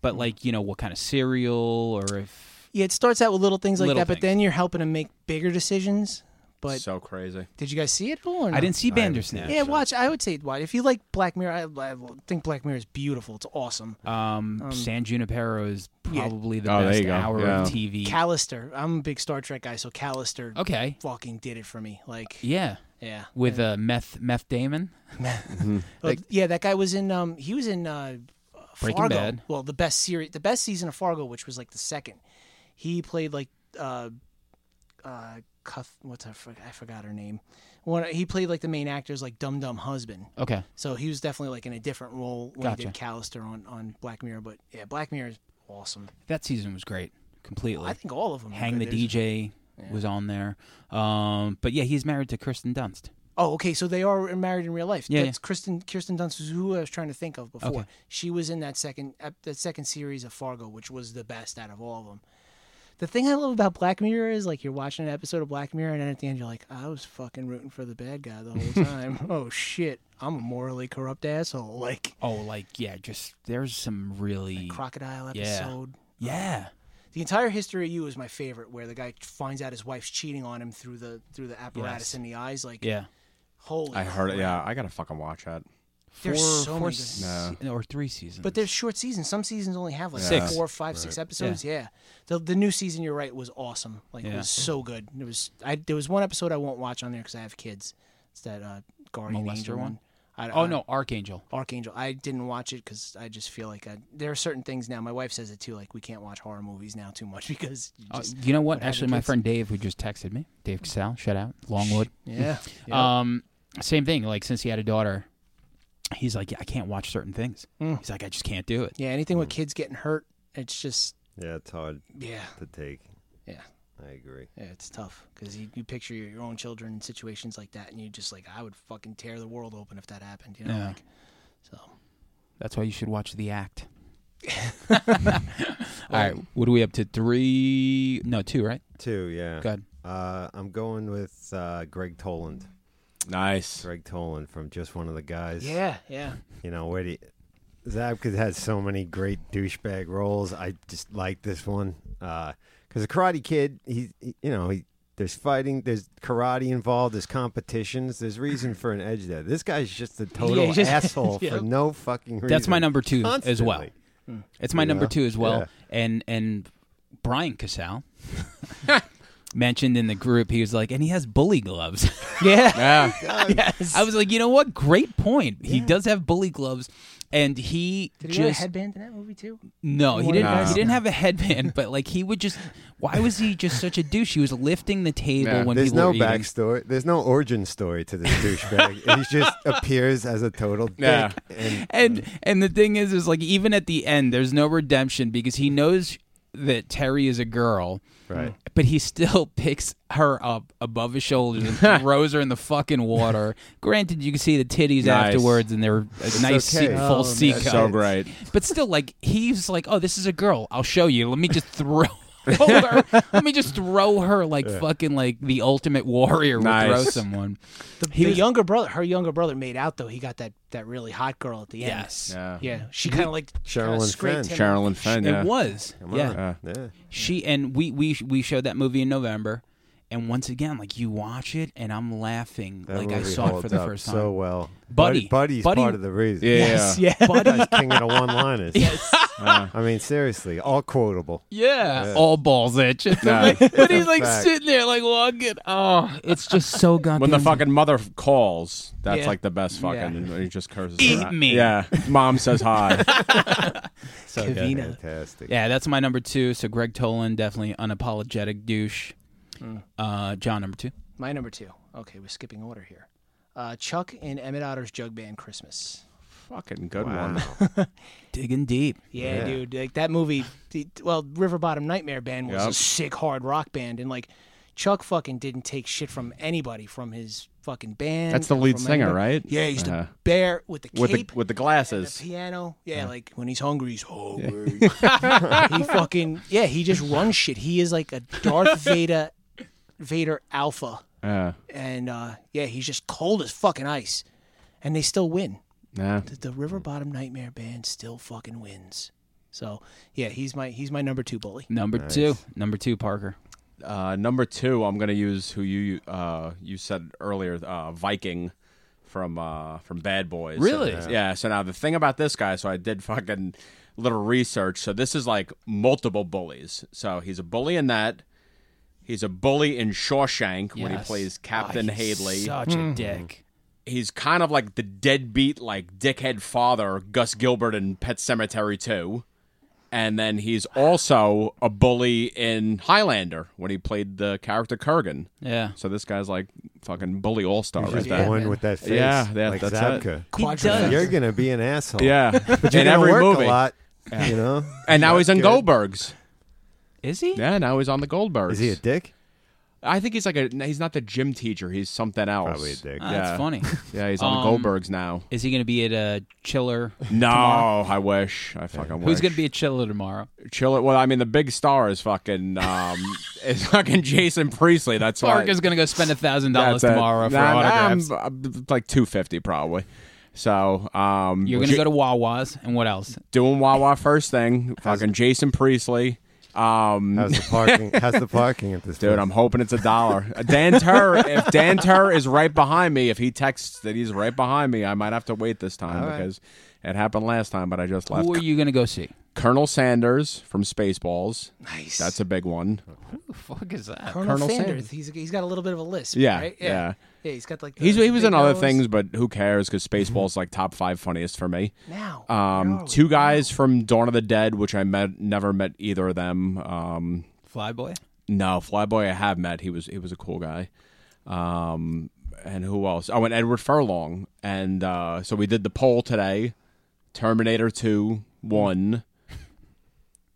[SPEAKER 1] But like, you know, what kind of cereal or if
[SPEAKER 2] Yeah, it starts out with little things like
[SPEAKER 1] Little
[SPEAKER 2] that, but
[SPEAKER 1] things.
[SPEAKER 2] then you're helping him make bigger decisions. But
[SPEAKER 4] so crazy.
[SPEAKER 2] did you guys see it at all? Or no?
[SPEAKER 1] I didn't see
[SPEAKER 3] I haven't
[SPEAKER 1] Bandersnatch.
[SPEAKER 2] Yeah, watch. I would say watch. If you like Black Mirror, I, I think Black Mirror is beautiful. It's awesome.
[SPEAKER 1] Um, San Junipero is
[SPEAKER 2] yeah.
[SPEAKER 1] probably the
[SPEAKER 4] Oh, there
[SPEAKER 1] best
[SPEAKER 4] you go.
[SPEAKER 1] hour
[SPEAKER 4] Yeah.
[SPEAKER 1] of TV.
[SPEAKER 2] Callister. I'm a big Star Trek guy, so Callister
[SPEAKER 1] okay.
[SPEAKER 2] fucking did it for me. Like,
[SPEAKER 1] Oh. Yeah.
[SPEAKER 2] yeah,
[SPEAKER 1] With uh, meth meth Damon.
[SPEAKER 2] Well, yeah. That guy was in. Um, he was in uh,
[SPEAKER 1] Breaking
[SPEAKER 2] Fargo.
[SPEAKER 1] Bad.
[SPEAKER 2] Well, the best series, the best season of Fargo, which was like the second. He played like uh, uh, Cuff. What's her, I forgot her name. One. He played like the main actor's like dumb dumb husband.
[SPEAKER 1] Okay.
[SPEAKER 2] So he was definitely like in a different role when he did
[SPEAKER 1] Gotcha.
[SPEAKER 2] Callister on on Black Mirror. But yeah, Black Mirror is awesome.
[SPEAKER 1] That season was great. Completely.
[SPEAKER 2] I think all of them. are
[SPEAKER 1] Hang
[SPEAKER 2] good.
[SPEAKER 1] the
[SPEAKER 2] There's-
[SPEAKER 1] DJ was on there. Um, but yeah, he's married to Kirsten Dunst.
[SPEAKER 2] Oh, okay. So they are married in real life.
[SPEAKER 1] Yeah,
[SPEAKER 2] That's Kristen Kirsten Dunst is who I was trying to think of before.
[SPEAKER 1] Okay.
[SPEAKER 2] She was in that second ep- that second series of Fargo, which was the best out of all of them. The thing I love about Black Mirror is like you're watching an episode of Black Mirror, and then at the end you're like, I was fucking rooting for the bad guy the whole time. oh shit, I'm a morally corrupt asshole. Like
[SPEAKER 1] Oh, like yeah, just there's some really
[SPEAKER 2] crocodile
[SPEAKER 1] Yeah.
[SPEAKER 2] episode.
[SPEAKER 1] Yeah.
[SPEAKER 2] The entire history of you is my favorite, where the guy finds out his wife's cheating on him through the through the apparatus
[SPEAKER 1] Yes.
[SPEAKER 2] in the eyes. Like
[SPEAKER 1] Yeah.
[SPEAKER 2] holy,
[SPEAKER 4] I heard it.
[SPEAKER 2] crap.
[SPEAKER 4] Yeah, I gotta fucking watch that.
[SPEAKER 1] four,
[SPEAKER 2] There's so
[SPEAKER 1] four
[SPEAKER 2] many good-
[SPEAKER 1] se- or three seasons.
[SPEAKER 2] But there's short seasons. Some seasons only have like
[SPEAKER 1] Six.
[SPEAKER 2] four, five, six episodes. Yeah. The the new season, you're right, was awesome. Like it
[SPEAKER 1] Yeah.
[SPEAKER 2] was so good. It was I there was one episode I won't watch on there because I have kids. It's that uh, Guardian
[SPEAKER 1] Molester
[SPEAKER 2] Angel
[SPEAKER 1] one?
[SPEAKER 2] one. I,
[SPEAKER 1] oh
[SPEAKER 2] I-
[SPEAKER 1] no, Archangel.
[SPEAKER 2] Archangel. I didn't watch it because I just feel like I, there are certain things now. My wife says it too. Like we can't watch horror movies now too much because you
[SPEAKER 1] Uh,
[SPEAKER 2] just,
[SPEAKER 1] you know what?
[SPEAKER 2] what happened
[SPEAKER 1] Actually,
[SPEAKER 2] to
[SPEAKER 1] my
[SPEAKER 2] kids?
[SPEAKER 1] friend Dave, who just texted me, Dave Casal, shout out Longwood.
[SPEAKER 2] yeah.
[SPEAKER 1] Um, same thing. Like since he had a daughter, he's like, yeah, I can't watch certain things.
[SPEAKER 2] Mm.
[SPEAKER 1] He's like, I just can't do it.
[SPEAKER 2] yeah. Anything
[SPEAKER 1] Mm.
[SPEAKER 2] with kids getting hurt, it's just
[SPEAKER 3] Yeah, it's hard
[SPEAKER 2] yeah,
[SPEAKER 3] to take.
[SPEAKER 2] yeah.
[SPEAKER 3] I agree.
[SPEAKER 2] Yeah, it's tough because you, you picture your, your own children in situations like that, and you just like, I would fucking tear the world open if that happened. You know,
[SPEAKER 1] Yeah.
[SPEAKER 2] like, so
[SPEAKER 1] That's why you should watch The Act. All right, what are we up to? Three? No, two, right?
[SPEAKER 3] Two, yeah.
[SPEAKER 1] Go ahead.
[SPEAKER 3] Uh, I'm going with uh, Greg Toland.
[SPEAKER 4] Nice.
[SPEAKER 3] Greg Toland from Just One of the Guys.
[SPEAKER 2] yeah, yeah,
[SPEAKER 3] You know, where do you, Zabka has so many great douchebag roles. I just like this one because the Karate Kid. He, he- you know, he there's fighting, there's karate involved, there's competitions, there's reason for an edge there. This guy's just a total
[SPEAKER 2] he's just-
[SPEAKER 3] asshole
[SPEAKER 2] yeah.
[SPEAKER 3] for no fucking reason.
[SPEAKER 1] That's my number two as well. Hmm.
[SPEAKER 3] Constantly.
[SPEAKER 1] It's my number
[SPEAKER 3] know?
[SPEAKER 1] two as well.
[SPEAKER 3] Yeah.
[SPEAKER 1] And and Brian Casal mentioned in the group, he was like, and he has bully gloves.
[SPEAKER 2] yeah.
[SPEAKER 4] Yeah.
[SPEAKER 1] I was like, you know what? Great point. He does have bully gloves, and he
[SPEAKER 2] Did he wear a
[SPEAKER 1] just
[SPEAKER 2] headband in that movie too?
[SPEAKER 1] no, he
[SPEAKER 2] One
[SPEAKER 1] didn't.
[SPEAKER 4] of
[SPEAKER 1] He
[SPEAKER 4] those?
[SPEAKER 1] didn't have a headband, but like he would just. Why was he just such a douche? He was lifting the table
[SPEAKER 4] Yeah.
[SPEAKER 1] when
[SPEAKER 3] There's
[SPEAKER 1] people
[SPEAKER 3] no
[SPEAKER 1] were eating.
[SPEAKER 3] backstory. There's no origin story to this douchebag. he just appears as a total dick.
[SPEAKER 4] Yeah.
[SPEAKER 3] And
[SPEAKER 1] and and the thing is is like even at the end there's no redemption because he knows that Terry is a girl
[SPEAKER 3] right.
[SPEAKER 1] but he still picks her up above his shoulders and throws her in the fucking water granted you can see the titties
[SPEAKER 4] Nice.
[SPEAKER 1] afterwards and they're a nice sea-
[SPEAKER 3] okay.
[SPEAKER 1] full
[SPEAKER 2] Oh,
[SPEAKER 1] sea
[SPEAKER 2] man.
[SPEAKER 1] cup
[SPEAKER 4] So great.
[SPEAKER 1] but still like he's like oh this is a girl I'll show you let me just throw her. Let me just throw her like fucking like the ultimate warrior would
[SPEAKER 4] Nice.
[SPEAKER 1] throw someone.
[SPEAKER 2] The,
[SPEAKER 1] He
[SPEAKER 2] the
[SPEAKER 1] was-
[SPEAKER 2] younger brother, her younger brother, made out though. He got that that really hot girl at the end.
[SPEAKER 1] Yes,
[SPEAKER 4] Yeah.
[SPEAKER 2] Yeah, she kind of like
[SPEAKER 3] Sherilyn
[SPEAKER 2] kinda scraped him.
[SPEAKER 3] Fenn.
[SPEAKER 4] Sherilyn Fenn. Yeah.
[SPEAKER 1] it was.
[SPEAKER 3] Come
[SPEAKER 1] yeah,
[SPEAKER 3] on. Yeah.
[SPEAKER 1] she and we we we showed that movie in November, and once again, like you watch it, and I'm laughing
[SPEAKER 3] That
[SPEAKER 1] like I
[SPEAKER 3] movie
[SPEAKER 1] saw it
[SPEAKER 3] holds
[SPEAKER 1] for the
[SPEAKER 3] up
[SPEAKER 1] first time.
[SPEAKER 3] so well.
[SPEAKER 1] Buddy.
[SPEAKER 3] Buddy's
[SPEAKER 1] Buddy-
[SPEAKER 3] part of the reason.
[SPEAKER 4] Yeah.
[SPEAKER 2] Yes, yeah,
[SPEAKER 3] Buddy's king of the one-liners.
[SPEAKER 4] Uh,
[SPEAKER 3] I mean, seriously, all quotable.
[SPEAKER 1] yeah. all balls itch.
[SPEAKER 4] Nah.
[SPEAKER 1] but he's like
[SPEAKER 3] Fact.
[SPEAKER 1] sitting there, like walking. Oh, it's just so goddamn.
[SPEAKER 4] when the fucking mother calls, that's
[SPEAKER 2] Yeah.
[SPEAKER 4] like the best fucking. He just curses. her
[SPEAKER 1] Eat
[SPEAKER 4] out.
[SPEAKER 1] me.
[SPEAKER 4] Yeah. Mom says hi.
[SPEAKER 1] so good.
[SPEAKER 2] Kavina.
[SPEAKER 3] Fantastic.
[SPEAKER 1] Yeah, that's my number two. So Greg Tolan, definitely unapologetic douche. Uh, John number two.
[SPEAKER 2] My number two. Okay, we're skipping order here. Uh, Chuck and Emmett Otter's Jug Band Christmas.
[SPEAKER 4] fucking good one.
[SPEAKER 1] Digging deep.
[SPEAKER 2] Yeah,
[SPEAKER 3] Yeah.
[SPEAKER 2] dude. Like that movie. The, well, River Bottom Nightmare Band was a
[SPEAKER 4] Yep.
[SPEAKER 2] sick hard rock band, and like Chuck fucking didn't take shit from anybody from his fucking band.
[SPEAKER 4] That's the lead
[SPEAKER 2] from
[SPEAKER 4] singer,
[SPEAKER 2] anybody.
[SPEAKER 4] right?
[SPEAKER 2] Yeah, he's
[SPEAKER 4] Uh-huh.
[SPEAKER 2] the bear with the
[SPEAKER 4] With the
[SPEAKER 2] cape.
[SPEAKER 4] with the Uh-huh.
[SPEAKER 2] and
[SPEAKER 4] glasses.
[SPEAKER 2] the piano, yeah, like when he's hungry, he's hungry. he fucking yeah, he just runs shit. He is like a Darth Vader, Vader alpha,
[SPEAKER 4] Yeah.
[SPEAKER 2] and uh, yeah, he's just cold as fucking ice, and they still win
[SPEAKER 4] Yeah.
[SPEAKER 2] the, the River Bottom Nightmare Band still fucking wins. So yeah, he's my he's my number two bully.
[SPEAKER 1] Number two. Number two. Parker.
[SPEAKER 4] Uh, number two, I'm gonna use who you uh, you said earlier, uh, Viking from uh, from Bad Boys.
[SPEAKER 1] Really?
[SPEAKER 4] So- yeah. So now the thing about this guy, so I did fucking little research. So this is like multiple bullies. So he's a bully in that. He's a bully in Shawshank when he
[SPEAKER 1] Yes.
[SPEAKER 4] plays Captain
[SPEAKER 1] Oh, he's
[SPEAKER 4] Hadley.
[SPEAKER 1] Such a dick.
[SPEAKER 4] He's kind of like the deadbeat, like dickhead father Gus Gilbert in Pet Cemetery Two. And then he's also a bully in Highlander when he played the character Kurgan.
[SPEAKER 1] Yeah.
[SPEAKER 4] So this guy's like fucking bully all star
[SPEAKER 3] He's
[SPEAKER 4] right
[SPEAKER 3] just
[SPEAKER 4] there.
[SPEAKER 3] born with that face.
[SPEAKER 4] Yeah, that-
[SPEAKER 3] like
[SPEAKER 4] that's it.
[SPEAKER 3] Zabka.
[SPEAKER 1] He
[SPEAKER 2] Quadra-
[SPEAKER 1] does.
[SPEAKER 3] You're gonna be an asshole.
[SPEAKER 4] Yeah,
[SPEAKER 3] but you're
[SPEAKER 4] in
[SPEAKER 3] gonna
[SPEAKER 4] every
[SPEAKER 3] work
[SPEAKER 4] movie.
[SPEAKER 3] a lot. You know,
[SPEAKER 4] And now he's in
[SPEAKER 3] Good.
[SPEAKER 4] Goldberg's.
[SPEAKER 1] Is he?
[SPEAKER 4] Yeah, now he's on the Goldbergs.
[SPEAKER 3] is he a dick?
[SPEAKER 4] I think he's like a. He's not the gym teacher. He's something else.
[SPEAKER 3] Probably a dick.
[SPEAKER 1] Ah,
[SPEAKER 4] yeah.
[SPEAKER 1] That's funny.
[SPEAKER 4] Yeah, he's on
[SPEAKER 1] Um,
[SPEAKER 4] the Goldbergs now.
[SPEAKER 1] Is he going to be at a chiller?
[SPEAKER 4] No, I wish. I fucking wish.
[SPEAKER 1] Who's going to be at chiller tomorrow?
[SPEAKER 4] chill? Well, I mean, the big star is fucking um, is fucking Jason Priestley. That's why
[SPEAKER 1] Parker's going to go spend a thousand dollars
[SPEAKER 4] that's it.
[SPEAKER 1] tomorrow for
[SPEAKER 4] Nah, nah, I'm-
[SPEAKER 1] autographs.
[SPEAKER 4] I'm like two fifty probably. So um,
[SPEAKER 1] You're going
[SPEAKER 4] J-
[SPEAKER 1] to go to Wawa's and what else?
[SPEAKER 4] doing Wawa first thing. Fucking Jason Priestley. Um,
[SPEAKER 3] How's the parking? how's the parking at this?
[SPEAKER 4] Dude,
[SPEAKER 3] place?
[SPEAKER 4] I'm hoping it's a dollar. Uh, Dan Tur, if Dan Tur is right behind me, if he texts that he's right behind me, I might have to wait this time
[SPEAKER 3] All right.
[SPEAKER 4] because it happened last time, but I just left.
[SPEAKER 5] Who are you gonna go see?
[SPEAKER 4] Colonel Sanders from Spaceballs.
[SPEAKER 2] Nice. Uh,
[SPEAKER 4] That's a big one.
[SPEAKER 5] Who the fuck is that?
[SPEAKER 2] Colonel,
[SPEAKER 4] Colonel
[SPEAKER 2] Sanders.
[SPEAKER 4] Sanders.
[SPEAKER 2] He's he's got a little bit of a lisp.
[SPEAKER 4] Yeah,
[SPEAKER 2] right?
[SPEAKER 4] yeah.
[SPEAKER 2] yeah. he's got like. the-
[SPEAKER 4] He's, he was
[SPEAKER 2] the
[SPEAKER 4] in other
[SPEAKER 2] nose.
[SPEAKER 4] things, but who cares? Because Spaceballs like top five funniest for me.
[SPEAKER 2] Now, where are
[SPEAKER 4] Um,
[SPEAKER 2] we?
[SPEAKER 4] two guys from Dawn of the Dead, which I met, never met either of them. Um,
[SPEAKER 1] Flyboy.
[SPEAKER 4] No, Flyboy I have met. He was he was a cool guy. Um, and who else? Oh, and Edward Furlong. And uh, so we did the poll today. Terminator Two won.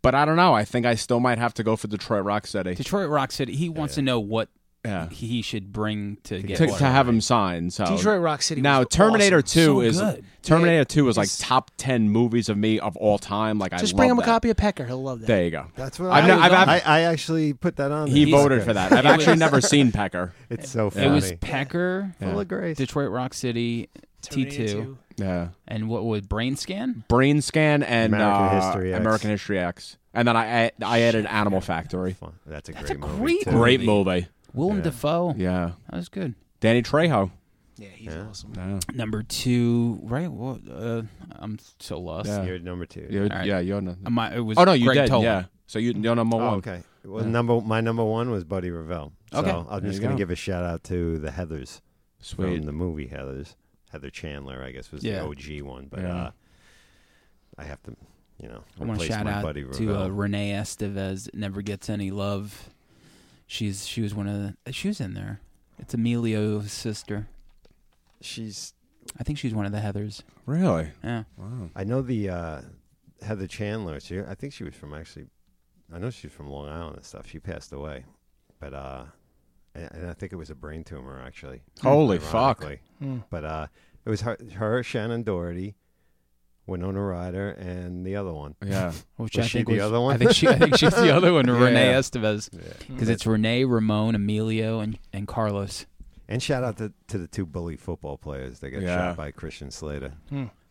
[SPEAKER 4] But I don't know. I think I still might have to go for Detroit Rock City
[SPEAKER 1] Detroit Rock City. He wants to know what
[SPEAKER 4] Yeah.
[SPEAKER 1] he should bring to
[SPEAKER 4] to,
[SPEAKER 1] get
[SPEAKER 4] to
[SPEAKER 1] what.
[SPEAKER 4] have him sign. So
[SPEAKER 2] Detroit Rock City.
[SPEAKER 4] now
[SPEAKER 2] was
[SPEAKER 4] Terminator
[SPEAKER 2] awesome.
[SPEAKER 4] Two
[SPEAKER 1] So
[SPEAKER 4] is
[SPEAKER 1] good.
[SPEAKER 4] Terminator Two is like
[SPEAKER 2] It's-
[SPEAKER 4] top ten movies of me of all time. Like I
[SPEAKER 2] Just bring
[SPEAKER 4] love
[SPEAKER 2] him a
[SPEAKER 4] that.
[SPEAKER 2] copy of Pecker. He'll love that.
[SPEAKER 4] There you go.
[SPEAKER 3] That's what
[SPEAKER 4] I've
[SPEAKER 3] I,
[SPEAKER 4] no- I've- I've-
[SPEAKER 3] I, I actually put that on.
[SPEAKER 4] He
[SPEAKER 3] there.
[SPEAKER 4] voted for that. I've
[SPEAKER 1] It
[SPEAKER 4] actually
[SPEAKER 1] was-
[SPEAKER 4] never seen Pecker.
[SPEAKER 3] It's so funny.
[SPEAKER 1] It was Pecker,
[SPEAKER 3] full of grace.
[SPEAKER 1] Detroit Rock City, T
[SPEAKER 2] Terminator
[SPEAKER 1] two,
[SPEAKER 4] Yeah.
[SPEAKER 1] and what would brain scan?
[SPEAKER 4] Brain Scan and
[SPEAKER 3] American
[SPEAKER 4] uh,
[SPEAKER 3] History X.
[SPEAKER 4] American History X, and then I I, I added Animal Factory.
[SPEAKER 3] Fun. That's a
[SPEAKER 1] That's
[SPEAKER 3] great
[SPEAKER 1] a
[SPEAKER 3] movie.
[SPEAKER 1] great
[SPEAKER 3] too.
[SPEAKER 1] movie.
[SPEAKER 4] Great movie.
[SPEAKER 1] Willem
[SPEAKER 3] Yeah.
[SPEAKER 1] Dafoe.
[SPEAKER 4] Yeah,
[SPEAKER 1] That was good.
[SPEAKER 4] Danny Trejo.
[SPEAKER 2] Yeah, he's
[SPEAKER 3] Yeah.
[SPEAKER 2] awesome.
[SPEAKER 4] Yeah,
[SPEAKER 1] Number two, right? Well, uh, I'm so lost.
[SPEAKER 4] yeah,
[SPEAKER 3] You're number two.
[SPEAKER 4] you're,
[SPEAKER 1] All right.
[SPEAKER 4] yeah, you're not.
[SPEAKER 1] Uh, My, it was
[SPEAKER 4] Oh no, you
[SPEAKER 1] Greg
[SPEAKER 4] did.
[SPEAKER 1] Tolan.
[SPEAKER 4] Yeah, so you you're number
[SPEAKER 3] Oh,
[SPEAKER 4] one.
[SPEAKER 3] okay. Well,
[SPEAKER 4] Yeah.
[SPEAKER 3] number my number one was Buddy Revell. So
[SPEAKER 1] Okay.
[SPEAKER 3] I'm
[SPEAKER 4] There
[SPEAKER 3] just
[SPEAKER 4] you
[SPEAKER 3] gonna
[SPEAKER 4] go.
[SPEAKER 3] give a shout out to the Heather's
[SPEAKER 4] Sweet.
[SPEAKER 3] from the movie Heather's. Heather Chandler, I guess, was
[SPEAKER 1] Yeah.
[SPEAKER 3] the OG one, but
[SPEAKER 4] Yeah.
[SPEAKER 3] uh, I have to, you know,
[SPEAKER 1] I want
[SPEAKER 3] replace
[SPEAKER 1] to shout
[SPEAKER 3] my
[SPEAKER 1] out
[SPEAKER 3] Buddy
[SPEAKER 1] to
[SPEAKER 3] Revell.
[SPEAKER 1] uh, Renee Estevez. that Never gets any love. She's she was one of the uh, she was in there. It's Emilio's sister.
[SPEAKER 3] She's.
[SPEAKER 1] I think she's one of the Heathers.
[SPEAKER 4] Really?
[SPEAKER 1] Yeah.
[SPEAKER 4] Wow.
[SPEAKER 3] I know the uh, Heather Chandler. She, I think she was from actually. I know she's from Long Island and stuff. She passed away, but uh, and, and I think it was a brain tumor actually.
[SPEAKER 4] Holy fuck.
[SPEAKER 3] ironically.
[SPEAKER 2] Hmm.
[SPEAKER 3] But uh, it was her, her, Shannon Doherty, Winona Ryder, and the other one.
[SPEAKER 4] Yeah.
[SPEAKER 1] Which
[SPEAKER 3] Was
[SPEAKER 1] I
[SPEAKER 3] she
[SPEAKER 1] think
[SPEAKER 3] the
[SPEAKER 1] was-
[SPEAKER 3] other one?
[SPEAKER 1] I think she. I think she's the other one. Renee
[SPEAKER 4] Yeah.
[SPEAKER 1] Estevez.
[SPEAKER 3] Yeah.
[SPEAKER 1] Because it's Renee, Ramon, Emilio, and, and Carlos.
[SPEAKER 3] And shout out to, to the two bully football players that got
[SPEAKER 4] Yeah.
[SPEAKER 3] shot by Christian Slater,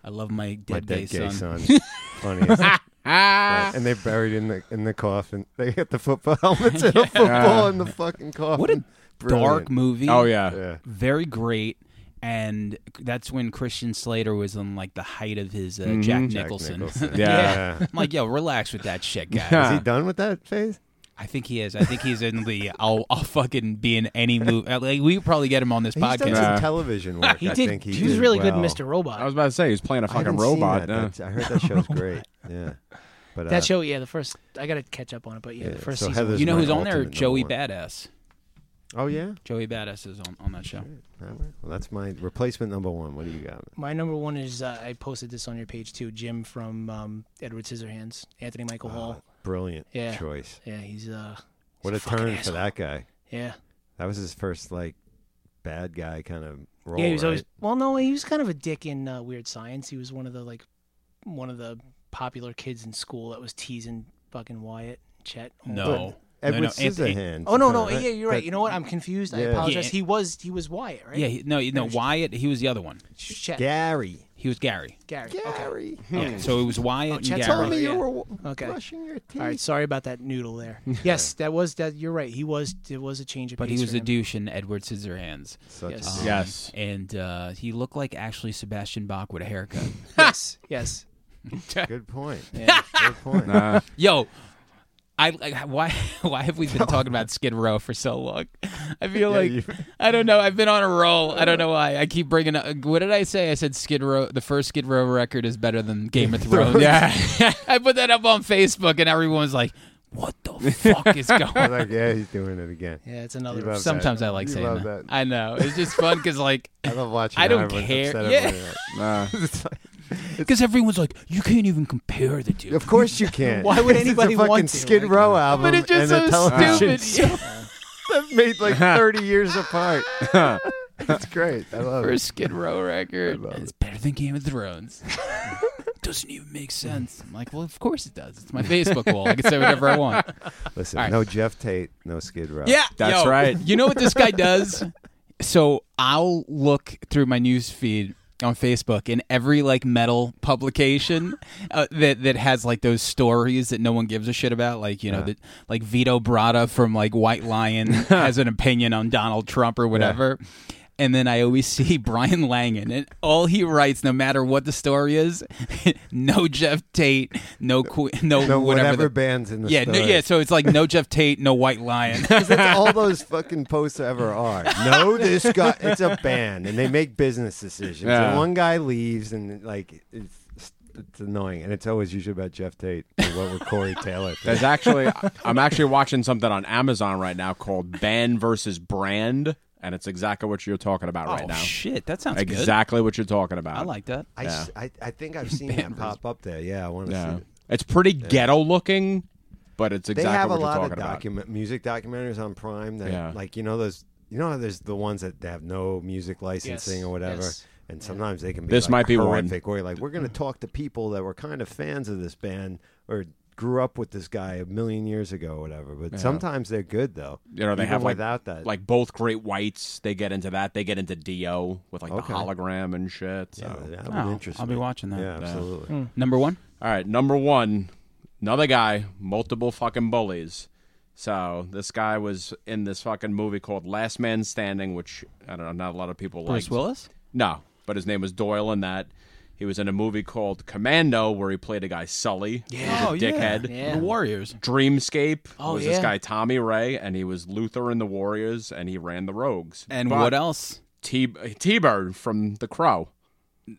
[SPEAKER 1] I love my dead,
[SPEAKER 3] my dead
[SPEAKER 1] gay,
[SPEAKER 3] gay
[SPEAKER 1] son.
[SPEAKER 3] son. Funniest. Right. And they're buried in the in the coffin. They hit the football helmets and a football in the fucking coffin.
[SPEAKER 1] What a
[SPEAKER 3] Brilliant.
[SPEAKER 1] Dark movie.
[SPEAKER 4] Oh yeah.
[SPEAKER 3] Yeah.
[SPEAKER 1] Very great. And that's when Christian Slater was in like the height of his uh, Jack
[SPEAKER 4] Mhm.
[SPEAKER 3] Mm-hmm. Jack
[SPEAKER 1] Nicholson.
[SPEAKER 3] Nicholson.
[SPEAKER 4] Yeah.
[SPEAKER 1] I'm like, yo, relax with that shit, guys.
[SPEAKER 4] Yeah.
[SPEAKER 3] Is he done with that phase?
[SPEAKER 1] I think he is. I think he's in the. I'll, I'll fucking be in any movie. Like, we could probably get him on this
[SPEAKER 3] He's
[SPEAKER 1] podcast.
[SPEAKER 3] done
[SPEAKER 4] Nah.
[SPEAKER 3] some television work.
[SPEAKER 2] He
[SPEAKER 3] I
[SPEAKER 2] did.
[SPEAKER 3] think he,
[SPEAKER 2] he was really good in
[SPEAKER 3] well.
[SPEAKER 2] Mr. Robot.
[SPEAKER 4] I was about to say he's playing a
[SPEAKER 3] I
[SPEAKER 4] fucking
[SPEAKER 3] haven't seen
[SPEAKER 4] robot.
[SPEAKER 3] that.
[SPEAKER 4] yeah.
[SPEAKER 3] That's- I heard that show's great. Yeah, but uh,
[SPEAKER 2] that show, yeah, the first. I gotta catch up on it, but yeah,
[SPEAKER 3] Yeah,
[SPEAKER 2] the first
[SPEAKER 3] so
[SPEAKER 2] season.
[SPEAKER 3] Heather's
[SPEAKER 2] was-
[SPEAKER 1] you know
[SPEAKER 3] my
[SPEAKER 1] who's on there?
[SPEAKER 3] ultimate
[SPEAKER 1] Joey
[SPEAKER 3] number
[SPEAKER 1] Badass.
[SPEAKER 3] Oh yeah.
[SPEAKER 1] Joey Badass is on, on that show.
[SPEAKER 3] All right. Well, that's my replacement number one. What do you got?
[SPEAKER 2] My number one is uh, I posted this on your page too. Jim from um, Edward Scissorhands, Anthony Michael
[SPEAKER 3] Uh-huh.
[SPEAKER 2] Hall.
[SPEAKER 3] Brilliant
[SPEAKER 2] Uh, Yeah.
[SPEAKER 3] choice.
[SPEAKER 2] Yeah, he's uh. he's
[SPEAKER 3] What a
[SPEAKER 2] fucking
[SPEAKER 3] turn
[SPEAKER 2] asshole.
[SPEAKER 3] for that guy.
[SPEAKER 2] Yeah,
[SPEAKER 3] That was his first like bad guy kind of role.
[SPEAKER 2] yeah, he was always.
[SPEAKER 3] right?
[SPEAKER 2] Well, no, he was kind of a dick in uh, Weird Science. He was one of the like, one of the popular kids in school that was teasing fucking Wyatt, Chet. all
[SPEAKER 1] No.
[SPEAKER 3] Edward
[SPEAKER 1] no, Anthony-
[SPEAKER 3] Scissorhands.
[SPEAKER 2] Oh no, no,
[SPEAKER 3] Right?
[SPEAKER 2] yeah, you're right.
[SPEAKER 3] That-
[SPEAKER 2] You know what? I'm confused. I
[SPEAKER 3] Yeah.
[SPEAKER 2] apologize.
[SPEAKER 1] Yeah.
[SPEAKER 2] He was he was Wyatt, right?
[SPEAKER 1] Yeah, he, no, you know, Wyatt, he was the other one.
[SPEAKER 2] Chet.
[SPEAKER 3] Gary.
[SPEAKER 1] He was Gary.
[SPEAKER 2] Gary. Okay.
[SPEAKER 3] Gary.
[SPEAKER 4] Hmm.
[SPEAKER 1] Yeah, so it was Wyatt
[SPEAKER 2] Oh,
[SPEAKER 1] and
[SPEAKER 2] Chet's
[SPEAKER 1] Gary.
[SPEAKER 2] on
[SPEAKER 3] Tommy,
[SPEAKER 2] Yeah.
[SPEAKER 3] you were
[SPEAKER 2] Okay.
[SPEAKER 3] brushing your teeth.
[SPEAKER 2] All right. Sorry about that noodle there. yes, that was that. You're right. He was. It was a change of.
[SPEAKER 1] But he
[SPEAKER 2] pace
[SPEAKER 1] was
[SPEAKER 2] for
[SPEAKER 1] a
[SPEAKER 2] him.
[SPEAKER 1] douche in Edward Scissorhands.
[SPEAKER 3] Such
[SPEAKER 2] Yes.
[SPEAKER 3] a
[SPEAKER 1] Um,
[SPEAKER 4] Yes.
[SPEAKER 1] And uh, he looked like actually Sebastian Bach with a haircut.
[SPEAKER 2] Yes. Yes.
[SPEAKER 3] good point.
[SPEAKER 2] Yeah.
[SPEAKER 3] Good point.
[SPEAKER 4] Nah.
[SPEAKER 1] Yo, I, I why why have we been talking about Skid Row for so long? I feel
[SPEAKER 3] Yeah,
[SPEAKER 1] like
[SPEAKER 3] you- Uh,
[SPEAKER 1] I don't know. I've been on a roll. I don't know why. I keep bringing up. What did I say? I said Skid Row. The first Skid Row record is better than Game of Thrones.
[SPEAKER 4] Yeah.
[SPEAKER 1] I put that up on Facebook, and everyone's like, "What the fuck is going?"
[SPEAKER 3] I'm
[SPEAKER 1] on?
[SPEAKER 3] like, yeah, he's doing it again.
[SPEAKER 2] Yeah. It's
[SPEAKER 3] You
[SPEAKER 2] another.
[SPEAKER 3] love
[SPEAKER 2] Some,
[SPEAKER 1] Sometimes
[SPEAKER 3] that.
[SPEAKER 1] I like
[SPEAKER 3] You
[SPEAKER 1] saying
[SPEAKER 3] love that.
[SPEAKER 1] I know it's just fun because like
[SPEAKER 3] I love watching.
[SPEAKER 1] I
[SPEAKER 3] how
[SPEAKER 1] don't
[SPEAKER 3] everyone's
[SPEAKER 1] care.
[SPEAKER 3] upset
[SPEAKER 1] Yeah.
[SPEAKER 3] everybody else.
[SPEAKER 4] Nah.
[SPEAKER 1] because everyone's like, you can't even compare the two.
[SPEAKER 3] Of course you can.
[SPEAKER 2] Why would
[SPEAKER 3] This is
[SPEAKER 2] anybody
[SPEAKER 3] a fucking
[SPEAKER 2] want to?
[SPEAKER 3] Skid
[SPEAKER 2] Like-
[SPEAKER 3] Row album
[SPEAKER 1] But it's just
[SPEAKER 3] and a
[SPEAKER 1] so
[SPEAKER 3] television
[SPEAKER 1] stupid.
[SPEAKER 3] show that made like 30 years apart. it's great. I love
[SPEAKER 1] for a
[SPEAKER 3] it.
[SPEAKER 1] Skid Row record.
[SPEAKER 3] love
[SPEAKER 1] It's better than Game of Thrones. Doesn't even make sense. I'm like, well, of course it does. It's my Facebook wall. I can say whatever I want.
[SPEAKER 3] Listen,
[SPEAKER 1] All right.
[SPEAKER 3] no Jeff Tate, no Skid Row.
[SPEAKER 1] Yeah,
[SPEAKER 4] That's
[SPEAKER 1] yo,
[SPEAKER 4] right.
[SPEAKER 1] You know what this guy does? So I'll look through my news feed on Facebook in every like metal publication uh, that that has like those stories that no one gives a shit about, like you know that like Vito Bratta from like White Lion has an opinion on Donald Trump or whatever. And then I always see Brian Langan, and all he writes, no matter what the story is, no Jeff Tate, no que- no,
[SPEAKER 3] No, whatever,
[SPEAKER 1] whatever. the-
[SPEAKER 3] band's in the
[SPEAKER 1] yeah, no,
[SPEAKER 3] story.
[SPEAKER 1] yeah. So it's like no Jeff Tate, no White Lion.
[SPEAKER 3] 'Cause that's all those fucking posts ever are. No, this guy, it's a band, and they make business decisions.
[SPEAKER 4] Yeah.
[SPEAKER 3] And one guy leaves, and like it's it's annoying, and it's always usually about Jeff Tate or what would Corey Taylor. think.
[SPEAKER 4] There's actually I'm actually watching something on Amazon right now called Band versus Brand, and it's exactly what you're talking about right
[SPEAKER 1] oh
[SPEAKER 4] now.
[SPEAKER 1] shit, that sounds good.
[SPEAKER 4] exactly what you're talking about.
[SPEAKER 1] I like that.
[SPEAKER 3] I, s- I- I think I've seen that pop up there. Yeah, I want to
[SPEAKER 4] Yeah,
[SPEAKER 3] see. It.
[SPEAKER 4] it's pretty ghetto looking, but it's
[SPEAKER 3] They
[SPEAKER 4] exactly
[SPEAKER 3] have a
[SPEAKER 4] what you're
[SPEAKER 3] lot of
[SPEAKER 4] talking about.
[SPEAKER 3] document music documentaries on Prime that
[SPEAKER 4] Yeah.
[SPEAKER 3] like you know those you know how there's the ones that they have no music licensing
[SPEAKER 2] Yes,
[SPEAKER 3] or whatever.
[SPEAKER 2] yes.
[SPEAKER 3] And sometimes they can be
[SPEAKER 4] This
[SPEAKER 3] like,
[SPEAKER 4] might be one.
[SPEAKER 3] horrific, or like we're going to talk to people that were kind of fans of this band or grew up with this guy a million years ago, or whatever. But sometimes they're good though.
[SPEAKER 4] You know, they
[SPEAKER 3] even
[SPEAKER 4] have like
[SPEAKER 3] without that.
[SPEAKER 4] like both Great Whites. They get into that. They get into Dio with like
[SPEAKER 3] Okay.
[SPEAKER 4] the hologram and shit. So.
[SPEAKER 3] yeah, uh, that would
[SPEAKER 1] Oh,
[SPEAKER 3] interest
[SPEAKER 1] I'll be
[SPEAKER 3] me.
[SPEAKER 1] watching that. Hmm.
[SPEAKER 3] Yeah, absolutely.
[SPEAKER 1] Number one.
[SPEAKER 4] All right, number one, another guy, multiple fucking bullies. So this guy was in this fucking movie called Last Man Standing, which I don't know, not a lot of people like.
[SPEAKER 1] Bruce Willis?
[SPEAKER 4] No, but his name was Doyle in that. He was in a movie called Commando where he played a guy Sully. Oh, Yeah.
[SPEAKER 1] oh,
[SPEAKER 4] He was a dickhead.
[SPEAKER 2] Yeah.
[SPEAKER 1] The Warriors.
[SPEAKER 4] Dreamscape
[SPEAKER 2] Oh,
[SPEAKER 4] was
[SPEAKER 2] yeah.
[SPEAKER 4] this guy Tommy Ray, and he was Luther in the Warriors, and he ran the Rogues.
[SPEAKER 1] And
[SPEAKER 4] But
[SPEAKER 1] what else?
[SPEAKER 4] T T Bird from The Crow.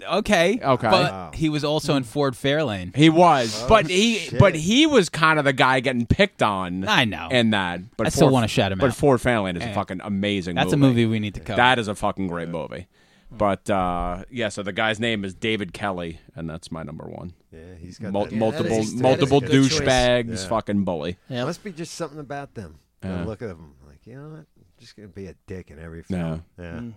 [SPEAKER 1] Okay.
[SPEAKER 4] Okay.
[SPEAKER 1] But he was also in Ford Fairlane.
[SPEAKER 4] He was, but he
[SPEAKER 3] shit.
[SPEAKER 4] but he was kind of the guy getting picked on.
[SPEAKER 1] I know.
[SPEAKER 4] and that. But
[SPEAKER 1] I still
[SPEAKER 4] Ford-
[SPEAKER 1] wanna shout him
[SPEAKER 4] But
[SPEAKER 1] out.
[SPEAKER 4] Ford Fairlane is a fucking amazing.
[SPEAKER 1] That's a movie we need to cover.
[SPEAKER 4] That is a fucking great movie. But uh, yeah, so the guy's name is David Kelly, and that's my number one.
[SPEAKER 3] Yeah, he's got
[SPEAKER 4] Mul-
[SPEAKER 3] that-
[SPEAKER 4] multiple
[SPEAKER 2] is- that
[SPEAKER 4] multiple
[SPEAKER 2] is a good choice.
[SPEAKER 4] douchebags,
[SPEAKER 3] Yeah.
[SPEAKER 4] fucking bully.
[SPEAKER 2] Yeah.
[SPEAKER 3] Must be just something about them. The look at them, like you know what, I'm just gonna be a dick in every film. Yeah,
[SPEAKER 1] Hmm.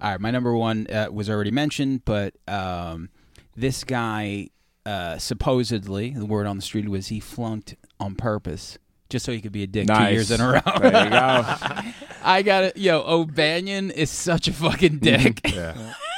[SPEAKER 1] All right. My number one uh, was already mentioned, but um, this guy uh, supposedly, the word on the street was he flunked on purpose just so he could be a dick
[SPEAKER 4] Nice.
[SPEAKER 1] two years in a row.
[SPEAKER 4] There you go.
[SPEAKER 1] I got it. Yo, O'Banion is such a fucking dick.
[SPEAKER 3] yeah.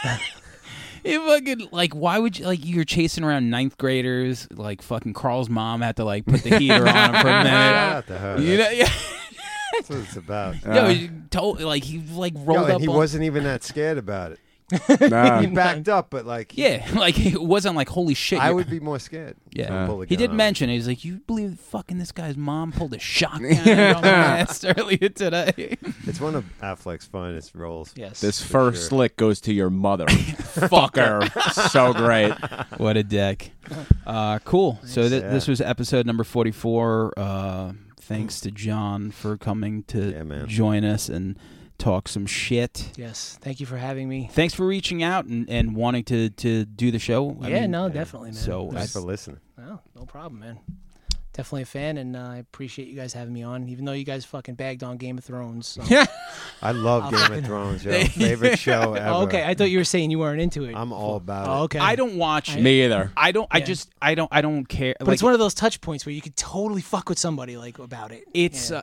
[SPEAKER 1] If I could, like, why would you, like, you're chasing around ninth graders, like, fucking Carl's mom had to, like, put the heater on him for a
[SPEAKER 3] Shout
[SPEAKER 1] minute.
[SPEAKER 3] out to her.
[SPEAKER 1] You know, yeah.
[SPEAKER 3] That's what it's about.
[SPEAKER 1] No, he told, like, he, like, rolled
[SPEAKER 3] Yo,
[SPEAKER 1] up.
[SPEAKER 3] Uh-huh. and he
[SPEAKER 1] on-
[SPEAKER 3] wasn't even that scared about it. He
[SPEAKER 4] Nah.
[SPEAKER 3] backed up, but like,
[SPEAKER 1] Yeah, like, it wasn't like, holy shit.
[SPEAKER 3] I
[SPEAKER 1] you're-
[SPEAKER 3] would be more scared.
[SPEAKER 1] Yeah.
[SPEAKER 3] Pull a
[SPEAKER 1] he
[SPEAKER 3] gun
[SPEAKER 1] did
[SPEAKER 3] on
[SPEAKER 1] mention, he was like, you believe fucking this guy's mom pulled a shotgun out of my ass earlier today.
[SPEAKER 3] him. It's one of Affleck's finest roles.
[SPEAKER 2] Yes.
[SPEAKER 4] This first lick goes to your mother. Fucker. so great.
[SPEAKER 1] What a dick. Uh, cool. So th-
[SPEAKER 3] Yeah.
[SPEAKER 1] this was episode number 44. Uh, thanks to John for coming to
[SPEAKER 3] Yeah, man.
[SPEAKER 1] join us and talk some shit.
[SPEAKER 2] Yes. Thank you for having me.
[SPEAKER 1] Thanks for reaching out and, and wanting to, to do the show. I
[SPEAKER 2] yeah.
[SPEAKER 1] mean,
[SPEAKER 2] no, definitely, man.
[SPEAKER 1] so
[SPEAKER 2] This
[SPEAKER 1] I-
[SPEAKER 3] Thanks
[SPEAKER 2] is-
[SPEAKER 3] for listening.
[SPEAKER 2] Oh, no problem, man. Definitely a fan, and uh, I appreciate you guys having me on. Even though you guys fucking bagged on Game of Thrones. So.
[SPEAKER 3] I love Game of Thrones. Yo. Favorite show ever.
[SPEAKER 2] Oh, okay, I thought you were saying you weren't into it.
[SPEAKER 3] I'm all about
[SPEAKER 2] oh,
[SPEAKER 3] it.
[SPEAKER 2] okay.
[SPEAKER 1] I don't watch it.
[SPEAKER 4] Me either.
[SPEAKER 1] I don't. I
[SPEAKER 2] Yeah.
[SPEAKER 1] just. I don't. I don't care.
[SPEAKER 2] But it's one of those touch points where you could totally fuck with somebody like about it.
[SPEAKER 1] It's
[SPEAKER 2] Yeah.
[SPEAKER 1] uh,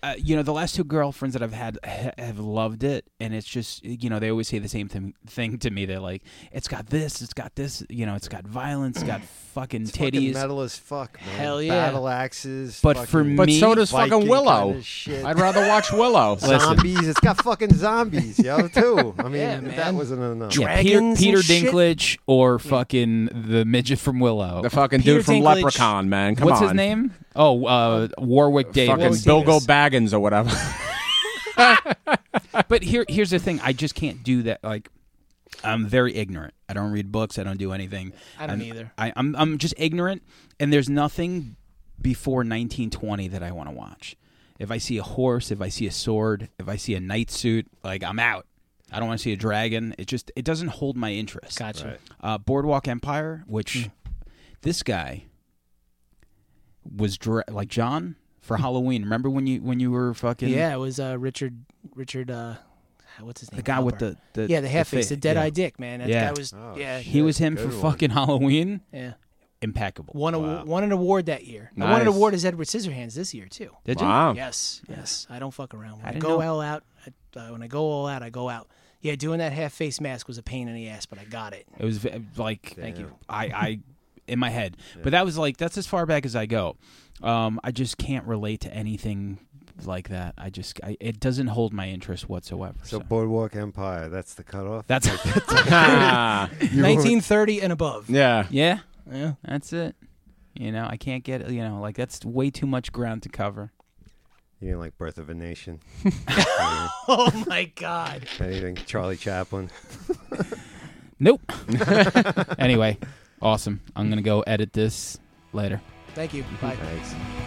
[SPEAKER 1] uh, you know the last two girlfriends that I've had ha- have loved it, and it's just you know they always say the same thing thing to me. They're like, it's got this, it's got this, you know, it's got violence, it's got fucking
[SPEAKER 3] Fucking
[SPEAKER 1] titties.
[SPEAKER 3] metal as fuck, man.
[SPEAKER 2] Hell yeah.
[SPEAKER 3] Battle axes.
[SPEAKER 1] But for
[SPEAKER 3] fucking
[SPEAKER 1] me-
[SPEAKER 4] But so does
[SPEAKER 3] Viking
[SPEAKER 4] fucking Willow.
[SPEAKER 3] kinda shit.
[SPEAKER 4] I'd rather watch Willow.
[SPEAKER 3] Zombies. It's got fucking zombies, yo, too. I mean,
[SPEAKER 2] Yeah,
[SPEAKER 3] if that
[SPEAKER 2] man.
[SPEAKER 3] wasn't enough.
[SPEAKER 1] Yeah, Peter,
[SPEAKER 2] Dragons
[SPEAKER 1] Peter
[SPEAKER 2] and shit?
[SPEAKER 1] Dinklage or fucking the midget from Willow.
[SPEAKER 4] The fucking
[SPEAKER 2] Peter
[SPEAKER 4] dude from
[SPEAKER 2] Dinklage.
[SPEAKER 4] Leprechaun, man. Come
[SPEAKER 1] What's
[SPEAKER 4] on.
[SPEAKER 1] his name? Oh, uh, Warwick Davis.
[SPEAKER 4] Fucking Bilbo Baggins or whatever.
[SPEAKER 1] but here, here's the thing: I just can't do that. Like, I'm very ignorant. I don't read books. I don't do anything.
[SPEAKER 2] I don't
[SPEAKER 1] I'm-
[SPEAKER 2] either.
[SPEAKER 1] I, I'm I'm just ignorant, and there's nothing before 1920 that I want to watch. If I see a horse, if I see a sword, if I see a knight suit, like I'm out. I don't want to see a dragon. It just it doesn't hold my interest.
[SPEAKER 2] gotcha.
[SPEAKER 1] Uh, Boardwalk Empire, which
[SPEAKER 2] Hmm.
[SPEAKER 1] this guy was dra- like John for Halloween. Remember when you when you were fucking
[SPEAKER 2] Hmm. Yeah, it was uh, Richard. Richard. Uh, what's his name?
[SPEAKER 1] the guy with the, the
[SPEAKER 2] yeah, the half face,
[SPEAKER 1] fa-
[SPEAKER 2] the dead eye
[SPEAKER 1] yeah.
[SPEAKER 2] dick, man. That
[SPEAKER 1] Yeah.
[SPEAKER 2] guy was
[SPEAKER 3] Oh,
[SPEAKER 2] yeah,
[SPEAKER 3] shit.
[SPEAKER 1] He was him for
[SPEAKER 3] Good one.
[SPEAKER 1] fucking Halloween.
[SPEAKER 2] yeah.
[SPEAKER 1] Impeccable.
[SPEAKER 2] Won a
[SPEAKER 3] Wow.
[SPEAKER 2] won an award that year. I won an
[SPEAKER 4] Nice.
[SPEAKER 2] award as Edward Scissorhands this year too.
[SPEAKER 1] Did you?
[SPEAKER 4] Wow.
[SPEAKER 2] Yes, yes. I don't fuck around. When I,
[SPEAKER 1] didn't
[SPEAKER 2] go
[SPEAKER 1] know-
[SPEAKER 2] all out, I, uh, when I go all out, I go out. Yeah, doing that half face mask was a pain in the ass, but I got it.
[SPEAKER 1] It was v- like thank you. I I in my head, but that was like that's as far back as I go. Um, I just can't relate to anything like that. I just I, it doesn't hold my interest whatsoever.
[SPEAKER 3] So
[SPEAKER 1] So,
[SPEAKER 3] Boardwalk Empire, that's the cutoff.
[SPEAKER 1] that's
[SPEAKER 4] Ah,
[SPEAKER 2] 1930 and above.
[SPEAKER 4] yeah.
[SPEAKER 1] yeah yeah that's it. You know I can't get you know like that's way too much ground to cover.
[SPEAKER 3] you didn't like Birth of a Nation,
[SPEAKER 2] Oh my god.
[SPEAKER 3] anything Charlie Chaplin.
[SPEAKER 1] Nope. anyway, awesome. I'm gonna go edit this later.
[SPEAKER 2] Thank you. Bye.
[SPEAKER 3] Thanks.